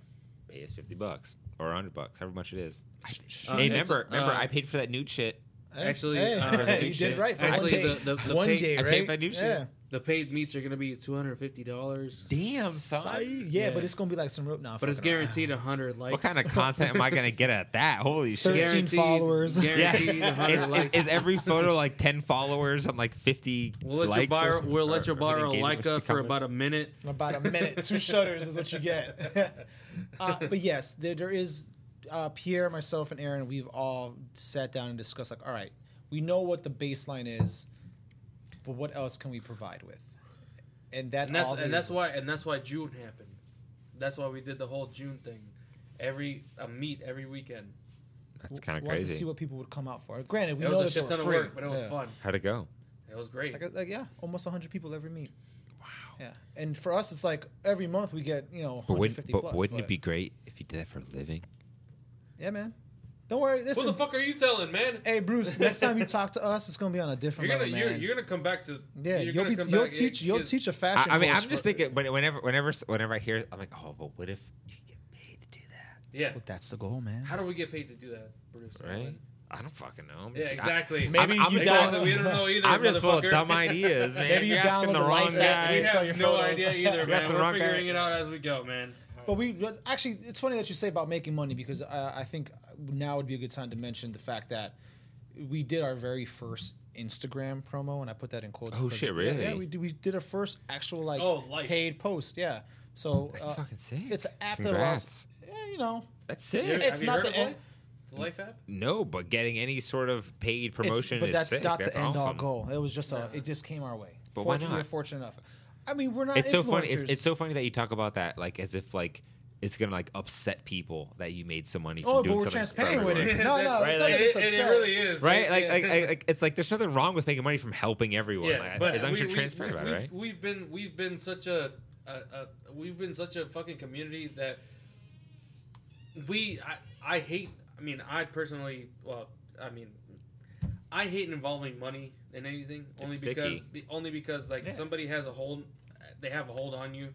Speaker 3: pay us fifty bucks or hundred bucks, however much it is. I-
Speaker 2: sh-
Speaker 3: hey,
Speaker 1: it's-
Speaker 3: remember, remember,
Speaker 1: uh,
Speaker 3: I paid for that nude shit.
Speaker 1: Actually,
Speaker 2: hey,
Speaker 1: uh,
Speaker 2: hey, you
Speaker 3: shit.
Speaker 2: did right for
Speaker 1: Actually,
Speaker 2: one day.
Speaker 1: the- the- the
Speaker 2: one
Speaker 1: pay-
Speaker 2: day,
Speaker 3: I
Speaker 2: right?
Speaker 3: paid that new shit.
Speaker 2: yeah.
Speaker 1: the paid meets are going to be $250
Speaker 3: Damn,
Speaker 2: Sigh.
Speaker 3: son.
Speaker 2: Yeah,
Speaker 1: Yeah.
Speaker 2: but it's gonna be like some rope now.
Speaker 1: but it's guaranteed 100 likes
Speaker 3: What kind of content am I gonna get at that? Holy shit!
Speaker 2: 13 followers.
Speaker 3: Yeah,
Speaker 1: guaranteed
Speaker 3: is,
Speaker 1: 100
Speaker 3: is-
Speaker 1: likes
Speaker 3: is every photo like ten followers and like fifty?
Speaker 1: we'll let your
Speaker 3: likes or
Speaker 1: borrow
Speaker 3: something?
Speaker 1: we'll
Speaker 3: Or-
Speaker 1: let your
Speaker 3: or
Speaker 1: borrow
Speaker 3: engagement
Speaker 1: like
Speaker 3: with
Speaker 1: up for
Speaker 3: comments?
Speaker 1: about a minute
Speaker 2: About a minute, two shutters is what you get. uh, but yes, there, there is uh, Pierre, myself, and Aaron. We've all sat down and discussed like, all right, we know what the baseline is, but what else can we provide with? And that
Speaker 1: and that's
Speaker 2: all
Speaker 1: and that's why and that's why June happened that's why we did the whole June thing every a meet every weekend
Speaker 3: That's kind of
Speaker 2: wanted to see
Speaker 3: crazy.
Speaker 2: what people would come out for. Granted, we
Speaker 1: it was
Speaker 2: know
Speaker 1: a
Speaker 2: that
Speaker 1: shit
Speaker 2: they
Speaker 1: ton
Speaker 2: were
Speaker 1: of
Speaker 2: free,
Speaker 1: work but it was
Speaker 2: yeah.
Speaker 1: fun
Speaker 3: How'd it go?
Speaker 1: it was great
Speaker 2: Like, like yeah, almost 100 people every meet. Wow. Yeah, and for us, it's like every month we get you know
Speaker 3: But
Speaker 2: 150
Speaker 3: wouldn't, but
Speaker 2: plus.
Speaker 3: wouldn't it
Speaker 2: but-
Speaker 3: be great if you did that for a living?
Speaker 2: Yeah, man. Don't worry.
Speaker 1: what
Speaker 2: Listen,
Speaker 1: the fuck are you telling man
Speaker 2: hey Bruce, next time you talk to us, it's gonna be on a different
Speaker 1: You're gonna
Speaker 2: level,
Speaker 1: you're,
Speaker 2: man.
Speaker 1: you're gonna come back to
Speaker 2: Yeah,
Speaker 1: you're
Speaker 2: you'll
Speaker 1: gonna
Speaker 2: be
Speaker 1: come
Speaker 2: you'll
Speaker 1: back-
Speaker 2: teach you'll
Speaker 1: it-
Speaker 2: teach a
Speaker 3: I,
Speaker 2: fashion.
Speaker 3: I mean,
Speaker 2: course
Speaker 3: I'm just
Speaker 2: for-
Speaker 3: thinking. But whenever, whenever, whenever I hear, it, I'm like, oh, but what if you get paid to do that?
Speaker 1: Yeah.
Speaker 2: Well, that's the goal, man.
Speaker 1: How do we get paid to do that, Bruce?
Speaker 3: Right? I don't fucking know. I'm
Speaker 1: Yeah,
Speaker 3: just- I-
Speaker 1: exactly.
Speaker 3: I'm-
Speaker 2: Maybe
Speaker 3: I'm
Speaker 2: you
Speaker 3: just
Speaker 2: down-
Speaker 1: Exactly.
Speaker 3: full-
Speaker 1: We don't know either.
Speaker 3: I'm just full of
Speaker 1: motherfucker.
Speaker 3: dumb ideas, man.
Speaker 2: Maybe you
Speaker 3: You're asking
Speaker 2: download
Speaker 3: the
Speaker 2: a
Speaker 3: wrong
Speaker 2: life app.
Speaker 3: guy.
Speaker 1: We
Speaker 2: You saw your
Speaker 1: have no
Speaker 2: photos.
Speaker 1: idea either,
Speaker 3: That's
Speaker 1: man.
Speaker 3: the
Speaker 1: We're
Speaker 3: wrong guy.
Speaker 1: figuring it out as we go, man.
Speaker 2: But we but actually, it's funny that you say about making money because I, I think now would be a good time to mention the fact that we did our very first Instagram promo, and I put that in quotes.
Speaker 3: Oh,
Speaker 2: because-
Speaker 3: shit,
Speaker 2: yeah, Yeah,
Speaker 3: really?
Speaker 2: we did, we did our first actual like
Speaker 1: Oh, life.
Speaker 2: paid post. Yeah, so
Speaker 3: That's
Speaker 2: uh,
Speaker 3: fucking sick.
Speaker 2: it's an app that
Speaker 3: Congrats.
Speaker 2: allows. Yeah, you know,
Speaker 3: That's
Speaker 1: Have
Speaker 3: sick.
Speaker 2: it's
Speaker 1: you
Speaker 2: not
Speaker 1: heard
Speaker 2: the
Speaker 1: of
Speaker 2: end-
Speaker 1: Life? The Life app?
Speaker 3: No, but getting any sort of paid
Speaker 2: It's-
Speaker 3: promotion
Speaker 2: but
Speaker 3: is
Speaker 2: that's
Speaker 3: sick.
Speaker 2: not
Speaker 3: that's
Speaker 2: the end all
Speaker 3: awesome.
Speaker 2: goal. It was just a. It just came our way.
Speaker 3: But why
Speaker 2: Fortunately,
Speaker 3: not?
Speaker 2: we're fortunate enough. I mean, we're not.
Speaker 3: It's so funny. It's,
Speaker 2: influencers.
Speaker 3: it's so funny that you talk about that, like as if like it's gonna like upset people that you made some money. From
Speaker 2: Oh,
Speaker 3: doing
Speaker 2: but we're
Speaker 3: something
Speaker 2: transparent with
Speaker 3: frivolous.
Speaker 2: it. No, no,
Speaker 3: Right,
Speaker 2: it's not
Speaker 3: like,
Speaker 2: that it's
Speaker 1: and it,
Speaker 2: upset.
Speaker 1: really is.
Speaker 3: right?
Speaker 1: It-
Speaker 3: Like,
Speaker 1: it-
Speaker 3: like, I, like, it's like there's nothing wrong with making money from helping everyone.
Speaker 1: yeah,
Speaker 3: like,
Speaker 1: but
Speaker 3: as long as
Speaker 1: we-
Speaker 3: you're
Speaker 1: we-
Speaker 3: transparent about
Speaker 1: we-
Speaker 3: it, right?
Speaker 1: We've been we've been such a, a, a we've been such a fucking community that we I, I hate. I mean, I personally, well, I mean, I hate involving money in anything only
Speaker 3: It's
Speaker 1: because
Speaker 3: sticky.
Speaker 1: be, only because like
Speaker 2: Yeah.
Speaker 1: somebody has a hold, they have a hold on you,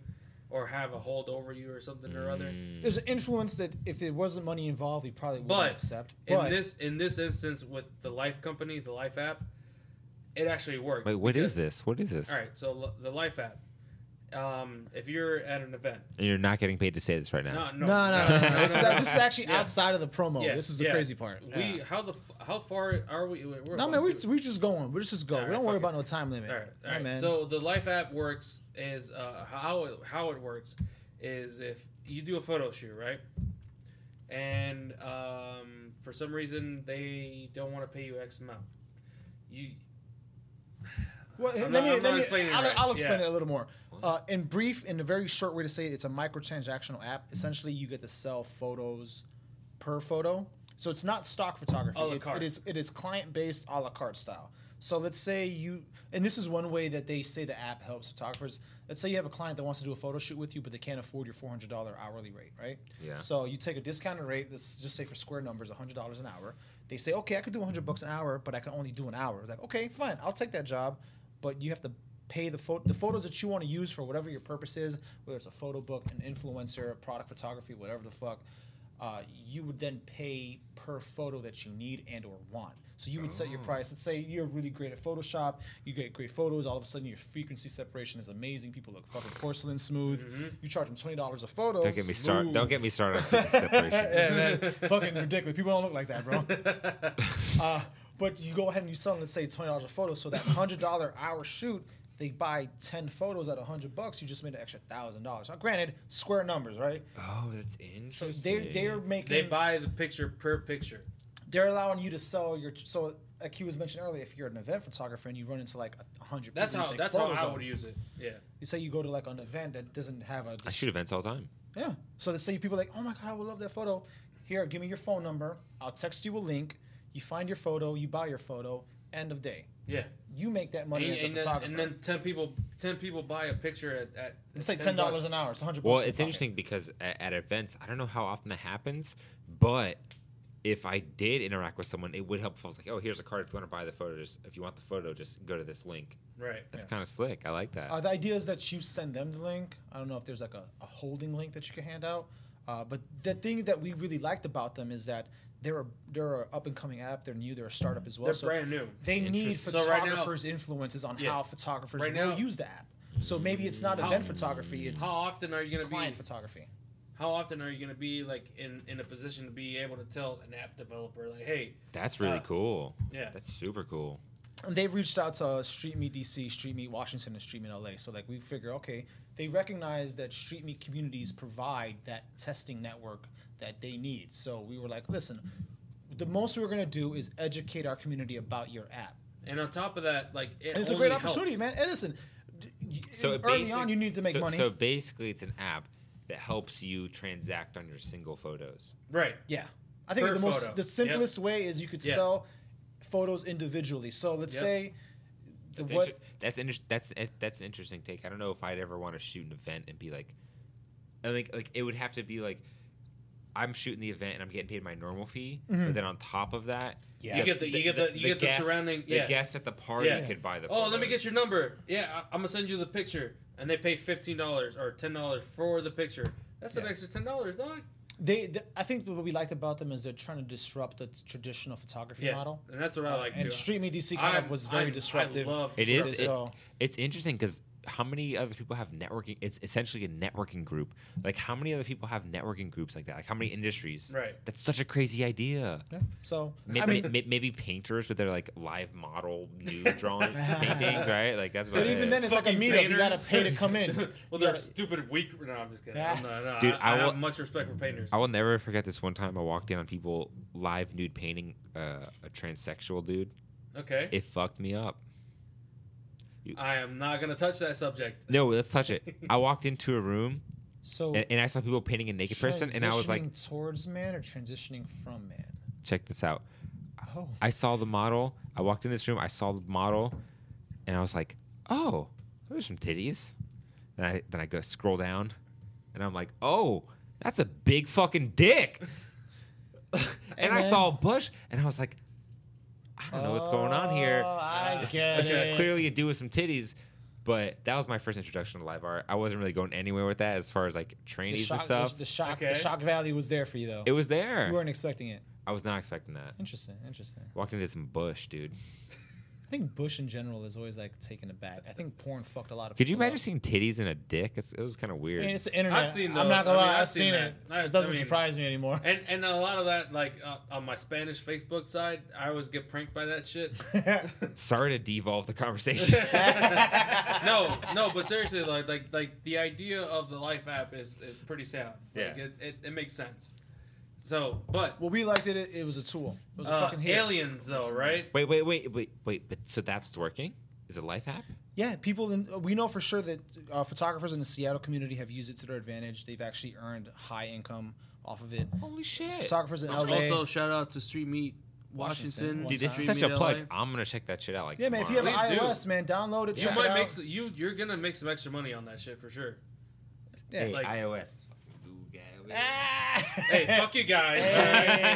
Speaker 1: or have a hold over you or something or other.
Speaker 3: Mm.
Speaker 2: There's an influence that if it wasn't money involved, we probably wouldn't
Speaker 1: But
Speaker 2: accept.
Speaker 1: In this in this instance with the Life company, the Life app, it actually works.
Speaker 3: Wait, what
Speaker 1: because-
Speaker 3: is this? What is this?
Speaker 1: All right, so l- the Life app. Um, if you're at an event,
Speaker 3: And you're not getting paid to say this right now.
Speaker 1: no, no,
Speaker 2: no, no, no, no, no,
Speaker 3: no,
Speaker 2: This, is,
Speaker 3: no, no.
Speaker 2: this is actually
Speaker 1: Yeah.
Speaker 2: outside of the promo.
Speaker 1: Yeah,
Speaker 2: This is the
Speaker 1: yeah.
Speaker 2: crazy part.
Speaker 1: We how the f- how far are we? We're
Speaker 2: No
Speaker 1: going
Speaker 2: man, we
Speaker 1: to-
Speaker 2: we just going. We just go.
Speaker 1: All
Speaker 2: we
Speaker 1: right,
Speaker 2: don't worry
Speaker 1: fuck
Speaker 2: about no time limit.
Speaker 1: All right, all
Speaker 2: Yeah,
Speaker 1: right.
Speaker 2: man.
Speaker 1: So the Life app works is uh, how it, how it works is if you do a photo shoot, right? And um, for some reason they don't want to pay you X amount. You
Speaker 2: Well,
Speaker 1: I'm
Speaker 2: let
Speaker 1: not-
Speaker 2: me,
Speaker 1: I'm not
Speaker 2: let me
Speaker 1: explaining it
Speaker 2: I'll,
Speaker 1: right.
Speaker 2: I'll explain
Speaker 1: Yeah.
Speaker 2: it a little more. Uh, in brief, in a very short way to say it, it's a microtransactional app.
Speaker 1: Mm-hmm.
Speaker 2: Essentially, you get to sell photos per photo. So it's not stock photography.
Speaker 1: A la
Speaker 2: It's,
Speaker 1: carte.
Speaker 2: it is it is client based a la carte style. So let's say you, and this is one way that they say the app helps photographers. Let's say you have a client that wants to do a photo shoot with you, but they can't afford your four hundred dollar hourly rate, right?
Speaker 3: Yeah.
Speaker 2: So you take a discounted rate. Let's just say for square numbers, hundred dollars an hour. They say, okay, I could do hundred bucks an hour, but I can only do an hour. It's like, okay, fine, I'll take that job, but you have to pay the photo the photos that you want to use for whatever your purpose is, whether it's a photo book, an influencer, product photography, whatever the fuck. Uh, you would then pay per photo that you need and or want. So you would set
Speaker 3: Oh.
Speaker 2: your price. Let's say you're really great at Photoshop. You get great photos. All of a sudden, your frequency separation is amazing. People look fucking porcelain smooth. You charge them twenty dollars a photo.
Speaker 3: Mm-hmm. Don't get me started. Don't get me started on people separation.
Speaker 2: Yeah, man. fucking ridiculous. People don't look like that, bro. Uh, but you go ahead and you sell them, let's say twenty dollars a photo. So that hundred dollar hour shoot, they buy ten photos at hundred bucks. You just made an extra thousand dollars. Now, granted, square numbers, right?
Speaker 3: Oh, that's interesting.
Speaker 2: So they're they're making
Speaker 1: they buy the picture per picture.
Speaker 2: they're allowing you to sell your so like he was mentioned earlier. If you're an event photographer and you run into like a hundred,
Speaker 1: That's
Speaker 2: people
Speaker 1: how
Speaker 2: you take
Speaker 1: that's how
Speaker 2: photos
Speaker 1: I
Speaker 2: of,
Speaker 1: would use it. Yeah.
Speaker 2: You say you go to like an event that doesn't have a
Speaker 3: I shoot events all the time.
Speaker 2: Yeah. So they say people are like, oh my god, I would love that photo. Here, give me your phone number. I'll text you a link. You find your photo. You buy your photo. End of day.
Speaker 1: Yeah,
Speaker 2: You make that
Speaker 1: and,
Speaker 2: money as a
Speaker 1: and then,
Speaker 2: photographer.
Speaker 1: and then ten people, ten people buy a picture at. at
Speaker 2: it's like
Speaker 1: at
Speaker 2: ten dollars
Speaker 1: bucks.
Speaker 2: an hour. It's hundred.
Speaker 3: Well, it's interesting because at, at events, I don't know how often that happens, but if I did interact with someone, it would help if I was like, "Oh, here's a card. If you want to buy the photo, just if you want the photo, just go to this link."
Speaker 1: Right.
Speaker 3: That's kind of slick. I like that.
Speaker 2: Uh, the idea is that you send them the link. I don't know if there's like a, a holding link that you can hand out. Uh, but the thing that we really liked about them is that they're a, they're an up and coming app. They're new. They're a startup as well.
Speaker 1: They're
Speaker 2: so
Speaker 1: brand new.
Speaker 2: they need
Speaker 3: Interesting.
Speaker 1: So right now-
Speaker 2: photographers' influences on
Speaker 1: Yeah.
Speaker 2: how photographers
Speaker 1: Right
Speaker 2: will
Speaker 1: now-
Speaker 2: use the app. So maybe it's not
Speaker 1: How-
Speaker 2: event photography. It's
Speaker 1: How often are you gonna
Speaker 2: client
Speaker 1: be?
Speaker 2: photography.
Speaker 1: How often are you gonna be like in in a position to be able to tell an app developer like, hey,
Speaker 3: That's really
Speaker 1: uh,
Speaker 3: cool.
Speaker 1: yeah.
Speaker 3: That's super cool.
Speaker 2: And they've reached out to Street Meet DC, Street Meet Washington, and Street Meet LA. So like we figure, okay, they recognize that Street Meet communities provide that testing network that they need. So we were like, listen, the most we're gonna do is educate our community about your app.
Speaker 1: and on top of that, like it
Speaker 2: And it's a
Speaker 1: only
Speaker 2: great opportunity,
Speaker 1: helps.
Speaker 2: man. And listen, d- y-
Speaker 3: So it
Speaker 2: early
Speaker 3: basic-
Speaker 2: on you need to make
Speaker 3: so-
Speaker 2: money.
Speaker 3: So basically, it's an app that helps you transact on your single photos.
Speaker 1: Right.
Speaker 2: Yeah, I think
Speaker 1: Per
Speaker 2: the
Speaker 1: photo.
Speaker 2: most the
Speaker 1: Yep.
Speaker 2: simplest way is you could
Speaker 1: Yeah.
Speaker 2: sell photos individually. So let's
Speaker 1: Yep.
Speaker 2: say the
Speaker 3: That's
Speaker 2: what
Speaker 3: inter- that's inter- that's eh, that's an interesting take. I don't know if I'd ever want to shoot an event and be like, I think like it would have to be like, I'm shooting the event and I'm getting paid my normal fee, but then on top of that,
Speaker 2: Yeah.
Speaker 1: You get the- you get the- you get the surrounding- yeah.
Speaker 3: the guests at the party
Speaker 1: Yeah.
Speaker 3: could buy the.
Speaker 1: Oh, let me get
Speaker 3: photos.
Speaker 1: your number. Yeah, I, I'm gonna send you the picture, and they pay fifteen dollars or ten dollars for the picture. That's an
Speaker 2: Yeah.
Speaker 1: extra ten dollars, dog.
Speaker 2: they, th- I think what we liked about them is they're trying to disrupt the traditional photography
Speaker 1: Yeah,
Speaker 2: model.
Speaker 1: and that's what I like
Speaker 2: and
Speaker 1: too.
Speaker 2: Street Me DC kind
Speaker 1: I'm-
Speaker 2: of was very
Speaker 1: I'm- I
Speaker 2: disruptive.
Speaker 1: love
Speaker 3: It is.
Speaker 2: So-
Speaker 3: it-
Speaker 2: so-
Speaker 3: it's interesting because how many other people have networking? It's essentially a networking group. Like how many other people have networking groups like that? Like how many industries?
Speaker 1: Right.
Speaker 3: That's such a crazy idea.
Speaker 2: yeah, so
Speaker 3: Maybe,
Speaker 2: I mean,
Speaker 3: may- maybe painters with their like live model nude drawing paintings, right? Like that's about
Speaker 2: but even
Speaker 3: it.
Speaker 2: then, it's like a
Speaker 1: Fucking
Speaker 2: meetup. You gotta
Speaker 1: painters.
Speaker 2: pay to come in. You
Speaker 1: well, they're
Speaker 2: gotta-
Speaker 1: stupid weak. No, I'm just kidding.
Speaker 2: Yeah.
Speaker 1: No, no,
Speaker 3: Dude,
Speaker 1: I, I
Speaker 3: I
Speaker 1: have
Speaker 3: will-
Speaker 1: much respect for painters.
Speaker 3: I will never forget this one time I walked in on people live nude painting uh, a transsexual dude.
Speaker 1: Okay.
Speaker 3: It fucked me up.
Speaker 1: I am not gonna touch that subject.
Speaker 3: No, let's touch it. I walked into a room
Speaker 2: so
Speaker 3: and, and I saw people painting a naked person, and I was like,
Speaker 2: transitioning towards man or transitioning from man.
Speaker 3: check this out.
Speaker 2: Oh,
Speaker 3: I saw the model. I walked in this room. I saw the model, and I was like, "Oh, there's some titties." And I then I go scroll down, and I'm like, "Oh, that's a big fucking dick." and I
Speaker 2: man.
Speaker 3: saw a bush, and I was like, I don't know what's going on here.
Speaker 2: Oh, I
Speaker 3: This-
Speaker 2: get
Speaker 3: this
Speaker 2: it.
Speaker 3: is clearly a dude with some titties. But that was my first introduction to live art. I wasn't really going anywhere with that as far as like
Speaker 2: The
Speaker 3: trainees
Speaker 2: shock,
Speaker 3: and stuff.
Speaker 2: The, the shock, the
Speaker 1: Okay.
Speaker 2: shock value was there for you though.
Speaker 3: it was there.
Speaker 2: you weren't expecting it.
Speaker 3: I was not expecting that.
Speaker 2: Interesting, interesting.
Speaker 3: Walked into some bush, dude.
Speaker 2: I think Bush in general is always like taken aback. I think porn fucked a lot of.
Speaker 3: Could you
Speaker 2: people
Speaker 3: imagine
Speaker 2: up.
Speaker 3: seeing titties in a dick? It's, it was kind of weird.
Speaker 2: I mean, it's the internet.
Speaker 1: I've seen
Speaker 2: I'm not
Speaker 1: those. I
Speaker 2: gonna lie.
Speaker 1: mean,
Speaker 2: I've,
Speaker 1: I've
Speaker 2: seen,
Speaker 1: seen
Speaker 2: it.
Speaker 1: that. I-
Speaker 2: it doesn't
Speaker 1: I mean-
Speaker 2: surprise me anymore.
Speaker 1: And and a lot of that, like uh, on my Spanish Facebook side, I always get pranked by that shit.
Speaker 3: Sorry to devolve the conversation.
Speaker 1: no, no, but seriously, like like like the idea of the Life app is is pretty sound. Like,
Speaker 3: Yeah.
Speaker 1: it, it, it makes sense. So, but
Speaker 2: well, we liked it. It, it was a tool. It was a
Speaker 1: uh,
Speaker 2: fucking hit.
Speaker 1: aliens though, right?
Speaker 3: wait, wait, wait, wait, wait. But so that's working? Is it life hack?
Speaker 2: Yeah, people in we know for sure that uh, photographers in the Seattle community have used it to their advantage. They've actually earned high income off of it.
Speaker 3: Holy shit.
Speaker 2: Photographers in LA.
Speaker 1: Also, shout out to Street Meat Washington.
Speaker 2: Washington.
Speaker 3: Dude, this is
Speaker 1: Street
Speaker 3: such a
Speaker 1: Meat
Speaker 3: plug.
Speaker 1: LA.
Speaker 3: I'm gonna check that shit out. Like,
Speaker 2: yeah, man. If you have an
Speaker 3: tomorrow.
Speaker 1: Please do.
Speaker 2: iOS, man, download it.
Speaker 1: You
Speaker 2: check it
Speaker 1: might
Speaker 2: out.
Speaker 1: make s you you're gonna make some extra money on that shit for sure.
Speaker 2: yeah.
Speaker 3: hey,
Speaker 1: like-
Speaker 3: iOS. Fucking Google.
Speaker 2: Ah,
Speaker 1: Hey, fuck you guys.
Speaker 2: Hey.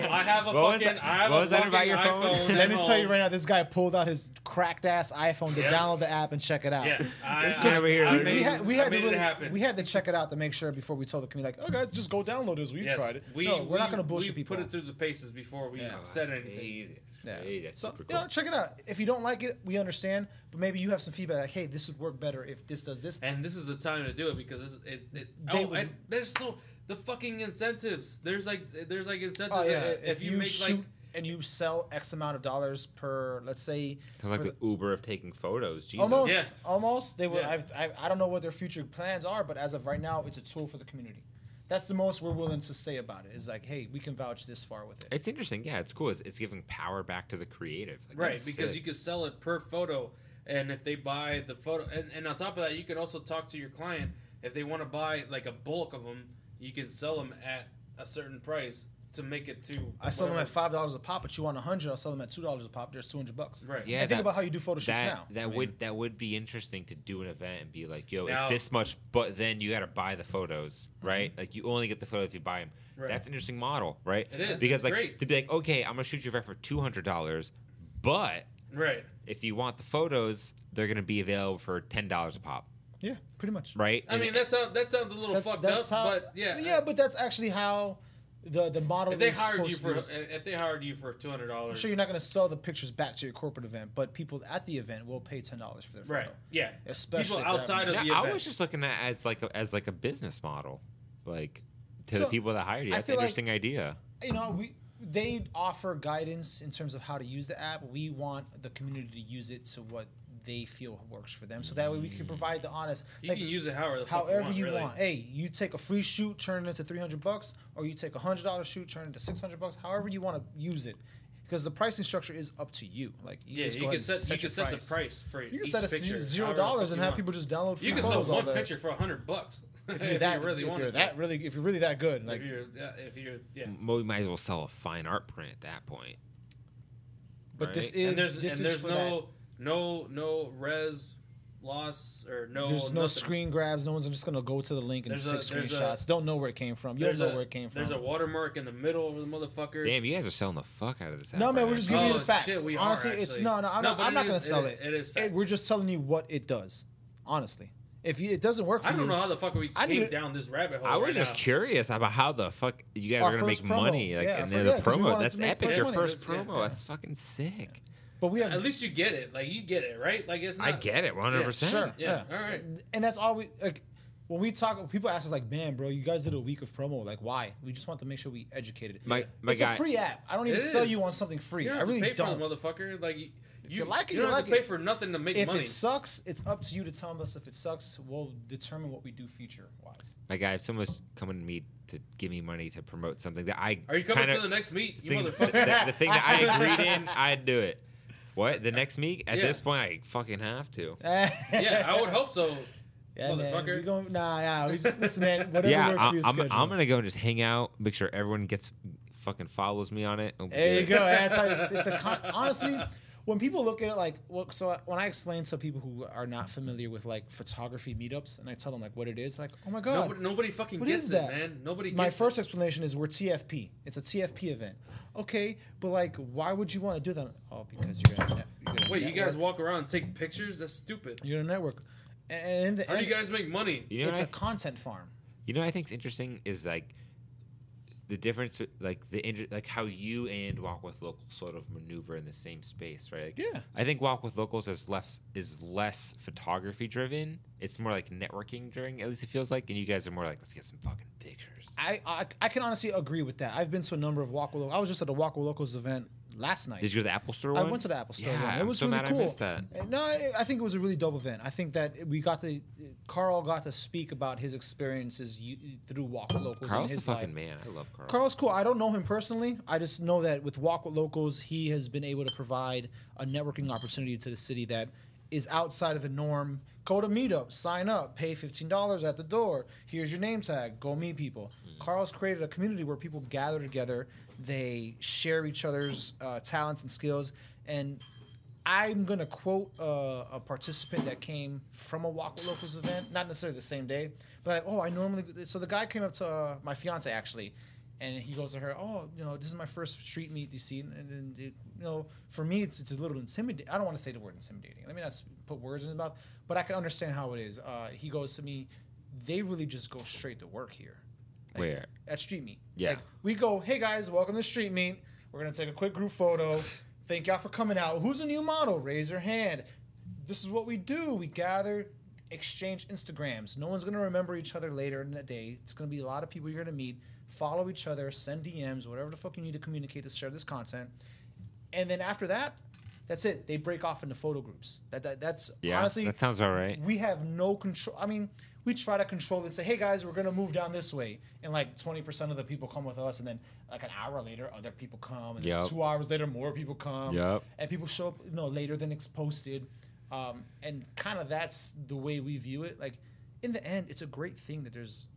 Speaker 1: I have a
Speaker 3: What was
Speaker 1: fucking
Speaker 3: that-
Speaker 1: I have
Speaker 3: what
Speaker 1: a
Speaker 3: was that
Speaker 1: fucking
Speaker 3: about your phone?
Speaker 1: iPhone. at
Speaker 2: Let me tell you
Speaker 1: home.
Speaker 2: right now, this guy pulled out his cracked ass iPhone to
Speaker 1: Yeah.
Speaker 2: download the app and check it out.
Speaker 1: Yeah, I,
Speaker 3: This
Speaker 1: I,
Speaker 3: guy over here,
Speaker 1: I
Speaker 3: like-
Speaker 1: made,
Speaker 2: we had, we had
Speaker 1: I made
Speaker 2: to really,
Speaker 1: it happen.
Speaker 2: we had to check it out to make sure before we told the community, like, oh guys, just go download this. We
Speaker 1: Yes,
Speaker 2: tried it.
Speaker 1: We,
Speaker 2: no, we're not
Speaker 1: we-
Speaker 2: going to bullshit
Speaker 1: we
Speaker 2: people.
Speaker 1: put it through the paces before we
Speaker 2: Yeah.
Speaker 1: said anything.
Speaker 2: yeah.
Speaker 3: so,
Speaker 2: so you know, check it out. If you don't like it, we understand. But maybe you have some feedback, like, hey, this would work better if this does this.
Speaker 1: And this is the time to do it because it's, it, it
Speaker 2: They
Speaker 1: oh,
Speaker 2: would-
Speaker 1: and there's so the fucking incentives. There's like there's like incentives.
Speaker 2: Oh yeah,
Speaker 1: uh, if, if you, make
Speaker 2: shoot
Speaker 1: like
Speaker 2: and you sell X amount of dollars per, let's say,
Speaker 3: like
Speaker 2: for
Speaker 3: the Uber of taking photos. Jesus.
Speaker 2: almost,
Speaker 1: Yeah.
Speaker 2: almost. They were.
Speaker 1: Yeah.
Speaker 2: I've, I, I don't know what their future plans are, but as of right now, it's a tool for the community. That's the most we're willing to say about it. Is like, hey, we can vouch this far with it.
Speaker 3: It's interesting. Yeah, it's cool. It's, it's giving power back to the creative. Like,
Speaker 1: right
Speaker 3: that's
Speaker 1: because you
Speaker 3: sick.
Speaker 1: could sell it per photo, and if they buy the photo, and, and on top of that, you can also talk to your client if they want to buy like a bulk of them. You can sell them at a certain price to make it to.
Speaker 2: I sell them at
Speaker 1: whatever-
Speaker 2: five dollars a pop, but you want a hundred, I'll sell them at two dollars a pop. There's two hundred bucks.
Speaker 1: Right.
Speaker 3: Yeah,
Speaker 2: and
Speaker 3: that-
Speaker 2: think about how you do photo shoots
Speaker 3: that
Speaker 2: now.
Speaker 3: that
Speaker 2: I mean,
Speaker 3: would that would be interesting to do an event and be like, yo,
Speaker 1: Now-
Speaker 3: it's this much, but then you got to buy the photos,
Speaker 2: Mm-hmm.
Speaker 3: right? Like you only get the photo if you buy them.
Speaker 1: Right.
Speaker 3: That's an interesting model, right?
Speaker 1: It is.
Speaker 3: because
Speaker 1: It's
Speaker 3: like
Speaker 1: great.
Speaker 3: to be like, okay, I'm gonna shoot your event for two hundred dollars, but
Speaker 1: Right.
Speaker 3: if you want the photos, they're gonna be available for ten dollars a pop,
Speaker 2: yeah, pretty much.
Speaker 3: right?
Speaker 1: I mean that sounds that sounds a little fucked up, but yeah,
Speaker 2: yeah, but that's actually how the the model.
Speaker 1: If they
Speaker 2: is
Speaker 1: hired you
Speaker 2: supposed to
Speaker 1: for
Speaker 2: be used.
Speaker 1: if they hired you for two hundred
Speaker 2: I'm
Speaker 1: dollars,
Speaker 2: sure you're not going to sell the pictures back to your corporate event, but people at the event will pay ten dollars for their photo.
Speaker 1: right? Yeah,
Speaker 2: Especially if
Speaker 1: people
Speaker 2: they're
Speaker 1: outside of
Speaker 3: Yeah,
Speaker 1: the
Speaker 3: I
Speaker 1: event.
Speaker 3: was just looking at it as like a, as like a business model, like to the
Speaker 2: So,
Speaker 3: people that hired you.
Speaker 2: I
Speaker 3: That's an
Speaker 2: feel like-
Speaker 3: interesting idea.
Speaker 2: You know, we they offer guidance in terms of how to use the app. We want the community to use it to what they feel works for them, so that way we
Speaker 1: Mm.
Speaker 2: can provide the honest.
Speaker 1: you
Speaker 2: like,
Speaker 1: can use it however the fuck
Speaker 2: however
Speaker 1: you want.
Speaker 2: you
Speaker 1: really.
Speaker 2: want. Hey, you take a free shoot, turn it into three hundred bucks, or you take a hundred dollar shoot, turn it into six hundred bucks. However you want to use it, because the pricing structure is up to you. Like you
Speaker 1: Yeah,
Speaker 2: just
Speaker 1: you
Speaker 2: go
Speaker 1: can
Speaker 2: ahead
Speaker 1: set,
Speaker 2: and
Speaker 1: you
Speaker 2: set your
Speaker 1: can set
Speaker 2: price.
Speaker 1: the price for
Speaker 2: You can
Speaker 1: each
Speaker 2: set a
Speaker 1: picture,
Speaker 2: zero
Speaker 1: however the
Speaker 2: dollars
Speaker 1: fuck
Speaker 2: and
Speaker 1: you
Speaker 2: have
Speaker 1: want.
Speaker 2: people just download free
Speaker 1: You can sell
Speaker 2: photos all
Speaker 1: one
Speaker 2: day.
Speaker 1: picture for hundred bucks
Speaker 2: If you're that, if
Speaker 1: wanted
Speaker 2: you're
Speaker 1: to.
Speaker 2: that really, if you're really that good, like
Speaker 1: if you're yeah, if you're yeah.
Speaker 3: Well, we might as well sell a fine art print at that point.
Speaker 2: But this
Speaker 3: Right. And
Speaker 2: is
Speaker 1: And there's
Speaker 2: this
Speaker 1: and
Speaker 2: is
Speaker 1: there's
Speaker 2: for
Speaker 1: no no no res loss or no
Speaker 2: that. There's no
Speaker 1: nothing.
Speaker 2: screen grabs. No one's just gonna go to the link and
Speaker 1: There's
Speaker 2: stick
Speaker 1: a- there's a-
Speaker 2: screenshots. Don't know where it came from. You
Speaker 1: There's
Speaker 2: don't know
Speaker 1: a,
Speaker 2: where it came from.
Speaker 1: There's a watermark in the middle of the motherfucker.
Speaker 3: Damn, you guys are selling the fuck out of this.
Speaker 2: no
Speaker 3: app
Speaker 2: man,
Speaker 3: right
Speaker 2: we're
Speaker 3: now.
Speaker 2: just giving you
Speaker 1: Oh,
Speaker 2: the facts.
Speaker 1: shit, we are,
Speaker 2: Honestly, it's
Speaker 1: actually.
Speaker 2: no, no. I'm
Speaker 1: No,
Speaker 2: not,
Speaker 1: but
Speaker 2: I'm
Speaker 1: it
Speaker 2: not gonna
Speaker 1: is-
Speaker 2: sell
Speaker 1: it-
Speaker 2: it.
Speaker 1: it is
Speaker 2: We're
Speaker 1: facts.
Speaker 2: just telling you what it does. Honestly, if you, it doesn't work for
Speaker 1: I don't
Speaker 2: you,
Speaker 1: know how the fuck we
Speaker 2: I
Speaker 1: came
Speaker 2: didn't-
Speaker 1: down this rabbit hole.
Speaker 3: I was
Speaker 1: right
Speaker 3: just
Speaker 1: now.
Speaker 3: curious about how the fuck you guys
Speaker 2: Oh, Our
Speaker 3: are gonna make
Speaker 2: first promo.
Speaker 3: money, like,
Speaker 2: Yeah, our
Speaker 3: and
Speaker 2: fir-
Speaker 3: then
Speaker 2: yeah,
Speaker 3: the
Speaker 2: 'cause we
Speaker 3: promo.
Speaker 2: wanted
Speaker 3: That's
Speaker 2: to make
Speaker 3: epic.
Speaker 2: first
Speaker 3: Your
Speaker 2: money.
Speaker 3: first
Speaker 1: Yeah.
Speaker 3: promo. That's fucking sick.
Speaker 2: but we have
Speaker 1: At least you get it. Like you get it, right? Like it's. Not,
Speaker 3: I get it, one hundred
Speaker 2: sure.
Speaker 3: percent.
Speaker 1: Yeah. All right.
Speaker 2: and that's all we like. When we talk, people ask us like, "Man, bro, you guys did a week of promo. Like, why? We just want to make sure we educated.
Speaker 3: My my
Speaker 2: it's
Speaker 3: guy.
Speaker 2: a free app. I don't even
Speaker 1: It
Speaker 2: sell
Speaker 1: is.
Speaker 2: you on something free.
Speaker 1: You don't
Speaker 2: I
Speaker 1: have
Speaker 2: really
Speaker 1: to pay
Speaker 2: don't.
Speaker 1: for the motherfucker. Like you,
Speaker 2: you like it,
Speaker 1: you
Speaker 2: you
Speaker 1: don't have
Speaker 2: like
Speaker 1: to pay
Speaker 2: it.
Speaker 1: for nothing to make
Speaker 2: if
Speaker 1: money.
Speaker 2: it sucks, it's up to you to tell us if it sucks. We'll determine what we do future wise.
Speaker 3: my guy, if someone's coming to me to give me money to promote something that I
Speaker 1: Are you coming
Speaker 3: kinda
Speaker 1: to the next meet, you
Speaker 3: think-
Speaker 1: motherfucker?
Speaker 3: that- the thing that I agreed in, I'd do it. What the next meet? At
Speaker 1: Yeah.
Speaker 3: this point, I fucking have to.
Speaker 1: yeah, I would hope so.
Speaker 2: Yeah, man.
Speaker 1: Motherfucker.
Speaker 2: We going, nah, nah. We just listen, man. Whatever
Speaker 3: yeah,
Speaker 2: works
Speaker 3: I,
Speaker 2: for your
Speaker 3: am
Speaker 2: schedule.
Speaker 3: I'm gonna go and just hang out, make sure everyone gets fucking follows me on it. and we'll
Speaker 2: there you
Speaker 3: be like,
Speaker 2: go. That's how it's, it's a con- honestly. when people look at it like well, so I- when I explain to people who are not familiar with like photography meetups and I tell them like what it is, like oh my god,
Speaker 1: Nobody, nobody fucking
Speaker 2: What
Speaker 1: gets
Speaker 2: is
Speaker 1: it,
Speaker 2: that?
Speaker 1: man. Nobody gets
Speaker 2: my
Speaker 1: it.
Speaker 2: first explanation is we're TFP. It's a TFP event. Okay, but like, why would you want to do that? Oh, because you're gonna. net- You're gonna
Speaker 1: Wait, you guys
Speaker 2: network.
Speaker 1: walk around and take pictures? That's stupid.
Speaker 2: You're gonna network, and in the
Speaker 1: How do
Speaker 2: end,
Speaker 1: you guys make money?
Speaker 3: You know,
Speaker 2: it's
Speaker 3: what I
Speaker 2: a content farm.
Speaker 3: You know what I think's interesting is like the difference, with, like the inter- like how you and Walk with Locals sort of maneuver in the same space, right? Like,
Speaker 2: Yeah.
Speaker 3: I think Walk with Locals is less is less photography driven. It's more like networking driven. At least it feels like, and you guys are more like let's get some fucking pictures.
Speaker 2: I, I I can honestly agree with that. I've been to a number of Walk with Locals. I was just at a Walk with Locals event last night.
Speaker 3: Did you go to the Apple Store?
Speaker 2: I
Speaker 3: one?
Speaker 2: went to the Apple Store.
Speaker 3: Yeah,
Speaker 2: one. It
Speaker 3: I'm
Speaker 2: was
Speaker 3: so
Speaker 2: really
Speaker 3: mad
Speaker 2: cool.
Speaker 3: I missed that.
Speaker 2: Uh, No, I, I think it was a really dope event. I think that we got the Carl got to speak about his experiences you, through Walk with Locals and
Speaker 3: Carl's the
Speaker 2: his
Speaker 3: fucking
Speaker 2: life.
Speaker 3: man. I love Carl.
Speaker 2: Carl's cool. I don't know him personally. I just know that with Walk with Locals, he has been able to provide a networking opportunity to the city that is outside of the norm. Go to meetup, sign up, pay fifteen dollars at the door. Here's your name tag. Go meet people.
Speaker 3: Hmm.
Speaker 2: Carl's created a community where people gather together. They share each other's uh, talents and skills. And I'm gonna quote uh, a participant that came from a Walk with Locals event, not necessarily the same day, but oh, I normally. So the guy came up to uh, my fiance actually, and he goes to her, oh, you know, this is my first street meet you see, and, and it, you know, for me, it's it's a little intimidating. I don't want to say the word intimidating. Let me not s- put words in his mouth, but I can understand how it is. Uh, he goes to me, they really just go straight to work here
Speaker 3: Where?
Speaker 2: at Street Meet.
Speaker 3: Yeah.
Speaker 2: Like, we go, hey guys, welcome to Street Meet. We're gonna take a quick group photo. Thank y'all for coming out. Who's a new model? Raise your hand. This is what we do. We gather, exchange Instagrams. No one's gonna remember each other later in the day. It's gonna be a lot of people you're gonna meet. Follow each other, send DMs, whatever the fuck you need to communicate to share this content. And then after that, that's it. They break off into photo groups. That, that that's
Speaker 3: Yeah,
Speaker 2: honestly
Speaker 3: that sounds about right.
Speaker 2: we have no control. I mean, we try to control and say, "Hey guys, we're gonna move down this way," and like twenty percent of the people come with us, and then like an hour later, other people come, and then
Speaker 3: Yep.
Speaker 2: two hours later, more people come,
Speaker 3: Yep.
Speaker 2: and people show up, you know, later than it's posted, um, and kind of that's the way we view it. Like, in the end, it's a great thing that there's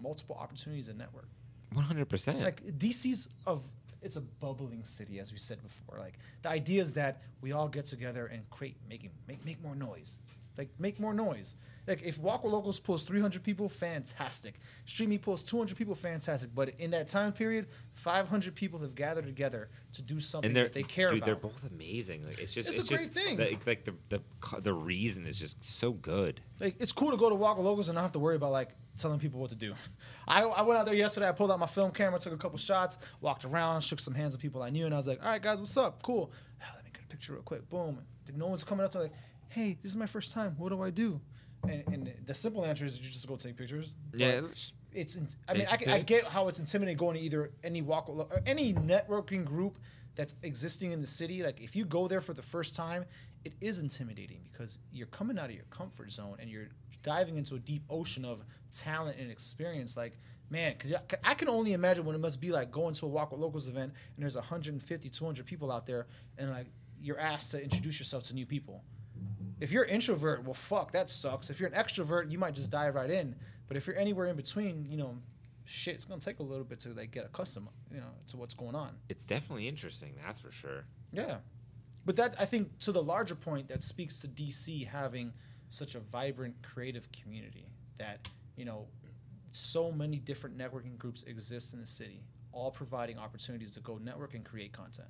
Speaker 2: multiple opportunities in network
Speaker 3: One hundred percent.
Speaker 2: like DC's of it's a bubbling city as we said before. Like the idea is that we all get together and create making make make more noise. Like make more noise. Like if Walk with Locals pulls 300 people, fantastic. Streamy pulls 200 people, fantastic. But in that time period, 500 people have gathered together to do something
Speaker 3: And they're
Speaker 2: that they care
Speaker 3: dude,
Speaker 2: about.
Speaker 3: They're both amazing. Like it's just
Speaker 2: It's
Speaker 3: it's,
Speaker 2: a great
Speaker 3: just
Speaker 2: thing.
Speaker 3: Like, like the, the the reason is just so good.
Speaker 2: like it's cool to go to Walk with Locals and not have to worry about like telling people what to do. I, I went out there yesterday. I pulled out my film camera, took a couple shots, walked around, shook some hands of people I knew, and I was like, "All right, guys, what's up? Cool. Ah, let me get a picture real quick. Boom. Like, no one's coming up to like, "Hey, this is my first time. What do I do?" And, and the simple answer is you just go take pictures.
Speaker 3: Yeah,
Speaker 2: But
Speaker 3: it's-
Speaker 2: it's. in- I mean, I,
Speaker 3: It's
Speaker 2: can- I
Speaker 3: big.
Speaker 2: get how it's intimidating going to either any walk or any networking group that's existing in the city. Like if you go there for the first time, it is intimidating because you're coming out of your comfort zone and you're diving into a deep ocean of talent and experience. Like man, could you- I can only imagine what it must be like going to a walk with locals event and there's 150, 200 people out there and like you're asked to introduce yourself to new people. If you're an introvert, well, fuck, that sucks. If you're an extrovert, you might just dive right in. But if you're anywhere in between, you know, shit, it's gonna take a little bit to like get accustomed, you know, to what's going on.
Speaker 3: It's definitely interesting. That's for sure.
Speaker 2: Yeah, but that I think to the larger point that speaks to DC having such a vibrant creative community that you know so many different networking groups exist in the city, all providing opportunities to go network and create content.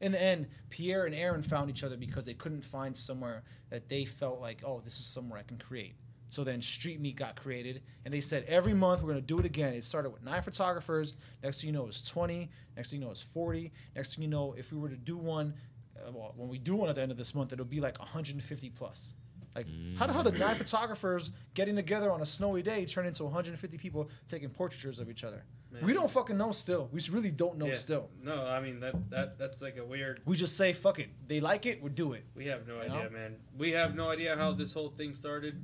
Speaker 2: In the end, Pierre and Aaron found each other because they couldn't find somewhere that they felt like, oh, this is somewhere I can create. So then Street Meet got created, and they said every month we're gonna do it again. It started with nine photographers. Next thing you know, it's 20. Next thing you know, it's 40. Next thing you know, if we were to do one, uh, well, when we do one at the end of this month, it'll be like 150 plus. Like, how the hell did nine photographers getting together on a snowy day turn into 150 people taking portraitures of each other? We don't fucking know still. We really don't know
Speaker 1: Yeah.
Speaker 2: still.
Speaker 1: No, I mean that that that's like a weird.
Speaker 2: We just say, fuck it. They like it, we'll do it.
Speaker 1: We have no
Speaker 2: You
Speaker 1: idea,
Speaker 2: know?
Speaker 1: man. We have no idea how this whole thing started.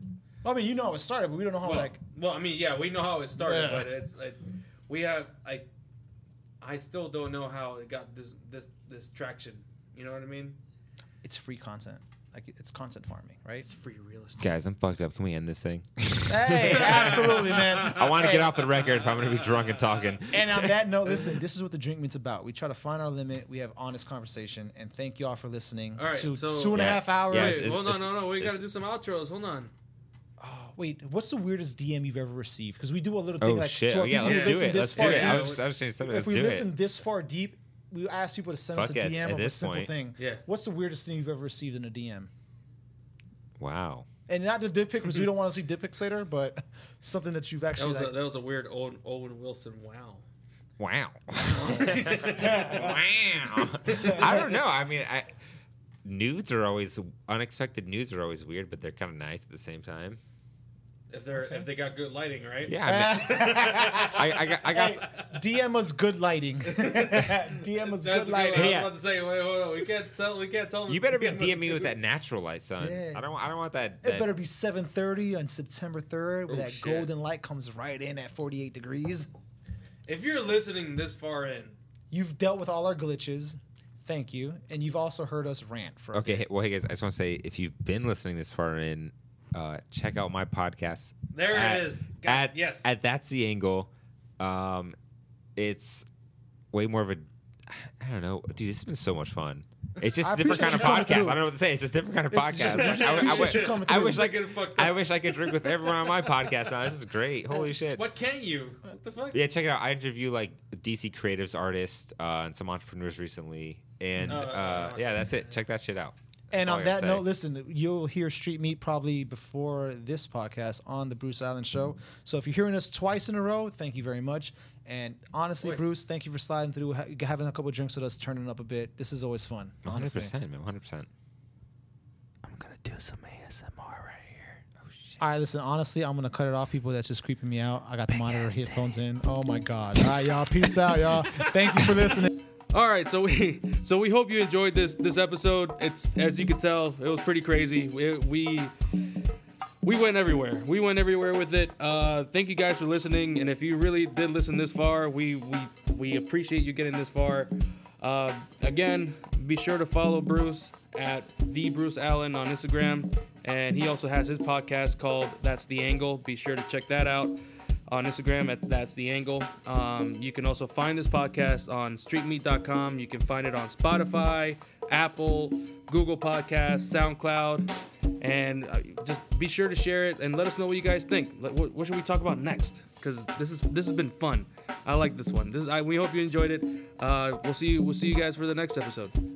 Speaker 2: I mean, you know how it started, but we don't know how,
Speaker 1: well,
Speaker 2: like,
Speaker 1: well, I mean, yeah, we know how it started,
Speaker 2: Yeah.
Speaker 1: but it's like we have I I still don't know how it got this this this traction. You know what I mean?
Speaker 2: it's free content. Like it's content farming, right?
Speaker 7: It's free real estate.
Speaker 3: Guys, I'm fucked up. Can we end this thing?
Speaker 2: hey, absolutely, man.
Speaker 3: I want to get
Speaker 2: Hey,
Speaker 3: off the record if I'm going to be drunk and talking.
Speaker 2: And on that note, listen, this is what the drink meet's about. We try to find our limit. We have honest conversation, and thank y'all for listening
Speaker 7: All right,
Speaker 2: to
Speaker 7: so-
Speaker 2: two and a
Speaker 3: Yeah.
Speaker 2: half
Speaker 3: Yeah,
Speaker 2: hours.
Speaker 3: it's-
Speaker 7: Wait, hold
Speaker 3: it's-
Speaker 7: on, no, no, we
Speaker 3: it's-
Speaker 7: gotta do some outros. Hold on.
Speaker 2: Oh, wait, what's the weirdest DM you've ever received? Because we do a little thing
Speaker 3: Oh
Speaker 2: like
Speaker 3: shit!
Speaker 2: so
Speaker 3: oh,
Speaker 2: if
Speaker 3: yeah,
Speaker 2: people
Speaker 3: let's do
Speaker 2: listen
Speaker 3: it.
Speaker 2: this
Speaker 3: Let's do
Speaker 2: far
Speaker 3: it.
Speaker 2: deep-
Speaker 3: I was just, I was saying something.
Speaker 2: if
Speaker 3: Let's
Speaker 2: we
Speaker 3: do
Speaker 2: listen
Speaker 3: it.
Speaker 2: this far deep, we ask people to send us
Speaker 3: Fuck
Speaker 2: a
Speaker 3: it,
Speaker 2: DM
Speaker 3: at
Speaker 2: of a
Speaker 3: this
Speaker 2: simple
Speaker 3: point.
Speaker 2: thing.
Speaker 7: Yeah.
Speaker 2: What's the weirdest thing you've ever received in a DM?
Speaker 3: Wow.
Speaker 2: And not the dick pic because we don't want to see dick pics later, but something that you've
Speaker 7: That
Speaker 2: actually
Speaker 7: was a,
Speaker 2: like-
Speaker 7: that was a weird old Owen Wilson. Wow.
Speaker 3: Wow. wow. I don't know. I mean, I, nudes are always unexpected. Nudes are always weird, but they're kind of nice at the same time.
Speaker 7: If they're if they got good lighting, right?
Speaker 3: Yeah. I, mean, I, I got. I got
Speaker 2: DM us good lighting. DM us
Speaker 7: That's
Speaker 2: good
Speaker 7: a good one. I
Speaker 2: lighting.
Speaker 7: was
Speaker 3: Yeah.
Speaker 7: about to say, wait, hold on. We can't tell. We can't tell. them
Speaker 3: you better be
Speaker 7: to give us
Speaker 3: DMing me with that
Speaker 7: nudes.
Speaker 3: natural light, son.
Speaker 2: Yeah.
Speaker 3: I don't. I don't want that.
Speaker 2: It
Speaker 3: that
Speaker 2: better be 7:30 on September 3rd, where
Speaker 3: Oh,
Speaker 2: that
Speaker 3: shit.
Speaker 2: golden light comes right in at 48 degrees.
Speaker 7: If you're listening this far in,
Speaker 2: You've dealt with all our glitches. Thank you, and you've also heard us rant for. a
Speaker 3: Okay, hey- well, hey guys, I just want to say if you've been listening this far in, uh, check out my podcast.
Speaker 7: There it
Speaker 3: at,
Speaker 7: is. God,
Speaker 3: At,
Speaker 7: yes.
Speaker 3: At That's the Angle. Um, it's way more of a. I don't know. Dude, this has been so much fun. It's just
Speaker 2: I
Speaker 3: a different
Speaker 2: appreciate
Speaker 3: kind of
Speaker 2: you coming
Speaker 3: podcast. I
Speaker 2: through.
Speaker 3: don't know what to say. It's just a different kind of
Speaker 2: It's just-
Speaker 3: podcast.
Speaker 2: we just
Speaker 3: I, I,
Speaker 2: appreciate you coming
Speaker 3: I,
Speaker 2: through.
Speaker 3: wish I
Speaker 7: Getting
Speaker 3: could.
Speaker 7: fucked
Speaker 3: I
Speaker 7: up.
Speaker 3: wish I could drink with everyone on my podcast now. This is great. Holy shit.
Speaker 7: what can you? What the fuck?
Speaker 3: Yeah, check it out. I interview like DC creatives, artists, uh, and some entrepreneurs recently. And
Speaker 7: Oh,
Speaker 3: uh,
Speaker 7: awesome.
Speaker 3: yeah, that's it. Check that shit out. That's
Speaker 2: and
Speaker 3: all I
Speaker 2: on
Speaker 3: gotta
Speaker 2: that
Speaker 3: say.
Speaker 2: note, listen, you'll hear Street Meat probably before this podcast on the Bruce Allen
Speaker 3: Mm-hmm.
Speaker 2: Show. So if you're hearing us twice in a row, thank you very much. And honestly,
Speaker 7: Wait.
Speaker 2: Bruce, thank you for sliding through, ha- having a couple drinks with us, turning up a bit. This is always fun. Honestly,
Speaker 3: 100%, man. 100%.
Speaker 7: I'm gonna do some ASMR right here.
Speaker 2: all right, listen. Honestly, I'm gonna cut it off, people. That's just creeping me out. I got the monitor headphones in. Oh my god! All right, y'all. Peace out, y'all. Thank you for listening.
Speaker 1: All right, so we so we hope you enjoyed this this episode. It's as you can tell, it was pretty crazy. We we, we went everywhere. We went everywhere with it. Uh, thank you guys for listening, and if you really did listen this far, we we we appreciate you getting this far. Uh, again, be sure to follow Bruce at the Bruce Allen on Instagram, and he also has his podcast called That's the Angle. Be sure to check that out on Instagram at That's The Angle. Um, you can also find this podcast on streetmeat.com. You can find it on Spotify, Apple, Google Podcasts, SoundCloud. And uh, just be sure to share it and let us know what you guys think. Let- What, what should we talk about next? Because this is this has been fun. I like this one. This I, we hope you enjoyed it. Uh, we'll see you, we'll see you guys for the next episode.